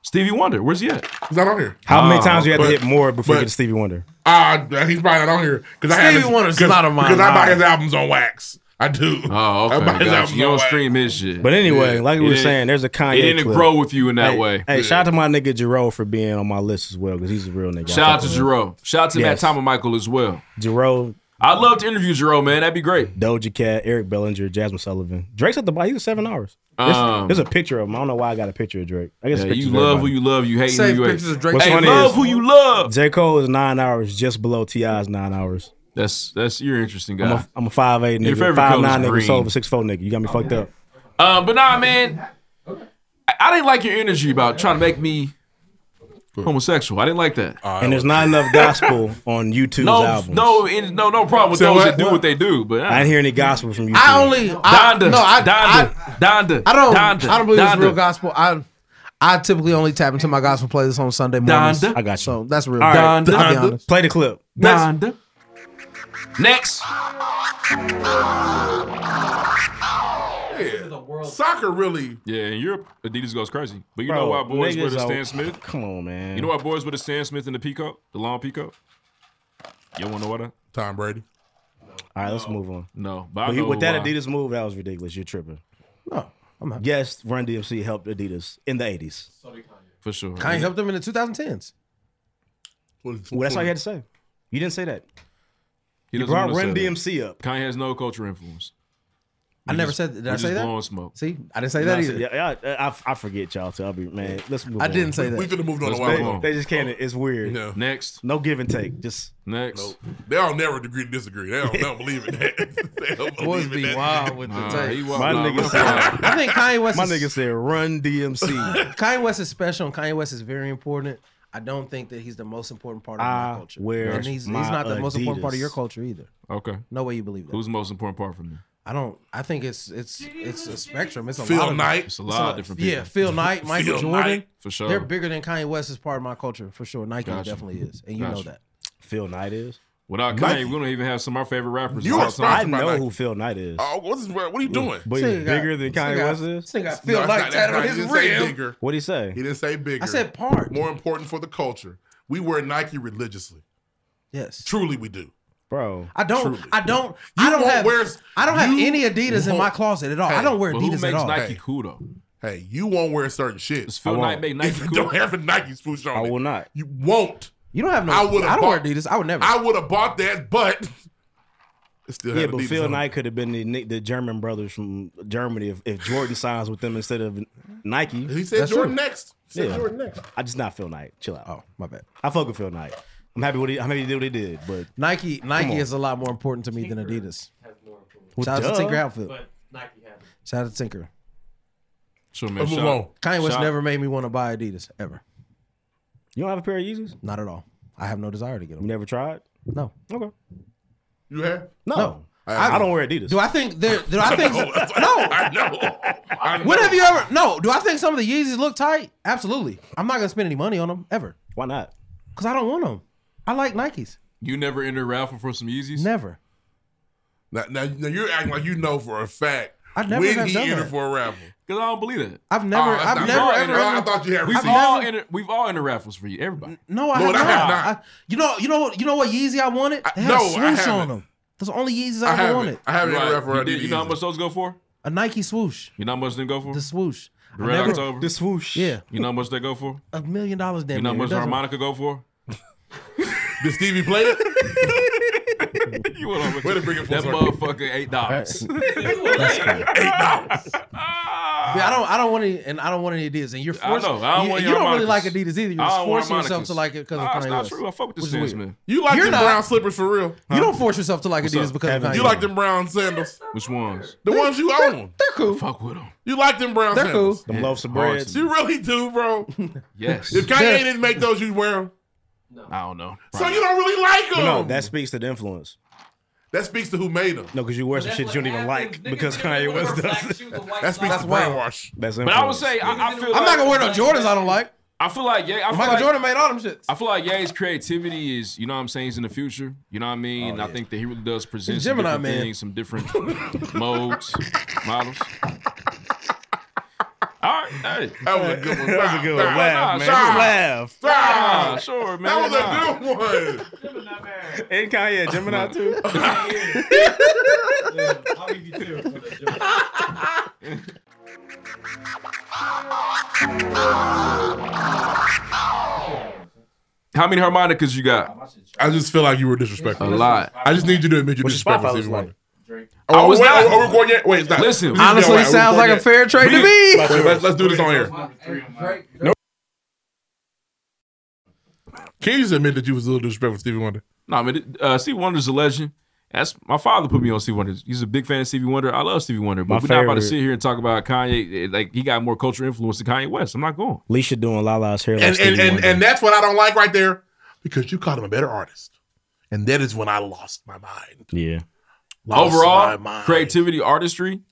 [SPEAKER 1] Stevie Wonder. Where's he at?
[SPEAKER 3] He's not on here.
[SPEAKER 4] How many
[SPEAKER 1] Oh,
[SPEAKER 4] times you had to
[SPEAKER 1] but-
[SPEAKER 4] hit more before
[SPEAKER 1] but-
[SPEAKER 4] you get to Stevie Wonder?
[SPEAKER 3] Ah, he's probably not on here because I had
[SPEAKER 2] Stevie
[SPEAKER 3] his-
[SPEAKER 2] Wonder's
[SPEAKER 3] cause-
[SPEAKER 2] not on mine,
[SPEAKER 3] Because I buy
[SPEAKER 2] nah.
[SPEAKER 3] his albums on wax. I do.
[SPEAKER 1] Oh, okay.
[SPEAKER 3] I buy his
[SPEAKER 1] gotcha. You
[SPEAKER 3] albums on
[SPEAKER 1] don't
[SPEAKER 3] wax.
[SPEAKER 1] stream his shit.
[SPEAKER 4] But anyway, like we
[SPEAKER 1] It
[SPEAKER 4] were
[SPEAKER 1] didn't-
[SPEAKER 4] saying, there's a Kanye.
[SPEAKER 1] It didn't
[SPEAKER 4] clip.
[SPEAKER 1] grow with you in that
[SPEAKER 4] Hey,
[SPEAKER 1] way.
[SPEAKER 4] Hey, shout out to my nigga Jerome for being on my list as well because he's a real nigga.
[SPEAKER 1] Shout out to Jerome. Shout out to Matt
[SPEAKER 4] Yes.
[SPEAKER 1] Thomas Michael as well.
[SPEAKER 4] Jerome,
[SPEAKER 1] I'd love to interview Jerome, man. That'd be great.
[SPEAKER 4] Doja Cat, Eric Bellinger, Jasmine Sullivan. Drake's at the bar. He was seven hours. There's,
[SPEAKER 1] Um,
[SPEAKER 4] there's a picture of him. I don't know why I got a picture of Drake. I guess
[SPEAKER 1] Yeah,
[SPEAKER 4] it's
[SPEAKER 1] you
[SPEAKER 4] pictures of
[SPEAKER 1] love who
[SPEAKER 4] everybody.
[SPEAKER 1] you love, you hate
[SPEAKER 2] Save
[SPEAKER 1] who you hate.
[SPEAKER 2] pictures of Drake.
[SPEAKER 4] What's
[SPEAKER 1] Hey,
[SPEAKER 4] funny
[SPEAKER 1] love
[SPEAKER 4] is-
[SPEAKER 1] who you love.
[SPEAKER 4] J. Cole is nine hours, just below T.I.'s nine hours.
[SPEAKER 1] That's that's you're an interesting
[SPEAKER 4] I'm
[SPEAKER 1] guy.
[SPEAKER 4] a, I'm a 5'8
[SPEAKER 1] Your
[SPEAKER 4] nigga.
[SPEAKER 1] favorite
[SPEAKER 4] 5'9
[SPEAKER 1] color's
[SPEAKER 4] nigga,
[SPEAKER 1] green.
[SPEAKER 4] sold for 6'4 nigga. You got me fucked
[SPEAKER 2] Oh,
[SPEAKER 4] up.
[SPEAKER 1] Um, but nah, man, I, I didn't like your energy about trying to make me homosexual. I didn't like that.
[SPEAKER 2] Oh.
[SPEAKER 4] and there's not enough gospel on YouTube's
[SPEAKER 1] no,
[SPEAKER 4] album.
[SPEAKER 1] no, in, no, no problem with
[SPEAKER 4] So
[SPEAKER 1] those
[SPEAKER 4] what-
[SPEAKER 1] that do what they do. But uh,
[SPEAKER 4] I didn't hear any gospel from YouTube.
[SPEAKER 2] I only I,
[SPEAKER 1] Donda,
[SPEAKER 2] no I
[SPEAKER 1] Donda, Donda.
[SPEAKER 2] I don't.
[SPEAKER 1] Donda,
[SPEAKER 2] I don't believe
[SPEAKER 1] Donda.
[SPEAKER 2] it's real gospel. I I typically only tap into my gospel playlist on Sunday mornings.
[SPEAKER 1] Donda.
[SPEAKER 4] I got you.
[SPEAKER 2] So that's real.
[SPEAKER 4] All right,
[SPEAKER 2] I'll be
[SPEAKER 4] Donda.
[SPEAKER 2] honest.
[SPEAKER 4] Play the clip.
[SPEAKER 1] Donda. Next.
[SPEAKER 3] Yeah. Soccer really.
[SPEAKER 1] Yeah, in Europe, Adidas goes crazy. But you
[SPEAKER 4] Bro,
[SPEAKER 1] know why boys
[SPEAKER 4] niggas
[SPEAKER 1] wear the Stan
[SPEAKER 4] are-
[SPEAKER 1] Smith?
[SPEAKER 4] Come on, man.
[SPEAKER 1] You know why boys wear the Stan Smith and the peacock, the long peacock? You all wanna know why? that?
[SPEAKER 3] Tom Brady.
[SPEAKER 4] All right, let's move on.
[SPEAKER 1] No, but I
[SPEAKER 4] But he-
[SPEAKER 1] know
[SPEAKER 4] with that
[SPEAKER 1] why.
[SPEAKER 4] Adidas move, that was ridiculous. You're tripping.
[SPEAKER 2] No, I'm not.
[SPEAKER 4] Yes, Run DMC helped Adidas in the 80s.
[SPEAKER 1] For sure.
[SPEAKER 2] Kanye helped them in the 2010s.
[SPEAKER 4] Well, that's all you had to say. You didn't say that.
[SPEAKER 1] He
[SPEAKER 4] You
[SPEAKER 1] doesn't
[SPEAKER 4] brought
[SPEAKER 1] wanna say
[SPEAKER 4] Run
[SPEAKER 1] that.
[SPEAKER 4] DMC up.
[SPEAKER 1] Kanye has no culture influence.
[SPEAKER 2] I
[SPEAKER 1] We
[SPEAKER 2] never
[SPEAKER 1] just-
[SPEAKER 2] said that. Did
[SPEAKER 1] we
[SPEAKER 2] I
[SPEAKER 1] just
[SPEAKER 2] say that?
[SPEAKER 1] blowing smoke.
[SPEAKER 2] See, I didn't say
[SPEAKER 4] Nah,
[SPEAKER 2] that
[SPEAKER 4] I
[SPEAKER 2] either.
[SPEAKER 4] said- Yeah, yeah, I, I- I forget y'all. So I'll be man. Let's move.
[SPEAKER 2] I
[SPEAKER 4] on.
[SPEAKER 2] didn't say that.
[SPEAKER 3] We could have moved on a
[SPEAKER 1] Let's
[SPEAKER 3] while
[SPEAKER 1] move
[SPEAKER 3] ago.
[SPEAKER 1] on.
[SPEAKER 4] They just can't. It's weird.
[SPEAKER 3] No.
[SPEAKER 1] Next.
[SPEAKER 4] No give and take. Just
[SPEAKER 1] Next.
[SPEAKER 3] Nope. They all never agree to disagree. They don't, they don't believe in that. They don't
[SPEAKER 2] Boys
[SPEAKER 3] believe in
[SPEAKER 2] be
[SPEAKER 3] that.
[SPEAKER 2] wild with the
[SPEAKER 1] Nah,
[SPEAKER 2] tape.
[SPEAKER 1] he wild.
[SPEAKER 4] my
[SPEAKER 1] nah,
[SPEAKER 4] nigga.
[SPEAKER 1] let's
[SPEAKER 4] Said,
[SPEAKER 2] I think Kanye West
[SPEAKER 4] my
[SPEAKER 2] is-
[SPEAKER 4] nigga said run DMC.
[SPEAKER 2] Kanye West is special, and Kanye West is very important. I don't think that he's the most important part of
[SPEAKER 4] I
[SPEAKER 2] my culture.
[SPEAKER 4] wear
[SPEAKER 2] and he's,
[SPEAKER 4] my
[SPEAKER 2] he's not the most important part of your
[SPEAKER 4] Adidas.
[SPEAKER 2] culture either.
[SPEAKER 1] Okay.
[SPEAKER 2] No way you believe that.
[SPEAKER 1] Who's the most important part for me?
[SPEAKER 2] I don't. I think it's it's it's a spectrum. It's a
[SPEAKER 3] Phil
[SPEAKER 2] lot of
[SPEAKER 3] Knight.
[SPEAKER 1] It's a lot of different people.
[SPEAKER 2] Yeah, Phil Knight, Michael
[SPEAKER 3] Phil
[SPEAKER 2] Jordan,
[SPEAKER 3] Knight,
[SPEAKER 1] for sure.
[SPEAKER 2] They're bigger than Kanye West is part of my culture for sure. Nike
[SPEAKER 1] Gotcha.
[SPEAKER 2] definitely is, and you know
[SPEAKER 1] Gotcha.
[SPEAKER 2] that.
[SPEAKER 4] Phil Knight is.
[SPEAKER 1] Without Kanye,
[SPEAKER 3] Nike.
[SPEAKER 1] we don't even have some of our favorite rappers.
[SPEAKER 3] You
[SPEAKER 1] of all
[SPEAKER 3] are
[SPEAKER 1] time.
[SPEAKER 4] I
[SPEAKER 3] by
[SPEAKER 4] know
[SPEAKER 3] Nike.
[SPEAKER 4] who Phil Knight is.
[SPEAKER 3] Oh, what is, what are you doing?
[SPEAKER 4] But
[SPEAKER 2] This
[SPEAKER 4] he's
[SPEAKER 2] nigga got-
[SPEAKER 4] bigger than
[SPEAKER 2] this nigga
[SPEAKER 4] Kanye
[SPEAKER 2] got-
[SPEAKER 4] West
[SPEAKER 2] This
[SPEAKER 4] is.
[SPEAKER 2] thing got Phil
[SPEAKER 3] it's
[SPEAKER 2] Knight
[SPEAKER 3] not-
[SPEAKER 2] tatted on
[SPEAKER 3] that's
[SPEAKER 2] his
[SPEAKER 3] not- he didn't say
[SPEAKER 2] rib.
[SPEAKER 3] bigger.
[SPEAKER 4] What would he say?
[SPEAKER 3] He didn't say bigger.
[SPEAKER 2] I said part.
[SPEAKER 3] more important for the culture. We wear Nike religiously.
[SPEAKER 2] Yes,
[SPEAKER 3] Truly, we do.
[SPEAKER 4] Bro,
[SPEAKER 2] I don't.
[SPEAKER 3] Truly.
[SPEAKER 2] I don't.
[SPEAKER 3] You
[SPEAKER 2] I don't
[SPEAKER 3] won't
[SPEAKER 2] have.
[SPEAKER 3] wear-
[SPEAKER 2] I don't have
[SPEAKER 3] you
[SPEAKER 2] any Adidas in
[SPEAKER 3] won't-
[SPEAKER 2] my closet at all. I
[SPEAKER 3] Hey,
[SPEAKER 2] don't wear
[SPEAKER 1] But who
[SPEAKER 2] Adidas
[SPEAKER 1] makes
[SPEAKER 2] at all.
[SPEAKER 1] Nike
[SPEAKER 3] Hey.
[SPEAKER 1] cool though?
[SPEAKER 3] Hey, you won't wear certain shit.
[SPEAKER 1] Does Phil
[SPEAKER 4] I
[SPEAKER 1] Knight
[SPEAKER 4] won't.
[SPEAKER 1] make Nike
[SPEAKER 3] If you
[SPEAKER 1] cool?
[SPEAKER 3] don't have a Nike swoosh on
[SPEAKER 4] I
[SPEAKER 3] it,
[SPEAKER 4] will not.
[SPEAKER 3] you won't.
[SPEAKER 2] You don't have no.
[SPEAKER 3] I would've
[SPEAKER 2] I don't wear
[SPEAKER 3] bought-
[SPEAKER 2] Adidas. I would never.
[SPEAKER 3] I would have bought that, but it still
[SPEAKER 4] Yeah,
[SPEAKER 3] had
[SPEAKER 4] but
[SPEAKER 3] Adidas
[SPEAKER 4] Phil
[SPEAKER 3] on it.
[SPEAKER 4] Knight could have been the Nick- the German brothers from Germany if, if Jordan signs with them instead of Nike.
[SPEAKER 3] He said
[SPEAKER 2] That's
[SPEAKER 3] Jordan
[SPEAKER 2] true.
[SPEAKER 3] next. He said
[SPEAKER 4] Yeah.
[SPEAKER 3] Jordan next.
[SPEAKER 4] I just not Phil Knight. Chill out.
[SPEAKER 2] oh, my bad.
[SPEAKER 4] I fuck with Phil Knight. I'm happy what he. I'm happy he did what he did. But
[SPEAKER 2] Nike. Nike
[SPEAKER 4] on.
[SPEAKER 2] is a lot more important to me than Adidas.
[SPEAKER 4] Well,
[SPEAKER 2] Shout out to
[SPEAKER 4] duh.
[SPEAKER 2] Tinker Outfit. Shout out to Tinker.
[SPEAKER 1] Sure, man.
[SPEAKER 3] Let's move
[SPEAKER 1] Shout-
[SPEAKER 3] on.
[SPEAKER 2] Kanye West
[SPEAKER 1] shout-
[SPEAKER 2] never made me want to buy Adidas ever.
[SPEAKER 4] You don't have a pair of Yeezys?
[SPEAKER 2] Not at all. I have no desire to get them.
[SPEAKER 4] You never tried?
[SPEAKER 2] No.
[SPEAKER 4] Okay.
[SPEAKER 3] You have?
[SPEAKER 4] No. I, I don't wear Adidas.
[SPEAKER 2] Do I think there? Do I think no? I know. When have you ever? No. Do I think some of the Yeezys look tight? Absolutely. I'm not gonna spend any money on them ever.
[SPEAKER 4] Why not?
[SPEAKER 2] Because I don't want them. I like Nikes.
[SPEAKER 1] You never entered raffle for some Yeezys?
[SPEAKER 2] Never.
[SPEAKER 3] Now, now, now you're acting like you know for a fact.
[SPEAKER 2] I never
[SPEAKER 3] when
[SPEAKER 2] have
[SPEAKER 3] he
[SPEAKER 2] done
[SPEAKER 3] entered
[SPEAKER 2] that.
[SPEAKER 3] for a raffle.
[SPEAKER 1] Because I don't believe it.
[SPEAKER 2] I've
[SPEAKER 3] Oh,
[SPEAKER 2] never,
[SPEAKER 3] that's
[SPEAKER 2] I've
[SPEAKER 3] not-
[SPEAKER 2] never
[SPEAKER 3] I
[SPEAKER 2] ever.
[SPEAKER 3] thought- I thought you had
[SPEAKER 1] We've
[SPEAKER 3] receipts.
[SPEAKER 1] all
[SPEAKER 3] Never-
[SPEAKER 1] entered. We've all entered raffles for you. Everybody.
[SPEAKER 2] No, I
[SPEAKER 1] Lord,
[SPEAKER 2] have
[SPEAKER 1] I have
[SPEAKER 2] not.
[SPEAKER 1] not.
[SPEAKER 2] I- you know, you know, you know what Yeezy I wanted? They had
[SPEAKER 1] no,
[SPEAKER 2] a
[SPEAKER 1] I
[SPEAKER 2] swoosh on
[SPEAKER 1] haven't.
[SPEAKER 2] them. Those are the only Yeezys
[SPEAKER 1] I
[SPEAKER 2] I, ever
[SPEAKER 1] haven't.
[SPEAKER 2] wanted.
[SPEAKER 1] I haven't Right. entered raffle You did- you know how much those go for?
[SPEAKER 2] A Nike swoosh.
[SPEAKER 1] You know how much they go for?
[SPEAKER 2] The swoosh.
[SPEAKER 1] The
[SPEAKER 2] I
[SPEAKER 1] Red
[SPEAKER 2] never-
[SPEAKER 1] October.
[SPEAKER 2] The swoosh. Yeah.
[SPEAKER 1] You know how much they go for?
[SPEAKER 2] A million dollars. Damn.
[SPEAKER 1] you know how
[SPEAKER 2] near.
[SPEAKER 1] much
[SPEAKER 2] It
[SPEAKER 1] the
[SPEAKER 2] doesn't-
[SPEAKER 1] harmonica go for?
[SPEAKER 3] Did Stevie play it?
[SPEAKER 1] you want
[SPEAKER 3] Way to bring it full
[SPEAKER 1] That
[SPEAKER 3] circle.
[SPEAKER 1] motherfucker eight dollars.
[SPEAKER 2] Yeah, I don't. I don't want any, and I don't want any Adidas. And you're
[SPEAKER 1] I
[SPEAKER 2] forced.
[SPEAKER 1] know. I don't
[SPEAKER 2] you,
[SPEAKER 1] want
[SPEAKER 2] you
[SPEAKER 1] your
[SPEAKER 2] don't really
[SPEAKER 1] harmonicas.
[SPEAKER 2] like Adidas either.
[SPEAKER 1] I
[SPEAKER 2] You're
[SPEAKER 1] don't
[SPEAKER 2] just
[SPEAKER 1] want
[SPEAKER 2] forcing yourself
[SPEAKER 1] harmonicas.
[SPEAKER 2] to like it because of
[SPEAKER 1] Nah, it's
[SPEAKER 2] Kanye
[SPEAKER 1] not
[SPEAKER 2] West,
[SPEAKER 1] true. I fuck with the
[SPEAKER 2] which is
[SPEAKER 1] Stans,
[SPEAKER 2] weird.
[SPEAKER 1] man.
[SPEAKER 3] You like
[SPEAKER 2] You're
[SPEAKER 3] them
[SPEAKER 2] not.
[SPEAKER 3] brown slippers for real?
[SPEAKER 2] You don't force yourself to like
[SPEAKER 1] What's
[SPEAKER 2] Adidas
[SPEAKER 1] up,
[SPEAKER 2] because of
[SPEAKER 1] Kevin?
[SPEAKER 2] Kanye.
[SPEAKER 3] You like them brown sandals?
[SPEAKER 1] Which ones?
[SPEAKER 3] The ones you own.
[SPEAKER 2] They're cool.
[SPEAKER 1] Fuck with them.
[SPEAKER 3] You like them brown
[SPEAKER 2] They're
[SPEAKER 3] sandals?
[SPEAKER 2] cool.
[SPEAKER 4] Them loaves of bread.
[SPEAKER 1] Hard.
[SPEAKER 3] You really do, bro.
[SPEAKER 1] Yes.
[SPEAKER 3] If Kanye didn't make those, you wear them.
[SPEAKER 1] I don't know.
[SPEAKER 3] So you don't really like them.
[SPEAKER 4] No, that speaks to the influence.
[SPEAKER 3] That speaks to who made them.
[SPEAKER 4] No, because you wear some shit you don't even like because Kanye West does. it.
[SPEAKER 3] That speaks to brainwash.
[SPEAKER 4] That's
[SPEAKER 1] But I would
[SPEAKER 4] influence.
[SPEAKER 1] say I, I feel.
[SPEAKER 2] I'm
[SPEAKER 1] like,
[SPEAKER 2] not gonna wear no Jordans I don't like.
[SPEAKER 1] I feel like yeah. I feel
[SPEAKER 2] Michael
[SPEAKER 1] like,
[SPEAKER 2] Jordan made all them shits.
[SPEAKER 1] I feel like Ye's creativity is, you know what I'm saying, is in the future. You know what I mean?
[SPEAKER 3] Oh,
[SPEAKER 1] And I think that he really does present
[SPEAKER 2] He's
[SPEAKER 1] some
[SPEAKER 2] Gemini
[SPEAKER 1] different
[SPEAKER 2] man.
[SPEAKER 1] things, some different modes, models. All right, hey.
[SPEAKER 3] That was a good one. That was a good
[SPEAKER 4] one. Laugh, man. Laugh.
[SPEAKER 1] Nah, sure, man.
[SPEAKER 3] That was
[SPEAKER 1] nah.
[SPEAKER 3] a good one.
[SPEAKER 4] And Kanye, Gemini too.
[SPEAKER 1] How many harmonicas you got?
[SPEAKER 3] I just feel like you were
[SPEAKER 1] A
[SPEAKER 3] disrespectful.
[SPEAKER 1] lot.
[SPEAKER 3] I just need you to admit you're
[SPEAKER 4] What's your
[SPEAKER 3] disrespectful,
[SPEAKER 4] Spotify was
[SPEAKER 3] Stevie
[SPEAKER 4] like?
[SPEAKER 3] Wonder. Oh,
[SPEAKER 1] I was
[SPEAKER 3] wait,
[SPEAKER 1] not-
[SPEAKER 3] are we recording yet? Wait, stop.
[SPEAKER 1] Listen.
[SPEAKER 3] This is-
[SPEAKER 2] Honestly,
[SPEAKER 3] yeah, right, we're
[SPEAKER 2] sounds
[SPEAKER 3] recording
[SPEAKER 2] like a
[SPEAKER 3] yet.
[SPEAKER 2] fair trade to me.
[SPEAKER 3] Wait, let's, let's do this on here. Nope. Can you just admit that you was a little disrespectful, to Stevie Wonder?
[SPEAKER 1] No, I mean, uh, Stevie Wonder's a legend. That's my father put me on Stevie Wonder. He's a big fan of Stevie Wonder. I love Stevie Wonder, but
[SPEAKER 4] My
[SPEAKER 1] we're not about to
[SPEAKER 4] favorite-
[SPEAKER 1] sit here and talk about Kanye. eh, Like he got more cultural influence than Kanye West. I'm not going.
[SPEAKER 4] Leisha doing Lala's hair like
[SPEAKER 3] And and,
[SPEAKER 4] Stevie
[SPEAKER 3] and
[SPEAKER 4] Wonder.
[SPEAKER 3] and that's what I don't like right there, because you called him a better artist, and that is when I lost my mind.
[SPEAKER 4] yeah.
[SPEAKER 3] Lost my
[SPEAKER 1] Overall,
[SPEAKER 3] mind.
[SPEAKER 1] creativity, artistry,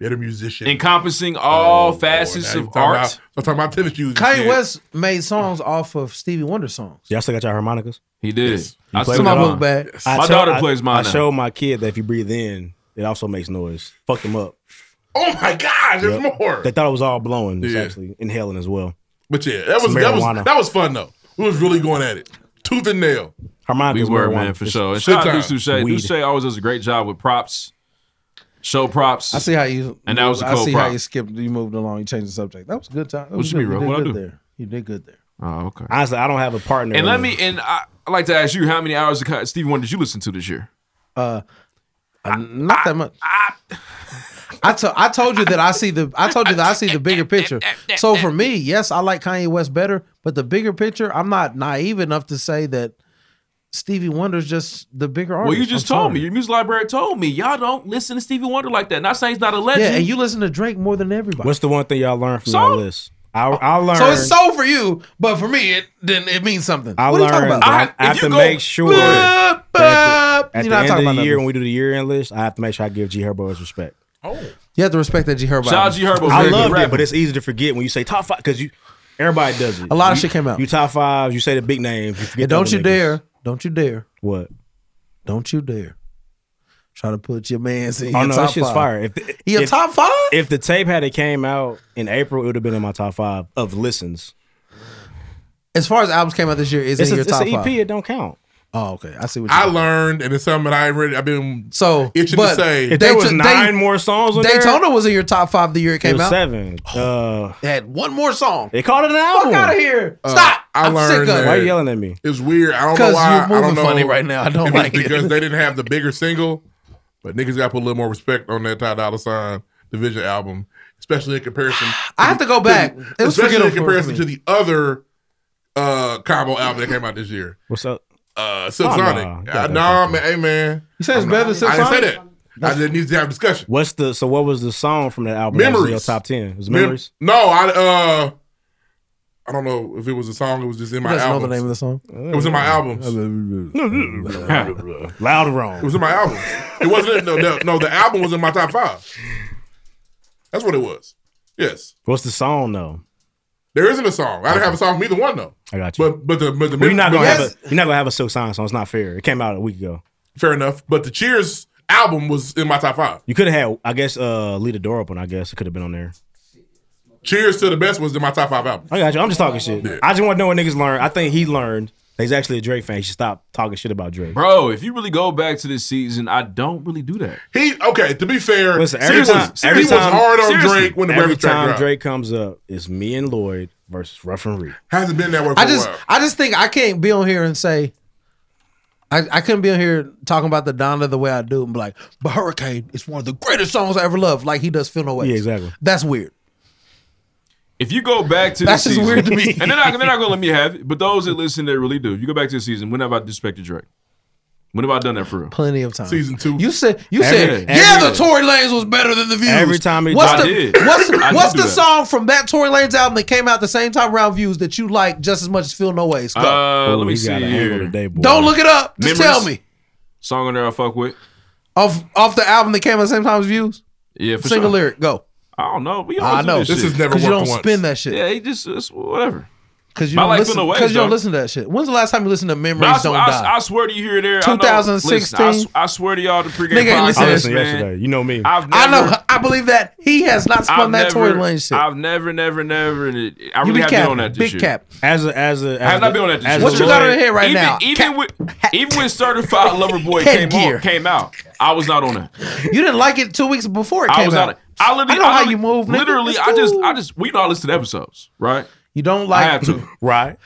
[SPEAKER 3] better musician. Oh,
[SPEAKER 1] encompassing all
[SPEAKER 3] Now
[SPEAKER 1] facets
[SPEAKER 3] you
[SPEAKER 1] of
[SPEAKER 3] talking
[SPEAKER 1] art.
[SPEAKER 3] About, I'm talking about tennis shoes. and
[SPEAKER 2] Kanye
[SPEAKER 3] shit.
[SPEAKER 2] West made songs off of Stevie Wonder songs.
[SPEAKER 4] Y'all still got your harmonicas?
[SPEAKER 1] he did. I
[SPEAKER 4] play
[SPEAKER 1] still
[SPEAKER 4] with
[SPEAKER 2] My
[SPEAKER 1] have
[SPEAKER 4] Hold
[SPEAKER 2] book
[SPEAKER 1] mine.
[SPEAKER 2] bag.
[SPEAKER 1] My
[SPEAKER 4] I
[SPEAKER 1] daughter
[SPEAKER 4] I-
[SPEAKER 1] plays mine
[SPEAKER 4] I
[SPEAKER 1] now.
[SPEAKER 4] showed my kid that if you breathe in, it also makes noise. Fuck them up.
[SPEAKER 3] Oh my gosh, there's
[SPEAKER 4] Yep.
[SPEAKER 3] more.
[SPEAKER 4] They thought it was all blowing. It's
[SPEAKER 3] Yeah.
[SPEAKER 4] actually inhaling as well.
[SPEAKER 3] But yeah, that was
[SPEAKER 4] Some
[SPEAKER 3] that was
[SPEAKER 4] marijuana.
[SPEAKER 3] that was fun though. We was really going at it, tooth and nail.
[SPEAKER 1] We
[SPEAKER 4] Harmonicas
[SPEAKER 1] were
[SPEAKER 4] marijuana.
[SPEAKER 1] man for
[SPEAKER 4] It's-
[SPEAKER 1] sure. And
[SPEAKER 3] shit
[SPEAKER 1] shout out
[SPEAKER 3] time.
[SPEAKER 1] to Duce.
[SPEAKER 4] Weed.
[SPEAKER 1] Duce always does a great job with props, show props.
[SPEAKER 2] I see how you
[SPEAKER 1] And that was a
[SPEAKER 2] I
[SPEAKER 1] cold
[SPEAKER 2] see
[SPEAKER 1] prop.
[SPEAKER 2] how you skipped. You moved along. You changed the subject. That was a good time. That
[SPEAKER 1] What
[SPEAKER 2] was
[SPEAKER 1] you mean,
[SPEAKER 2] good.
[SPEAKER 1] bro? What'd I
[SPEAKER 2] did
[SPEAKER 1] do?
[SPEAKER 2] good there. You did good there.
[SPEAKER 1] Oh, okay.
[SPEAKER 4] Honestly, I don't have a partner.
[SPEAKER 1] And let
[SPEAKER 4] in-
[SPEAKER 1] me and I I'd like to ask you, how many hours of Ka- Stevie Wonder did you listen to this year?
[SPEAKER 2] Uh, not that much. I, to, I told you that I see the I told you that I see the bigger picture. So for me, yes, I like Kanye West better, but the bigger picture, I'm not naive enough to say that Stevie Wonder's just the bigger artist.
[SPEAKER 1] Well, you just
[SPEAKER 2] I'm
[SPEAKER 1] told
[SPEAKER 2] sorry.
[SPEAKER 1] me. Your music library told me y'all don't listen to Stevie Wonder like that. Not saying he's not a legend.
[SPEAKER 2] Yeah, and you listen to Drake more than everybody.
[SPEAKER 4] What's the one thing y'all learned from
[SPEAKER 1] So-
[SPEAKER 4] that list? I, I learned.
[SPEAKER 2] so it's so for you, but for me, it then it means something.
[SPEAKER 4] I
[SPEAKER 2] what are you talking
[SPEAKER 4] learned.
[SPEAKER 2] about?
[SPEAKER 4] that I,
[SPEAKER 1] I- if
[SPEAKER 4] have
[SPEAKER 1] you
[SPEAKER 4] to
[SPEAKER 1] go-
[SPEAKER 4] make sure. that
[SPEAKER 2] Bup,
[SPEAKER 4] At
[SPEAKER 2] You're
[SPEAKER 4] the
[SPEAKER 2] not
[SPEAKER 4] end
[SPEAKER 2] talking
[SPEAKER 4] of
[SPEAKER 2] about
[SPEAKER 4] the year,
[SPEAKER 2] year.
[SPEAKER 4] when we do the year end list, I have to make sure I give G Herbo his respect.
[SPEAKER 2] You have to respect that G Herbo.
[SPEAKER 1] Shout out G Herbo.
[SPEAKER 4] I
[SPEAKER 1] very good
[SPEAKER 4] loved it,
[SPEAKER 1] rapper.
[SPEAKER 4] but it's easy to forget when you say top five because you everybody does it.
[SPEAKER 2] A lot of
[SPEAKER 4] You-
[SPEAKER 2] shit came out.
[SPEAKER 4] You top fives, you say the big names, you forget.
[SPEAKER 2] And
[SPEAKER 4] the
[SPEAKER 2] don't
[SPEAKER 4] other
[SPEAKER 2] you
[SPEAKER 4] niggas.
[SPEAKER 2] dare, don't you dare,
[SPEAKER 4] What?
[SPEAKER 2] don't you dare try to put your man's in
[SPEAKER 4] Oh
[SPEAKER 2] your
[SPEAKER 4] no,
[SPEAKER 2] top
[SPEAKER 4] that shit's
[SPEAKER 2] five.
[SPEAKER 4] fire. If the,
[SPEAKER 2] He a
[SPEAKER 4] if-
[SPEAKER 2] top five?
[SPEAKER 4] If the tape had it came out in April, it would have been in my top five of listens.
[SPEAKER 2] As far as albums came out this year, is
[SPEAKER 4] It's,
[SPEAKER 2] in
[SPEAKER 4] a,
[SPEAKER 2] your
[SPEAKER 4] it's
[SPEAKER 2] top
[SPEAKER 4] an E EP.
[SPEAKER 2] five.
[SPEAKER 4] It don't count.
[SPEAKER 2] Oh, okay. I see what you
[SPEAKER 3] I learned, and it's something I really I've been
[SPEAKER 2] So,
[SPEAKER 3] itching to
[SPEAKER 2] but
[SPEAKER 3] say.
[SPEAKER 4] If
[SPEAKER 2] They
[SPEAKER 4] there was
[SPEAKER 2] took- they-
[SPEAKER 4] nine more songs on there,
[SPEAKER 2] Daytona was in your top five the year it
[SPEAKER 4] it
[SPEAKER 2] came
[SPEAKER 4] was
[SPEAKER 2] out.
[SPEAKER 4] seven. Uh,
[SPEAKER 2] It had one more song.
[SPEAKER 4] they called it an
[SPEAKER 2] Fuck
[SPEAKER 4] album.
[SPEAKER 2] out of here.
[SPEAKER 3] Uh,
[SPEAKER 2] Stop.
[SPEAKER 3] I
[SPEAKER 2] I'm
[SPEAKER 3] learned
[SPEAKER 2] sick of
[SPEAKER 3] that
[SPEAKER 2] it.
[SPEAKER 4] Why are you yelling at me?
[SPEAKER 3] it's weird. I don't know
[SPEAKER 2] 'Cause
[SPEAKER 3] why.
[SPEAKER 2] you're
[SPEAKER 3] I don't
[SPEAKER 2] moving
[SPEAKER 3] know
[SPEAKER 2] funny right now. I
[SPEAKER 3] if
[SPEAKER 2] don't
[SPEAKER 3] it's
[SPEAKER 2] like it.
[SPEAKER 3] because they didn't have the bigger single, but niggas got to put a little more respect on that Ty Dolla Sign Division album, especially in comparison.
[SPEAKER 2] I have to go back. It was
[SPEAKER 3] especially in
[SPEAKER 2] forgettable for
[SPEAKER 3] comparison
[SPEAKER 2] me.
[SPEAKER 3] to the other uh combo album that came out this year,
[SPEAKER 4] What's up?
[SPEAKER 3] uh,
[SPEAKER 4] Oh,
[SPEAKER 3] Subsonic.
[SPEAKER 4] nah.
[SPEAKER 3] Uh, nah, man, hey man,
[SPEAKER 2] You said it's better than
[SPEAKER 3] I didn't say
[SPEAKER 2] Sonic?
[SPEAKER 3] that. I just need to have a discussion.
[SPEAKER 4] What's the so? What was the song from that album? that was in
[SPEAKER 3] Memories.
[SPEAKER 4] your top ten. It was
[SPEAKER 3] Mem-
[SPEAKER 4] memories.
[SPEAKER 3] no, I uh I don't know if it was a song. It was just in my
[SPEAKER 2] You guys know
[SPEAKER 3] album.
[SPEAKER 2] the name of the song?
[SPEAKER 3] It was in my albums.
[SPEAKER 2] Loud and wrong.
[SPEAKER 3] It was in my album. It wasn't. in- No, no, no. The album was in my top five. That's what it was. Yes.
[SPEAKER 4] What's the song though?
[SPEAKER 3] There isn't a song. I didn't have a song from either one though.
[SPEAKER 4] I got you.
[SPEAKER 3] But but the but the
[SPEAKER 4] you're not
[SPEAKER 3] but
[SPEAKER 4] gonna have
[SPEAKER 3] that's-
[SPEAKER 4] a, you're not gonna have a silk sign song. It's not fair. It came out a week ago.
[SPEAKER 3] fair enough. But the Cheers album was in my top five.
[SPEAKER 4] You could have had, I guess, uh, leave the door open. I guess it could have been on there.
[SPEAKER 3] Cheers to the best was in my top five album.
[SPEAKER 4] I got you. I'm just talking shit.
[SPEAKER 3] Yeah.
[SPEAKER 4] I just want to know what niggas learned. I think he learned that he's actually a Drake fan. He should stop talking shit about Drake.
[SPEAKER 1] Bro, if you really go back to this season, I don't really do that.
[SPEAKER 3] He okay. To be fair,
[SPEAKER 4] Listen, every time, every time, seriously, every
[SPEAKER 3] Breakfast Track
[SPEAKER 4] time
[SPEAKER 3] dropped.
[SPEAKER 4] Drake comes up, it's me and Lloyd versus Ruff and Reed.
[SPEAKER 3] Hasn't been that way for
[SPEAKER 1] Oh,
[SPEAKER 2] I
[SPEAKER 3] a
[SPEAKER 2] just
[SPEAKER 3] while.
[SPEAKER 2] I just think I can't be on here and say I, I couldn't be on here talking about the Donna the way I do and be like, but Hurricane is one of the greatest songs I ever loved, like he does Feel No Way. Yeah,
[SPEAKER 4] exactly.
[SPEAKER 2] That's weird.
[SPEAKER 1] If you go back to
[SPEAKER 2] That's
[SPEAKER 1] this season,
[SPEAKER 2] just weird to me.
[SPEAKER 1] and they're not, they're not gonna let me have it. But those that listen, that really do. If you go back to the season, when have I disrespected Drake? When have I done that for real?
[SPEAKER 2] Plenty of times.
[SPEAKER 1] Season
[SPEAKER 3] two.
[SPEAKER 2] You said you
[SPEAKER 1] Every-
[SPEAKER 2] said
[SPEAKER 1] every-
[SPEAKER 2] yeah, the Tory Lanez was better than the views.
[SPEAKER 1] Every time he-
[SPEAKER 2] what's
[SPEAKER 1] I
[SPEAKER 2] the
[SPEAKER 1] did.
[SPEAKER 2] what's
[SPEAKER 1] I did
[SPEAKER 2] what's
[SPEAKER 1] do
[SPEAKER 2] the
[SPEAKER 1] that.
[SPEAKER 2] song from that Tory Lanez album that came out the same time around views that you like just as much as Feel No Ways? Go.
[SPEAKER 1] Uh,
[SPEAKER 4] Ooh,
[SPEAKER 1] let me
[SPEAKER 4] he
[SPEAKER 1] see
[SPEAKER 4] got an
[SPEAKER 1] here.
[SPEAKER 4] angle today, boy.
[SPEAKER 2] Don't look it up. Just
[SPEAKER 1] Memories.
[SPEAKER 2] tell me
[SPEAKER 1] Song on there I fuck with.
[SPEAKER 2] off off the album that came out the same time as views.
[SPEAKER 1] Yeah, for
[SPEAKER 2] Single
[SPEAKER 1] sure.
[SPEAKER 2] lyric, go.
[SPEAKER 1] I don't know. We
[SPEAKER 2] I
[SPEAKER 1] always do
[SPEAKER 2] know.
[SPEAKER 1] This, shit.
[SPEAKER 2] because you don't spin that shit.
[SPEAKER 1] Yeah, he just it's whatever.
[SPEAKER 2] Because you
[SPEAKER 1] My
[SPEAKER 2] don't
[SPEAKER 1] life
[SPEAKER 2] listen.
[SPEAKER 1] been away,
[SPEAKER 2] Because you don't
[SPEAKER 1] though.
[SPEAKER 2] listen to that shit. When's the last time you listened to
[SPEAKER 1] But I,
[SPEAKER 2] Memories
[SPEAKER 1] sw-
[SPEAKER 2] Don't
[SPEAKER 1] I,
[SPEAKER 2] Die?
[SPEAKER 1] I swear to you here and there. 2016. I,
[SPEAKER 2] 2016.
[SPEAKER 1] know, listen, I, sw- I swear to y'all the pregame
[SPEAKER 2] Nigga
[SPEAKER 1] podcast,
[SPEAKER 2] ain't listen to
[SPEAKER 1] man.
[SPEAKER 2] this shit yesterday.
[SPEAKER 4] You know me.
[SPEAKER 1] I've
[SPEAKER 2] I
[SPEAKER 1] never-
[SPEAKER 2] know. I believe that he has not spun that Tory Lanez shit.
[SPEAKER 1] I've never, never, never. And it, I
[SPEAKER 2] You
[SPEAKER 1] really
[SPEAKER 2] be
[SPEAKER 1] have been
[SPEAKER 2] capping.
[SPEAKER 1] on that this
[SPEAKER 2] Big
[SPEAKER 1] year.
[SPEAKER 2] cap.
[SPEAKER 4] As a as a
[SPEAKER 1] I
[SPEAKER 4] as
[SPEAKER 1] have not been on that this
[SPEAKER 4] as
[SPEAKER 1] year.
[SPEAKER 4] a lawyer-
[SPEAKER 1] even, Even with, even when Certified Lover Boy came,
[SPEAKER 2] Headgear.
[SPEAKER 1] on, came out, I was not on that.
[SPEAKER 2] You didn't like it two weeks before it came
[SPEAKER 1] I was
[SPEAKER 2] out.
[SPEAKER 1] not. I literally.
[SPEAKER 2] I know how
[SPEAKER 1] literally-
[SPEAKER 2] you move. nigga.
[SPEAKER 1] Literally,
[SPEAKER 2] It's
[SPEAKER 1] I just,
[SPEAKER 2] cool.
[SPEAKER 1] I just, we all listen to episodes, right?
[SPEAKER 2] You don't like.
[SPEAKER 1] I have to.
[SPEAKER 4] right.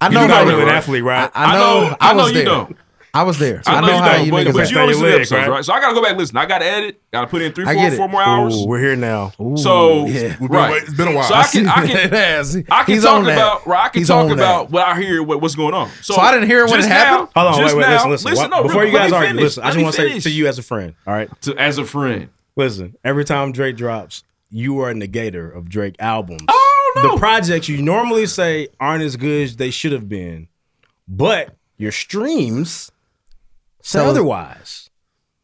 [SPEAKER 2] I
[SPEAKER 1] You
[SPEAKER 2] know
[SPEAKER 1] do
[SPEAKER 2] how
[SPEAKER 1] not
[SPEAKER 2] you
[SPEAKER 1] really
[SPEAKER 2] right?
[SPEAKER 1] athlete, right?
[SPEAKER 2] I, I
[SPEAKER 1] I
[SPEAKER 2] know.
[SPEAKER 1] know-
[SPEAKER 2] I
[SPEAKER 1] I know
[SPEAKER 2] was
[SPEAKER 1] you
[SPEAKER 2] there.
[SPEAKER 1] don't.
[SPEAKER 2] I was there.
[SPEAKER 1] I know,
[SPEAKER 2] how
[SPEAKER 1] you don't, but,
[SPEAKER 2] niggas
[SPEAKER 1] but
[SPEAKER 2] act.
[SPEAKER 1] you don't listen to episodes, right? So I gotta go back and listen. I gotta edit. Gotta put in three,
[SPEAKER 2] I
[SPEAKER 1] four,
[SPEAKER 2] get it.
[SPEAKER 1] four more hours.
[SPEAKER 4] Ooh, we're here now. Ooh,
[SPEAKER 1] So
[SPEAKER 2] yeah.
[SPEAKER 1] right,
[SPEAKER 2] It's been a while.
[SPEAKER 1] So I can, I can,
[SPEAKER 2] Yes.
[SPEAKER 1] I can
[SPEAKER 2] He's
[SPEAKER 1] talk
[SPEAKER 2] on that.
[SPEAKER 1] about, right, I can
[SPEAKER 2] He's on
[SPEAKER 1] talk
[SPEAKER 2] that.
[SPEAKER 1] about what I hear, what, what's going on. So,
[SPEAKER 2] So I didn't hear it when
[SPEAKER 1] just
[SPEAKER 2] it happened?
[SPEAKER 1] Now,
[SPEAKER 4] Hold on,
[SPEAKER 1] just
[SPEAKER 4] wait, wait,
[SPEAKER 1] now,
[SPEAKER 4] listen, listen.
[SPEAKER 1] listen
[SPEAKER 4] Why-
[SPEAKER 1] no,
[SPEAKER 4] Before
[SPEAKER 1] really,
[SPEAKER 4] you guys
[SPEAKER 1] let me
[SPEAKER 4] argue,
[SPEAKER 1] finish.
[SPEAKER 4] listen. I
[SPEAKER 1] Let
[SPEAKER 4] just
[SPEAKER 1] me
[SPEAKER 4] want to say
[SPEAKER 1] finish.
[SPEAKER 4] to you as a friend. All right.
[SPEAKER 1] To, as a friend.
[SPEAKER 4] Listen, every time Drake drops, you are a negator of Drake albums. Oh no. The projects you normally say aren't as good as they should have been, but your streams say
[SPEAKER 2] Tell us-
[SPEAKER 4] otherwise.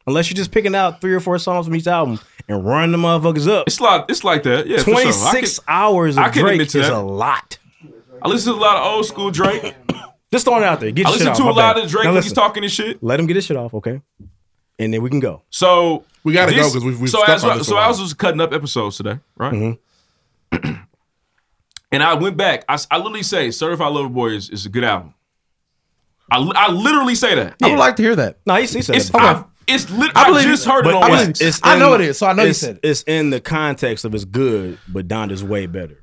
[SPEAKER 4] Unless you're just picking out three or four songs from each album and running the motherfuckers up.
[SPEAKER 1] It's like it's like that. Yeah, for sure. I
[SPEAKER 4] 26 hours of
[SPEAKER 1] I can
[SPEAKER 4] Drake
[SPEAKER 1] admit to
[SPEAKER 4] is
[SPEAKER 1] that.
[SPEAKER 4] a lot.
[SPEAKER 1] I listen to a lot of old school Drake.
[SPEAKER 4] Just throwing it out there. Get
[SPEAKER 1] I
[SPEAKER 4] your shit
[SPEAKER 1] listen
[SPEAKER 4] off,
[SPEAKER 1] to
[SPEAKER 4] my
[SPEAKER 1] a lot
[SPEAKER 4] bad.
[SPEAKER 1] of Drake
[SPEAKER 4] Now
[SPEAKER 1] when he's
[SPEAKER 4] listen.
[SPEAKER 1] talking his shit.
[SPEAKER 4] Let him get his shit off, okay? And then we can go.
[SPEAKER 1] So
[SPEAKER 3] we gotta
[SPEAKER 1] this-
[SPEAKER 3] go 'cause we've- we've
[SPEAKER 1] so
[SPEAKER 3] stuck
[SPEAKER 1] as
[SPEAKER 3] on
[SPEAKER 1] I-
[SPEAKER 3] this a
[SPEAKER 1] so
[SPEAKER 3] while.
[SPEAKER 1] I was just cutting up episodes today, right?
[SPEAKER 4] Mm-hmm.
[SPEAKER 1] and I went back. I, s- I literally say Certified Lover Boy is, is a good album. I, li- I literally say that.
[SPEAKER 2] I would like to hear that.
[SPEAKER 4] No, he, he said
[SPEAKER 1] It's
[SPEAKER 4] that before.
[SPEAKER 1] I, it's lit- I, just heard it
[SPEAKER 4] But
[SPEAKER 1] on
[SPEAKER 4] it's-
[SPEAKER 1] wax.
[SPEAKER 4] it's
[SPEAKER 2] I know
[SPEAKER 4] in-
[SPEAKER 2] it is, so I know you
[SPEAKER 4] it's-
[SPEAKER 2] said
[SPEAKER 4] It's in the context of it's good, but Donda's way better.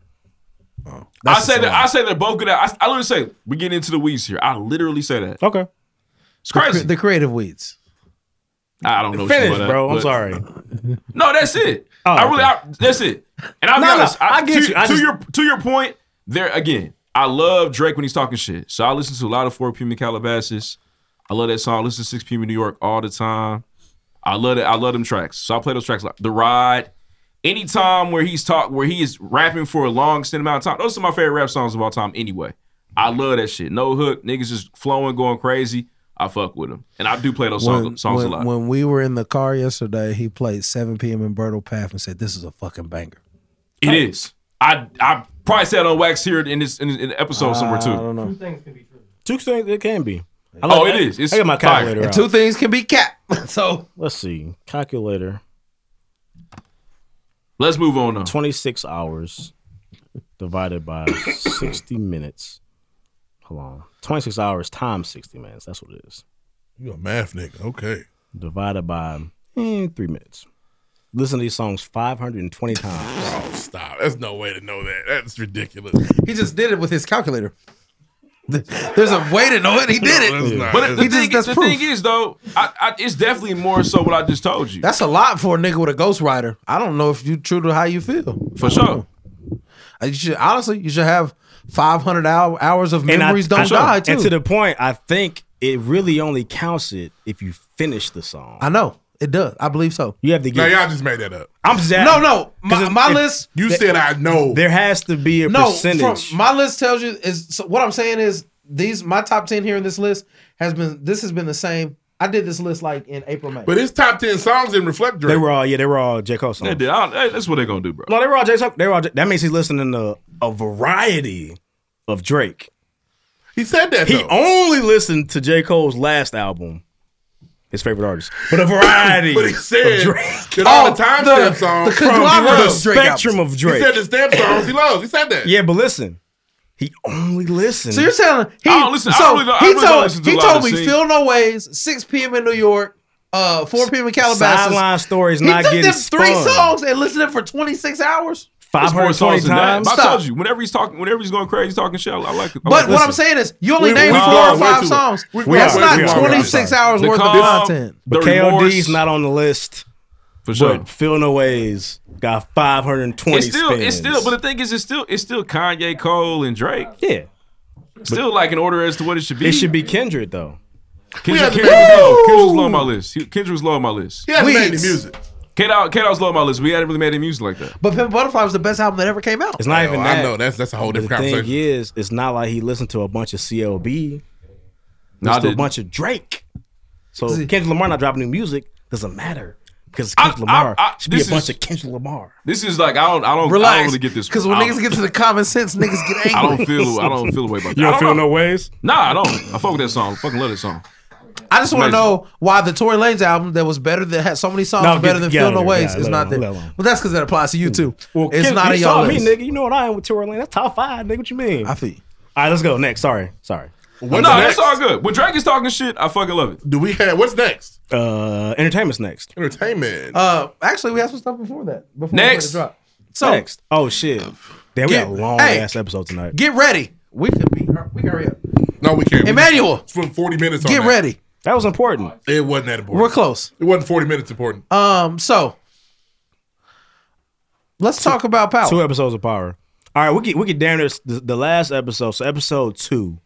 [SPEAKER 1] I say that I say they're both good. al- I, I literally say we get into the weeds here. I literally say that.
[SPEAKER 4] Okay,
[SPEAKER 1] it's crazy.
[SPEAKER 2] The creative weeds.
[SPEAKER 1] I don't know. shit
[SPEAKER 4] Finish,
[SPEAKER 1] about that,
[SPEAKER 4] bro. I'm
[SPEAKER 1] but-
[SPEAKER 4] sorry.
[SPEAKER 1] No, that's it.
[SPEAKER 4] Oh,
[SPEAKER 1] I really,
[SPEAKER 4] okay.
[SPEAKER 1] I, that's it. And I'll be
[SPEAKER 4] No, no,
[SPEAKER 1] honest.
[SPEAKER 4] I get
[SPEAKER 1] to,
[SPEAKER 4] you. I
[SPEAKER 1] to
[SPEAKER 4] just-
[SPEAKER 1] your to your point, there again. I love Drake when he's talking shit. So I listen to a lot of 4 p.m. in Calabasas. I love that song. I listen to 6 p.m. in New York all the time. I love it. I love them tracks. So I play those tracks like The Ride. Anytime where he's talk where he is rapping for a long extended amount of time. Those are my favorite rap songs of all time anyway. I love that shit. No hook. Niggas just flowing, going crazy. I fuck with them. And I do play those song- songs a lot.
[SPEAKER 2] when we were in the car yesterday, he played 7 p.m. in Bertle Path and said, "This is a fucking banger."
[SPEAKER 1] It is. I I probably said on wax here in this in, in the episode somewhere too.
[SPEAKER 4] I don't know. Two things it can be. I
[SPEAKER 1] Oh,
[SPEAKER 4] like-
[SPEAKER 1] it is. It's
[SPEAKER 4] I got my
[SPEAKER 1] fire.
[SPEAKER 4] calculator.
[SPEAKER 1] And
[SPEAKER 4] out.
[SPEAKER 2] Two things can be capped. so
[SPEAKER 4] Let's see. Calculator.
[SPEAKER 1] Let's move on now.
[SPEAKER 4] 26 hours divided by 60 minutes. Hold on. 26 hours times 60 minutes. That's what it is.
[SPEAKER 3] You a math nigga? Okay.
[SPEAKER 4] Divided by eh, three minutes. Listen to these songs 520 times.
[SPEAKER 3] Oh, stop. There's no way to know that. That's ridiculous.
[SPEAKER 2] He just did it with his calculator. There's a way to know it. He did
[SPEAKER 3] No, that's
[SPEAKER 2] it.
[SPEAKER 3] not-
[SPEAKER 1] But the,
[SPEAKER 2] he
[SPEAKER 1] thing,
[SPEAKER 2] just, that's
[SPEAKER 1] the
[SPEAKER 2] proof.
[SPEAKER 1] thing is though, I, I, it's definitely more so what I just told you.
[SPEAKER 2] that's a lot for a nigga with a ghostwriter. I don't know if you true to how you feel.
[SPEAKER 1] For sure.
[SPEAKER 2] Uh, You should honestly, you should have 500 hour, hours of
[SPEAKER 4] And I-
[SPEAKER 2] memories
[SPEAKER 4] I-
[SPEAKER 2] don't die too.
[SPEAKER 4] And to the point, I think it really only counts it if you finish the song.
[SPEAKER 2] I know. It does. I believe so.
[SPEAKER 4] You have to
[SPEAKER 3] Now y'all just made that up.
[SPEAKER 4] I'm just
[SPEAKER 2] No, no. My, my list.
[SPEAKER 3] You said I know.
[SPEAKER 4] There has to be a
[SPEAKER 2] no,
[SPEAKER 4] percentage.
[SPEAKER 2] From, my list tells you is so what I'm saying is these my top ten here in this list has been this has been the same. I did this list like in April May.
[SPEAKER 3] But his top ten songs didn't reflect Drake.
[SPEAKER 4] They were all yeah, they were all J Cole songs.
[SPEAKER 1] They did. I- hey, that's what they're gonna do, bro.
[SPEAKER 4] No, they were all J Cole. They were all. J- that means he's listening to a variety of Drake.
[SPEAKER 3] He said that
[SPEAKER 4] he
[SPEAKER 3] though.
[SPEAKER 4] only listened to J Cole's last album, his favorite artist, but a variety.
[SPEAKER 3] but he said
[SPEAKER 4] of Drake.
[SPEAKER 3] that all the timestamp songs
[SPEAKER 4] from the spectrum of Drake.
[SPEAKER 3] He said the stamp songs he loves. He said that.
[SPEAKER 4] Yeah, but listen, he only listened.
[SPEAKER 2] So you're telling he
[SPEAKER 4] I don't listen- I
[SPEAKER 2] so
[SPEAKER 4] really don't- I
[SPEAKER 2] he
[SPEAKER 4] really don't
[SPEAKER 2] told
[SPEAKER 4] listen to a
[SPEAKER 2] he
[SPEAKER 4] lot
[SPEAKER 2] told
[SPEAKER 4] of
[SPEAKER 2] me
[SPEAKER 4] singing.
[SPEAKER 2] feel no ways six p.m. in New York, uh four p.m. in Calabasas.
[SPEAKER 4] Sideline stories
[SPEAKER 2] He
[SPEAKER 4] not
[SPEAKER 2] took
[SPEAKER 4] getting
[SPEAKER 2] them three
[SPEAKER 4] spun.
[SPEAKER 2] songs and listened to them for twenty six hours.
[SPEAKER 1] There's more
[SPEAKER 4] 520
[SPEAKER 1] songs than that.
[SPEAKER 4] times?
[SPEAKER 1] But I
[SPEAKER 4] Stop.
[SPEAKER 1] told you, whenever he's talking, whenever he's going crazy, he's talking shit. I like I like it.
[SPEAKER 2] But what I'm saying is, you only
[SPEAKER 1] We-
[SPEAKER 2] named
[SPEAKER 1] we
[SPEAKER 2] four
[SPEAKER 1] gone way
[SPEAKER 2] or five
[SPEAKER 1] too-
[SPEAKER 2] songs.
[SPEAKER 1] we- we
[SPEAKER 2] That's
[SPEAKER 1] gone way
[SPEAKER 2] not
[SPEAKER 1] too far.
[SPEAKER 2] 26 hours
[SPEAKER 1] The
[SPEAKER 2] worth of
[SPEAKER 1] calm,
[SPEAKER 2] content.
[SPEAKER 4] But
[SPEAKER 1] The
[SPEAKER 4] KOD's
[SPEAKER 1] remorse.
[SPEAKER 4] not on the list.
[SPEAKER 1] For sure.
[SPEAKER 4] But Feel No Ways got 520
[SPEAKER 1] It's still,
[SPEAKER 4] spins.
[SPEAKER 1] it's still. But the thing is, it's still, it's still Kanye, Cole, and Drake.
[SPEAKER 4] Yeah.
[SPEAKER 1] Still like an order as to what it should be.
[SPEAKER 4] It should be Kendrick though.
[SPEAKER 1] Kendrick,
[SPEAKER 4] have to
[SPEAKER 1] Kendrick was
[SPEAKER 4] make-
[SPEAKER 1] low. Kendrick was low on my list. He- Kendrick was low on my list.
[SPEAKER 2] He hasn't made any Weeks. music.
[SPEAKER 1] K-Dawg K-Dawg was low on my list. We hadn't really made any music like that.
[SPEAKER 2] But Pimp Butterfly was the best album that ever came out.
[SPEAKER 4] It's not even that.
[SPEAKER 3] that's that's a whole
[SPEAKER 4] the
[SPEAKER 3] different
[SPEAKER 4] thing is, it's not like he listened to a bunch of CLB.
[SPEAKER 1] No, I
[SPEAKER 4] Listened to a
[SPEAKER 1] didn't.
[SPEAKER 4] bunch of Drake. So
[SPEAKER 1] See-
[SPEAKER 4] Kendrick Lamar not dropping new music doesn't matter because Kendrick Lamar
[SPEAKER 1] I-
[SPEAKER 4] should be a
[SPEAKER 1] this
[SPEAKER 4] bunch
[SPEAKER 1] is-
[SPEAKER 4] of Kendrick Lamar.
[SPEAKER 1] This is like I don't, I don't, I don't really get this.
[SPEAKER 2] Because when
[SPEAKER 1] I-
[SPEAKER 2] niggas get to the common sense, niggas get angry.
[SPEAKER 1] I don't feel, I don't feel a way about that.
[SPEAKER 4] You don't
[SPEAKER 1] I
[SPEAKER 4] feel
[SPEAKER 1] know.
[SPEAKER 4] no ways?
[SPEAKER 1] Nah, I don't. I fuck with that song. I fucking love that song.
[SPEAKER 2] I just want to
[SPEAKER 1] Amazing.
[SPEAKER 2] know why the Tory Lanez album that was better that had so many songs
[SPEAKER 1] No, get-
[SPEAKER 2] better than
[SPEAKER 1] get
[SPEAKER 2] Feel
[SPEAKER 1] out
[SPEAKER 2] No
[SPEAKER 1] of here.
[SPEAKER 2] Ways
[SPEAKER 1] Nah,
[SPEAKER 2] is
[SPEAKER 1] let
[SPEAKER 2] not
[SPEAKER 1] it
[SPEAKER 2] that.
[SPEAKER 1] alone,
[SPEAKER 2] Well,
[SPEAKER 1] let it alone.
[SPEAKER 2] that's because that applies to you too. it's
[SPEAKER 4] Kendrick,
[SPEAKER 2] not in
[SPEAKER 4] you
[SPEAKER 2] y'all
[SPEAKER 4] saw
[SPEAKER 2] list.
[SPEAKER 4] me, nigga. You know what I am with Tory Lane. That's top five, nigga. What you mean? I
[SPEAKER 2] feel.
[SPEAKER 4] All right, let's go next. Sorry, sorry.
[SPEAKER 1] no, that's all good. When Drake is talking shit, I fucking love it.
[SPEAKER 3] Do we have what's next?
[SPEAKER 4] Uh, entertainment's next.
[SPEAKER 3] Entertainment.
[SPEAKER 2] Uh, actually, we had some stuff before that. Before we
[SPEAKER 4] Next.
[SPEAKER 2] let it drop. So
[SPEAKER 4] next. Oh shit. Damn, we got
[SPEAKER 2] Get-
[SPEAKER 4] a long
[SPEAKER 2] hey,
[SPEAKER 4] ass episode tonight.
[SPEAKER 2] get ready. We could be. We can hurry up.
[SPEAKER 3] No, we can't.
[SPEAKER 2] Emmanuel,
[SPEAKER 3] spent forty minutes. on
[SPEAKER 2] get
[SPEAKER 3] that.
[SPEAKER 2] ready.
[SPEAKER 4] That was important.
[SPEAKER 3] It wasn't that important.
[SPEAKER 2] We're close.
[SPEAKER 3] It wasn't forty minutes important.
[SPEAKER 2] Um, so let's talk about power.
[SPEAKER 4] Two episodes of power. All right, we get we get down to the, the last episode. So episode two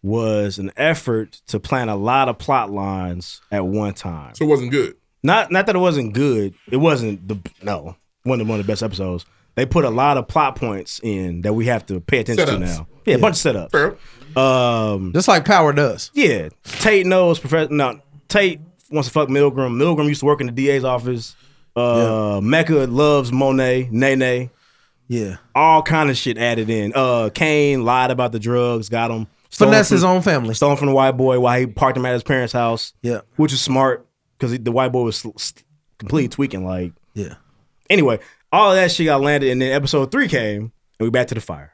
[SPEAKER 4] was an effort to plan a lot of plot lines at one time.
[SPEAKER 3] So it wasn't good.
[SPEAKER 4] Not not that it wasn't good. It wasn't the no one of the- one of the best episodes. They put a lot of plot points in that we have to pay attention to
[SPEAKER 2] Setups.
[SPEAKER 4] now. Yeah, a bunch of setups. Um,
[SPEAKER 2] just like Power does.
[SPEAKER 4] Yeah, Tate knows Professor. No, Tate wants to fuck Milgram. Milgram used to work in the DA's office. Uh, Mecca loves Monet, Nene.
[SPEAKER 2] Yeah,
[SPEAKER 4] all kind of shit added in. Uh, Kane lied about the drugs, got him. Stole
[SPEAKER 2] Finesse
[SPEAKER 4] from-
[SPEAKER 2] his own family.
[SPEAKER 4] Stole from the white boy while he parked him at his parents' house.
[SPEAKER 2] Yeah,
[SPEAKER 4] which is smart because the white boy was sl- st- completely tweaking. Like,
[SPEAKER 2] yeah.
[SPEAKER 4] Anyway, all of that shit got landed, and then episode three came, and we back to the fire.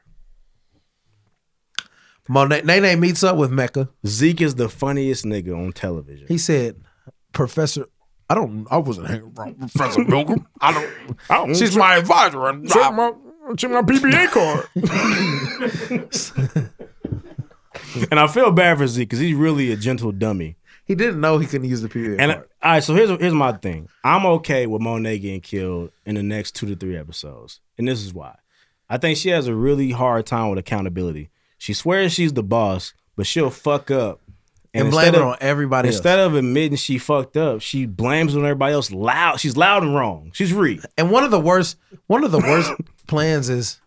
[SPEAKER 2] Monet Nene meets up with Mecca.
[SPEAKER 4] Zeke is the funniest nigga on television.
[SPEAKER 2] He said, "Professor, I don't. I wasn't hanging around Professor Milgram. I don't. I don't she's my advisor. And
[SPEAKER 7] Check my, check my PBA card.
[SPEAKER 4] and I feel bad for Zeke because he's really a gentle dummy.
[SPEAKER 2] He didn't know he couldn't use the period.
[SPEAKER 4] And
[SPEAKER 2] part.
[SPEAKER 4] all right, so here's here's my thing. I'm okay with Monet getting killed in the next two to three episodes, and this is why. I think she has a really hard time with accountability. She swears she's the boss, but she'll fuck up
[SPEAKER 2] And blame
[SPEAKER 4] instead
[SPEAKER 2] it on everybody else.
[SPEAKER 4] Instead of admitting she fucked up, she blames it on everybody else. Loud, she's loud and wrong. She's re.
[SPEAKER 2] And one of the worst, one of the worst plans is,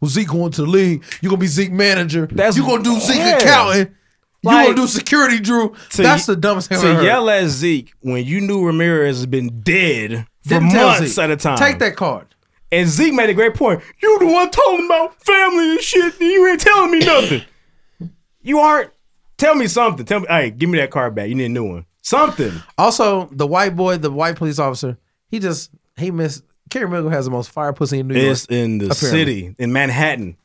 [SPEAKER 2] well, Zeke going to the league. You gonna be Zeke manager. That's you gonna do Zeke
[SPEAKER 4] yeah.
[SPEAKER 2] accounting.
[SPEAKER 4] Like-
[SPEAKER 2] you gonna do security, Drew. That's the dumbest thing
[SPEAKER 4] To
[SPEAKER 2] I've heard.
[SPEAKER 4] yell at Zeke when you knew Ramirez has been dead for
[SPEAKER 2] Didn't tell
[SPEAKER 4] months
[SPEAKER 2] Zeke.
[SPEAKER 4] at a time.
[SPEAKER 2] Take that card.
[SPEAKER 4] And Zeke made a great point. You the one talking about family and shit, and you ain't telling me nothing. you aren't. Tell me something. Tell me. Hey, give me that card back. You need a new one. Something.
[SPEAKER 2] Also, the white boy, the white police officer, he just he missed. Kerry Miller has the most fire pussy in New York.
[SPEAKER 4] It's in the city, in Manhattan.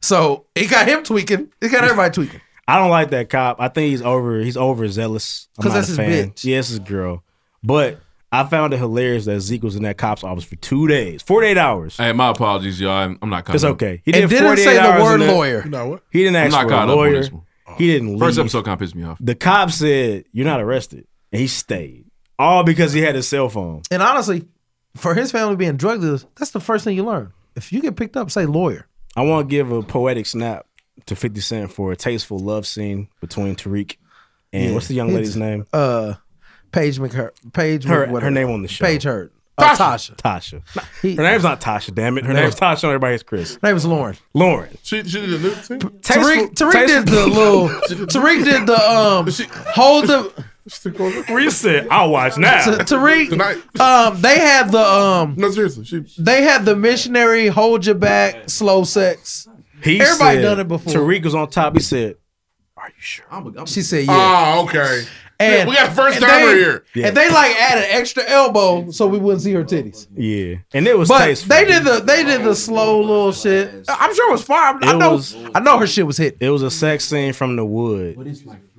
[SPEAKER 2] So it got him tweaking. It got everybody tweaking.
[SPEAKER 4] I don't like that cop. I think he's over. He's overzealous. I'm
[SPEAKER 2] 'Cause
[SPEAKER 4] not
[SPEAKER 2] that's
[SPEAKER 4] a
[SPEAKER 2] his
[SPEAKER 4] fan.
[SPEAKER 2] bitch.
[SPEAKER 4] Yeah, it's his girl. But I found it hilarious that Zeke was in that cop's office for two days, forty-eight hours.
[SPEAKER 1] Hey, my apologies, y'all. I'm, I'm not coming.
[SPEAKER 4] It's okay.
[SPEAKER 1] It
[SPEAKER 4] He didn't ask
[SPEAKER 1] I'm
[SPEAKER 4] for
[SPEAKER 1] not caught
[SPEAKER 4] a
[SPEAKER 1] up on
[SPEAKER 4] lawyer.
[SPEAKER 1] this one.
[SPEAKER 4] He didn't.
[SPEAKER 1] First
[SPEAKER 4] leave.
[SPEAKER 1] episode kind of pissed me off.
[SPEAKER 4] The cop said, "You're not arrested," and he stayed, all because he had his cell phone.
[SPEAKER 2] And honestly, for his family being drug dealers, that's the first thing you learn. If you get picked up, say lawyer.
[SPEAKER 4] I want to give a poetic snap to Fifty Cent for a tasteful love scene between Tariq and
[SPEAKER 2] Yeah.
[SPEAKER 4] what's the young
[SPEAKER 2] It's,
[SPEAKER 4] lady's name?
[SPEAKER 2] Uh, Paige McHer. Paige
[SPEAKER 4] Her-
[SPEAKER 2] McWhatever.
[SPEAKER 4] her name on the show.
[SPEAKER 2] Paige Hurt. Uh, Tasha.
[SPEAKER 4] Tasha. Her name's not Tasha, damn it. Her name's Tasha. and Everybody's Chris.
[SPEAKER 2] Her name was Lauren.
[SPEAKER 4] Lauren.
[SPEAKER 3] She, she did a new thing.
[SPEAKER 2] Tariq, Tariq did the little. Tariq did the um. Hold the.
[SPEAKER 4] Where you said I'll watch now.
[SPEAKER 2] Ta- Tariq. Um, they had the um.
[SPEAKER 3] No seriously,
[SPEAKER 2] they had the missionary. Hold your back. Slow sex. Everybody
[SPEAKER 4] said-
[SPEAKER 2] done it before.
[SPEAKER 4] Tariq was on top. He said,
[SPEAKER 2] She said,
[SPEAKER 4] Uh,
[SPEAKER 2] "Yeah."
[SPEAKER 3] Oh, okay.
[SPEAKER 2] And
[SPEAKER 3] we got a first
[SPEAKER 2] and
[SPEAKER 3] timer
[SPEAKER 2] they-
[SPEAKER 3] here.
[SPEAKER 2] And they like added extra elbow so we wouldn't see her titties.
[SPEAKER 4] "Yeah," and it was
[SPEAKER 2] but
[SPEAKER 4] tasteful.
[SPEAKER 2] they did the they did the slow little shit. I'm sure it was fire. I
[SPEAKER 4] It
[SPEAKER 2] know
[SPEAKER 4] was-
[SPEAKER 2] I know her shit was hit.
[SPEAKER 4] It was a sex scene from the wood,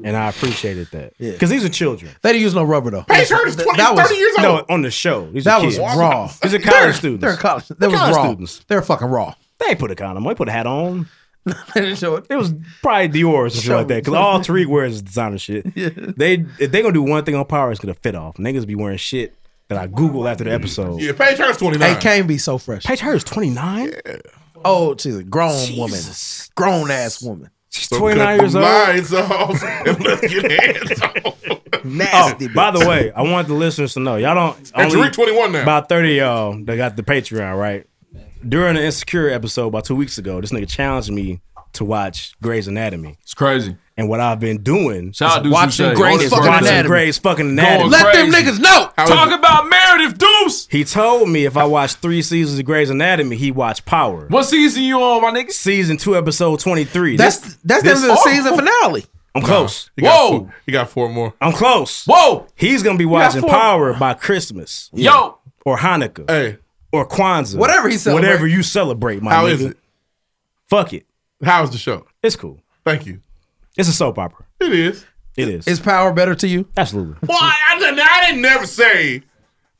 [SPEAKER 4] and I appreciated that because these are children.
[SPEAKER 2] They didn't use no rubber though.
[SPEAKER 4] Paige
[SPEAKER 2] Hurt is 20, 30 years old.
[SPEAKER 4] No, on the show. These
[SPEAKER 2] that
[SPEAKER 4] are
[SPEAKER 2] was
[SPEAKER 4] kids.
[SPEAKER 2] raw.
[SPEAKER 4] These are
[SPEAKER 2] They're-
[SPEAKER 4] college students.
[SPEAKER 2] They're college. That was
[SPEAKER 4] college
[SPEAKER 2] raw.
[SPEAKER 4] students.
[SPEAKER 2] They're fucking raw.
[SPEAKER 4] They ain't put a condom. on. They put a hat on.
[SPEAKER 2] they didn't show it.
[SPEAKER 4] It was probably Dior or some shit
[SPEAKER 2] Show
[SPEAKER 4] like that.
[SPEAKER 2] it.
[SPEAKER 4] Because all three wears designer shit. They if they gonna do one thing on power, it's gonna fit off. Niggas be wearing shit that I Google after the episode.
[SPEAKER 3] Yeah, Paige Hurt's 29.
[SPEAKER 2] They can't be so fresh.
[SPEAKER 4] Paige Hurt's 29.
[SPEAKER 2] Oh, she's a grown woman,
[SPEAKER 4] Jesus.
[SPEAKER 2] grown ass woman.
[SPEAKER 4] She's
[SPEAKER 3] So
[SPEAKER 4] 29
[SPEAKER 3] cut
[SPEAKER 4] years
[SPEAKER 3] the
[SPEAKER 4] old.
[SPEAKER 3] Lines off and let's get hands off.
[SPEAKER 4] Oh, by the way, I want the listeners to know y'all don't.
[SPEAKER 3] And
[SPEAKER 4] only
[SPEAKER 3] Tariq 21 now.
[SPEAKER 4] About thirty of y'all that got the Patreon right during the Insecure episode about two weeks ago. This nigga challenged me to watch Grey's Anatomy.
[SPEAKER 1] It's crazy.
[SPEAKER 4] And what I've been doing
[SPEAKER 1] Shout out
[SPEAKER 4] is
[SPEAKER 1] to
[SPEAKER 4] watching
[SPEAKER 1] Suchet.
[SPEAKER 4] Grey's
[SPEAKER 1] Always
[SPEAKER 4] fucking
[SPEAKER 1] working.
[SPEAKER 4] Anatomy. Grey's fucking
[SPEAKER 1] Going
[SPEAKER 4] Anatomy.
[SPEAKER 1] Let them crazy. niggas
[SPEAKER 2] know.
[SPEAKER 1] Talk about Meredith Deuce.
[SPEAKER 4] He told me if I watched three seasons of Grey's Anatomy, he watched Power.
[SPEAKER 1] What season you on, my nigga?
[SPEAKER 4] Season two, episode twenty three.
[SPEAKER 2] That's that's the, the season finale.
[SPEAKER 4] I'm close.
[SPEAKER 3] He got Whoa. four- he got four more.
[SPEAKER 4] I'm close.
[SPEAKER 1] Whoa.
[SPEAKER 4] He's gonna be
[SPEAKER 2] got
[SPEAKER 4] watching
[SPEAKER 2] four-
[SPEAKER 4] Power by Christmas.
[SPEAKER 1] Yo.
[SPEAKER 4] Or Hanukkah.
[SPEAKER 3] Hey.
[SPEAKER 4] Or Kwanzaa.
[SPEAKER 2] Whatever he celebrate.
[SPEAKER 4] Whatever you celebrate, my
[SPEAKER 3] How
[SPEAKER 4] nigga.
[SPEAKER 3] is it?
[SPEAKER 4] Fuck it.
[SPEAKER 3] How's the show?
[SPEAKER 4] It's cool.
[SPEAKER 3] Thank you.
[SPEAKER 4] It's a soap opera.
[SPEAKER 3] It is.
[SPEAKER 4] It is.
[SPEAKER 2] Is power better to you?
[SPEAKER 4] Absolutely.
[SPEAKER 3] Well, I, I, didn't, I didn't never say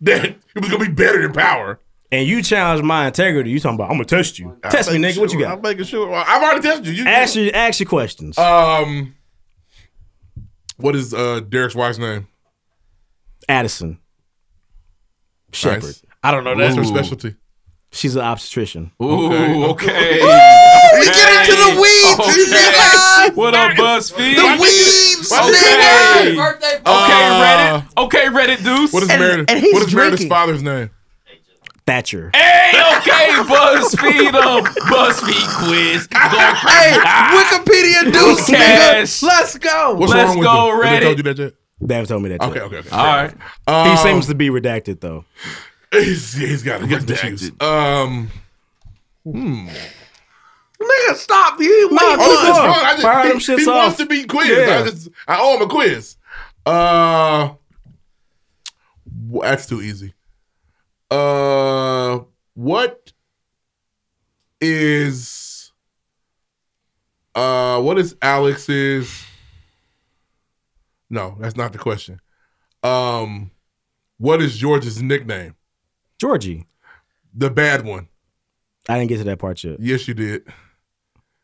[SPEAKER 3] that it was gonna be better than Power.
[SPEAKER 4] And you challenge my integrity. You talking about I'm gonna test you.
[SPEAKER 3] I'm
[SPEAKER 4] test me,
[SPEAKER 3] making
[SPEAKER 4] nigga. What you
[SPEAKER 3] sure-
[SPEAKER 4] got?
[SPEAKER 3] I'm making sure. Well, I've already tested you. you
[SPEAKER 4] ask your ask your questions.
[SPEAKER 3] Um, what is uh Derek's wife's name?
[SPEAKER 4] Addison. Shepherd.
[SPEAKER 3] Nice.
[SPEAKER 4] I don't know
[SPEAKER 3] What's
[SPEAKER 4] that.
[SPEAKER 3] her
[SPEAKER 4] Ooh.
[SPEAKER 3] specialty?
[SPEAKER 4] She's an obstetrician.
[SPEAKER 1] Ooh, okay.
[SPEAKER 7] We get into the weeds,
[SPEAKER 1] Okay. What up, BuzzFeed?
[SPEAKER 7] The weeds,
[SPEAKER 1] Okay.
[SPEAKER 7] nigga.
[SPEAKER 1] Okay,
[SPEAKER 4] Oh.
[SPEAKER 1] Reddit.
[SPEAKER 4] Uh,
[SPEAKER 1] Okay, Reddit Deuce.
[SPEAKER 3] Uh, What is
[SPEAKER 1] And-
[SPEAKER 3] Meredith?
[SPEAKER 1] and he's
[SPEAKER 3] what is Meredith's
[SPEAKER 1] drinking.
[SPEAKER 3] father's name?
[SPEAKER 4] Thatcher.
[SPEAKER 1] Hey, okay, BuzzFeed. Um, BuzzFeed quiz. Go
[SPEAKER 2] Hey, Wikipedia Deuce,
[SPEAKER 1] Yes.
[SPEAKER 2] nigga. Let's go.
[SPEAKER 3] What's
[SPEAKER 4] Let's
[SPEAKER 3] wrong with
[SPEAKER 4] go,
[SPEAKER 3] them? Have
[SPEAKER 4] Reddit.
[SPEAKER 3] They told you that yet?
[SPEAKER 4] They haven't told me that.
[SPEAKER 3] Okay,
[SPEAKER 4] yet.
[SPEAKER 3] okay, okay.
[SPEAKER 4] All right.
[SPEAKER 3] Um,
[SPEAKER 4] he seems to be redacted though.
[SPEAKER 3] He's, he's got he's got issues. Um, hmm.
[SPEAKER 2] Nigga, stop. You ain't
[SPEAKER 3] Oh,
[SPEAKER 2] waiting.
[SPEAKER 3] it's fun. I just-
[SPEAKER 4] Fire them
[SPEAKER 3] he- he
[SPEAKER 4] shits
[SPEAKER 3] wants
[SPEAKER 4] off.
[SPEAKER 3] to be quiz.
[SPEAKER 4] Yeah.
[SPEAKER 3] I just I owe him a quiz. Uh, wh- that's too easy. Uh, what is uh what is Alex's? No, that's not the question. Um, what is George's nickname?
[SPEAKER 4] Georgie.
[SPEAKER 3] The bad one.
[SPEAKER 4] I didn't get to that part yet.
[SPEAKER 3] Yes, you did.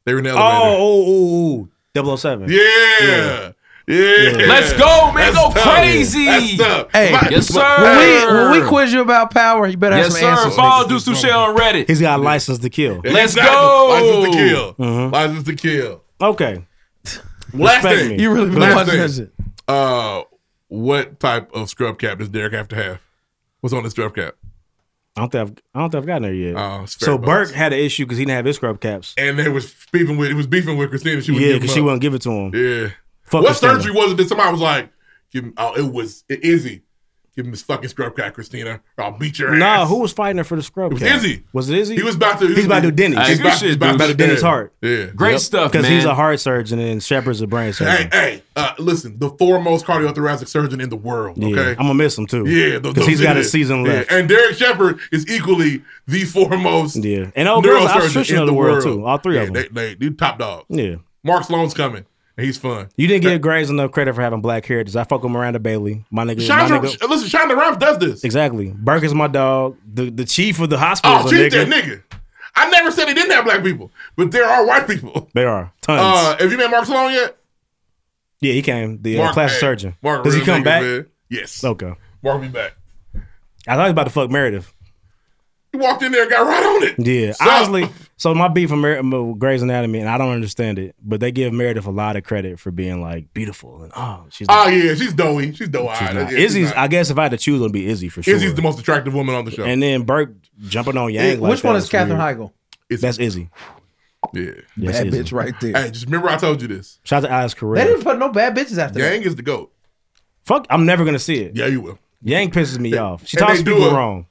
[SPEAKER 3] They were in the
[SPEAKER 4] Oh,
[SPEAKER 3] elevator.
[SPEAKER 4] oh, oh, oh, 007.
[SPEAKER 3] Yeah. Yeah.
[SPEAKER 4] Yeah.
[SPEAKER 1] Let's go, man.
[SPEAKER 3] That's
[SPEAKER 1] go
[SPEAKER 3] tough.
[SPEAKER 1] crazy.
[SPEAKER 3] That's tough.
[SPEAKER 2] Hey,
[SPEAKER 3] My-
[SPEAKER 1] Yes,
[SPEAKER 3] my-
[SPEAKER 1] sir.
[SPEAKER 2] When we, when we quiz you about power, you better have
[SPEAKER 1] Yes,
[SPEAKER 2] some
[SPEAKER 1] sir.
[SPEAKER 2] answers.
[SPEAKER 1] Follow Deuce Touche on Reddit.
[SPEAKER 4] He's got a license to kill.
[SPEAKER 1] Let's
[SPEAKER 3] Exactly.
[SPEAKER 1] go.
[SPEAKER 3] License to kill.
[SPEAKER 4] Mhm.
[SPEAKER 3] License to kill.
[SPEAKER 4] Okay.
[SPEAKER 3] Last
[SPEAKER 4] Respect
[SPEAKER 3] thing.
[SPEAKER 4] me. You
[SPEAKER 2] really been
[SPEAKER 3] Last
[SPEAKER 2] watching
[SPEAKER 3] thing.
[SPEAKER 2] that shit.
[SPEAKER 3] Uh, what type of scrub cap does Derek have to have? What's on his scrub cap?
[SPEAKER 4] I don't think I've, I don't think I've gotten there yet.
[SPEAKER 3] Oh, it's
[SPEAKER 4] so
[SPEAKER 3] fair
[SPEAKER 4] Burke
[SPEAKER 3] bones.
[SPEAKER 4] had an issue because he didn't have his scrub caps.
[SPEAKER 3] And they was beefing with. It was beefing with Christina. She
[SPEAKER 4] yeah,
[SPEAKER 3] wouldn't give
[SPEAKER 4] because
[SPEAKER 3] him
[SPEAKER 4] she
[SPEAKER 3] up.
[SPEAKER 4] wouldn't give it to him.
[SPEAKER 3] Yeah.
[SPEAKER 4] Fuck
[SPEAKER 3] what
[SPEAKER 4] Christina.
[SPEAKER 3] surgery was it that somebody was like, give him, oh, it was it, Izzy. Give him his fucking scrub cap, Christina. or I'll beat your
[SPEAKER 4] Nah,
[SPEAKER 3] ass.
[SPEAKER 4] who was fighting her for the scrub?
[SPEAKER 3] It was
[SPEAKER 4] cap?
[SPEAKER 3] Izzy.
[SPEAKER 4] Was it Izzy?
[SPEAKER 3] He was about to. he
[SPEAKER 4] He's
[SPEAKER 3] was-
[SPEAKER 4] about to do Denny's.
[SPEAKER 3] He's
[SPEAKER 4] He's
[SPEAKER 3] about-
[SPEAKER 4] about,
[SPEAKER 3] he's about
[SPEAKER 4] to
[SPEAKER 3] to
[SPEAKER 4] do Denny's
[SPEAKER 3] yeah.
[SPEAKER 4] heart.
[SPEAKER 3] Yeah.
[SPEAKER 1] Great stuff,
[SPEAKER 4] Because
[SPEAKER 1] man.
[SPEAKER 4] he's a heart surgeon and Shepard's a brain
[SPEAKER 3] Hey,
[SPEAKER 4] surgeon.
[SPEAKER 3] hey, uh, listen, the foremost cardiothoracic surgeon in the world,
[SPEAKER 4] Yeah.
[SPEAKER 3] okay?
[SPEAKER 4] I'm gonna miss him too.
[SPEAKER 3] Yeah, th-
[SPEAKER 4] because he's
[SPEAKER 3] those
[SPEAKER 4] got a
[SPEAKER 3] idiots.
[SPEAKER 4] season
[SPEAKER 3] Yeah,
[SPEAKER 4] left.
[SPEAKER 3] And Derek Shepard is equally the foremost
[SPEAKER 4] Yeah. And old Oh, girl's obstetrician of the world, too. All three
[SPEAKER 3] yeah,
[SPEAKER 4] of them.
[SPEAKER 3] They, they, they top dog.
[SPEAKER 4] Yeah.
[SPEAKER 3] Mark Sloan's coming, and he's fun.
[SPEAKER 4] You didn't give Grays enough credit for having black hair. Does I fuck with Miranda Bailey? My nigga,
[SPEAKER 3] Chandra,
[SPEAKER 4] my nigga.
[SPEAKER 3] listen, Chandra Rhimes does this.
[SPEAKER 4] Exactly. Burke is my dog. The the chief of the hospital.
[SPEAKER 3] Oh,
[SPEAKER 4] is a
[SPEAKER 3] cheat that
[SPEAKER 4] nigga.
[SPEAKER 3] nigga. I never said he didn't have black people, but there are white people.
[SPEAKER 4] They are tons.
[SPEAKER 3] Uh, have you met Mark Sloan yet?
[SPEAKER 4] yeah, he came. The uh, plastic
[SPEAKER 3] hey,
[SPEAKER 4] surgeon.
[SPEAKER 3] Mark
[SPEAKER 4] Does he
[SPEAKER 3] real
[SPEAKER 4] come
[SPEAKER 3] nigga,
[SPEAKER 4] back?
[SPEAKER 3] man. Yes.
[SPEAKER 4] Okay.
[SPEAKER 3] Mark be back.
[SPEAKER 4] I thought he was about to fuck Meredith.
[SPEAKER 3] He walked in there and got right on it.
[SPEAKER 4] Yeah,
[SPEAKER 3] So-
[SPEAKER 4] honestly. So my beef from Mer- with Grey's Anatomy, and I don't understand it, but they give Meredith a lot of credit for being like beautiful and oh, she's.
[SPEAKER 3] Oh,
[SPEAKER 4] not-
[SPEAKER 3] yeah, she's doughy. She's doe
[SPEAKER 4] she's
[SPEAKER 3] eyed.
[SPEAKER 4] not. Izzy's. I guess if I had to choose, it'd be Izzy for sure.
[SPEAKER 3] Izzy's the most attractive woman on the show.
[SPEAKER 4] And then Burke jumping on Yang.
[SPEAKER 3] It-
[SPEAKER 4] like
[SPEAKER 3] which one
[SPEAKER 4] that
[SPEAKER 3] is Katherine
[SPEAKER 4] weird.
[SPEAKER 3] Heigl?
[SPEAKER 4] That's Izzy.
[SPEAKER 3] Yeah,
[SPEAKER 4] That's Izzy.
[SPEAKER 3] Hey, just remember I told you this.
[SPEAKER 4] Shout out to Alex Carrera.
[SPEAKER 2] They didn't put no bad bitches after
[SPEAKER 3] Yang is the goat.
[SPEAKER 4] Fuck, I'm never gonna see it.
[SPEAKER 3] Yeah, you will.
[SPEAKER 4] Yang pisses me off. She
[SPEAKER 3] And
[SPEAKER 4] talks
[SPEAKER 3] they do
[SPEAKER 4] people
[SPEAKER 3] a-
[SPEAKER 4] wrong.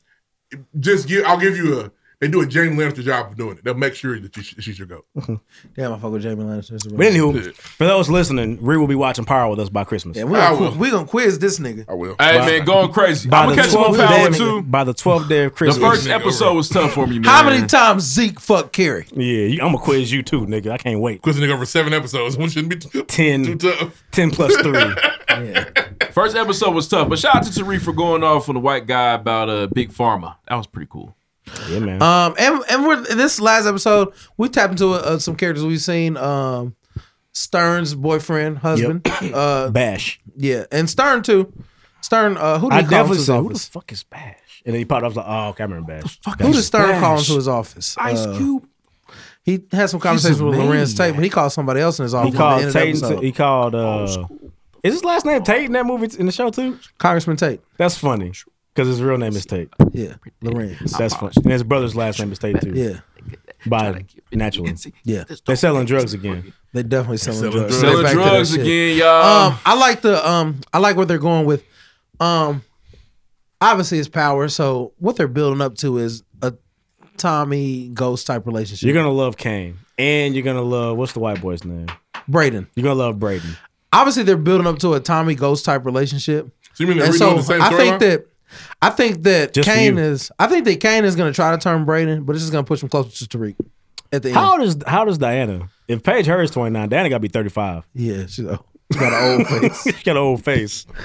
[SPEAKER 3] Just give. I'll give you a. They do a James Lannister job for doing it. They'll make sure that you, she's your goat.
[SPEAKER 2] that. Damn, I fuck with Jamie Lannister.
[SPEAKER 4] But anywho, for those listening, Ree will be watching Power with us by Christmas.
[SPEAKER 2] Yeah, we're gonna, we gonna quiz this nigga.
[SPEAKER 3] I will.
[SPEAKER 1] Hey man, going crazy.
[SPEAKER 4] By
[SPEAKER 1] I'm
[SPEAKER 4] the
[SPEAKER 1] gonna catch him on
[SPEAKER 4] 12th
[SPEAKER 1] power
[SPEAKER 4] day-
[SPEAKER 1] too.
[SPEAKER 4] By the 12th day of
[SPEAKER 1] The
[SPEAKER 4] Christmas.
[SPEAKER 1] first episode was tough for me, man.
[SPEAKER 2] How many times Zeke fuck Carrie?
[SPEAKER 4] Yeah, you, I'm gonna quiz you too, nigga. I can't wait.
[SPEAKER 3] Quiz a nigga over seven episodes. One shouldn't be too,
[SPEAKER 4] ten,
[SPEAKER 3] too tough.
[SPEAKER 4] Ten plus three.
[SPEAKER 1] First episode was tough, but shout out to Tariq for going off on the white guy about uh, Big Pharma. That was pretty cool.
[SPEAKER 4] Yeah, man.
[SPEAKER 2] Um, and and we're in this last episode we tapped into uh, some characters we've seen. Um, Stern's boyfriend, husband, uh,
[SPEAKER 4] Bash.
[SPEAKER 2] Yeah, and Stern too. Stern, uh, who did
[SPEAKER 4] I
[SPEAKER 2] he call
[SPEAKER 4] definitely said,
[SPEAKER 2] him to his
[SPEAKER 4] who the
[SPEAKER 2] office?
[SPEAKER 4] fuck is Bash? And then he popped up. I was like, oh, okay, I remember Bash.
[SPEAKER 2] Who did Stern call into his office? Uh,
[SPEAKER 4] Ice Cube.
[SPEAKER 2] He had some conversation with Lorenz Tate, but he called somebody else in his office.
[SPEAKER 4] He
[SPEAKER 2] at the
[SPEAKER 4] called
[SPEAKER 2] end of the
[SPEAKER 4] Tate.
[SPEAKER 2] episode.
[SPEAKER 4] He called. uh Is his last name Tate in that movie in the show too?
[SPEAKER 2] Congressman Tate.
[SPEAKER 4] That's funny because his real name is Tate.
[SPEAKER 2] Yeah, Lorenz.
[SPEAKER 4] That's funny. And his brother's last name is Tate too.
[SPEAKER 2] Yeah.
[SPEAKER 4] By naturally.
[SPEAKER 2] Yeah.
[SPEAKER 4] They're selling drugs again.
[SPEAKER 2] They definitely selling,
[SPEAKER 4] selling
[SPEAKER 2] drugs.
[SPEAKER 4] drugs. Selling
[SPEAKER 2] They back to that
[SPEAKER 4] drugs
[SPEAKER 2] shit.
[SPEAKER 1] again, y'all.
[SPEAKER 2] Um, I like the um, I like where they're going with. Um, obviously it's power. So what they're building up to is a Tommy Ghost type relationship.
[SPEAKER 4] You're gonna love Kane, and you're gonna love what's the white boy's name?
[SPEAKER 2] Braden.
[SPEAKER 4] You're gonna love Braden.
[SPEAKER 2] obviously they're building up to a Tommy Ghost type relationship.
[SPEAKER 3] So you mean they're
[SPEAKER 2] And
[SPEAKER 3] redoing the same
[SPEAKER 2] I think
[SPEAKER 3] storyline?
[SPEAKER 2] that I think that
[SPEAKER 4] Just for
[SPEAKER 2] Kane
[SPEAKER 4] you.
[SPEAKER 2] is I think that Kane is gonna try to turn Braden, but it's just gonna push him closer to Tariq at the end.
[SPEAKER 4] How does how does Diana? If Paige her is 29, Diana gotta be 35.
[SPEAKER 2] Yeah, she's got an old face.
[SPEAKER 4] she got an old face.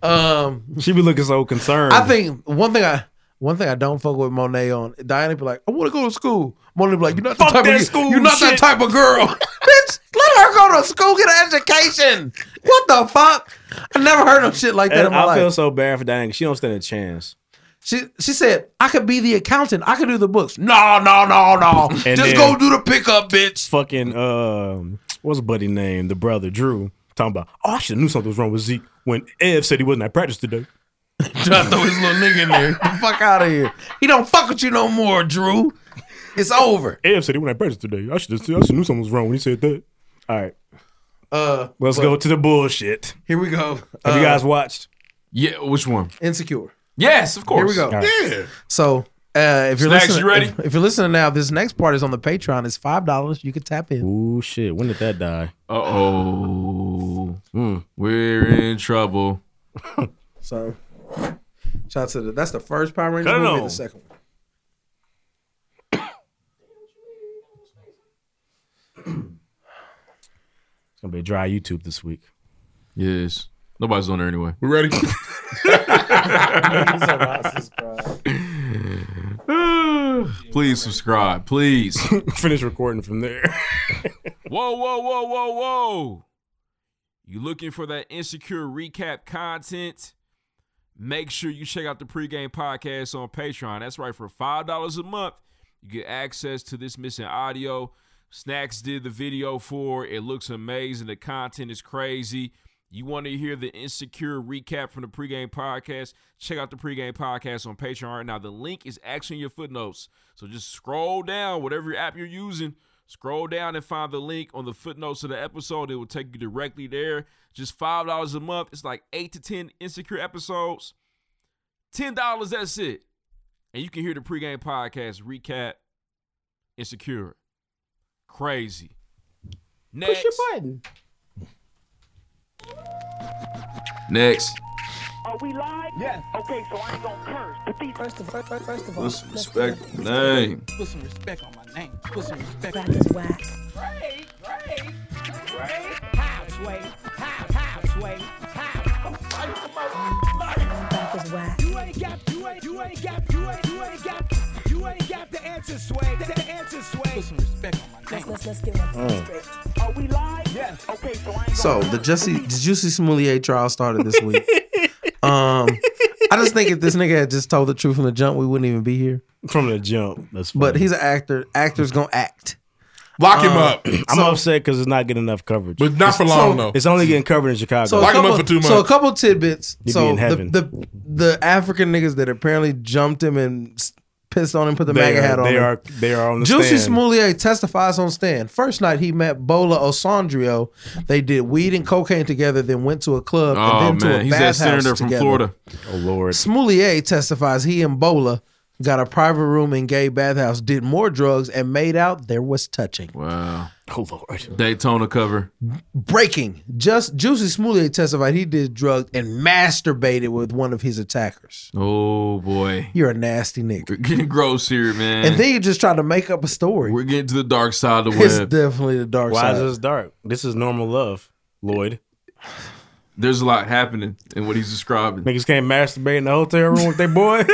[SPEAKER 2] Um,
[SPEAKER 4] she be looking so concerned.
[SPEAKER 2] I think one thing I one thing I don't fuck with Monet on Diana be like, I want to go to school. Monet be like, you're not the
[SPEAKER 7] Fuck
[SPEAKER 2] type
[SPEAKER 7] that
[SPEAKER 2] of
[SPEAKER 7] school
[SPEAKER 2] you're not
[SPEAKER 7] shit."
[SPEAKER 2] that type of girl. Bitch, let her go to school, get an education. What the fuck? I never heard no shit like that
[SPEAKER 4] And
[SPEAKER 2] in my
[SPEAKER 4] I feel
[SPEAKER 2] life.
[SPEAKER 4] so bad for Diana. 'cause She don't stand a chance.
[SPEAKER 2] She she said, I could be the accountant. I could do the books. No, no, no, no.
[SPEAKER 4] And
[SPEAKER 2] Just
[SPEAKER 4] then-
[SPEAKER 2] go do the pickup, bitch.
[SPEAKER 4] Fucking um, what's buddy name? The brother Drew talking about. Oh, I should have knew something was wrong with Zeke when Ev said he wasn't at practice today.
[SPEAKER 2] Trying to throw his little nigga in there. Get the fuck out of here. He don't fuck with you no more, Drew. It's over.
[SPEAKER 4] Ev said he wasn't at practice today. I should have. I should knew something was wrong when he said that. All right,
[SPEAKER 2] Uh,
[SPEAKER 4] let's
[SPEAKER 2] but
[SPEAKER 4] go to the bullshit.
[SPEAKER 2] Here we go.
[SPEAKER 4] Have
[SPEAKER 2] Uh,
[SPEAKER 4] you guys watched?
[SPEAKER 1] Yeah, which one?
[SPEAKER 2] Insecure.
[SPEAKER 1] Yes, of course.
[SPEAKER 2] Here we go.
[SPEAKER 1] All right. Yeah.
[SPEAKER 2] So uh, if you're
[SPEAKER 1] Snacks,
[SPEAKER 2] listening,
[SPEAKER 1] you ready?
[SPEAKER 2] If, if you're listening now, this next part is on the Patreon. It's five dollars. You can tap in.
[SPEAKER 4] Ooh shit! When did that die?
[SPEAKER 1] Uh oh. We're in trouble.
[SPEAKER 2] So shout out to the. That's the first Power Rangers
[SPEAKER 1] Cut it
[SPEAKER 2] movie.
[SPEAKER 1] on.
[SPEAKER 2] The second one.
[SPEAKER 4] It's gonna be a dry YouTube this week.
[SPEAKER 1] Yes. Nobody's on there anyway.
[SPEAKER 3] We ready?
[SPEAKER 1] Please subscribe. Please.
[SPEAKER 4] Finish recording from there.
[SPEAKER 1] whoa, whoa, whoa, whoa, whoa. You looking for that insecure recap content? Make sure you check out the pregame podcast on Patreon. That's right, for $5 a month, you get access to this missing audio. Snacks did the video for it. It looks amazing. The content is crazy. You want to hear the insecure recap from the pregame podcast? Check out the pregame podcast on Patreon right now. The link is actually in your footnotes. So just scroll down, whatever app you're using, scroll down and find the link on the footnotes of the episode. It will take you directly there. Just $5 a month. It's like eight to 10 insecure episodes. $10, that's it. And you can hear the pregame podcast recap insecure. Crazy. Next.
[SPEAKER 7] Push your button.
[SPEAKER 1] Next.
[SPEAKER 7] Are we live? Yes. Okay, so I ain't gonna curse. But these first of all, first of all,
[SPEAKER 1] Put some respect on my name.
[SPEAKER 7] Put some respect on my name. Put some respect. Black is whack.
[SPEAKER 12] Great, great, great.
[SPEAKER 7] Halfway, half, halfway, half. Black is whack. You ain't got, you ain't, you ain't got, you ain't, you ain't got, you ain't got the answer, sway. The, the answer, sway. Put some respect on my name. Let's let's, let's get one
[SPEAKER 2] Mm.
[SPEAKER 7] straight. Are we live? Yes. Okay, so I ain't
[SPEAKER 2] So the Jesse the Juicy Smollett trial started this week. um, I just think if this nigga had just told the truth from the jump, we wouldn't even be here.
[SPEAKER 4] From the jump, that's.
[SPEAKER 2] But he's an actor. Actors gonna act.
[SPEAKER 3] Lock him up.
[SPEAKER 4] I'm upset because it's not getting enough coverage.
[SPEAKER 3] But not for long,
[SPEAKER 4] so,
[SPEAKER 3] though.
[SPEAKER 4] Uh, It's only getting covered in Chicago.
[SPEAKER 2] So a couple, So a couple tidbits.
[SPEAKER 4] He'd be
[SPEAKER 2] so
[SPEAKER 4] in heaven.
[SPEAKER 2] the, the the African niggas that apparently jumped him and s- pissed on him, put the
[SPEAKER 4] They
[SPEAKER 2] MAGA
[SPEAKER 4] are-
[SPEAKER 2] hat on.
[SPEAKER 4] they
[SPEAKER 2] him.
[SPEAKER 4] are- they are on the
[SPEAKER 2] Juicy
[SPEAKER 4] stand.
[SPEAKER 2] Smollett testifies on stand. First night he met Bola Osandrio. They did weed and cocaine together, then went to a club
[SPEAKER 1] Oh
[SPEAKER 2] and then
[SPEAKER 1] man,
[SPEAKER 2] to a
[SPEAKER 1] he's that
[SPEAKER 2] bathhouse
[SPEAKER 1] senator from
[SPEAKER 2] together.
[SPEAKER 1] Florida.
[SPEAKER 4] Oh lord.
[SPEAKER 2] Smollett testifies he and Bola got a private room in gay bathhouse, did more drugs, and made out there was touching.
[SPEAKER 1] Wow.
[SPEAKER 4] Oh lord.
[SPEAKER 1] Daytona cover.
[SPEAKER 2] Breaking. Just Juicy Smollett testified he did drugs and masturbated with one of his attackers.
[SPEAKER 1] Oh boy.
[SPEAKER 2] You're a nasty nigga.
[SPEAKER 1] We're getting gross here, man.
[SPEAKER 2] And then you just try to make up a story.
[SPEAKER 1] We're getting to the dark side of the
[SPEAKER 2] It's
[SPEAKER 1] web.
[SPEAKER 2] definitely the dark
[SPEAKER 4] Why
[SPEAKER 2] side.
[SPEAKER 4] is this dark? This is normal love, Lloyd.
[SPEAKER 1] There's a lot happening in what he's describing.
[SPEAKER 4] Niggas can't masturbate in the hotel room with their boy.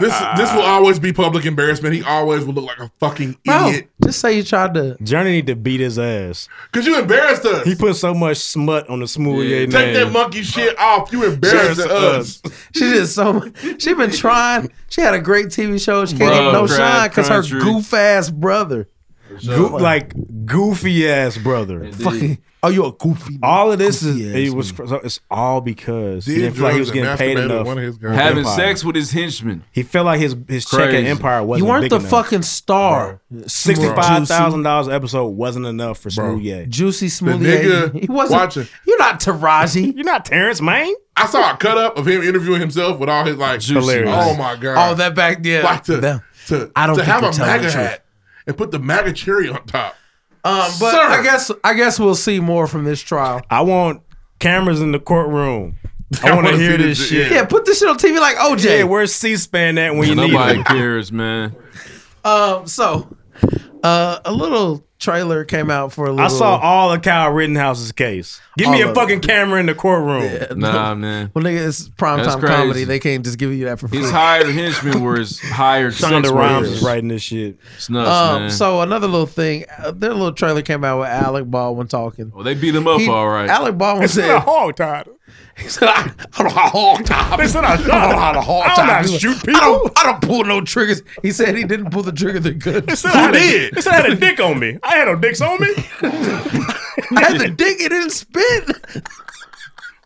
[SPEAKER 3] This this will always be public embarrassment. He always will look like a fucking
[SPEAKER 2] Bro,
[SPEAKER 3] idiot.
[SPEAKER 2] just say you tried to.
[SPEAKER 4] Journey need to beat his ass.
[SPEAKER 3] Cause you embarrassed us.
[SPEAKER 4] He put so much smut on the smoothie name.
[SPEAKER 3] Take that monkey shit off. You embarrassed
[SPEAKER 4] Just
[SPEAKER 3] us.
[SPEAKER 2] She did so. much. She been trying. She had a great TV show. She can't get
[SPEAKER 4] Bruh,
[SPEAKER 2] no
[SPEAKER 4] crap
[SPEAKER 2] shine because her
[SPEAKER 4] country.
[SPEAKER 2] goof ass brother.
[SPEAKER 4] Goo- like goofy ass brother.
[SPEAKER 2] Fucking. Oh, you a goofy.
[SPEAKER 4] All of this is it was so it's all because he
[SPEAKER 3] Did
[SPEAKER 4] didn't feel like he was
[SPEAKER 3] drugs
[SPEAKER 4] getting
[SPEAKER 3] and
[SPEAKER 4] paid
[SPEAKER 3] masturbated
[SPEAKER 4] enough.
[SPEAKER 3] one of his
[SPEAKER 4] with
[SPEAKER 3] girls.
[SPEAKER 1] Having
[SPEAKER 4] Empire.
[SPEAKER 1] sex with his henchman.
[SPEAKER 4] He felt like his his check at
[SPEAKER 1] Crazy.
[SPEAKER 4] Empire wasn't.
[SPEAKER 2] You weren't
[SPEAKER 4] big
[SPEAKER 2] the
[SPEAKER 4] enough.
[SPEAKER 2] fucking star.
[SPEAKER 4] Sixty five thousand dollars episode wasn't enough for Smooth Yay.
[SPEAKER 2] Juicy Smoothie.
[SPEAKER 3] nigga
[SPEAKER 2] he wasn't.
[SPEAKER 3] watching.
[SPEAKER 2] You're not Taraji.
[SPEAKER 4] You're not Terrence Main.
[SPEAKER 3] I saw a cut up of him interviewing himself with all his like
[SPEAKER 4] Hilarious.
[SPEAKER 3] Oh my god!
[SPEAKER 2] Oh, that back. Yeah.
[SPEAKER 3] like to,
[SPEAKER 2] Them.
[SPEAKER 3] to,
[SPEAKER 2] I don't
[SPEAKER 3] to
[SPEAKER 2] think
[SPEAKER 3] have
[SPEAKER 2] you're
[SPEAKER 3] a
[SPEAKER 2] telling
[SPEAKER 3] MAGA
[SPEAKER 2] the truth.
[SPEAKER 3] hat and put the MAGA cherry on top.
[SPEAKER 2] Um, but
[SPEAKER 3] Sir.
[SPEAKER 2] I guess I guess we'll see more from this trial.
[SPEAKER 4] I want cameras in the courtroom.
[SPEAKER 3] I
[SPEAKER 4] I want to
[SPEAKER 3] wanna see
[SPEAKER 4] hear
[SPEAKER 3] this
[SPEAKER 4] this
[SPEAKER 3] shit.
[SPEAKER 4] shit.
[SPEAKER 2] Yeah, put this shit on TV like OJ.
[SPEAKER 4] Yeah, where's C-SPAN at when you need
[SPEAKER 1] Nobody
[SPEAKER 4] it?
[SPEAKER 1] cares, man.
[SPEAKER 2] Um, so uh, a little trailer came out for a little.
[SPEAKER 4] I saw all of Kyle Rittenhouse's case. Give me
[SPEAKER 2] All
[SPEAKER 4] a
[SPEAKER 2] of
[SPEAKER 4] fucking camera in the courtroom.
[SPEAKER 1] Nah, man.
[SPEAKER 2] Well, nigga, it's prime
[SPEAKER 1] That's
[SPEAKER 2] time
[SPEAKER 1] crazy.
[SPEAKER 2] comedy. They can't just give you that for free.
[SPEAKER 1] His hired henchman where his hired sex
[SPEAKER 4] Shonda Rhimes
[SPEAKER 1] workers.
[SPEAKER 4] is writing this shit.
[SPEAKER 1] It's nuts,
[SPEAKER 2] Um,
[SPEAKER 1] man.
[SPEAKER 2] so another little thing, uh, their little trailer came out with Alec Baldwin talking.
[SPEAKER 1] well, they beat him up
[SPEAKER 2] He-
[SPEAKER 1] all right.
[SPEAKER 2] Alec Baldwin
[SPEAKER 4] It's not a
[SPEAKER 2] said,
[SPEAKER 4] hog title.
[SPEAKER 2] "He said I, I don't have hog time.
[SPEAKER 4] It's not a
[SPEAKER 2] I don't
[SPEAKER 4] hog
[SPEAKER 2] have a hog
[SPEAKER 4] I
[SPEAKER 2] time.
[SPEAKER 4] don't know how to
[SPEAKER 2] He's like,
[SPEAKER 4] shoot
[SPEAKER 2] I don't, I don't pull no triggers." He said he didn't pull the trigger. They're good.
[SPEAKER 4] It's not had
[SPEAKER 3] did?
[SPEAKER 4] A, it's not had a dick on me. I had no dicks on me.
[SPEAKER 2] I had the dick. It didn't spit.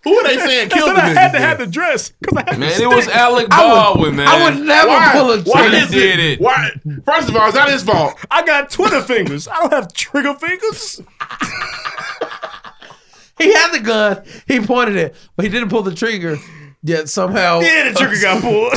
[SPEAKER 3] Who are they saying
[SPEAKER 4] I
[SPEAKER 3] killed
[SPEAKER 4] said
[SPEAKER 3] the
[SPEAKER 4] I had to
[SPEAKER 3] niggas
[SPEAKER 4] have the dress because I had
[SPEAKER 1] Man,
[SPEAKER 4] the
[SPEAKER 1] it was
[SPEAKER 4] stick.
[SPEAKER 1] Alec
[SPEAKER 2] I would,
[SPEAKER 1] Baldwin, man.
[SPEAKER 2] I would never
[SPEAKER 3] Why?
[SPEAKER 2] pull a
[SPEAKER 3] Why
[SPEAKER 2] trigger.
[SPEAKER 1] He
[SPEAKER 3] is
[SPEAKER 1] did
[SPEAKER 3] it?
[SPEAKER 1] it.
[SPEAKER 3] Why? First of all, it's not his fault.
[SPEAKER 4] I got Twitter fingers. I don't have trigger fingers.
[SPEAKER 2] He had the gun. He pointed it, but he didn't pull the trigger. Yet somehow,
[SPEAKER 4] Yeah, the trigger got pulled.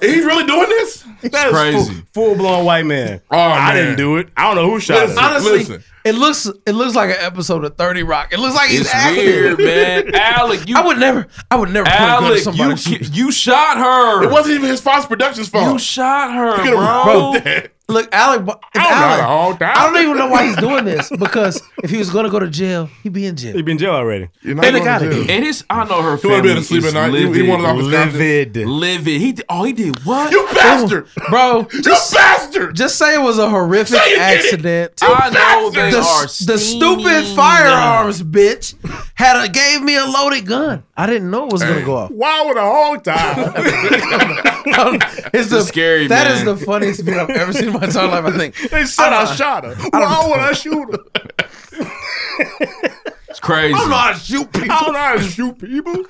[SPEAKER 3] Is he really doing this?
[SPEAKER 4] That's
[SPEAKER 1] crazy.
[SPEAKER 4] Full blown white man.
[SPEAKER 3] Oh,
[SPEAKER 4] I
[SPEAKER 3] man.
[SPEAKER 4] didn't do it. I don't know who shot
[SPEAKER 3] Listen,
[SPEAKER 4] it.
[SPEAKER 2] honestly,
[SPEAKER 3] listen.
[SPEAKER 2] it looks it looks like an episode of Thirty Rock. It looks like he's
[SPEAKER 1] It's
[SPEAKER 2] acting.
[SPEAKER 1] weird, man. Alec, you
[SPEAKER 2] I would never. I would never put a gun to
[SPEAKER 1] Alec,
[SPEAKER 2] somebody.
[SPEAKER 1] you ki- you shot her.
[SPEAKER 3] It wasn't even his Fox Productions
[SPEAKER 1] You
[SPEAKER 3] fault.
[SPEAKER 1] shot her,
[SPEAKER 3] could've
[SPEAKER 1] bro.
[SPEAKER 3] wrote that.
[SPEAKER 2] Look, Alec. Ba- if
[SPEAKER 4] don't know
[SPEAKER 2] Alec-
[SPEAKER 4] the whole time.
[SPEAKER 2] I don't even know why he's doing this because if he was going to go to jail, he'd be in jail.
[SPEAKER 4] He been in jail already.
[SPEAKER 3] You're not
[SPEAKER 2] Then they
[SPEAKER 3] going
[SPEAKER 2] got
[SPEAKER 3] to
[SPEAKER 2] it.
[SPEAKER 3] jail.
[SPEAKER 1] And it's I know her
[SPEAKER 3] He wanted to
[SPEAKER 1] family
[SPEAKER 3] be able to sleep
[SPEAKER 1] is
[SPEAKER 3] at night. He-
[SPEAKER 1] livid.
[SPEAKER 3] He wanted off his Wisconsin.
[SPEAKER 1] livid. He did, oh he did what?
[SPEAKER 3] You bastard!
[SPEAKER 2] Bro,
[SPEAKER 3] You
[SPEAKER 2] just,
[SPEAKER 3] bastard!
[SPEAKER 2] just say it was a horrific
[SPEAKER 3] Say you did it.
[SPEAKER 2] accident.
[SPEAKER 1] I know they
[SPEAKER 2] the,
[SPEAKER 1] are
[SPEAKER 2] the stupid
[SPEAKER 1] steaming.
[SPEAKER 2] firearms bitch had a gave me a loaded gun. I didn't know it was gonna go off.
[SPEAKER 4] Why would a hog tie?
[SPEAKER 2] It's the,
[SPEAKER 1] scary,
[SPEAKER 2] That
[SPEAKER 1] man.
[SPEAKER 2] is the funniest video I've ever seen in my entire life. I think.
[SPEAKER 4] they said I shot her. Why would I shoot her?
[SPEAKER 1] It's crazy.
[SPEAKER 2] I shoot people.
[SPEAKER 4] I don't know how to shoot people.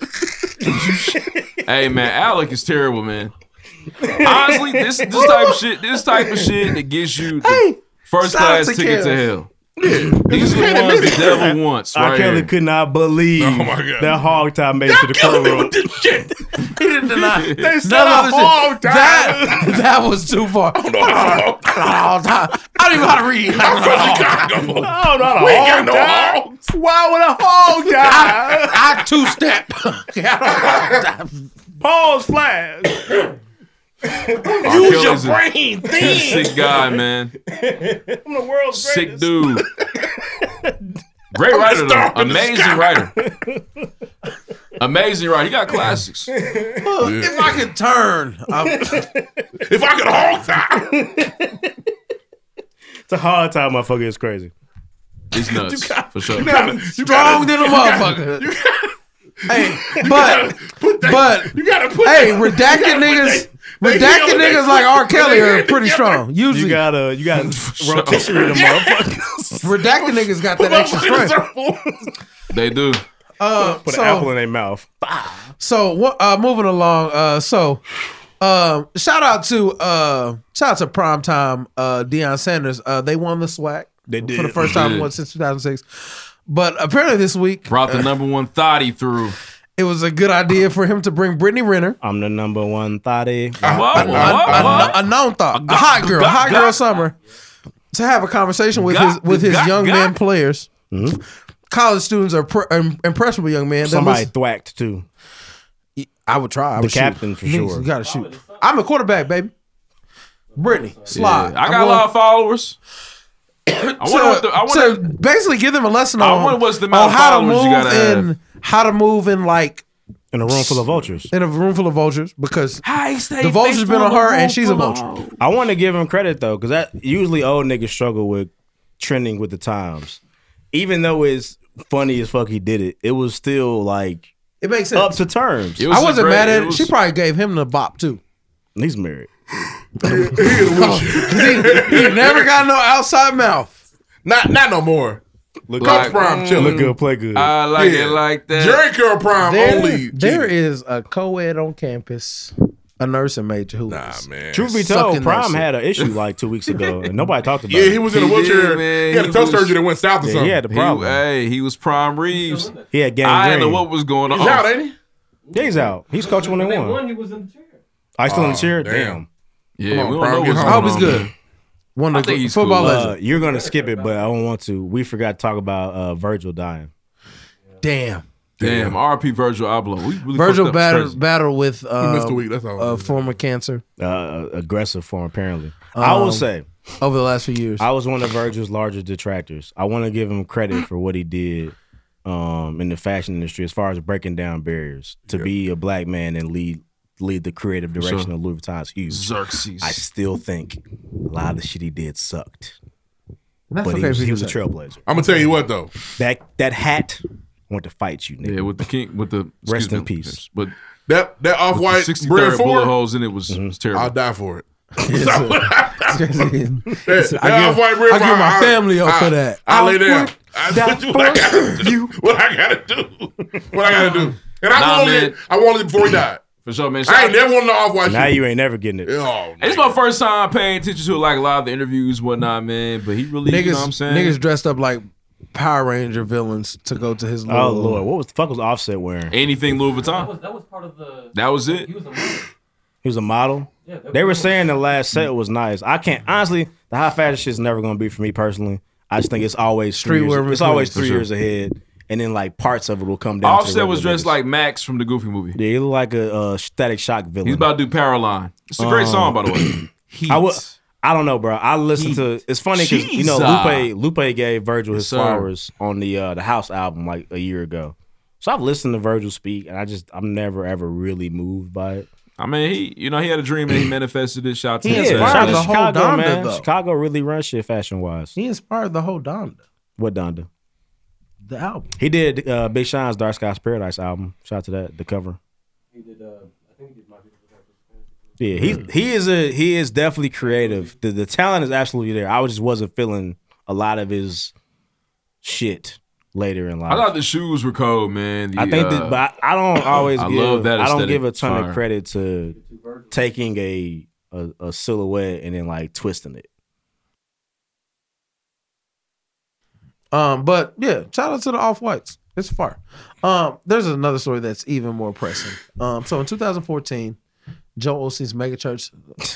[SPEAKER 1] Hey man, Alec is terrible, man. Honestly, this this type of shit, this type of shit that gets you the
[SPEAKER 2] Hey,
[SPEAKER 1] first
[SPEAKER 2] shout out
[SPEAKER 1] class
[SPEAKER 2] to
[SPEAKER 1] ticket to
[SPEAKER 2] Kelly.
[SPEAKER 1] hell. These are the ones the devil wants,
[SPEAKER 4] R.
[SPEAKER 1] right?
[SPEAKER 4] Kelly
[SPEAKER 1] here.
[SPEAKER 4] could not believe
[SPEAKER 3] Oh, my God.
[SPEAKER 4] that hog tie made it to the
[SPEAKER 3] Killing me
[SPEAKER 4] courtroom.
[SPEAKER 3] with this shit.
[SPEAKER 2] He didn't deny.
[SPEAKER 4] They said
[SPEAKER 2] None
[SPEAKER 4] a
[SPEAKER 2] of this
[SPEAKER 4] hog
[SPEAKER 2] shit.
[SPEAKER 4] tie.
[SPEAKER 2] That that was too far.
[SPEAKER 3] No, no,
[SPEAKER 2] I don't even know how to read.
[SPEAKER 3] I don't know.
[SPEAKER 4] Oh, not a
[SPEAKER 3] We ain't
[SPEAKER 4] hog
[SPEAKER 3] got no
[SPEAKER 4] tie.
[SPEAKER 3] hogs.
[SPEAKER 4] Why would a hog die?
[SPEAKER 2] I two step.
[SPEAKER 4] Paws flash.
[SPEAKER 1] R.
[SPEAKER 3] Use your
[SPEAKER 1] Kelly's a-
[SPEAKER 3] brain,
[SPEAKER 1] he's a
[SPEAKER 3] think.
[SPEAKER 1] sick guy, man.
[SPEAKER 4] I'm the world's
[SPEAKER 1] Sick
[SPEAKER 4] greatest.
[SPEAKER 1] dude. Great writer, though.
[SPEAKER 3] star in the
[SPEAKER 1] Amazing writer. Amazing writer. He got classics.
[SPEAKER 2] If I can turn, I'm-
[SPEAKER 3] If I could hog tie,
[SPEAKER 4] It's a hog tie, motherfucker. It's crazy.
[SPEAKER 1] He's nuts for sure.
[SPEAKER 2] strong than a motherfucker. Hey, but
[SPEAKER 3] put
[SPEAKER 2] but
[SPEAKER 3] you gotta put.
[SPEAKER 2] Hey,
[SPEAKER 3] that- you
[SPEAKER 2] redacted
[SPEAKER 3] gotta put that-
[SPEAKER 2] niggas,
[SPEAKER 3] they
[SPEAKER 2] redacted
[SPEAKER 3] yelling at
[SPEAKER 2] niggas
[SPEAKER 3] you.
[SPEAKER 2] like R. Kelly
[SPEAKER 3] They
[SPEAKER 2] are
[SPEAKER 3] yelling
[SPEAKER 2] pretty
[SPEAKER 3] at
[SPEAKER 2] strong. Usually,
[SPEAKER 4] you gotta you gotta rotation them motherfuckers.
[SPEAKER 2] redacted niggas got that extra strength.
[SPEAKER 1] They do.
[SPEAKER 2] Uh,
[SPEAKER 4] Put
[SPEAKER 2] so-
[SPEAKER 4] an apple in their mouth.
[SPEAKER 2] So what? Uh, moving along. Uh, so, um, shout out to uh, shout out to primetime uh, Deion Sanders. Uh, they won the swag. They
[SPEAKER 1] did.
[SPEAKER 2] for the first
[SPEAKER 1] They
[SPEAKER 2] time
[SPEAKER 1] did.
[SPEAKER 2] what, since 2006. But apparently this week
[SPEAKER 1] Brought the number one thotty through.
[SPEAKER 2] It was a good idea for him to bring Brittany Renner.
[SPEAKER 4] I'm the number one thotty.
[SPEAKER 2] a, a- a known thought, a hot girl, hot girl summer, to have a conversation with his with his young men players. College students are pr- um, impressionable young man.
[SPEAKER 4] Somebody thwacked too.
[SPEAKER 2] I would try. I
[SPEAKER 4] the
[SPEAKER 2] would shoot.
[SPEAKER 4] captain for
[SPEAKER 2] Niggas,
[SPEAKER 4] sure.
[SPEAKER 2] You gotta shoot. I'm a quarterback, baby. Brittany, slide.
[SPEAKER 1] Yeah. I got a lot of followers. I
[SPEAKER 2] I
[SPEAKER 1] wonder what the, I wonder,
[SPEAKER 2] basically give them a lesson
[SPEAKER 1] I
[SPEAKER 2] on,
[SPEAKER 1] wonder what's the amount
[SPEAKER 2] on
[SPEAKER 1] of
[SPEAKER 2] how to
[SPEAKER 1] followers
[SPEAKER 2] move
[SPEAKER 1] you gotta have.
[SPEAKER 2] in how to move in like
[SPEAKER 4] in a room full of vultures.
[SPEAKER 2] In a room full of vultures because
[SPEAKER 1] stay
[SPEAKER 2] the vultures been
[SPEAKER 1] faithful
[SPEAKER 2] on
[SPEAKER 1] in a
[SPEAKER 2] her
[SPEAKER 1] room
[SPEAKER 2] and she's a
[SPEAKER 1] full of
[SPEAKER 2] vulture.
[SPEAKER 4] I want to give him credit though, because that usually old niggas struggle with trending with the times. Even though it's funny as fuck, he did it. It was still like
[SPEAKER 2] it makes sense.
[SPEAKER 4] up to terms.
[SPEAKER 2] I wasn't mad at it. she probably gave him the bop too.
[SPEAKER 4] He's married.
[SPEAKER 2] he never got no outside mouth.
[SPEAKER 3] Not not no more.
[SPEAKER 4] Look
[SPEAKER 3] Coach
[SPEAKER 1] like-
[SPEAKER 3] Prime chilling.
[SPEAKER 1] Look good,
[SPEAKER 4] play good.
[SPEAKER 1] I like it like that.
[SPEAKER 3] Jerry Curl Prime
[SPEAKER 2] There-
[SPEAKER 3] only.
[SPEAKER 2] There is a co-ed on campus, a nursing major who nah,
[SPEAKER 3] Ah, man.
[SPEAKER 4] Truth be told, Prime had an issue like two weeks ago, and nobody talked about
[SPEAKER 3] Yeah,
[SPEAKER 4] it.
[SPEAKER 3] he was in a
[SPEAKER 4] He
[SPEAKER 3] wheelchair.
[SPEAKER 4] did, man.
[SPEAKER 3] He had a
[SPEAKER 4] He
[SPEAKER 3] toe
[SPEAKER 4] was-
[SPEAKER 3] surgery that went south or
[SPEAKER 4] Yeah, he
[SPEAKER 3] something.
[SPEAKER 4] had a problem.
[SPEAKER 1] hey, he was Prime Reeves.
[SPEAKER 4] He had gangrene.
[SPEAKER 1] I didn't know what was going on.
[SPEAKER 4] He's out,
[SPEAKER 3] ain't
[SPEAKER 4] he? Yeah, he's out. He's coaching when they won.
[SPEAKER 13] he was in the chair.
[SPEAKER 4] I still in the
[SPEAKER 13] Oh,
[SPEAKER 4] chair.
[SPEAKER 13] damn.
[SPEAKER 4] Damn.
[SPEAKER 1] Yeah,
[SPEAKER 4] Come on,
[SPEAKER 1] we don't
[SPEAKER 4] Prime,
[SPEAKER 1] know
[SPEAKER 4] get
[SPEAKER 1] what's
[SPEAKER 4] home.
[SPEAKER 1] going on.
[SPEAKER 2] One
[SPEAKER 1] I think he's
[SPEAKER 2] football
[SPEAKER 1] cool.
[SPEAKER 2] legend.
[SPEAKER 4] Uh, you're gonna skip it, but I don't want to. We forgot to talk about uh, Virgil dying.
[SPEAKER 2] Damn.
[SPEAKER 1] Damn, RP Virgil Abloh. We really fucked
[SPEAKER 2] Virgil
[SPEAKER 1] up.
[SPEAKER 2] battled
[SPEAKER 1] It's
[SPEAKER 2] battle with
[SPEAKER 1] He missed
[SPEAKER 2] uh,
[SPEAKER 1] a week, that's all.
[SPEAKER 2] uh, former cancer.
[SPEAKER 4] Uh, aggressive form, apparently. I will
[SPEAKER 2] Um,
[SPEAKER 4] say
[SPEAKER 2] over the last few years,
[SPEAKER 4] I was one of Virgil's largest detractors. I want to give him credit for what he did um, in the fashion industry, as far as breaking down barriers. To be a black man and lead lead the creative
[SPEAKER 1] sure.
[SPEAKER 4] direction of Louis Vuitton's huge.
[SPEAKER 1] Xerxes.
[SPEAKER 4] I still think a lot of the shit he did sucked.
[SPEAKER 2] That's
[SPEAKER 4] but
[SPEAKER 2] okay
[SPEAKER 4] he was,
[SPEAKER 2] if you
[SPEAKER 4] he
[SPEAKER 2] do
[SPEAKER 4] was a
[SPEAKER 2] that.
[SPEAKER 4] trailblazer.
[SPEAKER 3] I'm gonna tell you what though.
[SPEAKER 4] That that hat want to fight you, nigga.
[SPEAKER 1] Yeah, with the king, with the
[SPEAKER 4] Rest
[SPEAKER 1] excuse
[SPEAKER 4] in peace.
[SPEAKER 1] But
[SPEAKER 3] That that off white
[SPEAKER 1] sixty
[SPEAKER 3] bread
[SPEAKER 1] third bullet
[SPEAKER 3] four.
[SPEAKER 1] holes in it was,
[SPEAKER 2] Mm-hmm.
[SPEAKER 1] was terrible.
[SPEAKER 3] I'll die for it.
[SPEAKER 2] Listen, I give- I give my family up for that.
[SPEAKER 3] I lay
[SPEAKER 2] I
[SPEAKER 3] down.
[SPEAKER 2] would
[SPEAKER 3] I
[SPEAKER 2] die
[SPEAKER 3] do what I gotta do. What I gotta do. What I gotta do. And I
[SPEAKER 1] Nah,
[SPEAKER 3] wanted it.
[SPEAKER 1] man.
[SPEAKER 3] I wanted it before he died.
[SPEAKER 1] For sure, man.
[SPEAKER 3] I ain't never wanted an off white.
[SPEAKER 4] Now you ain't never getting it.
[SPEAKER 3] Oh,
[SPEAKER 1] It's my first time paying attention to like a lot of the interviews, whatnot, man. But he really,
[SPEAKER 2] niggas,
[SPEAKER 1] you know what I'm saying?
[SPEAKER 2] niggas dressed up like Power Ranger villains to go to his.
[SPEAKER 1] Oh,
[SPEAKER 2] little-
[SPEAKER 1] Lord.
[SPEAKER 4] What was the fuck was Offset wearing?
[SPEAKER 1] Anything Louis Vuitton.
[SPEAKER 13] That was, that was part of the.
[SPEAKER 1] That was it.
[SPEAKER 4] He was a model.
[SPEAKER 13] Yeah, that
[SPEAKER 4] they
[SPEAKER 13] was-
[SPEAKER 4] were saying the last set was nice. I can't honestly. The high fashion shit's never gonna be for me personally. I just think it's always three
[SPEAKER 1] Streetwear
[SPEAKER 4] years,
[SPEAKER 1] was
[SPEAKER 4] It's always
[SPEAKER 1] good. For
[SPEAKER 4] three
[SPEAKER 1] sure.
[SPEAKER 4] years ahead, and then like parts of it will come down. to the
[SPEAKER 1] Offset was
[SPEAKER 4] regular
[SPEAKER 1] dressed like Max from the Goofy movie.
[SPEAKER 4] niggas. Yeah, he looked like a uh, static shock villain.
[SPEAKER 1] He's about to do Paraline. It's a great
[SPEAKER 4] Um,
[SPEAKER 1] song, by the way. Heat.
[SPEAKER 4] I would. I don't know, bro. I listened to. It's funny because you know
[SPEAKER 1] Jesus.
[SPEAKER 4] Lupe Lupe gave Virgil his
[SPEAKER 1] Yes, sir.
[SPEAKER 4] flowers on the uh, the House album like a year ago. So I've listened to Virgil speak, and I just I'm never ever really moved by it.
[SPEAKER 1] I mean, he, you know, he had a dream and he manifested it. Shout out to
[SPEAKER 4] Yeah,
[SPEAKER 1] him.
[SPEAKER 4] shout out to
[SPEAKER 2] whole
[SPEAKER 4] Chicago,
[SPEAKER 2] Donda,
[SPEAKER 4] man.
[SPEAKER 2] though.
[SPEAKER 4] Chicago really runs shit fashion wise.
[SPEAKER 2] He inspired the whole Donda,
[SPEAKER 4] What Donda?
[SPEAKER 2] the album.
[SPEAKER 4] He did uh, Big Sean's Dark Skies Paradise album. Shout out to that, the cover. Yeah, he he is a he is definitely creative. The the talent is absolutely there. I just wasn't feeling a lot of his shit later in life.
[SPEAKER 1] I thought the shoes were cold, man. The,
[SPEAKER 4] I think that,
[SPEAKER 1] uh,
[SPEAKER 4] but I I don't always.
[SPEAKER 1] I
[SPEAKER 4] give,
[SPEAKER 1] love that
[SPEAKER 4] I don't
[SPEAKER 1] aesthetic.
[SPEAKER 4] give a ton
[SPEAKER 1] Fire.
[SPEAKER 4] of credit to taking a, a a silhouette and then like twisting it.
[SPEAKER 2] Um, but yeah, shout out to the Off Whites. It's far. Um, there's another story that's even more pressing. Um, so in 2014, Joe Osteen's megachurch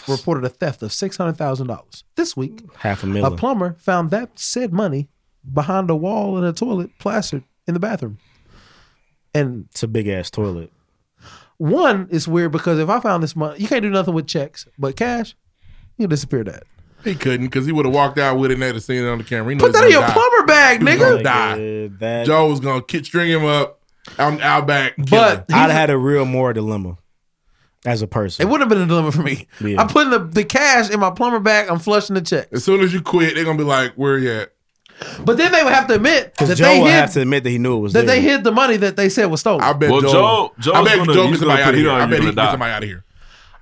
[SPEAKER 2] reported a theft of six hundred thousand dollars. This week,
[SPEAKER 4] Half a
[SPEAKER 2] a
[SPEAKER 4] million.
[SPEAKER 2] plumber found that said money behind a wall in a toilet, plastered in the bathroom. And
[SPEAKER 4] it's a big ass toilet.
[SPEAKER 2] One is weird because if I found this money, you can't do nothing with checks, but cash, you disappear that.
[SPEAKER 3] He couldn't because he would have walked out with it and they'd have seen it on the camera. He
[SPEAKER 2] Put
[SPEAKER 3] knows
[SPEAKER 2] that
[SPEAKER 3] he's
[SPEAKER 2] in
[SPEAKER 3] gonna
[SPEAKER 2] your
[SPEAKER 3] die.
[SPEAKER 2] plumber bag,
[SPEAKER 3] He was
[SPEAKER 2] nigga.
[SPEAKER 3] gonna die. Joe was gonna ki- string him up out, out back.
[SPEAKER 2] But
[SPEAKER 4] I'd have had a real moral dilemma as a person.
[SPEAKER 2] It wouldn't have been a dilemma for me.
[SPEAKER 4] Yeah.
[SPEAKER 2] I'm putting the, the cash in my plumber bag. I'm flushing the check.
[SPEAKER 3] As soon as you quit, they're gonna be like, "Where you at?"
[SPEAKER 2] But then they would have to admit that
[SPEAKER 4] Because Joe
[SPEAKER 2] they
[SPEAKER 4] would
[SPEAKER 2] hid
[SPEAKER 4] have to admit that he knew it was
[SPEAKER 2] that
[SPEAKER 4] there.
[SPEAKER 2] they hid the money that they said was stolen. I
[SPEAKER 3] bet
[SPEAKER 4] Well, Joe- Joe- Joe's
[SPEAKER 3] I bet
[SPEAKER 4] gonna-
[SPEAKER 3] Joe
[SPEAKER 4] he's
[SPEAKER 3] gets somebody
[SPEAKER 4] gonna put
[SPEAKER 3] out of
[SPEAKER 4] it
[SPEAKER 3] here.
[SPEAKER 4] on
[SPEAKER 3] I
[SPEAKER 4] you,
[SPEAKER 3] bet he
[SPEAKER 4] you're
[SPEAKER 3] gets
[SPEAKER 4] gonna die.
[SPEAKER 3] somebody out of here.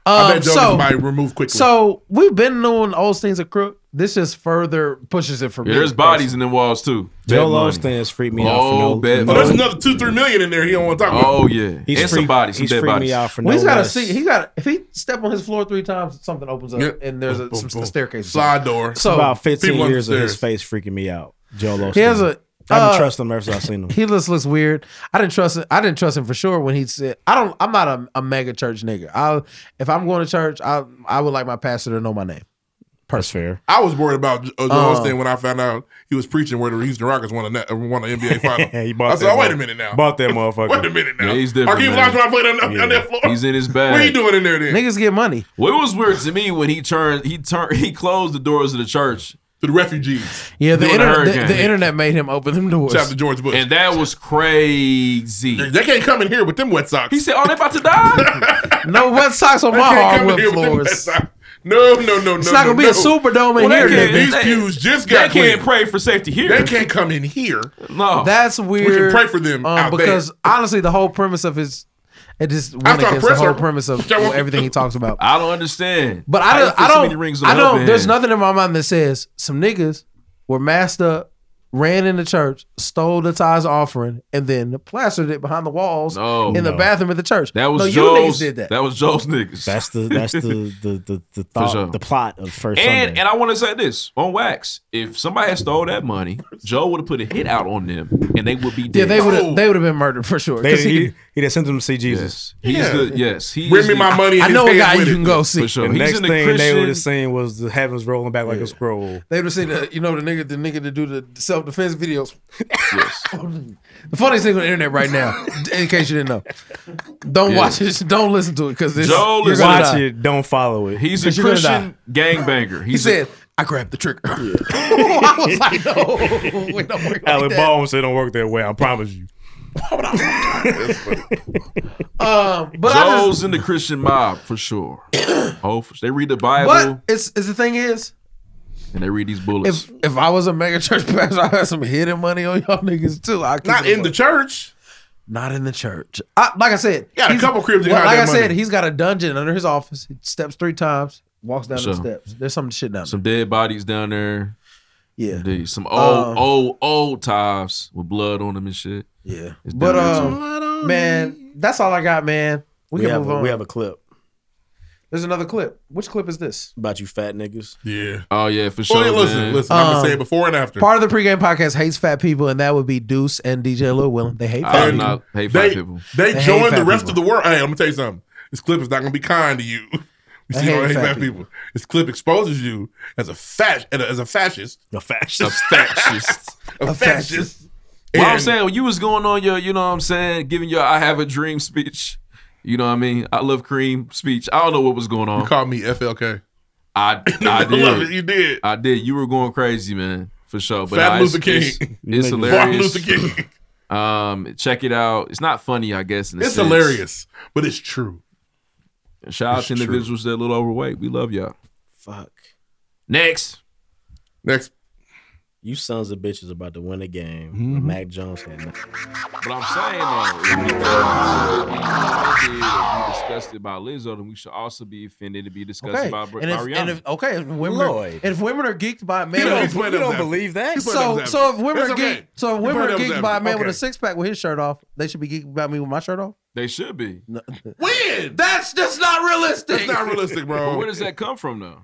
[SPEAKER 3] I bet Joe gets somebody removed quickly.
[SPEAKER 2] Um, So we've been knowing Osteen's a crook. This just further pushes it for
[SPEAKER 1] Yeah,
[SPEAKER 2] me.
[SPEAKER 1] there's bodies in the walls too.
[SPEAKER 4] Joe
[SPEAKER 1] Bad money.
[SPEAKER 4] Osteen has freaked me out. for
[SPEAKER 1] Oh,
[SPEAKER 4] no-
[SPEAKER 1] bad
[SPEAKER 3] Oh, there's
[SPEAKER 1] money.
[SPEAKER 3] another two, three million in there. He don't want to talk about.
[SPEAKER 1] Oh yeah,
[SPEAKER 4] He's
[SPEAKER 1] and
[SPEAKER 4] free-
[SPEAKER 1] some bodies, some
[SPEAKER 4] he's
[SPEAKER 1] dead
[SPEAKER 4] freed me
[SPEAKER 1] bodies.
[SPEAKER 4] out for
[SPEAKER 2] Well, he's
[SPEAKER 4] no
[SPEAKER 2] got to
[SPEAKER 4] less.
[SPEAKER 2] see. He got if he step on his floor three times, something opens up,
[SPEAKER 4] Yeah.
[SPEAKER 2] and there's a,
[SPEAKER 4] Boom,
[SPEAKER 2] some
[SPEAKER 4] boom.
[SPEAKER 2] staircase.
[SPEAKER 4] Slide door.
[SPEAKER 2] So
[SPEAKER 4] about 15 years of his face freaking me out. Joe Osteen.
[SPEAKER 2] He has a.
[SPEAKER 4] I haven't
[SPEAKER 2] uh,
[SPEAKER 4] trust him ever since I've seen him.
[SPEAKER 2] He just looks weird. I didn't trust him. I didn't trust him for sure when he said, "I don't. I'm not a, a mega church nigga. I if I'm going to church, I I would like my pastor to know my name.
[SPEAKER 4] That's fair.
[SPEAKER 3] I was worried about Joe
[SPEAKER 2] Uh.
[SPEAKER 3] Austin when I found out he was preaching where the Houston Rockets won a net- uh, won an NBA final.
[SPEAKER 4] He bought
[SPEAKER 3] I said,
[SPEAKER 4] that
[SPEAKER 3] oh, "Wait
[SPEAKER 4] mo-
[SPEAKER 3] a minute now,
[SPEAKER 4] bought that motherfucker.
[SPEAKER 3] Wait a minute now.
[SPEAKER 1] Yeah, he's different,
[SPEAKER 3] Arkeem
[SPEAKER 1] man.
[SPEAKER 3] Olajuwon played on, on that floor.
[SPEAKER 1] He's in his bag.
[SPEAKER 3] What are you doing in there then?
[SPEAKER 2] Niggas get money.
[SPEAKER 1] Well, it was weird to me when he turned, he turned, he closed the doors of the church
[SPEAKER 3] to the refugees.
[SPEAKER 2] Yeah, the, inter- the, the internet made him open them doors.
[SPEAKER 1] Shout out to
[SPEAKER 3] George Bush,
[SPEAKER 1] and that was crazy.
[SPEAKER 3] They can't come in here with them wet socks.
[SPEAKER 1] He said, "Oh, they about to die."
[SPEAKER 2] No wet socks on
[SPEAKER 3] They
[SPEAKER 2] my
[SPEAKER 3] can't come
[SPEAKER 2] hardwood
[SPEAKER 3] in here with them wet
[SPEAKER 2] floors.
[SPEAKER 3] socks. No, no, no, no.
[SPEAKER 2] It's not
[SPEAKER 3] no,
[SPEAKER 2] gonna be
[SPEAKER 3] no.
[SPEAKER 2] a Superdome
[SPEAKER 3] Well,
[SPEAKER 2] in here,
[SPEAKER 3] they can't-
[SPEAKER 2] nigga.
[SPEAKER 3] These pews just
[SPEAKER 1] They
[SPEAKER 3] got
[SPEAKER 1] can't
[SPEAKER 3] clean.
[SPEAKER 1] pray for safety here.
[SPEAKER 3] They can't come in here.
[SPEAKER 1] No,
[SPEAKER 2] That's weird.
[SPEAKER 3] We can pray for them
[SPEAKER 2] um,
[SPEAKER 3] out there.
[SPEAKER 2] because honestly, the whole premise of his it just went
[SPEAKER 1] I'm trying to
[SPEAKER 2] against the
[SPEAKER 1] press
[SPEAKER 2] whole
[SPEAKER 1] her.
[SPEAKER 2] premise of
[SPEAKER 1] Y'all want-
[SPEAKER 2] everything he talks about.
[SPEAKER 1] I don't understand.
[SPEAKER 2] But I
[SPEAKER 1] How you
[SPEAKER 2] don't.
[SPEAKER 1] fit
[SPEAKER 2] I
[SPEAKER 1] so
[SPEAKER 2] don't.
[SPEAKER 1] many rings on
[SPEAKER 2] I
[SPEAKER 1] the
[SPEAKER 2] don't.
[SPEAKER 1] helping
[SPEAKER 2] There's
[SPEAKER 1] hand?
[SPEAKER 2] nothing in my mind that says some niggas were masked up, ran in the church, stole the tithes offering, and then plastered it behind the walls
[SPEAKER 1] No.
[SPEAKER 2] in the
[SPEAKER 1] No.
[SPEAKER 2] bathroom of the church.
[SPEAKER 1] That was
[SPEAKER 2] no, you
[SPEAKER 1] Joe's.
[SPEAKER 2] niggas did that.
[SPEAKER 1] was Joe's niggas.
[SPEAKER 4] That's the that's the the the, the
[SPEAKER 1] For
[SPEAKER 4] thought
[SPEAKER 1] sure.
[SPEAKER 4] the plot of first
[SPEAKER 1] and
[SPEAKER 4] Sunday.
[SPEAKER 1] and I want to say this on wax: if somebody had stole that money, Joe would have put a hit out on them, and they would be dead.
[SPEAKER 2] yeah, they would. have. They would have been murdered for sure.
[SPEAKER 4] They-
[SPEAKER 2] 'Cause
[SPEAKER 4] he, he done sent him to see Jesus.
[SPEAKER 1] He's
[SPEAKER 2] Yeah.
[SPEAKER 1] the yes. He
[SPEAKER 2] Bring
[SPEAKER 1] is
[SPEAKER 2] me
[SPEAKER 1] the-
[SPEAKER 2] my money I- I and know a his head guy with you it. can go see.
[SPEAKER 1] for sure.
[SPEAKER 4] The
[SPEAKER 1] He's
[SPEAKER 4] next
[SPEAKER 1] in the
[SPEAKER 4] thing they
[SPEAKER 1] Christian-
[SPEAKER 4] would have seen was the heavens rolling back like a scroll.
[SPEAKER 2] They would have seen the, you know, the nigga, the nigga that do the self defense videos. the funniest thing on the internet right now, in case you didn't know, don't
[SPEAKER 1] Yeah.
[SPEAKER 2] watch it, don't listen to it because this.
[SPEAKER 1] Joel
[SPEAKER 2] you're
[SPEAKER 1] is-
[SPEAKER 2] gonna
[SPEAKER 1] Watch
[SPEAKER 2] die.
[SPEAKER 1] it.
[SPEAKER 4] Don't follow it.
[SPEAKER 1] He's a
[SPEAKER 2] 'Cause you're gonna
[SPEAKER 1] Christian gangbanger.
[SPEAKER 2] He
[SPEAKER 1] He's
[SPEAKER 2] said, "I grabbed the trigger." I was like, "No, we don't work like
[SPEAKER 4] Alec
[SPEAKER 2] that."
[SPEAKER 4] Baldwin said, "Don't work that way." I promise you.
[SPEAKER 2] Um, but I
[SPEAKER 1] Joe's
[SPEAKER 2] just,
[SPEAKER 1] in the Christian mob for sure. oh, for- they read the Bible
[SPEAKER 2] but it's, it's the thing is,
[SPEAKER 1] and they read these bullets.
[SPEAKER 2] if if I was a mega church pastor, I had some hidden money on y'all niggas too. I
[SPEAKER 3] Not in the church.
[SPEAKER 2] Not in the church. I, like I said,
[SPEAKER 3] Got a
[SPEAKER 2] he's-
[SPEAKER 3] couple cribs that
[SPEAKER 2] well,
[SPEAKER 3] hide
[SPEAKER 2] like
[SPEAKER 3] that
[SPEAKER 2] I said,
[SPEAKER 3] money.
[SPEAKER 2] he's got a dungeon under his office. He steps three times, walks down
[SPEAKER 1] Sure.
[SPEAKER 2] the steps. There's some shit down there.
[SPEAKER 1] some dead bodies down there.
[SPEAKER 2] Yeah,
[SPEAKER 1] some old,
[SPEAKER 2] Um,
[SPEAKER 1] old, old ties with blood on them and shit.
[SPEAKER 2] Yeah,
[SPEAKER 1] it's
[SPEAKER 2] But
[SPEAKER 1] down there, too.
[SPEAKER 2] um, man, that's all I got, man. We,
[SPEAKER 4] We
[SPEAKER 2] can
[SPEAKER 4] have
[SPEAKER 2] move
[SPEAKER 4] a-
[SPEAKER 2] on.
[SPEAKER 4] we have a clip.
[SPEAKER 2] There's another clip. Which clip is this?
[SPEAKER 4] About you, fat niggas.
[SPEAKER 3] Yeah.
[SPEAKER 1] Oh yeah, for
[SPEAKER 3] Well,
[SPEAKER 1] sure.
[SPEAKER 3] yeah, listen,
[SPEAKER 1] man.
[SPEAKER 3] listen. I'm gonna say it
[SPEAKER 2] Um,
[SPEAKER 3] before and after.
[SPEAKER 2] Part of the pregame podcast hates fat people, and that would be Deuce and DJ Lil Willem. They hate fat
[SPEAKER 3] They-
[SPEAKER 2] people.
[SPEAKER 1] hate
[SPEAKER 3] they,
[SPEAKER 1] fat people.
[SPEAKER 3] They,
[SPEAKER 2] They hate
[SPEAKER 3] joined the
[SPEAKER 2] fat
[SPEAKER 3] rest of the world. Hey, I'm gonna tell you something. This clip is not gonna be kind to you. You
[SPEAKER 2] They
[SPEAKER 3] see, I
[SPEAKER 2] hate
[SPEAKER 3] hate
[SPEAKER 2] fat
[SPEAKER 3] fat people. This clip exposes you as a fat as a fascist.
[SPEAKER 4] A fascist.
[SPEAKER 1] A fascist.
[SPEAKER 3] A, fascist.
[SPEAKER 1] Well, I'm
[SPEAKER 3] And-
[SPEAKER 1] saying when you was going on your, you know what I'm saying, giving your I have a dream speech. You know what I mean? I love cream speech. I don't know what was going on.
[SPEAKER 3] You called me FLK.
[SPEAKER 1] I, I
[SPEAKER 3] I
[SPEAKER 1] did.
[SPEAKER 3] love it. You did.
[SPEAKER 1] I did. You were going crazy, man, for sure. But
[SPEAKER 3] Fat
[SPEAKER 1] nah,
[SPEAKER 3] Luther King.
[SPEAKER 1] It's, it's,
[SPEAKER 3] You
[SPEAKER 1] it's
[SPEAKER 3] niggas. Fat
[SPEAKER 1] hilarious.
[SPEAKER 3] Luther King.
[SPEAKER 1] Um, check it out. It's not funny, I guess. In a
[SPEAKER 3] It's
[SPEAKER 1] sense.
[SPEAKER 3] hilarious, but it's true.
[SPEAKER 1] Shout out
[SPEAKER 3] It's
[SPEAKER 1] to individuals that are a little overweight. We love y'all.
[SPEAKER 4] Fuck.
[SPEAKER 1] Next.
[SPEAKER 3] Next.
[SPEAKER 4] You sons of bitches about to win a game.
[SPEAKER 3] Mm-hmm.
[SPEAKER 4] Mac Jones had nothing.
[SPEAKER 1] But I'm saying though, if we feel offended or be disgusted by Lizzo, then we should also be offended and be disgusted
[SPEAKER 2] Okay,
[SPEAKER 1] by Bri-
[SPEAKER 2] and if,
[SPEAKER 1] Ariana.
[SPEAKER 2] and if okay, if women, are,
[SPEAKER 1] Lloyd.
[SPEAKER 2] if women are geeked by a man,
[SPEAKER 1] You don't-
[SPEAKER 2] with a-
[SPEAKER 1] you don't believe that? You play
[SPEAKER 2] So,
[SPEAKER 1] devil's
[SPEAKER 2] so if
[SPEAKER 1] advocate.
[SPEAKER 2] women
[SPEAKER 1] That's
[SPEAKER 2] are
[SPEAKER 1] okay.
[SPEAKER 2] geeked, so if
[SPEAKER 1] You
[SPEAKER 2] women
[SPEAKER 1] play
[SPEAKER 2] are
[SPEAKER 1] devil's
[SPEAKER 2] geeked by a man
[SPEAKER 1] advocate.
[SPEAKER 2] with a six pack with his shirt off, they should be geeked by me with my shirt off.
[SPEAKER 1] they should be.
[SPEAKER 3] When?
[SPEAKER 2] That's just not realistic.
[SPEAKER 3] That's not realistic, bro.
[SPEAKER 1] But where does that come from though?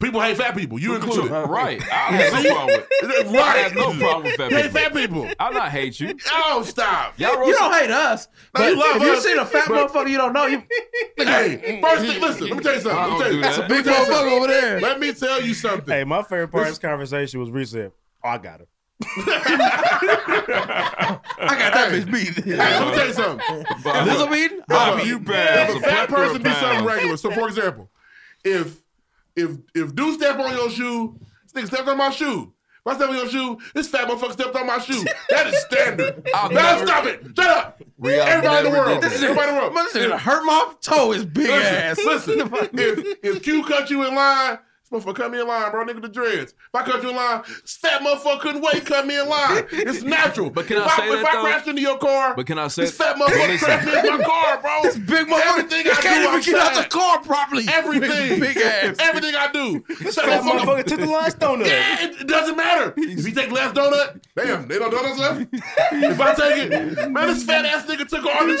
[SPEAKER 3] People hate fat people. You included.
[SPEAKER 1] Right. I have no problem with
[SPEAKER 3] Right.
[SPEAKER 1] I have no problem with fat
[SPEAKER 3] You
[SPEAKER 1] people.
[SPEAKER 3] hate fat people.
[SPEAKER 1] I'm not hate you.
[SPEAKER 3] Oh, stop.
[SPEAKER 1] Y'all wrote
[SPEAKER 2] you
[SPEAKER 1] some-
[SPEAKER 2] don't hate us.
[SPEAKER 3] No,
[SPEAKER 2] but
[SPEAKER 3] you love
[SPEAKER 2] if you
[SPEAKER 3] us,
[SPEAKER 2] seen a fat
[SPEAKER 3] but-
[SPEAKER 2] motherfucker you don't know, you
[SPEAKER 3] Hey, first thing, listen, let me tell you something. Let me tell you,
[SPEAKER 4] That's a
[SPEAKER 3] let me
[SPEAKER 4] big
[SPEAKER 3] tell you
[SPEAKER 4] motherfucker
[SPEAKER 3] something.
[SPEAKER 4] over there.
[SPEAKER 3] Let me tell you something.
[SPEAKER 4] Hey, my favorite part of this conversation was recent. Oh, I got her.
[SPEAKER 3] I got that bitch beat. Hey, let me tell you something.
[SPEAKER 2] Lizzo beating?
[SPEAKER 1] I'll beat you bad.
[SPEAKER 3] If a fat person do something regular, so for example, if if if dude step on your shoe, this nigga stepped on my shoe. If I step on your shoe, this fat motherfucker stepped on my shoe. That is standard.
[SPEAKER 1] I'll
[SPEAKER 3] now
[SPEAKER 1] never-
[SPEAKER 3] stop it. Shut up.
[SPEAKER 1] Real
[SPEAKER 3] everybody in the
[SPEAKER 1] never
[SPEAKER 3] world.
[SPEAKER 1] did that.
[SPEAKER 3] Everybody in the world.
[SPEAKER 2] Motherfucker, hurt my toe is big
[SPEAKER 3] listen,
[SPEAKER 2] ass.
[SPEAKER 3] Listen, if, if Q cut you in line, this Motherfucker, come in line, bro. Nigga, the dreads. If I cut you in line, fat motherfucker couldn't wait. Come in line. It's natural.
[SPEAKER 1] But can
[SPEAKER 3] if
[SPEAKER 1] I say
[SPEAKER 3] if
[SPEAKER 1] that,
[SPEAKER 3] I
[SPEAKER 1] though?
[SPEAKER 3] crashed into your car,
[SPEAKER 1] But can I say
[SPEAKER 3] this fat motherfucker
[SPEAKER 1] Listen.
[SPEAKER 3] crashed me in my car, bro. This
[SPEAKER 7] big motherfucker
[SPEAKER 3] Everything I
[SPEAKER 7] can't
[SPEAKER 3] do,
[SPEAKER 7] even
[SPEAKER 3] I'm
[SPEAKER 7] get out
[SPEAKER 3] sad.
[SPEAKER 7] the car properly.
[SPEAKER 3] Everything,
[SPEAKER 7] Big ass.
[SPEAKER 3] Everything I do, this
[SPEAKER 7] fat motherfucker took the last donut.
[SPEAKER 3] Yeah, it, it doesn't matter. If you take last donut, damn, they don't donuts left. if I take it, man, this fat ass nigga took all the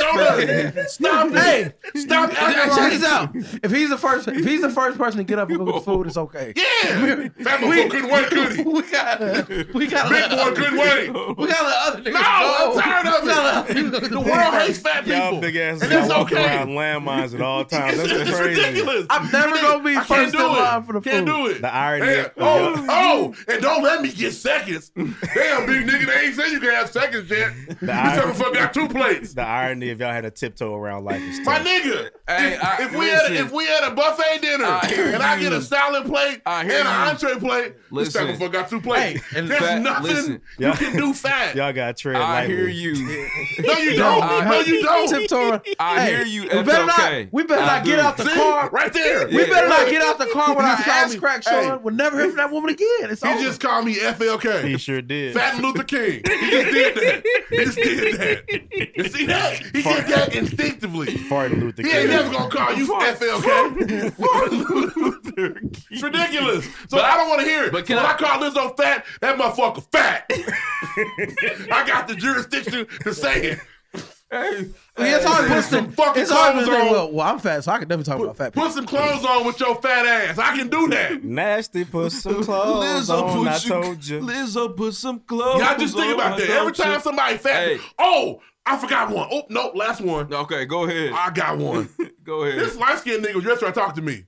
[SPEAKER 3] donuts. Stop it.
[SPEAKER 2] Hey,
[SPEAKER 3] stop acting
[SPEAKER 2] Check
[SPEAKER 3] like-
[SPEAKER 2] this out. If he's the first, if he's the first person to get up and go get the food, it's okay.
[SPEAKER 3] Yeah, fat motherfucker couldn't wait, could he?
[SPEAKER 2] We got, we got
[SPEAKER 3] Big boy couldn't wait.
[SPEAKER 2] We got other niggas.
[SPEAKER 3] No, I'm tired of it. The world hates fat people.
[SPEAKER 14] Y'all big ass
[SPEAKER 3] And that's
[SPEAKER 14] niggas walk
[SPEAKER 3] okay.
[SPEAKER 14] around landmines at all times.
[SPEAKER 3] It's,
[SPEAKER 14] That's
[SPEAKER 3] it's
[SPEAKER 14] crazy.
[SPEAKER 3] ridiculous.
[SPEAKER 2] I'm never gonna be
[SPEAKER 3] I can't
[SPEAKER 2] first in
[SPEAKER 3] do it.
[SPEAKER 2] line for the
[SPEAKER 3] can't
[SPEAKER 2] food.
[SPEAKER 3] do it.
[SPEAKER 14] The irony
[SPEAKER 3] Damn.
[SPEAKER 14] of-
[SPEAKER 3] Oh, oh, and don't let me get seconds. Damn, big nigga, they ain't say you can have seconds yet. This motherfucker got two plates.
[SPEAKER 14] The irony if y'all had a tiptoe around life is
[SPEAKER 3] My
[SPEAKER 14] tough.
[SPEAKER 3] nigga,
[SPEAKER 1] Hey,
[SPEAKER 3] if,
[SPEAKER 1] I-
[SPEAKER 3] if we had
[SPEAKER 1] listen.
[SPEAKER 3] if we had a buffet dinner
[SPEAKER 1] I hear
[SPEAKER 3] and I get
[SPEAKER 1] you.
[SPEAKER 3] a salad plate
[SPEAKER 1] I
[SPEAKER 3] and
[SPEAKER 1] hear
[SPEAKER 3] an
[SPEAKER 1] you.
[SPEAKER 3] entree plate,
[SPEAKER 1] Listen.
[SPEAKER 3] this motherfucker got two plates.
[SPEAKER 1] Hey, and
[SPEAKER 3] There's
[SPEAKER 1] fat-
[SPEAKER 3] nothing
[SPEAKER 1] listen.
[SPEAKER 3] you
[SPEAKER 1] Y'all-
[SPEAKER 3] can do fat.
[SPEAKER 14] Y'all got tread
[SPEAKER 1] I
[SPEAKER 14] lightly.
[SPEAKER 1] hear you.
[SPEAKER 3] No, you don't.
[SPEAKER 1] I-
[SPEAKER 3] no, you don't.
[SPEAKER 2] Tiptoeing.
[SPEAKER 1] I
[SPEAKER 2] Hey,
[SPEAKER 1] hear you.
[SPEAKER 2] We better
[SPEAKER 1] FLK.
[SPEAKER 2] not. We better
[SPEAKER 1] I
[SPEAKER 2] not get
[SPEAKER 1] do.
[SPEAKER 2] out the
[SPEAKER 1] See?
[SPEAKER 2] car
[SPEAKER 3] Right there.
[SPEAKER 2] We
[SPEAKER 1] Yeah.
[SPEAKER 2] better not
[SPEAKER 3] Look.
[SPEAKER 2] get out the car with
[SPEAKER 3] He
[SPEAKER 2] our
[SPEAKER 3] just called
[SPEAKER 2] ass
[SPEAKER 3] me-
[SPEAKER 2] crack
[SPEAKER 3] Hey.
[SPEAKER 2] showing. We'll never hear from that woman again. It's
[SPEAKER 3] He
[SPEAKER 2] over.
[SPEAKER 3] just called me FLK.
[SPEAKER 14] He sure did.
[SPEAKER 3] Fat Luther King. He just did that. He just did that. You see that? He did that instinctively.
[SPEAKER 14] Farting Luther
[SPEAKER 3] He
[SPEAKER 14] King.
[SPEAKER 3] ain't never gonna call you FLK. It's ridiculous. So I don't want to hear it.
[SPEAKER 1] but
[SPEAKER 3] But
[SPEAKER 1] can
[SPEAKER 3] when
[SPEAKER 1] I-
[SPEAKER 3] I, call Lizzo fat, that motherfucker fat. I got the jurisdiction to say it.
[SPEAKER 2] Yeah, it's hard.
[SPEAKER 3] Put some fucking
[SPEAKER 2] It's hard to
[SPEAKER 3] clothes
[SPEAKER 2] think,
[SPEAKER 3] on.
[SPEAKER 2] well, well, I'm fat, so I can definitely talk about fat people.
[SPEAKER 3] Put some clothes on with your fat ass. I can do that.
[SPEAKER 14] Nasty put some clothes on. I told you.
[SPEAKER 1] Lizzo put some clothes.
[SPEAKER 3] Y'all just think about that. Every time somebody fat,
[SPEAKER 1] Hey.
[SPEAKER 3] oh, I forgot one. Oh, nope, last one.
[SPEAKER 1] Okay, go ahead.
[SPEAKER 3] I got one.
[SPEAKER 1] Go ahead.
[SPEAKER 3] This light skinned nigga was just trying to talk to me.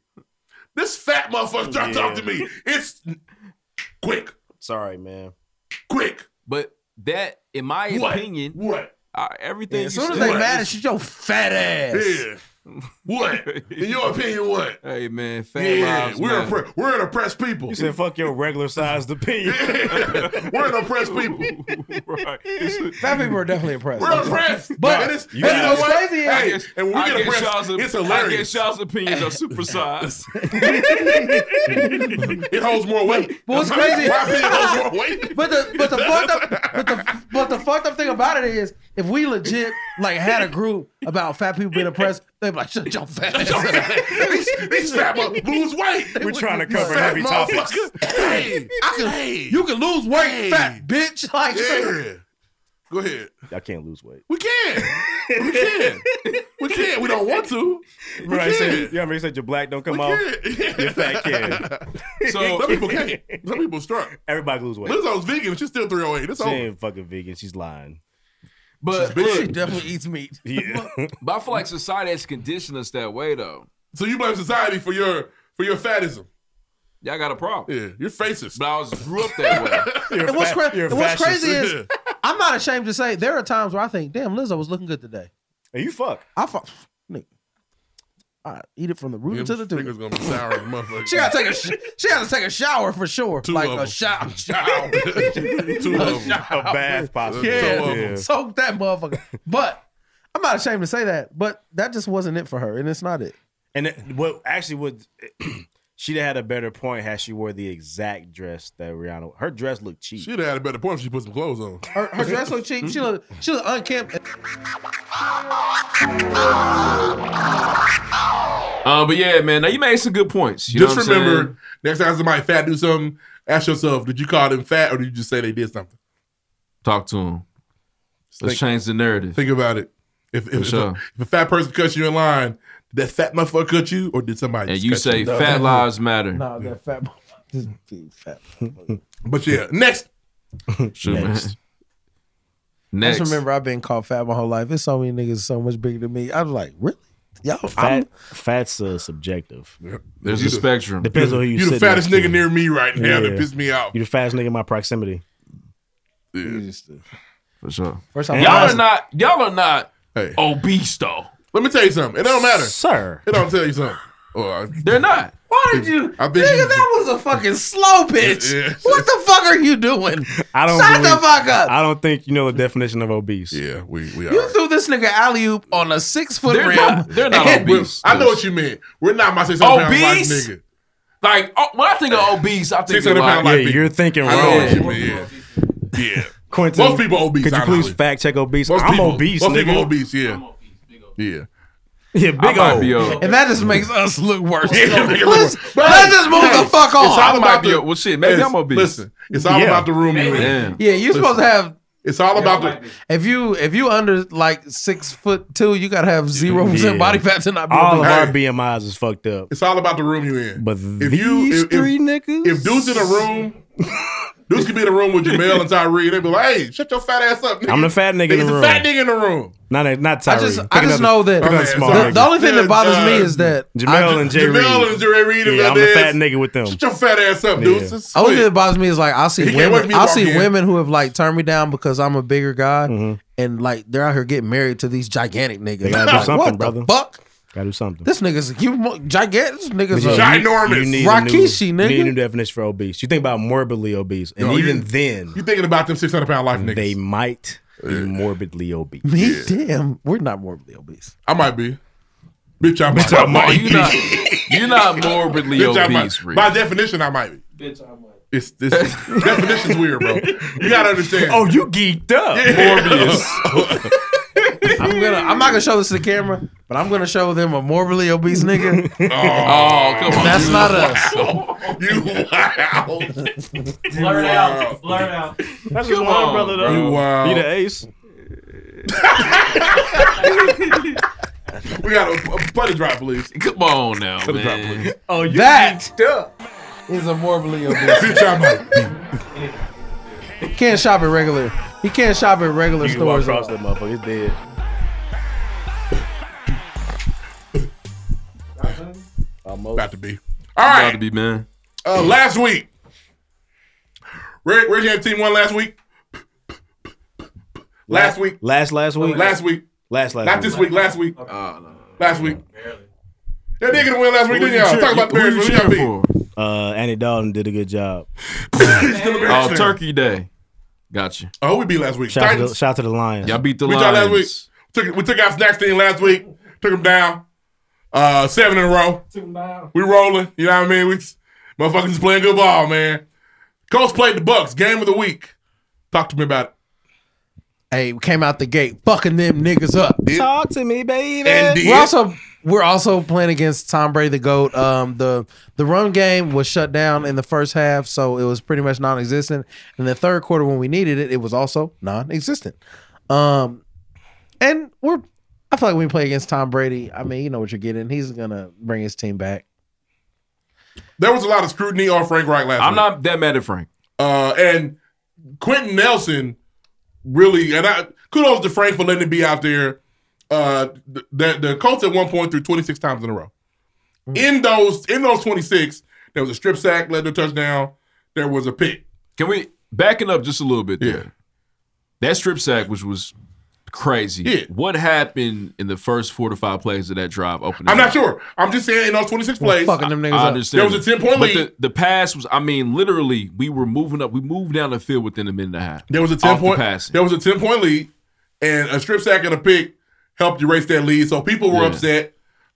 [SPEAKER 3] This fat motherfucker trying to talk to me. It's quick,
[SPEAKER 14] Sorry, man.
[SPEAKER 3] quick.
[SPEAKER 1] But that, in my
[SPEAKER 3] What?
[SPEAKER 1] opinion,
[SPEAKER 3] What?
[SPEAKER 1] uh, everything.
[SPEAKER 2] As
[SPEAKER 1] you
[SPEAKER 2] soon as
[SPEAKER 1] said-
[SPEAKER 2] they mad at you, your fat ass.
[SPEAKER 3] Yeah. What? In your opinion, what?
[SPEAKER 1] Hey man, fat
[SPEAKER 3] Yeah,
[SPEAKER 1] lives
[SPEAKER 3] we're
[SPEAKER 1] matter.
[SPEAKER 3] oppre- we're an oppressed people.
[SPEAKER 14] You said fuck your regular sized opinion.
[SPEAKER 3] we're an oppressed people.
[SPEAKER 1] right. It's-
[SPEAKER 2] Fat people are definitely impressed.
[SPEAKER 3] We're oppressed.
[SPEAKER 2] But-
[SPEAKER 3] and, it's,
[SPEAKER 14] You
[SPEAKER 3] and you
[SPEAKER 14] got
[SPEAKER 3] know
[SPEAKER 14] it.
[SPEAKER 3] what?
[SPEAKER 2] Crazy
[SPEAKER 1] I
[SPEAKER 3] Hey,
[SPEAKER 1] guess-
[SPEAKER 3] and when
[SPEAKER 1] I
[SPEAKER 3] we get
[SPEAKER 1] guess
[SPEAKER 3] oppressed,
[SPEAKER 1] y'all's- I
[SPEAKER 3] it's
[SPEAKER 1] guess
[SPEAKER 3] hilarious.
[SPEAKER 1] y'all's opinions are supersized.
[SPEAKER 3] It holds more weight.
[SPEAKER 2] But what's
[SPEAKER 3] My-
[SPEAKER 2] crazy-
[SPEAKER 3] My opinion holds more weight.
[SPEAKER 2] But the but the fucked up but the but the fucked up thing about it is if we legit like had a group about fat people being oppressed, they'd be like, shut your fat ass. up."
[SPEAKER 3] these, these fat motherfuckers lose weight.
[SPEAKER 14] We're trying to
[SPEAKER 3] You
[SPEAKER 14] cover
[SPEAKER 3] fat
[SPEAKER 14] heavy topics.
[SPEAKER 3] motherfucker. Hey, I can.
[SPEAKER 2] You can lose weight,
[SPEAKER 3] Hey.
[SPEAKER 2] fat bitch. Like
[SPEAKER 3] yeah. Go ahead.
[SPEAKER 14] Y'all can't lose weight.
[SPEAKER 3] We can. We can. We can. We don't want to. We
[SPEAKER 14] Remember, I said, you
[SPEAKER 3] can.
[SPEAKER 14] remember you said your black don't
[SPEAKER 3] We
[SPEAKER 14] come off?
[SPEAKER 3] can.
[SPEAKER 14] Your fat can.
[SPEAKER 3] Some
[SPEAKER 1] so
[SPEAKER 3] people can't. Some people struck.
[SPEAKER 14] Everybody lose weight.
[SPEAKER 3] Lizzo's vegan. She's still 308. It's
[SPEAKER 14] She
[SPEAKER 3] over.
[SPEAKER 14] ain't fucking vegan. She's lying.
[SPEAKER 1] but
[SPEAKER 2] she
[SPEAKER 1] look,
[SPEAKER 2] definitely eats meat.
[SPEAKER 14] Yeah.
[SPEAKER 1] but I feel like society has conditioned us that way though.
[SPEAKER 3] So you blame society for your for your fatism.
[SPEAKER 1] Y'all got a problem.
[SPEAKER 3] Yeah, you're racist.
[SPEAKER 1] But I was grew up that way.
[SPEAKER 14] You're
[SPEAKER 2] And what's,
[SPEAKER 14] fat-
[SPEAKER 2] cra-
[SPEAKER 14] you're
[SPEAKER 2] and what's
[SPEAKER 14] fascist.
[SPEAKER 2] crazy is I'm not ashamed to say there are times where I think, damn, Lizzo was looking good today.
[SPEAKER 14] And you fuck.
[SPEAKER 2] I fuck, nigga. I eat it from the root
[SPEAKER 3] Them
[SPEAKER 2] to the tooth.
[SPEAKER 3] fingers gonna be sour as a motherfucker.
[SPEAKER 2] She gotta take a sh- she gotta take a shower for sure.
[SPEAKER 3] Two
[SPEAKER 2] like
[SPEAKER 3] of
[SPEAKER 2] a
[SPEAKER 3] them.
[SPEAKER 2] shower,
[SPEAKER 3] Ow.
[SPEAKER 2] shower.
[SPEAKER 3] Two of them.
[SPEAKER 14] A bath possibly.
[SPEAKER 2] Yeah.
[SPEAKER 14] Yeah.
[SPEAKER 2] Soak that motherfucker. But I'm not ashamed to say that. But that just wasn't it for her, and it's not it.
[SPEAKER 14] And it, what actually would she'd have had a better point had she wore the exact dress that Rihanna her dress looked cheap.
[SPEAKER 3] She'd have had a better point if she put some clothes on.
[SPEAKER 2] Her, her dress looked cheap. She looked she looked unkempt.
[SPEAKER 1] Uh, but yeah, man, now you made some good points. You know
[SPEAKER 3] just
[SPEAKER 1] what I'm
[SPEAKER 3] remember,
[SPEAKER 1] saying?
[SPEAKER 3] next time somebody fat do something, ask yourself: Did you call them fat, or did you just say they did something?
[SPEAKER 1] talk to him. Let's
[SPEAKER 3] Think-
[SPEAKER 1] change the narrative.
[SPEAKER 3] Think about it. If if, if,
[SPEAKER 1] sure.
[SPEAKER 3] a, if a fat person cuts you in line, did that fat motherfucker cut you, or did somebody?
[SPEAKER 1] And
[SPEAKER 3] just
[SPEAKER 1] you
[SPEAKER 3] cut
[SPEAKER 1] say fat lives matter.
[SPEAKER 2] Nah, that fat motherfucker. Fat.
[SPEAKER 3] But yeah, next.
[SPEAKER 1] Sure, man. Next.
[SPEAKER 2] I just remember I've been called fat my whole life. There's so many niggas so much bigger than me. I was like, really? Y'all, I'm-
[SPEAKER 14] Fat, fat's uh, subjective.
[SPEAKER 1] There's
[SPEAKER 3] You
[SPEAKER 1] a
[SPEAKER 3] the-
[SPEAKER 1] spectrum.
[SPEAKER 14] Depends on who you
[SPEAKER 3] You the
[SPEAKER 14] sit
[SPEAKER 3] fattest
[SPEAKER 14] next to.
[SPEAKER 3] nigga near me right now.
[SPEAKER 14] Yeah.
[SPEAKER 3] That pissed me off.
[SPEAKER 14] You the fattest nigga in my proximity.
[SPEAKER 1] for sure.
[SPEAKER 2] first off,
[SPEAKER 1] Y'all
[SPEAKER 2] y'all
[SPEAKER 1] are not. Y'all are not
[SPEAKER 3] Hey,
[SPEAKER 1] obese though.
[SPEAKER 3] let me tell you something. It don't matter.
[SPEAKER 14] Sir.
[SPEAKER 3] It don't tell you something. Oh, I,
[SPEAKER 1] They're not.
[SPEAKER 2] why did you?
[SPEAKER 3] I think
[SPEAKER 2] Nigga,
[SPEAKER 3] you-
[SPEAKER 2] that was a fucking slow pitch.
[SPEAKER 3] Yeah.
[SPEAKER 2] What the fuck are you doing?
[SPEAKER 14] I don't
[SPEAKER 2] Shut the
[SPEAKER 14] believe-
[SPEAKER 2] fuck up.
[SPEAKER 14] I don't think you know the definition of obese.
[SPEAKER 3] yeah, we we
[SPEAKER 2] You
[SPEAKER 3] are.
[SPEAKER 2] threw this nigga alley oop on a six foot
[SPEAKER 1] They're
[SPEAKER 2] rim.
[SPEAKER 1] not. They're not
[SPEAKER 3] We're-
[SPEAKER 1] obese.
[SPEAKER 3] I know what you meant. We're not my six hundred pound life
[SPEAKER 1] Obese?
[SPEAKER 3] nigga.
[SPEAKER 1] Like oh, when I think of obese, I think of
[SPEAKER 3] 600
[SPEAKER 1] like,
[SPEAKER 3] pound light
[SPEAKER 4] Yeah,
[SPEAKER 3] people.
[SPEAKER 4] you're thinking
[SPEAKER 3] I know
[SPEAKER 4] wrong.
[SPEAKER 3] what you mean, Yeah. yeah.
[SPEAKER 4] Quentin,
[SPEAKER 3] most people obese.
[SPEAKER 4] Could you
[SPEAKER 3] honestly.
[SPEAKER 4] please fact check obese?
[SPEAKER 3] Most
[SPEAKER 4] I'm
[SPEAKER 3] people,
[SPEAKER 4] obese.
[SPEAKER 3] Most
[SPEAKER 4] nigga.
[SPEAKER 3] people obese. Yeah. Yeah.
[SPEAKER 4] Yeah, big
[SPEAKER 3] might
[SPEAKER 4] old.
[SPEAKER 1] uh,
[SPEAKER 3] be old.
[SPEAKER 2] And that just makes us look worse.
[SPEAKER 3] Yeah, nigga, look
[SPEAKER 2] let's,
[SPEAKER 3] worse.
[SPEAKER 2] let's just move the
[SPEAKER 3] Hey,
[SPEAKER 2] fuck on.
[SPEAKER 3] It's all about
[SPEAKER 1] be
[SPEAKER 3] the
[SPEAKER 1] a- well, shit, maybe
[SPEAKER 3] it's-
[SPEAKER 1] I'm obese.
[SPEAKER 3] Listen, it's all
[SPEAKER 2] Yeah.
[SPEAKER 3] about the room you
[SPEAKER 2] Maybe.
[SPEAKER 3] in.
[SPEAKER 2] Yeah, you're
[SPEAKER 3] Listen,
[SPEAKER 2] supposed to have.
[SPEAKER 3] It's all about the.
[SPEAKER 2] If you if you under like six foot two, you gotta have zero percent
[SPEAKER 4] Yeah.
[SPEAKER 2] body fat to not be
[SPEAKER 4] All of
[SPEAKER 2] obese.
[SPEAKER 4] our BMIs is fucked up.
[SPEAKER 3] It's all about the room you in.
[SPEAKER 4] But
[SPEAKER 3] If you if, if, if dudes in a room, dudes could be in a room with Jamel and Tyree. They'd be like, "Hey, shut your fat ass up." Nigga.
[SPEAKER 4] I'm the fat nigga in
[SPEAKER 3] He's
[SPEAKER 4] the
[SPEAKER 3] a
[SPEAKER 4] room.
[SPEAKER 3] fat nigga in the room.
[SPEAKER 4] Not a, not
[SPEAKER 2] I
[SPEAKER 4] Tyree.
[SPEAKER 2] just
[SPEAKER 4] Pick
[SPEAKER 2] I just
[SPEAKER 4] another-
[SPEAKER 2] know that
[SPEAKER 4] pick another small
[SPEAKER 2] the, the
[SPEAKER 4] nigga.
[SPEAKER 2] only thing that bothers me is that
[SPEAKER 4] Jamel and Jay
[SPEAKER 3] Jamel
[SPEAKER 4] Reed.
[SPEAKER 3] and Jay Reed is
[SPEAKER 4] Yeah,
[SPEAKER 3] out
[SPEAKER 4] I'm a
[SPEAKER 3] there.
[SPEAKER 4] fat nigga with them.
[SPEAKER 3] Shut your fat ass up,
[SPEAKER 4] Yeah.
[SPEAKER 3] dudes. It's
[SPEAKER 2] Only thing
[SPEAKER 3] sweet.
[SPEAKER 2] that bothers me is like I
[SPEAKER 3] He
[SPEAKER 2] see
[SPEAKER 3] can't wait for
[SPEAKER 2] women.
[SPEAKER 3] me to
[SPEAKER 2] I
[SPEAKER 3] walk
[SPEAKER 2] see
[SPEAKER 3] in.
[SPEAKER 2] women who have like turned me down because I'm a bigger guy, and like they're out here getting married to these gigantic niggas.
[SPEAKER 4] Mm-hmm. They gotta do
[SPEAKER 2] Like,
[SPEAKER 4] something,
[SPEAKER 2] what
[SPEAKER 4] brother.
[SPEAKER 2] the fuck?
[SPEAKER 4] Gotta do something.
[SPEAKER 2] This nigga's you gigantic. This nigga's
[SPEAKER 4] But
[SPEAKER 2] a,
[SPEAKER 4] yeah, you- you need a new-
[SPEAKER 2] Rakishi,
[SPEAKER 4] You
[SPEAKER 2] nigga.
[SPEAKER 4] need a new definition for obese. You think about morbidly obese, and
[SPEAKER 3] Yo, you-
[SPEAKER 4] even then,
[SPEAKER 3] You thinking about them 600 pound life niggas?
[SPEAKER 4] they might be morbidly obese.
[SPEAKER 2] Me, damn, we're not morbidly obese.
[SPEAKER 3] I might be. Bitch, I might.
[SPEAKER 4] Bitch, I might
[SPEAKER 1] You not you not morbidly
[SPEAKER 3] Bitch, I might-
[SPEAKER 1] obese, Rick.
[SPEAKER 3] By definition, I might be. Bitch, I might. It's this definition's weird, bro. You gotta understand.
[SPEAKER 4] Oh, you geeked up.
[SPEAKER 3] Morbius.
[SPEAKER 2] I'm gonna. I'm not gonna show this to the camera, but I'm gonna show them a morbidly obese nigga. oh,
[SPEAKER 1] come on.
[SPEAKER 2] That's
[SPEAKER 1] You
[SPEAKER 2] not
[SPEAKER 1] wild.
[SPEAKER 2] us.
[SPEAKER 3] You wow.
[SPEAKER 13] Blur it out. Blur it out.
[SPEAKER 4] That's
[SPEAKER 13] Come
[SPEAKER 4] one
[SPEAKER 13] on,
[SPEAKER 4] brother
[SPEAKER 13] bro.
[SPEAKER 4] though.
[SPEAKER 3] You wild.
[SPEAKER 4] He the ace.
[SPEAKER 3] we got a, a buddy drop, please.
[SPEAKER 1] Come on now,
[SPEAKER 3] Put it down,
[SPEAKER 1] man.
[SPEAKER 3] please.
[SPEAKER 4] Oh, you
[SPEAKER 2] That is a morbidly obese.
[SPEAKER 3] Bitch, I might.
[SPEAKER 2] He can't shop at regular. He can't shop at regular
[SPEAKER 4] You can walk
[SPEAKER 2] stores.
[SPEAKER 4] across that motherfucker. It's dead. Almost.
[SPEAKER 3] About to be. All right.
[SPEAKER 1] About to be man.
[SPEAKER 3] Uh, last week, Rick, Rick had team one last week. Last week,
[SPEAKER 4] Last last week.
[SPEAKER 3] last week,
[SPEAKER 4] Last last.
[SPEAKER 3] not this week, last week, last week. That nigga done win last week,
[SPEAKER 1] Oh, Who
[SPEAKER 3] didn't
[SPEAKER 1] you
[SPEAKER 3] y'all?
[SPEAKER 1] cheer-
[SPEAKER 3] Talk about the
[SPEAKER 1] who you
[SPEAKER 3] Bears. Who y'all
[SPEAKER 1] cheering
[SPEAKER 3] beat?
[SPEAKER 1] for?
[SPEAKER 4] Uh, Annie Dalton did a good job.
[SPEAKER 3] Still a Bears
[SPEAKER 1] Oh,
[SPEAKER 3] fan.
[SPEAKER 1] Turkey Day. Gotcha.
[SPEAKER 3] Oh, we beat last week.
[SPEAKER 4] Shout out, to the,
[SPEAKER 3] Titans.
[SPEAKER 4] shout out to the Lions.
[SPEAKER 1] Y'all beat the
[SPEAKER 3] we beat y'all last week.
[SPEAKER 1] Lions.
[SPEAKER 3] Took, we took out Snacks team last week. Took them down. Uh, seven in a row.
[SPEAKER 13] Took him down.
[SPEAKER 3] We rolling. You know what I mean? We motherfuckers is playing good ball, man. Coach played the Bucks. Game of the week. Talk to me about it.
[SPEAKER 2] Hey, we came out the gate, fucking them niggas up.
[SPEAKER 4] Talk to me, baby.
[SPEAKER 3] And did.
[SPEAKER 2] We're also we're also playing against Tom Brady, the goat. Um, the the run game was shut down in the first half, so it was pretty much non-existent. In the third quarter, when we needed it, it was also non-existent. Um, and we're I feel like when we play against Tom Brady, I mean, you know what you're getting. He's gonna bring his team back.
[SPEAKER 3] There was a lot of scrutiny on Frank Reich last
[SPEAKER 1] I'm
[SPEAKER 3] week.
[SPEAKER 1] not that mad at Frank.
[SPEAKER 3] Uh, and Quentin Nelson really, and I kudos to Frank for letting it be out there. Uh, the, the the Colts at one point threw 26 times in a row.
[SPEAKER 1] Mm.
[SPEAKER 3] In those in those 26, there was a strip sack, led to a touchdown. There was a pick.
[SPEAKER 1] Can we backing up just a little bit? There.
[SPEAKER 3] Yeah.
[SPEAKER 1] That strip sack, which was crazy.
[SPEAKER 3] Yeah.
[SPEAKER 1] What happened in the first four to five plays of that drive? Opening.
[SPEAKER 3] I'm
[SPEAKER 1] up?
[SPEAKER 3] not sure. I'm just saying in those 26 plays,
[SPEAKER 2] Fucking them niggas
[SPEAKER 1] I
[SPEAKER 2] up.
[SPEAKER 1] understand.
[SPEAKER 3] There was a 10-point
[SPEAKER 1] But
[SPEAKER 3] lead.
[SPEAKER 1] The, the pass was, I mean, literally, we were moving up. We moved down the field within a minute and a half.
[SPEAKER 3] there was a 10
[SPEAKER 1] off the
[SPEAKER 3] point
[SPEAKER 1] passing.
[SPEAKER 3] there was a 10 point lead, and a strip sack and a pick helped erase that lead. So people were
[SPEAKER 1] Yeah.
[SPEAKER 3] upset.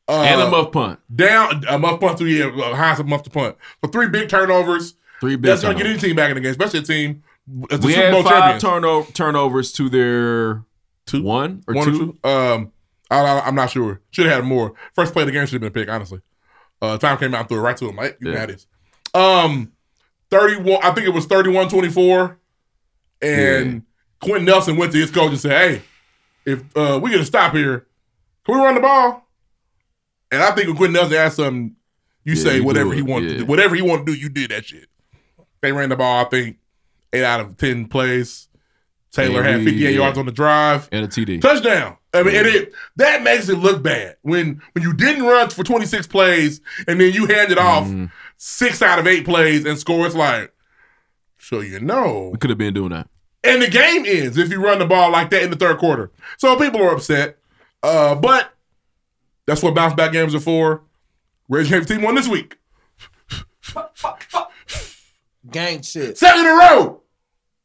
[SPEAKER 3] Uh,
[SPEAKER 1] and a muff punt.
[SPEAKER 3] down a muff punt to yeah, Hines a muff to punt. But three big turnovers.
[SPEAKER 1] Three big
[SPEAKER 3] That's gonna get any
[SPEAKER 1] turnovers.
[SPEAKER 3] team back in the game, especially a team that's a
[SPEAKER 1] We
[SPEAKER 3] Super
[SPEAKER 1] had
[SPEAKER 3] Bowl champion.
[SPEAKER 1] five turno- turnovers to their
[SPEAKER 3] Two?
[SPEAKER 1] one or
[SPEAKER 3] One
[SPEAKER 1] two.
[SPEAKER 3] or two. Um, I, I, I'm not sure. Should have had more. First play of the game should have been a pick. Honestly, uh, time came out and threw it right to him. Like you
[SPEAKER 1] Yeah.
[SPEAKER 3] got this. Um, 31. I think it was 31-24, and Quentin Nelson went to his coach and said, "Hey, if uh, we get a stop here, can we run the ball?" And I think when Quentin Nelson asked something, you
[SPEAKER 1] Yeah,
[SPEAKER 3] say
[SPEAKER 1] you
[SPEAKER 3] whatever
[SPEAKER 1] do
[SPEAKER 3] you
[SPEAKER 1] it.
[SPEAKER 3] want
[SPEAKER 1] Yeah.
[SPEAKER 3] to do. Whatever you want to do, you did that shit. They ran the ball. I think eight out of ten plays. Taylor
[SPEAKER 1] Yeah,
[SPEAKER 3] had
[SPEAKER 1] we-
[SPEAKER 3] 58
[SPEAKER 1] yeah.
[SPEAKER 3] yards on the drive
[SPEAKER 1] And a TD.
[SPEAKER 3] touchdown. I mean, and it that makes it look bad when when you didn't run for 26 plays and then you handed off six out of eight plays and score. It's like, so you know.
[SPEAKER 1] We could have been doing that.
[SPEAKER 3] And the game ends if you run the ball like that in the third quarter. So people are upset, uh, but that's what bounce back games are for. Reggie James team won this week,
[SPEAKER 2] Gang shit.
[SPEAKER 3] seven in a row.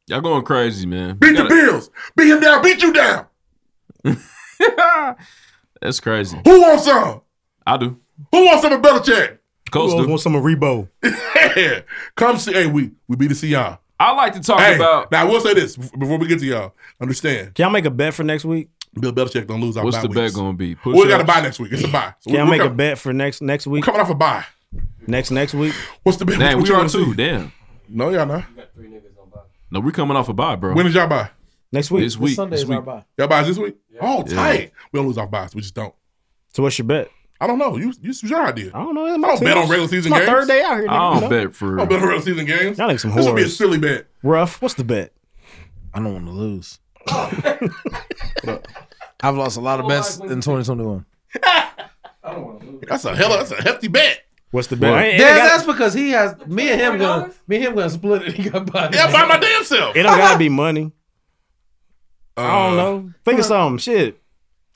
[SPEAKER 1] Y'all going crazy, man.
[SPEAKER 3] Beat
[SPEAKER 1] You
[SPEAKER 3] the
[SPEAKER 1] gotta-
[SPEAKER 3] Bills, beat him down, beat you down.
[SPEAKER 1] That's crazy.
[SPEAKER 3] Who wants some?
[SPEAKER 1] I do.
[SPEAKER 3] Who wants some of Belichick?
[SPEAKER 1] Coast
[SPEAKER 4] Who
[SPEAKER 1] do.
[SPEAKER 4] else wants some of Rebo?
[SPEAKER 3] Yeah. Come see. Hey, we we be to see y'all.
[SPEAKER 1] I like to talk about-
[SPEAKER 3] Now I will say this bef- before we get to y'all. Understand?
[SPEAKER 4] Can y'all make a bet for next week?
[SPEAKER 3] Bill Belichick don't lose. Our
[SPEAKER 1] What's
[SPEAKER 3] bye
[SPEAKER 1] the bet
[SPEAKER 3] weeks.
[SPEAKER 1] gonna be?
[SPEAKER 3] Well, we got to
[SPEAKER 1] Push-ups?
[SPEAKER 3] buy next week. It's a buy.
[SPEAKER 4] Can I make a bet for next next week?
[SPEAKER 3] coming off a bye.
[SPEAKER 4] Next next week.
[SPEAKER 3] What's the bet?
[SPEAKER 1] Damn, we are too. Damn.
[SPEAKER 3] No, y'all not.
[SPEAKER 1] No, we coming off a bye, bro.
[SPEAKER 3] When is y'all bye?
[SPEAKER 4] Next
[SPEAKER 1] week. This week.
[SPEAKER 2] Sunday
[SPEAKER 1] This
[SPEAKER 2] is our
[SPEAKER 1] week.
[SPEAKER 2] bye.
[SPEAKER 3] Y'all buys this week? Oh,
[SPEAKER 1] Yeah.
[SPEAKER 3] tight. We don't lose our buys. We just don't.
[SPEAKER 4] So what's your bet?
[SPEAKER 3] I don't know. You, you it's your idea.
[SPEAKER 4] I don't know.
[SPEAKER 3] I don't bet on regular season
[SPEAKER 4] it's my
[SPEAKER 3] games.
[SPEAKER 4] third day out here. Nigga, you know? Oh,
[SPEAKER 3] I don't bet on regular season games.
[SPEAKER 4] Y'all niggas some
[SPEAKER 3] This would be a
[SPEAKER 4] whores.
[SPEAKER 3] silly bet.
[SPEAKER 4] Ruff, what's the bet?
[SPEAKER 2] I don't want to lose. I've lost a lot of bets in 2021.
[SPEAKER 3] That's a hell. That's a hefty bet.
[SPEAKER 4] What's the
[SPEAKER 2] Well,
[SPEAKER 4] bet? It
[SPEAKER 2] that's,
[SPEAKER 4] ain't
[SPEAKER 2] that's because he has me and him gonna me and him gonna split it. He got by.
[SPEAKER 3] Yeah, by my damn self. Uh,
[SPEAKER 4] got- it don't gotta be money. I don't know. Think of something. Shit.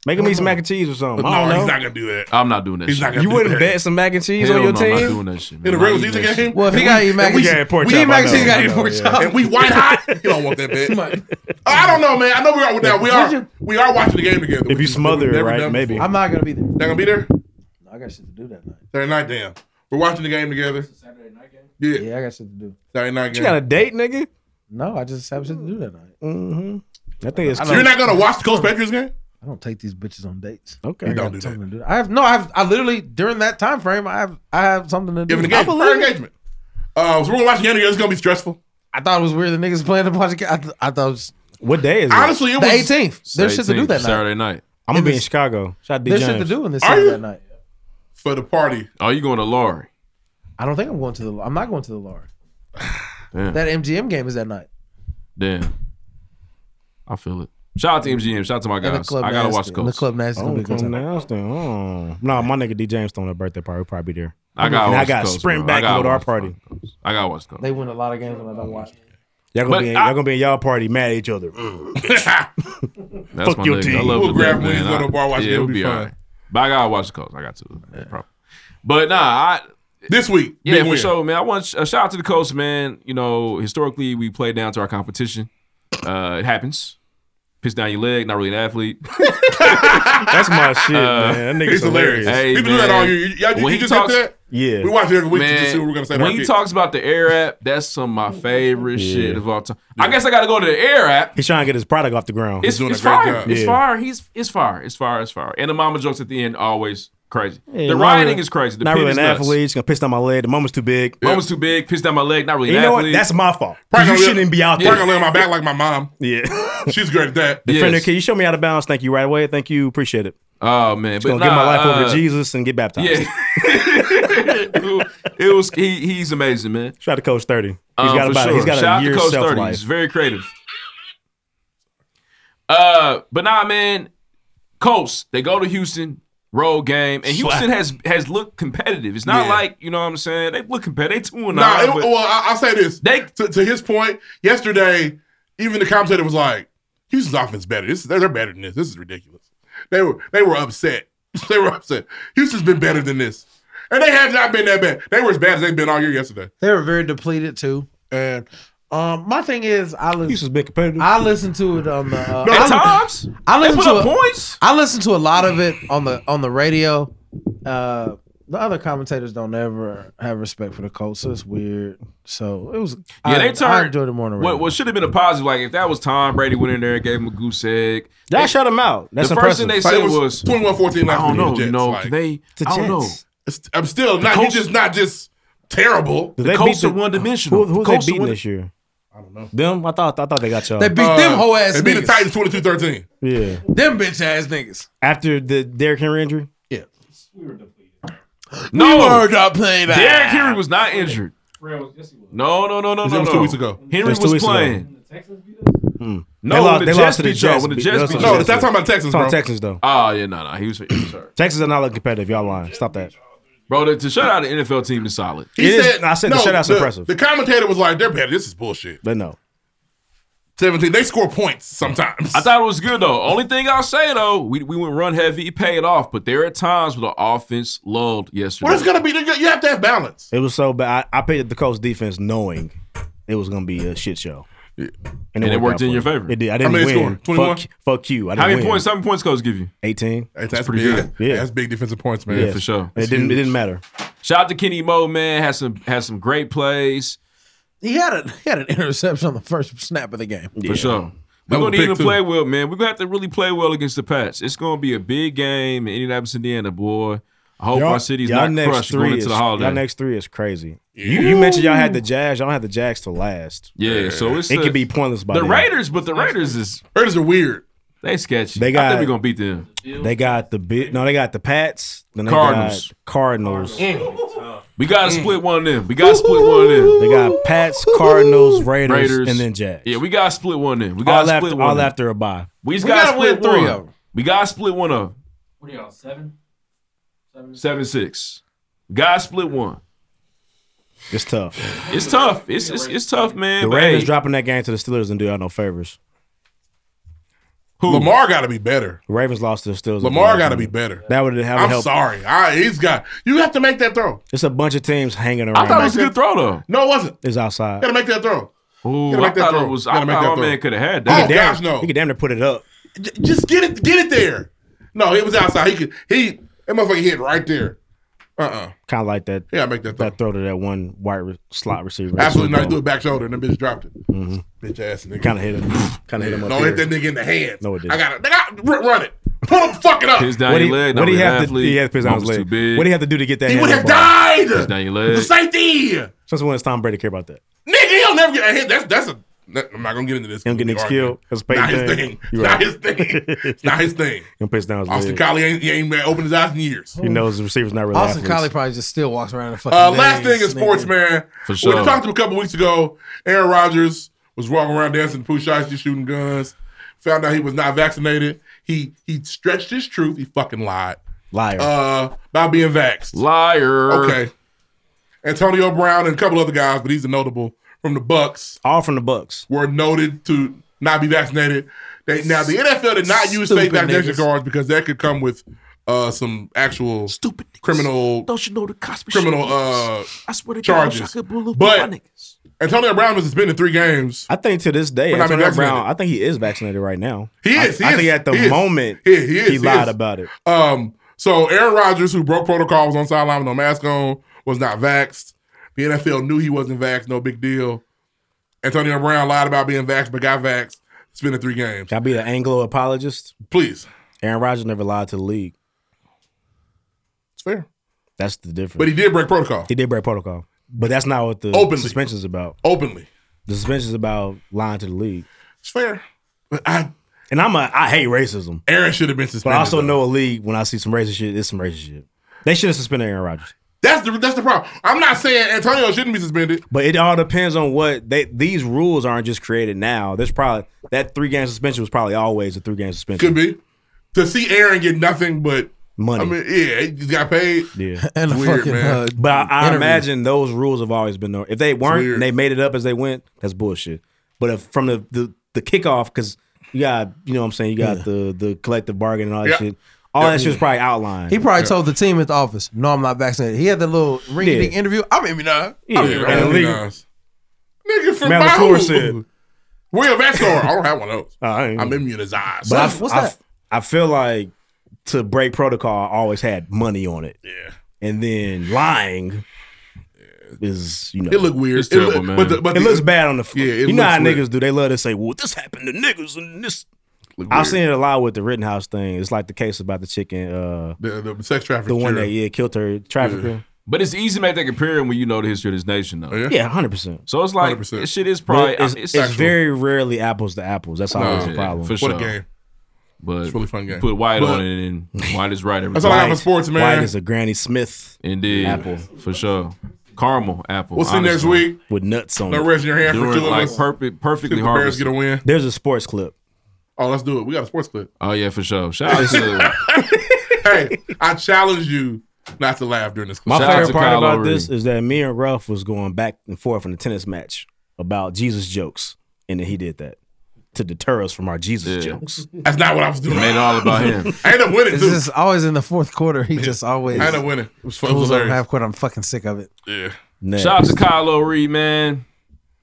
[SPEAKER 4] Make him eat some mac and cheese or something. I don't know.
[SPEAKER 3] gonna do that.
[SPEAKER 1] I'm not doing that.
[SPEAKER 4] He's
[SPEAKER 1] shit.
[SPEAKER 4] not gonna You do wouldn't that. bet some mac and cheese
[SPEAKER 1] Hell
[SPEAKER 4] on your
[SPEAKER 1] no, I'm
[SPEAKER 4] team?
[SPEAKER 1] not doing that shit.
[SPEAKER 4] In
[SPEAKER 1] Man.
[SPEAKER 4] a
[SPEAKER 1] I'm not
[SPEAKER 4] regular
[SPEAKER 1] eating
[SPEAKER 4] season
[SPEAKER 1] that
[SPEAKER 4] game?
[SPEAKER 1] shit.
[SPEAKER 4] Well, if he
[SPEAKER 2] E
[SPEAKER 4] gotta eat mac and cheese- we eat mac and cheese, gotta eat pork chop.
[SPEAKER 3] And we white hot. You don't want that bet. I don't know, man. I know we are now. We are we are watching the game together.
[SPEAKER 4] If you smother it,
[SPEAKER 3] never
[SPEAKER 4] right?
[SPEAKER 3] done
[SPEAKER 4] Maybe.
[SPEAKER 3] before.
[SPEAKER 2] I'm not gonna be there.
[SPEAKER 3] They're gonna be there.
[SPEAKER 2] I got shit to do that night.
[SPEAKER 3] They're not damn. We're watching the game together. Saturday night game. Yeah.
[SPEAKER 2] Yeah, I got shit to do.
[SPEAKER 3] Saturday night game.
[SPEAKER 4] date, nigga?
[SPEAKER 2] No, I just have shit to do that night.
[SPEAKER 4] Mm-hmm. I think it's.
[SPEAKER 2] I
[SPEAKER 3] So you're not gonna watch the Coast Patriots game?
[SPEAKER 2] I don't take these bitches on dates.
[SPEAKER 4] Okay.
[SPEAKER 2] I
[SPEAKER 3] You don't
[SPEAKER 2] got
[SPEAKER 3] do
[SPEAKER 2] something to do. I have no. I have. I literally during that time frame, I have. I have something to do.
[SPEAKER 3] Giving the game. Fair engagement. Uh, so we're gonna watch the game together. It's gonna be stressful.
[SPEAKER 2] I thought it was weird. The niggas playing the podcast. I, th- I thought it was.
[SPEAKER 4] What day is it?
[SPEAKER 3] Honestly, it
[SPEAKER 2] the
[SPEAKER 3] was
[SPEAKER 2] 18th. There's shit to do that night.
[SPEAKER 1] Saturday night.
[SPEAKER 4] I'm gonna be in Chicago. Shout out to D.
[SPEAKER 2] There's shit to
[SPEAKER 4] James.
[SPEAKER 2] do in this
[SPEAKER 3] Are
[SPEAKER 2] city
[SPEAKER 3] you?
[SPEAKER 2] that night.
[SPEAKER 3] for the party.
[SPEAKER 1] Oh, you going to Laurie?
[SPEAKER 2] I don't think I'm going to the. I'm not going to the Lord.
[SPEAKER 1] Damn.
[SPEAKER 2] That MGM game is that night.
[SPEAKER 1] Damn. I feel it. Shout out to MGM. Shout out to my
[SPEAKER 2] the
[SPEAKER 1] guys.
[SPEAKER 2] club
[SPEAKER 1] I gotta
[SPEAKER 2] nasty.
[SPEAKER 1] watch the
[SPEAKER 2] And the
[SPEAKER 1] Colts.
[SPEAKER 2] club nasty. It's gonna be a good
[SPEAKER 4] Oh,
[SPEAKER 2] time.
[SPEAKER 4] nasty. Oh. No, my nigga D James throwing a birthday party. We'll probably be there.
[SPEAKER 1] I gotta
[SPEAKER 4] And I
[SPEAKER 1] watch the
[SPEAKER 4] got
[SPEAKER 1] Colts, bro.
[SPEAKER 4] sprint
[SPEAKER 1] I
[SPEAKER 4] back and
[SPEAKER 1] gotta
[SPEAKER 4] go to our
[SPEAKER 1] watch the
[SPEAKER 4] party.
[SPEAKER 1] I gotta watch the Colts.
[SPEAKER 2] They win a lot of games when I don't watch.
[SPEAKER 4] Y'all gonna,
[SPEAKER 1] But
[SPEAKER 4] be in,
[SPEAKER 1] I-
[SPEAKER 4] y'all gonna be in y'all party mad at each other.
[SPEAKER 1] That's
[SPEAKER 4] Fuck
[SPEAKER 1] my
[SPEAKER 4] your
[SPEAKER 1] nigga.
[SPEAKER 4] team.
[SPEAKER 1] I love
[SPEAKER 4] We'll
[SPEAKER 1] the
[SPEAKER 4] grab
[SPEAKER 1] Live,
[SPEAKER 4] one,
[SPEAKER 1] man.
[SPEAKER 4] go to
[SPEAKER 1] I-
[SPEAKER 4] a bar, watch
[SPEAKER 1] yeah,
[SPEAKER 4] it.
[SPEAKER 1] it'll
[SPEAKER 4] It'll
[SPEAKER 1] be
[SPEAKER 4] be
[SPEAKER 1] all
[SPEAKER 4] fine.
[SPEAKER 1] right. But I gotta watch the Colts. I got to. no problem. But nah, I
[SPEAKER 3] this week.
[SPEAKER 1] Yeah,
[SPEAKER 3] big
[SPEAKER 1] for
[SPEAKER 3] win.
[SPEAKER 1] sure, man. I want sh- a shout out to the Colts, man. You know, historically we play down to our competition. Uh, it happens. Piss down your leg. Not really an athlete.
[SPEAKER 4] That's my shit,
[SPEAKER 1] Uh,
[SPEAKER 4] man. That nigga's hilarious.
[SPEAKER 1] Hey,
[SPEAKER 3] People do that
[SPEAKER 1] man.
[SPEAKER 3] all year. You- y'all-
[SPEAKER 1] When
[SPEAKER 3] you- you
[SPEAKER 1] he
[SPEAKER 3] just get
[SPEAKER 1] talks-
[SPEAKER 3] that?
[SPEAKER 4] Yeah.
[SPEAKER 3] We watch it every week to just see what we're gonna say to
[SPEAKER 1] When
[SPEAKER 3] our
[SPEAKER 1] he
[SPEAKER 3] kids.
[SPEAKER 1] talks about the air app, that's some of my favorite shit of all time. I guess I got to go to the air app.
[SPEAKER 4] He's trying to get his product off the ground.
[SPEAKER 1] It's, it's fire. It's fire. He's it's fire. It's fire. It's fire. And the mama jokes at the end always crazy. the rioting is crazy. The
[SPEAKER 4] not
[SPEAKER 1] pit
[SPEAKER 4] really
[SPEAKER 1] is
[SPEAKER 4] an
[SPEAKER 1] nuts.
[SPEAKER 4] athlete. He's gonna piss down my leg. The moment's too big.
[SPEAKER 1] Moment's too big. Pissed down my leg. Not really.
[SPEAKER 4] you
[SPEAKER 1] an
[SPEAKER 4] know what?
[SPEAKER 1] athlete.
[SPEAKER 4] That's my fault.
[SPEAKER 1] Probably
[SPEAKER 4] you
[SPEAKER 1] gonna live-
[SPEAKER 4] shouldn't be out
[SPEAKER 1] Yeah.
[SPEAKER 4] there.
[SPEAKER 1] Probably
[SPEAKER 3] gonna lay on my back like my mom.
[SPEAKER 4] Yeah,
[SPEAKER 3] she's good at that.
[SPEAKER 4] Defender,
[SPEAKER 1] Yes.
[SPEAKER 4] can you show me how to bounce? Thank you right away. Thank you. Appreciate it.
[SPEAKER 1] Oh man,
[SPEAKER 4] Just
[SPEAKER 1] but
[SPEAKER 4] gonna give my
[SPEAKER 1] nah,
[SPEAKER 4] life over
[SPEAKER 1] uh,
[SPEAKER 4] to Jesus and get baptized.
[SPEAKER 1] Yeah. it was he, he's amazing, man.
[SPEAKER 4] Shout out to Coach Thirty. He's
[SPEAKER 1] Um,
[SPEAKER 4] got
[SPEAKER 1] for
[SPEAKER 4] about
[SPEAKER 1] sure.
[SPEAKER 4] he's got
[SPEAKER 1] Shout
[SPEAKER 4] a
[SPEAKER 1] out to
[SPEAKER 4] year
[SPEAKER 1] Coach
[SPEAKER 4] shelf
[SPEAKER 1] 30.
[SPEAKER 4] life.
[SPEAKER 1] He's very creative. Uh, but nah, man. Colts they go to Houston road game, and
[SPEAKER 3] Slap.
[SPEAKER 1] Houston has has looked competitive. It's not
[SPEAKER 3] Yeah.
[SPEAKER 1] like you know what I'm saying. They look competitive. They two and
[SPEAKER 3] Nah,
[SPEAKER 1] nine.
[SPEAKER 3] it,
[SPEAKER 1] but-
[SPEAKER 3] well, I, I'll say this. to, to his point, yesterday, even the commentator was like, Houston's offense better. This, they're, they're better than this. This is ridiculous. They were they were upset. they were upset. Houston's been better than this. And they have not been that bad. They were as bad as they've been all year yesterday.
[SPEAKER 2] They were very depleted too. And um, my thing is, I listen. I listen to it on the. Uh,
[SPEAKER 1] At
[SPEAKER 2] I,
[SPEAKER 1] times,
[SPEAKER 2] I listen
[SPEAKER 1] they
[SPEAKER 2] to
[SPEAKER 1] put up
[SPEAKER 2] it,
[SPEAKER 1] points.
[SPEAKER 2] I listen to a lot of it on the on the radio. Uh, the other commentators don't ever have respect for the Colts, so it's weird. So it was.
[SPEAKER 1] Yeah,
[SPEAKER 2] I,
[SPEAKER 1] they turned.
[SPEAKER 2] I enjoyed it more on the radio.
[SPEAKER 1] What, what should have been a positive, like if that was Tom Brady went in there and gave him a goose egg.
[SPEAKER 4] Y'all
[SPEAKER 1] They-
[SPEAKER 4] shut him out. That's
[SPEAKER 1] the first
[SPEAKER 4] impressive.
[SPEAKER 1] thing they
[SPEAKER 4] Like,
[SPEAKER 1] said
[SPEAKER 4] it was
[SPEAKER 1] was
[SPEAKER 3] 21-14 last
[SPEAKER 1] I don't know.
[SPEAKER 3] week to the
[SPEAKER 1] You
[SPEAKER 3] Jets,
[SPEAKER 1] know,
[SPEAKER 3] like-
[SPEAKER 1] can they.
[SPEAKER 3] The
[SPEAKER 1] I don't know.
[SPEAKER 3] Jets. It's- I'm still not.
[SPEAKER 1] Colts-
[SPEAKER 3] he's just not just terrible.
[SPEAKER 4] Did
[SPEAKER 1] The
[SPEAKER 4] they
[SPEAKER 1] Colts
[SPEAKER 4] beat
[SPEAKER 1] are one dimensional.
[SPEAKER 4] Who, who
[SPEAKER 1] Colts
[SPEAKER 4] they
[SPEAKER 1] are
[SPEAKER 4] beating
[SPEAKER 1] one-
[SPEAKER 4] this year? I don't know. Them? I thought I thought they got y'all.
[SPEAKER 3] Uh, They beat the Titans 22 13.
[SPEAKER 4] Yeah.
[SPEAKER 2] Them bitch ass niggas.
[SPEAKER 4] After the Derrick Henry injury.
[SPEAKER 2] Yeah.
[SPEAKER 1] No,
[SPEAKER 4] We were not playing that.
[SPEAKER 1] Derrick Henry was not injured. No, no, no, no,
[SPEAKER 4] It
[SPEAKER 1] no.
[SPEAKER 4] was
[SPEAKER 1] no.
[SPEAKER 4] two weeks ago. It
[SPEAKER 1] Henry
[SPEAKER 4] was
[SPEAKER 1] was,
[SPEAKER 4] two weeks ago.
[SPEAKER 1] playing.
[SPEAKER 4] Mm.
[SPEAKER 1] No,
[SPEAKER 4] they lost,
[SPEAKER 1] when
[SPEAKER 4] they
[SPEAKER 1] the
[SPEAKER 4] lost
[SPEAKER 1] Jets
[SPEAKER 4] to the
[SPEAKER 1] beat y'all,
[SPEAKER 4] Jets.
[SPEAKER 1] when the
[SPEAKER 4] beat-
[SPEAKER 1] Jets
[SPEAKER 4] that's
[SPEAKER 1] beat
[SPEAKER 4] what
[SPEAKER 1] y'all.
[SPEAKER 4] I'm
[SPEAKER 1] No, that's
[SPEAKER 4] saying.
[SPEAKER 1] talking about Texans,
[SPEAKER 4] It's on
[SPEAKER 1] bro.
[SPEAKER 4] Texans though.
[SPEAKER 1] Oh yeah, no, no. He was, he was hurt.
[SPEAKER 4] Texans are not looking competitive. Y'all lying. Stop that.
[SPEAKER 1] bro. The, the out of NFL team is solid.
[SPEAKER 4] It is- I said the shutout's
[SPEAKER 3] the,
[SPEAKER 4] impressive.
[SPEAKER 3] The commentator was like, they're better. This is bullshit.
[SPEAKER 4] But no.
[SPEAKER 3] 17. They score points sometimes.
[SPEAKER 1] I thought it was good though. Only thing I'll say though, we, we went run heavy, it paid off, but there are times where the offense lulled yesterday.
[SPEAKER 3] Well, it's going to be, you have to have balance.
[SPEAKER 4] It was so bad. I, I picked the Colts defense knowing it was gonna be a shit show.
[SPEAKER 1] And it
[SPEAKER 4] out
[SPEAKER 1] worked in
[SPEAKER 4] for
[SPEAKER 1] your
[SPEAKER 4] me.
[SPEAKER 1] favor.
[SPEAKER 4] It did. I
[SPEAKER 1] How
[SPEAKER 4] didn't
[SPEAKER 1] many
[SPEAKER 4] win.
[SPEAKER 1] scored? 21?
[SPEAKER 4] Fuck, fuck you. I didn't
[SPEAKER 1] How many
[SPEAKER 4] win.
[SPEAKER 1] points? How many points coach give you?
[SPEAKER 4] Eighteen.
[SPEAKER 3] Hey, that's, big.
[SPEAKER 4] Yeah.
[SPEAKER 3] That's big defensive points, man.
[SPEAKER 4] Yeah. It didn't. It didn't matter.
[SPEAKER 1] Shout out to Kenny Moe, man. Had some had some great plays.
[SPEAKER 2] He had a he had an interception on the first snap of the game.
[SPEAKER 1] For sure. We're
[SPEAKER 2] That was
[SPEAKER 1] gonna
[SPEAKER 2] big,
[SPEAKER 1] need to
[SPEAKER 2] too.
[SPEAKER 1] play well, man. We're gonna have to really play well against the Pats. It's gonna be a big game in Indianapolis, Indiana, boy. I hope
[SPEAKER 4] Y'all-
[SPEAKER 1] our city's
[SPEAKER 4] y'all
[SPEAKER 1] not crushed going
[SPEAKER 4] is,
[SPEAKER 1] into the holiday.
[SPEAKER 4] Y'all next three is crazy.
[SPEAKER 1] Yeah.
[SPEAKER 4] You, you mentioned y'all had the Jags. Y'all don't have the Jags to last.
[SPEAKER 1] Yeah, so it's
[SPEAKER 4] it
[SPEAKER 1] the-
[SPEAKER 4] could be pointless by
[SPEAKER 1] the
[SPEAKER 4] then.
[SPEAKER 1] Raiders, but the Raiders is
[SPEAKER 3] Raiders are weird.
[SPEAKER 1] They sketchy.
[SPEAKER 4] They got.
[SPEAKER 1] I think we're gonna beat them.
[SPEAKER 4] They got the bit. No, they got the Pats. Then they
[SPEAKER 1] Cardinals.
[SPEAKER 4] got Cardinals.
[SPEAKER 1] We gotta
[SPEAKER 2] Mm.
[SPEAKER 1] split one of them. We gotta split one of them.
[SPEAKER 4] They got Pats, Cardinals, Raiders, and then Jags.
[SPEAKER 1] Yeah, we gotta split one of them. We
[SPEAKER 4] all
[SPEAKER 1] gotta
[SPEAKER 4] after,
[SPEAKER 1] split
[SPEAKER 4] all
[SPEAKER 1] one. of them.
[SPEAKER 4] after a bye.
[SPEAKER 1] We just
[SPEAKER 4] We
[SPEAKER 1] gotta,
[SPEAKER 4] gotta
[SPEAKER 1] split
[SPEAKER 4] win three
[SPEAKER 1] one.
[SPEAKER 4] of 'em.
[SPEAKER 1] We gotta split one of them.
[SPEAKER 16] What are y'all, seven? Seven.
[SPEAKER 1] Seven six. Gotta split one.
[SPEAKER 4] It's tough.
[SPEAKER 1] It's tough. It's it's, it's tough, man.
[SPEAKER 4] The
[SPEAKER 1] but
[SPEAKER 4] Ravens
[SPEAKER 1] hey,
[SPEAKER 4] dropping that game to the Steelers and do y'all no favors.
[SPEAKER 1] Who?
[SPEAKER 3] Lamar got to be better.
[SPEAKER 4] Ravens lost to the Steelers.
[SPEAKER 3] Lamar gotta be better.
[SPEAKER 4] That would have
[SPEAKER 3] I'm
[SPEAKER 4] helped.
[SPEAKER 3] sorry. I, he's got. You have to make that throw.
[SPEAKER 4] It's a bunch of teams hanging around.
[SPEAKER 3] I thought it was a good
[SPEAKER 1] throw though.
[SPEAKER 3] No, it wasn't.
[SPEAKER 4] It's outside.
[SPEAKER 3] Got to make that throw.
[SPEAKER 1] Ooh,
[SPEAKER 3] gotta
[SPEAKER 1] I
[SPEAKER 3] make that
[SPEAKER 1] thought
[SPEAKER 3] throw.
[SPEAKER 1] it was.
[SPEAKER 3] Gotta
[SPEAKER 1] I
[SPEAKER 3] make
[SPEAKER 1] thought
[SPEAKER 3] that
[SPEAKER 1] our
[SPEAKER 3] through.
[SPEAKER 1] man could have had
[SPEAKER 3] Oh
[SPEAKER 1] that.
[SPEAKER 3] gosh, no!
[SPEAKER 4] You could damn near put it up.
[SPEAKER 3] Just get it, get it there. No, it was outside. He could. He that motherfucker hit right there. Uh uh
[SPEAKER 4] Kind of like that.
[SPEAKER 3] Yeah, make that
[SPEAKER 4] throw. to that one wide re- slot receiver.
[SPEAKER 3] Absolutely not. He threw it back shoulder and the bitch dropped it.
[SPEAKER 4] hmm
[SPEAKER 3] Bitch ass nigga.
[SPEAKER 4] Kind of hit him. Kind of hit him. up
[SPEAKER 3] Don't hit
[SPEAKER 4] here.
[SPEAKER 3] that nigga in the hand.
[SPEAKER 4] No, it didn't.
[SPEAKER 3] I got it. Nigga, run, run it. Put him fucking up.
[SPEAKER 1] Piss down
[SPEAKER 4] What
[SPEAKER 1] your
[SPEAKER 4] he-
[SPEAKER 1] leg.
[SPEAKER 4] what
[SPEAKER 1] Don't
[SPEAKER 4] he
[SPEAKER 1] be
[SPEAKER 4] have
[SPEAKER 1] an
[SPEAKER 4] to-
[SPEAKER 1] athlete.
[SPEAKER 4] he had to piss down his
[SPEAKER 1] Mom's
[SPEAKER 4] leg.
[SPEAKER 1] Too big.
[SPEAKER 4] What he have to do to get that
[SPEAKER 3] He
[SPEAKER 4] hand
[SPEAKER 3] would
[SPEAKER 4] on
[SPEAKER 3] have
[SPEAKER 4] the ball?
[SPEAKER 3] died.
[SPEAKER 1] Piss down your leg.
[SPEAKER 3] The safety. Nigga,
[SPEAKER 4] Since when does Tom Brady care about that?
[SPEAKER 3] he'll never get a hit. That's that's a. that- I'm not gonna get into this.
[SPEAKER 4] Him getting
[SPEAKER 3] argument.
[SPEAKER 4] killed. That's Peyton
[SPEAKER 3] Not his
[SPEAKER 4] thing.
[SPEAKER 3] thing.
[SPEAKER 4] You're
[SPEAKER 3] Not
[SPEAKER 4] right.
[SPEAKER 3] his thing. It's not his thing.
[SPEAKER 4] Him piss down his
[SPEAKER 3] Austin
[SPEAKER 4] leg.
[SPEAKER 3] Collie ain't, he ain't opened his eyes in years.
[SPEAKER 4] He knows the receiver's not really.
[SPEAKER 2] Austin
[SPEAKER 4] athletes.
[SPEAKER 2] Collie probably just still walks around the fucking.
[SPEAKER 3] Uh, last
[SPEAKER 2] days,
[SPEAKER 3] thing is
[SPEAKER 2] nigga.
[SPEAKER 3] sports, man.
[SPEAKER 2] For
[SPEAKER 3] We
[SPEAKER 2] sure.
[SPEAKER 3] talked to a couple weeks ago. Aaron Rodgers was walking around dancing poo shots, just shooting guns. Found out he was not vaccinated. He he stretched his truth. He fucking lied.
[SPEAKER 4] Liar.
[SPEAKER 3] Uh, about being vaxxed.
[SPEAKER 1] Liar.
[SPEAKER 3] Okay. Antonio Brown and a couple other guys, but he's a notable from the Bucks.
[SPEAKER 4] All from the Bucks
[SPEAKER 3] were noted to not be vaccinated. They now the NFL did not use fake
[SPEAKER 1] Stupid
[SPEAKER 3] vaccination
[SPEAKER 1] niggas.
[SPEAKER 3] cards because that could come with uh, some actual stupid criminal
[SPEAKER 1] Don't you know the Cosby
[SPEAKER 3] criminal
[SPEAKER 1] Show
[SPEAKER 3] uh,
[SPEAKER 1] is- I swear to God, I wish I
[SPEAKER 3] charges.
[SPEAKER 1] could pull up
[SPEAKER 3] but
[SPEAKER 1] with my
[SPEAKER 3] Antonio Brown was suspended three games.
[SPEAKER 4] I think to this day,
[SPEAKER 3] For not being
[SPEAKER 4] Antonio
[SPEAKER 3] vaccinated.
[SPEAKER 4] Brown. I think he is vaccinated right now.
[SPEAKER 3] He
[SPEAKER 4] I-
[SPEAKER 3] is. he
[SPEAKER 4] I,
[SPEAKER 3] is,
[SPEAKER 4] think at the
[SPEAKER 3] he is.
[SPEAKER 4] moment
[SPEAKER 3] he, he, is, he
[SPEAKER 4] lied
[SPEAKER 3] is.
[SPEAKER 4] about it.
[SPEAKER 3] Um, so Aaron Rodgers, who broke protocol, was on sideline with no mask on, was not vaxxed. The NFL knew he wasn't vaxxed, no big deal. Antonio Brown lied about being vaxxed, but got vaxxed. It's been in three games.
[SPEAKER 4] Can I be the Anglo apologist?
[SPEAKER 3] Please.
[SPEAKER 4] Aaron Rodgers never lied to the league.
[SPEAKER 3] It's fair.
[SPEAKER 4] That's the difference.
[SPEAKER 3] But he did break protocol.
[SPEAKER 4] He did break protocol. But that's not what the
[SPEAKER 3] Openly.
[SPEAKER 4] suspension's about.
[SPEAKER 3] Openly.
[SPEAKER 4] The suspension's about lying to the league.
[SPEAKER 3] It's fair. But I
[SPEAKER 4] and I'm a I hate racism.
[SPEAKER 3] Aaron should have been
[SPEAKER 4] But
[SPEAKER 3] suspended.
[SPEAKER 4] I also
[SPEAKER 3] though.
[SPEAKER 4] know a league when I see some racist shit, it's some racist shit. They should have suspended Aaron Rodgers.
[SPEAKER 3] that's the that's the problem. I'm not saying Antonio shouldn't be suspended.
[SPEAKER 4] But it all depends on what they these rules aren't just created now. There's probably that three game suspension was probably always a three game
[SPEAKER 3] Could
[SPEAKER 4] suspension.
[SPEAKER 3] be. To see Aaron get nothing but
[SPEAKER 4] Money.
[SPEAKER 3] I mean, yeah, he just got paid.
[SPEAKER 4] Yeah.
[SPEAKER 3] And a Weird, fucking, man. uh,
[SPEAKER 4] but I, I
[SPEAKER 3] interview.
[SPEAKER 4] imagine those rules have always been there. If they weren't
[SPEAKER 3] weird.
[SPEAKER 4] and they made it up as they went, that's bullshit. But if from the the, the kickoff, because you got you know what I'm saying, you got
[SPEAKER 2] Yeah.
[SPEAKER 4] the the collective bargain and all that
[SPEAKER 2] Yeah.
[SPEAKER 4] shit. All that shit was probably outlined.
[SPEAKER 2] He probably told the team at the office, "No, I'm not vaccinated." He had that little ring
[SPEAKER 4] Yeah.
[SPEAKER 2] dick interview. I'm immunized.
[SPEAKER 4] Yeah,
[SPEAKER 2] I'm
[SPEAKER 4] and
[SPEAKER 2] immunized.
[SPEAKER 4] the league-
[SPEAKER 3] Nigga from
[SPEAKER 4] Man,
[SPEAKER 3] my
[SPEAKER 4] LaFleur
[SPEAKER 3] hood.
[SPEAKER 4] said-
[SPEAKER 3] Where your vaccine? I don't have one of those.
[SPEAKER 4] I ain't-
[SPEAKER 3] I'm immunized.
[SPEAKER 4] But I,
[SPEAKER 3] So-
[SPEAKER 4] I- I feel like to break protocol I always had money on it.
[SPEAKER 3] Yeah.
[SPEAKER 4] And then lying is you know
[SPEAKER 3] It look weird. It's It terrible, look- man. but the- but
[SPEAKER 4] it
[SPEAKER 3] the-
[SPEAKER 4] looks bad on the yeah.
[SPEAKER 3] it
[SPEAKER 4] you know
[SPEAKER 3] looks
[SPEAKER 4] how
[SPEAKER 3] weird.
[SPEAKER 4] niggas do. They love to say, "Well, this happened to niggas and this."
[SPEAKER 3] weird.
[SPEAKER 4] I've seen it a lot with the Rittenhouse thing. It's like the case about the chicken, uh,
[SPEAKER 3] the, the sex
[SPEAKER 4] the
[SPEAKER 3] trafficking.
[SPEAKER 4] one
[SPEAKER 3] sure.
[SPEAKER 4] that yeah killed her trafficker.
[SPEAKER 1] But it's easy to make that comparison when you know the history of this nation, though.
[SPEAKER 4] Yeah, hundred percent.
[SPEAKER 1] So it's like this shit is probably
[SPEAKER 4] it's,
[SPEAKER 1] it's,
[SPEAKER 4] it's very rarely apples to apples. That's always
[SPEAKER 1] Nah,
[SPEAKER 4] the problem.
[SPEAKER 1] For sure. But
[SPEAKER 3] It's a really fun game.
[SPEAKER 1] Put white
[SPEAKER 3] But-
[SPEAKER 1] on it and white is right. every
[SPEAKER 3] That's all I
[SPEAKER 1] time.
[SPEAKER 3] have for sports, man.
[SPEAKER 4] White is a Granny Smith
[SPEAKER 1] Indeed.
[SPEAKER 4] apple.
[SPEAKER 1] For sure. Caramel apple.
[SPEAKER 3] We'll see you next
[SPEAKER 1] honestly.
[SPEAKER 3] week.
[SPEAKER 4] with nuts on
[SPEAKER 3] No
[SPEAKER 4] it.
[SPEAKER 3] rest in your hand for
[SPEAKER 1] Doing
[SPEAKER 3] two of
[SPEAKER 1] like
[SPEAKER 3] us.
[SPEAKER 1] perfect, perfectly
[SPEAKER 3] See if the Bears
[SPEAKER 1] harvested.
[SPEAKER 3] get a win.
[SPEAKER 4] There's a sports clip.
[SPEAKER 3] Oh, let's do it. We got a sports clip.
[SPEAKER 1] Oh yeah, for sure. Shout out to
[SPEAKER 3] hey, I challenge you not to laugh during this clip.
[SPEAKER 4] My favorite part about this is that me and Ruff was going back and forth in the tennis match about Jesus jokes, and then he did that to deter us from our Jesus jokes.
[SPEAKER 3] That's not what I was doing.
[SPEAKER 1] made it all about him.
[SPEAKER 3] I end up winning
[SPEAKER 2] It's
[SPEAKER 3] too.
[SPEAKER 2] just always in the fourth quarter. He just always.
[SPEAKER 3] I end up winning. It was, fun. it was
[SPEAKER 2] Fools over
[SPEAKER 3] hilarious.
[SPEAKER 2] half court. I'm fucking sick of it.
[SPEAKER 3] Yeah.
[SPEAKER 1] Shout out to Kylo Reed, man.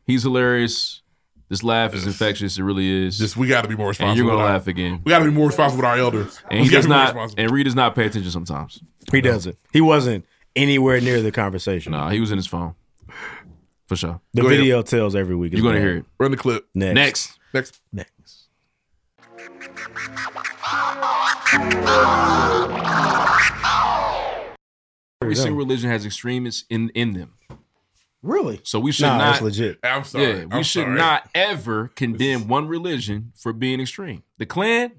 [SPEAKER 1] He's hilarious. This laugh is infectious. It really is. Just
[SPEAKER 3] we got to be more responsible.
[SPEAKER 1] And you're gonna
[SPEAKER 3] with our-
[SPEAKER 1] laugh again.
[SPEAKER 3] We got to be more responsible with our elders.
[SPEAKER 1] And
[SPEAKER 3] we
[SPEAKER 1] he
[SPEAKER 3] gotta
[SPEAKER 1] does
[SPEAKER 3] be more
[SPEAKER 1] not.
[SPEAKER 3] responsible.
[SPEAKER 1] And Reed does not pay attention sometimes.
[SPEAKER 4] He doesn't. He wasn't anywhere near the conversation.
[SPEAKER 1] Nah, he was in his phone. For sure.
[SPEAKER 4] The
[SPEAKER 1] Go ahead.
[SPEAKER 4] video tells every week.
[SPEAKER 1] You're gonna hear it.
[SPEAKER 3] Run the clip.
[SPEAKER 4] Next.
[SPEAKER 1] Next.
[SPEAKER 3] Next.
[SPEAKER 4] Next.
[SPEAKER 1] Every single religion has extremists in in them.
[SPEAKER 4] Really?
[SPEAKER 1] So we should
[SPEAKER 4] Nah,
[SPEAKER 1] not
[SPEAKER 4] that's legit.
[SPEAKER 3] I'm sorry.
[SPEAKER 1] Yeah, we
[SPEAKER 3] I'm
[SPEAKER 1] should
[SPEAKER 3] sorry.
[SPEAKER 1] not ever condemn one religion for being extreme. The Klan,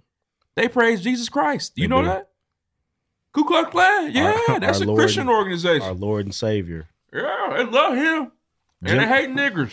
[SPEAKER 1] they praise Jesus Christ. Do you
[SPEAKER 4] They
[SPEAKER 1] know
[SPEAKER 4] do.
[SPEAKER 1] that? Ku Klux Klan. Yeah,
[SPEAKER 4] Our-
[SPEAKER 1] that's
[SPEAKER 4] our
[SPEAKER 1] a
[SPEAKER 4] Lord
[SPEAKER 1] Christian
[SPEAKER 4] and-
[SPEAKER 1] organization.
[SPEAKER 4] Our Lord and Savior.
[SPEAKER 1] yeah, they love him. And they
[SPEAKER 4] Jim-
[SPEAKER 1] hate niggers.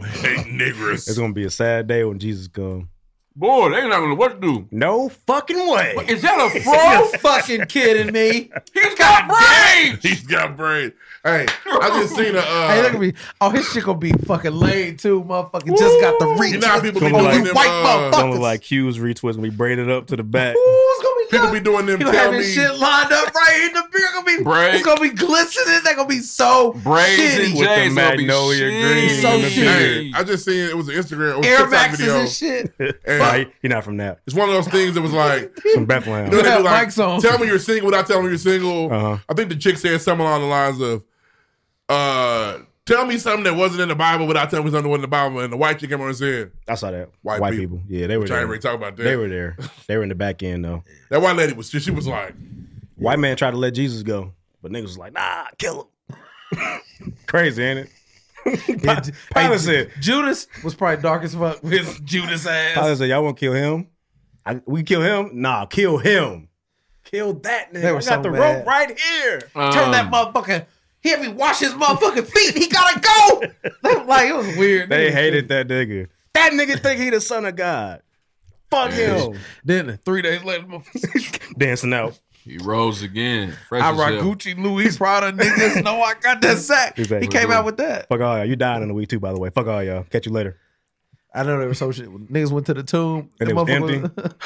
[SPEAKER 3] hate niggers.
[SPEAKER 4] It's gonna be a sad day when Jesus comes.
[SPEAKER 1] Boy, they not gonna what to do.
[SPEAKER 4] No fucking way.
[SPEAKER 1] Is that a fro?
[SPEAKER 2] You're fucking kidding me.
[SPEAKER 3] Uh,
[SPEAKER 1] He's got brains.
[SPEAKER 3] He's got braids. Hey, I just seen a. Uh,
[SPEAKER 2] hey, look at me. Oh, his shit gonna be fucking lame too, motherfucking. Just got the
[SPEAKER 3] Woo!
[SPEAKER 2] reach.
[SPEAKER 3] You know how people be
[SPEAKER 2] Oh,
[SPEAKER 3] doing
[SPEAKER 2] you
[SPEAKER 3] them,
[SPEAKER 2] white
[SPEAKER 3] uh,
[SPEAKER 2] motherfuckers.
[SPEAKER 4] Gonna like Hughes retweets gonna be braided up to the back.
[SPEAKER 2] Who's gonna be
[SPEAKER 3] People
[SPEAKER 2] young?
[SPEAKER 3] be doing them.
[SPEAKER 2] You know,
[SPEAKER 3] Tell
[SPEAKER 2] having
[SPEAKER 3] me.
[SPEAKER 2] shit lined up right in the beer. Gonna be,
[SPEAKER 1] Braid.
[SPEAKER 2] It's gonna be glistening. They're gonna be so
[SPEAKER 1] Braids and
[SPEAKER 2] shitty.
[SPEAKER 4] With
[SPEAKER 1] J's
[SPEAKER 4] the
[SPEAKER 1] gonna be
[SPEAKER 4] magnolia green
[SPEAKER 1] shitty.
[SPEAKER 2] So
[SPEAKER 1] in the
[SPEAKER 2] shitty.
[SPEAKER 1] beard.
[SPEAKER 3] Hey, I just seen it was an Instagram. It was a
[SPEAKER 2] Air
[SPEAKER 3] TikTok
[SPEAKER 2] Maxes
[SPEAKER 3] video.
[SPEAKER 2] and shit.
[SPEAKER 3] and
[SPEAKER 4] Nah, he- he not from that.
[SPEAKER 3] It's one of those things that was like,
[SPEAKER 4] From Bethlehem.
[SPEAKER 3] you know, they be like,
[SPEAKER 2] Mike's on.
[SPEAKER 3] tell me you're single without telling me you're single.
[SPEAKER 4] Uh-huh.
[SPEAKER 3] I think the chick said something along the lines of, uh, tell me something that wasn't in the Bible without telling me something that wasn't in the Bible. And the white chick came on and said,
[SPEAKER 4] I saw that.
[SPEAKER 3] White
[SPEAKER 4] White,
[SPEAKER 3] people.
[SPEAKER 4] people. Yeah, they were
[SPEAKER 3] which I
[SPEAKER 4] there.
[SPEAKER 3] ain't really talking about that.
[SPEAKER 4] They were there. They were in the back end though.
[SPEAKER 3] that white lady was, she was like,
[SPEAKER 4] White man tried to let Jesus go, but niggas was like, nah, kill him. Crazy, ain't it?
[SPEAKER 2] Yeah, Ju-
[SPEAKER 4] Pilate said,
[SPEAKER 2] Judas was probably dark as fuck with his Judas ass.
[SPEAKER 4] Pilate said, y'all won't kill him. I, we kill him? Nah, kill him. Kill that nigga.
[SPEAKER 2] They were
[SPEAKER 4] I got
[SPEAKER 2] so
[SPEAKER 4] the
[SPEAKER 2] mad.
[SPEAKER 4] rope right here.
[SPEAKER 2] Turn
[SPEAKER 1] Um,
[SPEAKER 2] that motherfucker. He had me wash his motherfucking feet. He gotta go. They were like it was weird.
[SPEAKER 4] They hated that nigga. That nigga think he the son of God. Fuck him.
[SPEAKER 2] Then three days later, motherfucker,
[SPEAKER 4] Dancing out.
[SPEAKER 1] He rose again. Fresh
[SPEAKER 2] I
[SPEAKER 1] as
[SPEAKER 2] rock
[SPEAKER 1] hell.
[SPEAKER 2] Gucci, Louis Prada niggas. know I got that sack.
[SPEAKER 4] He's like,
[SPEAKER 2] he came out with that.
[SPEAKER 4] Fuck all y'all. You dying in a week too, by the way. Fuck all y'all. Catch you later.
[SPEAKER 2] I know they were so shit. Niggas went to the tomb.
[SPEAKER 4] And
[SPEAKER 2] the
[SPEAKER 4] it was
[SPEAKER 2] motherfucker-
[SPEAKER 4] empty.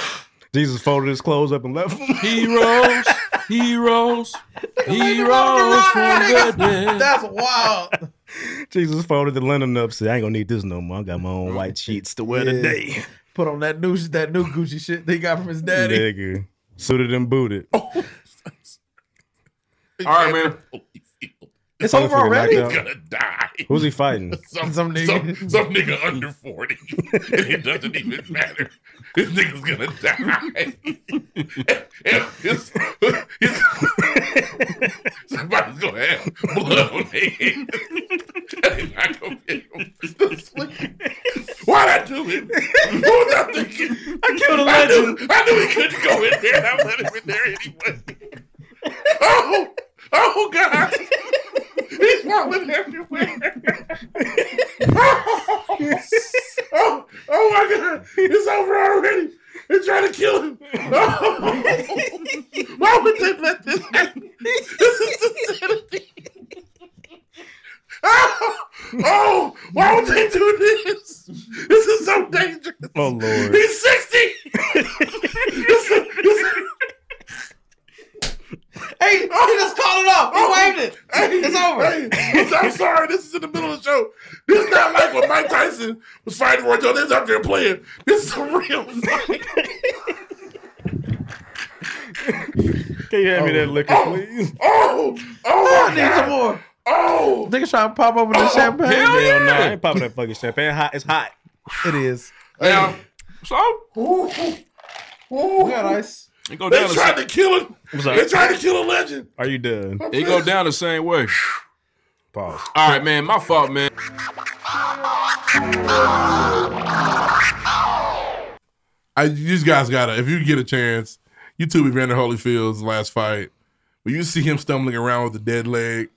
[SPEAKER 4] Jesus folded his clothes up and left him.
[SPEAKER 1] Heroes, heroes, heroes from the dead.
[SPEAKER 2] That's wild.
[SPEAKER 4] Jesus folded the linen up. Said, I ain't gonna need this no more. I got my own white sheets to wear
[SPEAKER 2] Yeah.
[SPEAKER 4] today.
[SPEAKER 2] Put on that new that new Gucci shit they got from his daddy.
[SPEAKER 4] Nigga. Suited and booted. Oh,
[SPEAKER 1] All right, man.
[SPEAKER 2] It's over already.
[SPEAKER 3] he's gonna die.
[SPEAKER 4] Who's he fighting?
[SPEAKER 3] Some, some,
[SPEAKER 2] Some nigga.
[SPEAKER 3] nigga. Some, nigga under 40. and it doesn't even matter. This nigga's gonna die. It's- it's- somebody's gonna have blood on their hands. And I go get him. Why'd I do it? What was I thinking? I
[SPEAKER 4] killed a
[SPEAKER 3] knew, I knew he couldn't go in there. and I let him in there anyway. Oh, oh God. He's rolling everywhere. oh, oh my God! It's over already. They're trying to kill him. Oh. Why would they let this happen? This is insanity. Oh, oh, why would they do this? This is so dangerous.
[SPEAKER 4] Oh, Lord.
[SPEAKER 3] He's sixty. This is- this is-
[SPEAKER 2] Hey, he just called it off. He waved it.
[SPEAKER 3] Hey,
[SPEAKER 2] It's over.
[SPEAKER 3] hey, I'm, I'm sorry. This is in the middle of the show. This is not like when Mike Tyson was fighting Roy Jones. They was out there playing. This is a real fight.
[SPEAKER 4] Can you hand me that liquor, please?
[SPEAKER 3] Oh, oh,
[SPEAKER 2] Oh, I need some more.
[SPEAKER 3] Oh,
[SPEAKER 2] Niggas trying to pop open the champagne.
[SPEAKER 4] Hell yeah. no, I ain't popping that fucking champagne. Hot, it's hot.
[SPEAKER 2] It is.
[SPEAKER 1] Now, so
[SPEAKER 3] Ooh, ooh, ooh.
[SPEAKER 2] We got ice.
[SPEAKER 1] it go
[SPEAKER 3] They
[SPEAKER 1] down.
[SPEAKER 3] tried to
[SPEAKER 1] The,
[SPEAKER 3] kill him.
[SPEAKER 4] up?
[SPEAKER 3] They tried to kill a legend.
[SPEAKER 4] Are you done?
[SPEAKER 1] it go down the same way.
[SPEAKER 4] Pause.
[SPEAKER 1] All right, man. My fault, man.
[SPEAKER 3] I, you just guys gotta, if you get a chance, you YouTube Evander Holyfield's last fight, where you see him stumbling around with a dead leg,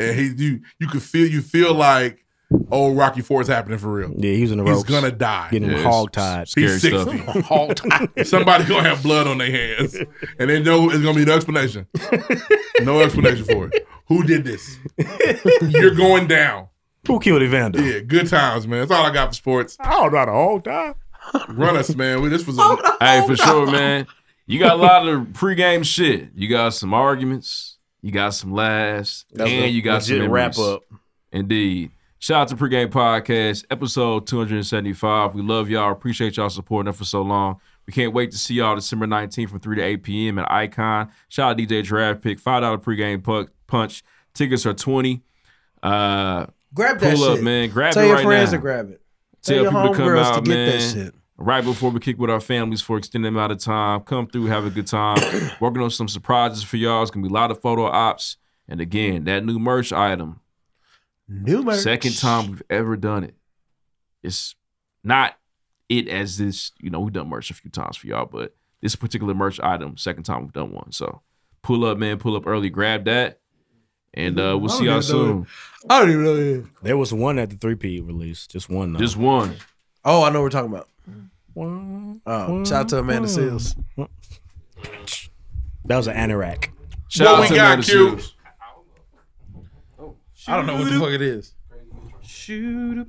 [SPEAKER 3] and he you you could feel you feel like old Rocky Four is happening for real.
[SPEAKER 4] Yeah, he was in the
[SPEAKER 3] He's
[SPEAKER 4] ropes.
[SPEAKER 3] gonna die.
[SPEAKER 4] Getting
[SPEAKER 1] Yeah,
[SPEAKER 4] hog
[SPEAKER 1] it's-
[SPEAKER 4] tied.
[SPEAKER 1] it's-
[SPEAKER 3] He's
[SPEAKER 1] Scary
[SPEAKER 3] 60. Somebody gonna have blood on their hands, and they know it's gonna be no explanation. No explanation for it. Who did this? You're going down.
[SPEAKER 4] Who killed Evander?
[SPEAKER 3] Yeah, good times, man. That's all I got for sports.
[SPEAKER 4] I don't know the whole time.
[SPEAKER 3] Run us, man. We, this was a,
[SPEAKER 1] Hey,
[SPEAKER 2] Oh,
[SPEAKER 1] for sure, man. You got a lot of pregame shit. You got some arguments. You got some laughs, and you got some memories.
[SPEAKER 4] wrap up.
[SPEAKER 1] Indeed. Shout out to Pregame Podcast, episode 275. We love y'all. Appreciate y'all supporting us for so long. We can't wait to see y'all December 19th from 3 to 8 p.m. at Icon. Shout out DJ Draft Pick, $5 pregame pu- punch. Tickets are 20. Uh,
[SPEAKER 2] Grab
[SPEAKER 1] pull
[SPEAKER 2] that
[SPEAKER 1] up,
[SPEAKER 2] shit.
[SPEAKER 1] man. Grab
[SPEAKER 2] Tell
[SPEAKER 1] it
[SPEAKER 2] your
[SPEAKER 1] right
[SPEAKER 2] friends
[SPEAKER 1] now.
[SPEAKER 2] to grab it. Tell
[SPEAKER 1] Tell,
[SPEAKER 2] your
[SPEAKER 1] people to come
[SPEAKER 2] homegirls
[SPEAKER 1] out,
[SPEAKER 2] to get
[SPEAKER 1] man.
[SPEAKER 2] that shit.
[SPEAKER 1] Right before we kick with our families for extended amount of time, come through, have a good time. Working on some surprises for y'all. It's gonna be a lot of photo ops, and again, that new merch item.
[SPEAKER 2] New merch.
[SPEAKER 1] Second time we've ever done it. It's not it as this. You know, we've done merch a few times for y'all, but this particular merch item, second time we've done one. So pull up, man. Pull up early. Grab that, and uh, we'll
[SPEAKER 2] I
[SPEAKER 1] see y'all
[SPEAKER 2] don't even know
[SPEAKER 1] soon.
[SPEAKER 2] I don't even know. It.
[SPEAKER 4] There was one at the three P release, just one. Though.
[SPEAKER 1] Just one.
[SPEAKER 2] Oh, I know what we're talking about. Um, shout out to Amanda Seals.
[SPEAKER 4] That was an anorak.
[SPEAKER 1] Shout out to Amanda Seals.
[SPEAKER 2] I don't know what the fuck it is.
[SPEAKER 8] Shoot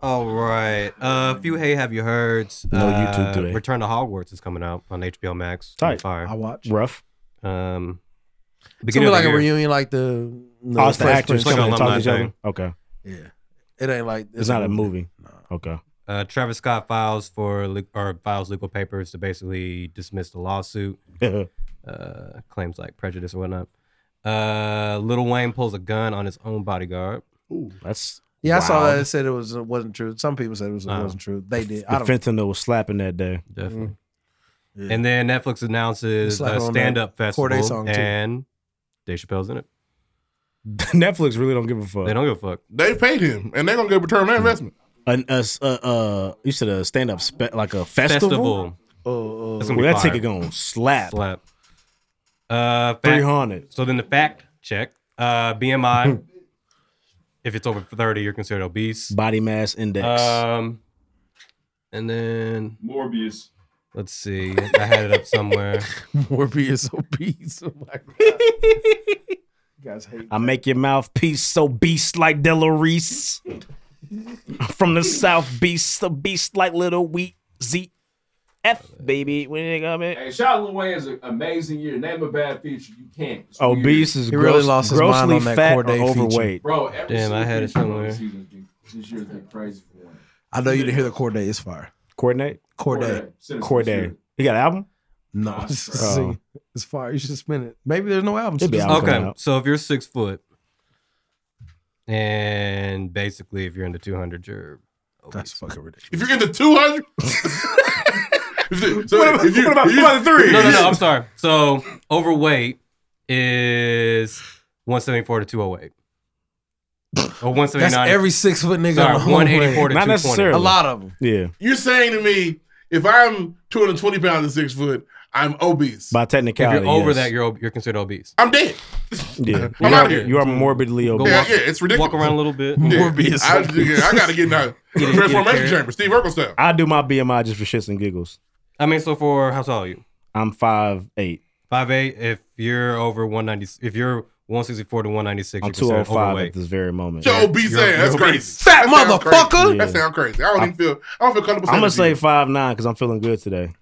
[SPEAKER 8] All right. Uh, a few Hey Have You Heards.
[SPEAKER 4] No
[SPEAKER 8] uh,
[SPEAKER 4] YouTube today.
[SPEAKER 8] Return to Hogwarts is coming out on HBO Max.
[SPEAKER 4] Tight.
[SPEAKER 8] Fire.
[SPEAKER 4] I watch.
[SPEAKER 8] Rough. Um,
[SPEAKER 2] It's gonna
[SPEAKER 8] beginning
[SPEAKER 2] be
[SPEAKER 8] of
[SPEAKER 2] like
[SPEAKER 8] the
[SPEAKER 2] a
[SPEAKER 8] year.
[SPEAKER 2] reunion, like the, the
[SPEAKER 4] Oh, it's the
[SPEAKER 2] Fresh
[SPEAKER 4] actors
[SPEAKER 2] Prince.
[SPEAKER 4] coming and talking to each
[SPEAKER 8] thing.
[SPEAKER 4] other. Okay,
[SPEAKER 2] It ain't like
[SPEAKER 4] it's not a movie. Okay,
[SPEAKER 8] Uh, Travis Scott files for le- or files legal papers to basically dismiss the lawsuit, uh, claims like prejudice or whatnot. Uh, Little Wayne pulls a gun on his own bodyguard.
[SPEAKER 4] Ooh, that's
[SPEAKER 2] Yeah, I saw
[SPEAKER 4] wild.
[SPEAKER 2] that. It said it was it wasn't true. Some people said it was it
[SPEAKER 8] Uh-huh.
[SPEAKER 2] wasn't true. They did. I
[SPEAKER 4] the
[SPEAKER 2] don't.
[SPEAKER 4] fentanyl was slapping that day.
[SPEAKER 8] Definitely. And then Netflix announces
[SPEAKER 4] Mm. It's like
[SPEAKER 8] a
[SPEAKER 4] on that
[SPEAKER 8] stand
[SPEAKER 4] Cordae
[SPEAKER 8] up festival,
[SPEAKER 4] song, too.
[SPEAKER 8] and Dave Chappelle's in it.
[SPEAKER 4] Netflix really don't give a fuck.
[SPEAKER 8] They don't give a fuck.
[SPEAKER 3] They paid him, and they're gonna get return on their investment.
[SPEAKER 4] An, a s- uh, uh, you said a stand up spe- like a festival.
[SPEAKER 8] Festival.
[SPEAKER 2] Oh,
[SPEAKER 4] well,
[SPEAKER 8] That's gonna be
[SPEAKER 4] that
[SPEAKER 8] fire.
[SPEAKER 4] ticket going slap.
[SPEAKER 8] Slap. Uh, fact-
[SPEAKER 4] 300.
[SPEAKER 8] So then the fact check uh, BMI. if it's over 30, you're considered obese.
[SPEAKER 4] Body mass index.
[SPEAKER 8] Um, and then
[SPEAKER 1] Morbius.
[SPEAKER 8] Let's see. I had it up somewhere.
[SPEAKER 2] Morbius obese. Oh my god. you guys hate.
[SPEAKER 4] I make your mouthpiece so beast like Delarice. From the south, beast, a beast like little wheat. Z F baby. When you got me.
[SPEAKER 1] Hey, shout out Lil Wayne is an amazing year. Name a bad feature. You can't. It's
[SPEAKER 4] Obese
[SPEAKER 1] weird.
[SPEAKER 4] Oh, is gross, grossly fat or overweight.
[SPEAKER 1] Bro, every
[SPEAKER 8] Damn, I had it
[SPEAKER 1] season-
[SPEAKER 8] somewhere.
[SPEAKER 1] This year's been crazy for one.
[SPEAKER 2] I know you didn't hear the Corday is fire.
[SPEAKER 4] Coordinate.
[SPEAKER 2] Corday.
[SPEAKER 4] Corday. Corday. You got an album? Oh.
[SPEAKER 2] No, it's, just a single. it's fire. You should spin it. Maybe there's no album.
[SPEAKER 4] It'd be
[SPEAKER 2] Just-
[SPEAKER 4] album
[SPEAKER 8] Okay, so if you're six foot, and basically if you're in the 200, you're
[SPEAKER 2] that's fucking ridiculous.
[SPEAKER 3] If you get the two hundred,
[SPEAKER 8] What about-
[SPEAKER 3] you,
[SPEAKER 8] what about-
[SPEAKER 3] if
[SPEAKER 8] what about
[SPEAKER 3] you-
[SPEAKER 8] the three? No, no, no. I'm sorry. So overweight is 174 to 208. Or 179.
[SPEAKER 2] That's every six foot nigga.
[SPEAKER 8] Sorry,
[SPEAKER 2] on the whole
[SPEAKER 8] 184 to
[SPEAKER 2] plane.
[SPEAKER 8] 220.
[SPEAKER 2] A lot of them.
[SPEAKER 4] Yeah.
[SPEAKER 3] You're saying to me, if I'm 220 pounds and six foot, I'm obese.
[SPEAKER 4] By
[SPEAKER 8] If
[SPEAKER 4] technicality.
[SPEAKER 8] you're over
[SPEAKER 4] yes.
[SPEAKER 8] that, you're ob- you're considered obese.
[SPEAKER 3] I'm dead.
[SPEAKER 4] Yeah.
[SPEAKER 3] I'm
[SPEAKER 4] you,
[SPEAKER 3] out
[SPEAKER 4] are,
[SPEAKER 3] here.
[SPEAKER 4] you are morbidly
[SPEAKER 8] Go
[SPEAKER 4] obese.
[SPEAKER 3] yeah, yeah, it's ridiculous.
[SPEAKER 8] Walk around a little bit.
[SPEAKER 3] Yeah.
[SPEAKER 4] Morbius.
[SPEAKER 3] I, yeah, I gotta get in that
[SPEAKER 8] Get it- get it
[SPEAKER 3] transformation
[SPEAKER 8] there.
[SPEAKER 3] chamber, Steve Urkel style.
[SPEAKER 4] I do my BMI just for shits and giggles.
[SPEAKER 8] I mean, so for how tall are you?
[SPEAKER 4] I'm five eight.
[SPEAKER 8] Five eight. If you're over 190, if you're 164 to 196,
[SPEAKER 4] I'm
[SPEAKER 8] you're considered
[SPEAKER 4] 205
[SPEAKER 8] overweight.
[SPEAKER 4] at this very moment.
[SPEAKER 3] Yo, obese
[SPEAKER 8] You're-
[SPEAKER 3] ass. That's
[SPEAKER 8] you're
[SPEAKER 3] crazy.
[SPEAKER 8] obese.
[SPEAKER 2] Fat
[SPEAKER 3] That sounds
[SPEAKER 2] motherfucker.
[SPEAKER 3] crazy. That sound crazy. I don't even feel. I don't feel comfortable.
[SPEAKER 4] I'm gonna say
[SPEAKER 3] saying
[SPEAKER 4] five nine because I'm feeling good today.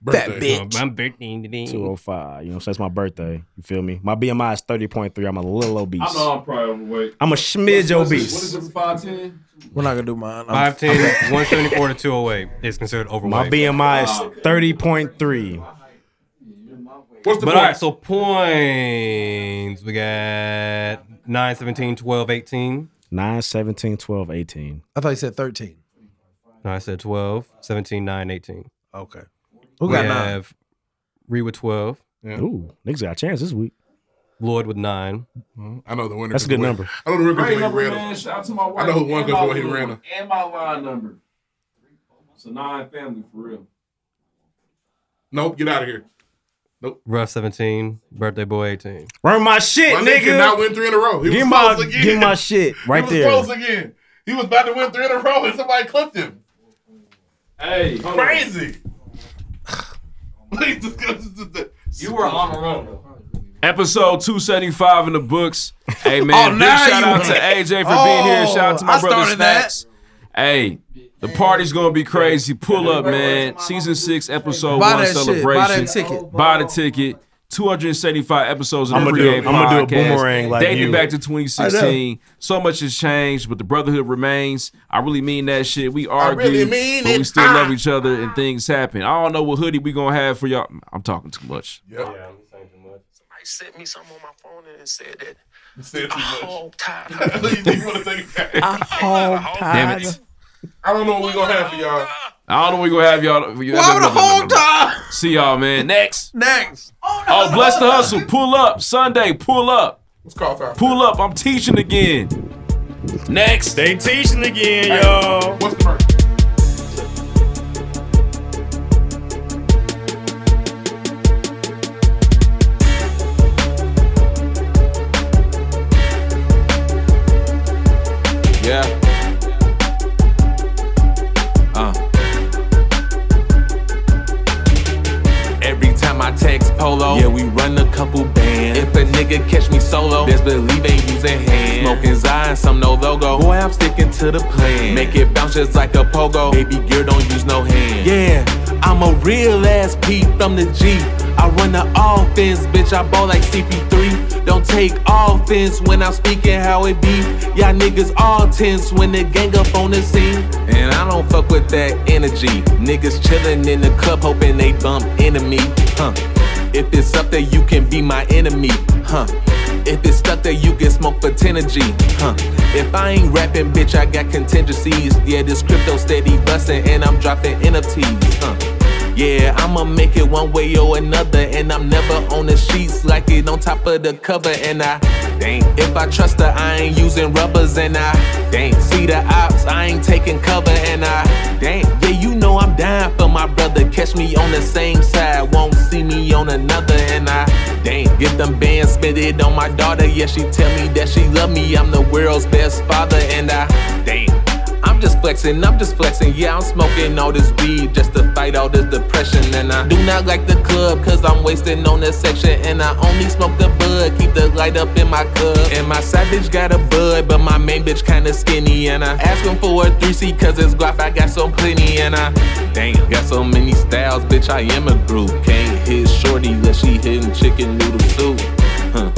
[SPEAKER 3] Birthday.
[SPEAKER 2] Fat bitch.
[SPEAKER 8] My birthday today.
[SPEAKER 4] 205. You know, so that's my birthday. You feel me? My BMI is 30.3. I'm a little obese.
[SPEAKER 1] I know I'm probably overweight.
[SPEAKER 4] I'm a schmidge
[SPEAKER 1] What's-
[SPEAKER 4] obese.
[SPEAKER 1] What is it, 5'10?
[SPEAKER 2] We're not gonna do mine. I'm-
[SPEAKER 8] 5'10", 174 to 208 is considered overweight.
[SPEAKER 4] My BMI is 30.3.
[SPEAKER 3] What's the point?
[SPEAKER 8] But all right, so points. We got 9, 17, 12, 18.
[SPEAKER 4] 9, 17, 12, 18.
[SPEAKER 2] I thought you said thirteen.
[SPEAKER 8] No, I said 12, 17, 9, 18.
[SPEAKER 2] Okay.
[SPEAKER 8] We
[SPEAKER 2] Who got nine?
[SPEAKER 8] have Ree with 12.
[SPEAKER 4] Ooh, niggas got a chance this week.
[SPEAKER 8] Lloyd with 9.
[SPEAKER 3] I know the winner.
[SPEAKER 4] That's a
[SPEAKER 3] could
[SPEAKER 4] good
[SPEAKER 3] win.
[SPEAKER 4] number.
[SPEAKER 3] I know the winner. could
[SPEAKER 1] Great
[SPEAKER 3] win
[SPEAKER 1] number,
[SPEAKER 3] random.
[SPEAKER 1] man. Shout out to my wife.
[SPEAKER 3] I know who won
[SPEAKER 1] and
[SPEAKER 3] because
[SPEAKER 1] my
[SPEAKER 3] of what he
[SPEAKER 1] little
[SPEAKER 3] ran
[SPEAKER 1] one
[SPEAKER 3] up.
[SPEAKER 1] And my line number. It's a nine family for real.
[SPEAKER 3] Nope, get out of here.
[SPEAKER 8] Rough 17. Birthday boy 18.
[SPEAKER 4] Run my shit,
[SPEAKER 3] My nigga
[SPEAKER 4] nigga.
[SPEAKER 3] cannot win three in a row. He
[SPEAKER 4] Get
[SPEAKER 3] was
[SPEAKER 4] my,
[SPEAKER 3] close again.
[SPEAKER 4] get my shit
[SPEAKER 3] He
[SPEAKER 4] right
[SPEAKER 3] was
[SPEAKER 4] there.
[SPEAKER 3] close again. He was about to win three in a row, and somebody clipped him.
[SPEAKER 1] Hey, hold on.
[SPEAKER 3] crazy. Please discuss this.
[SPEAKER 1] You were on a roll. Episode 275 in the books. Hey, man.
[SPEAKER 3] Oh,
[SPEAKER 1] big
[SPEAKER 3] now
[SPEAKER 1] shout
[SPEAKER 3] you
[SPEAKER 1] out
[SPEAKER 3] win.
[SPEAKER 1] to AJ for being here. Shout out to my
[SPEAKER 3] Oh, I
[SPEAKER 1] brother
[SPEAKER 3] started that.
[SPEAKER 1] Snacks. Hey, the party's going to be crazy. Pull up, man. Season 6, episode
[SPEAKER 2] Buy
[SPEAKER 1] 1
[SPEAKER 2] that shit. Buy
[SPEAKER 1] celebration.
[SPEAKER 2] that ticket.
[SPEAKER 1] Buy the ticket. 275 episodes of
[SPEAKER 14] I'ma
[SPEAKER 1] the
[SPEAKER 14] do-
[SPEAKER 1] Free Game
[SPEAKER 14] I'ma do a
[SPEAKER 1] podcast,
[SPEAKER 14] boomerang like
[SPEAKER 1] dating
[SPEAKER 14] you.
[SPEAKER 1] back to 2016. So much has changed, but the brotherhood remains. I really mean that shit. We argue,
[SPEAKER 3] really mean
[SPEAKER 1] but
[SPEAKER 3] it.
[SPEAKER 1] we still
[SPEAKER 3] Ah.
[SPEAKER 1] love each other, and things happen. I don't know what hoodie we gonna have for y'all. I'm talking too much.
[SPEAKER 3] Yeah.
[SPEAKER 17] Somebody sent me something on my phone and said that.
[SPEAKER 3] You said too
[SPEAKER 17] I
[SPEAKER 3] much.
[SPEAKER 17] hog tied.
[SPEAKER 3] you want to take it back?
[SPEAKER 17] I hog
[SPEAKER 1] Damn it.
[SPEAKER 3] I don't know what we gonna have for y'all.
[SPEAKER 1] I don't know what we gonna have y'all. Why the whole time? See y'all, man. Next.
[SPEAKER 2] Next.
[SPEAKER 1] Oh, bless the hustle. Pull up Sunday. Pull up.
[SPEAKER 3] It's call time.
[SPEAKER 1] Pull up. I'm teaching again. Next.
[SPEAKER 18] They teaching again,
[SPEAKER 1] Hey,
[SPEAKER 18] y'all.
[SPEAKER 3] What's the first?
[SPEAKER 1] Yeah. Uh.
[SPEAKER 10] Every time I text Polo, yeah, we run a couple bands. If a nigga catch me solo, best believe ain't using hands. Smoking Zion, some no logo. Boy, I'm sticking to the plan. Make it bounce just like a pogo. Baby girl, don't use no hand. Yeah, I'm a real ass peep from the G. I run the offense, bitch. I ball like CP3. Don't take offense when I'm speaking how it be. Y'all niggas all tense when the gang up on the scene. And I don't fuck with that energy. Niggas chillin' in the club hoping they bump into me. Huh. If it's up there, you can be my enemy. Huh. If it's stuck there, you get smoked for 10 G. Huh. If I ain't rapping, bitch, I got contingencies. Yeah, this crypto steady bustin' and I'm dropping NFTs. Huh. Yeah, I'ma make it one way or another, and I'm never on the sheets like it on top of the cover. And I, dang, if I trust her, I ain't using rubbers. And I, dang, see the ops, I ain't taking cover. And I, dang, yeah, you know I'm dying for my brother. Catch me on the same side, won't see me on another. And I, dang, get them bands, spit it on my daughter. Yeah, she tell me that she love me, I'm the world's best father. And I, dang. I'm just flexing, I'm just flexing. Yeah, I'm smoking all this weed just to fight all this depression. And I do not like the club, cause I'm wasting on this section. And I only smoke the bud, keep the light up in my cup. And my side bitch got a bud, but my main bitch kinda skinny. And I ask him for a 3C, cause it's guap, I got so plenty. And I, damn, got so many styles, bitch, I am a group. Can't hit shorty, let she hitting chicken noodle soup. Huh.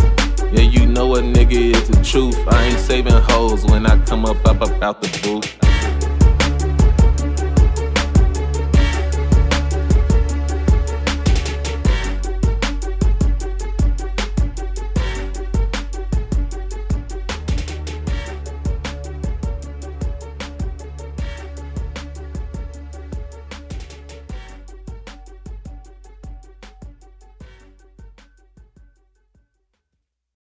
[SPEAKER 10] Yeah, you know a nigga is the truth. I ain't saving hoes when I come up, up, up out the booth.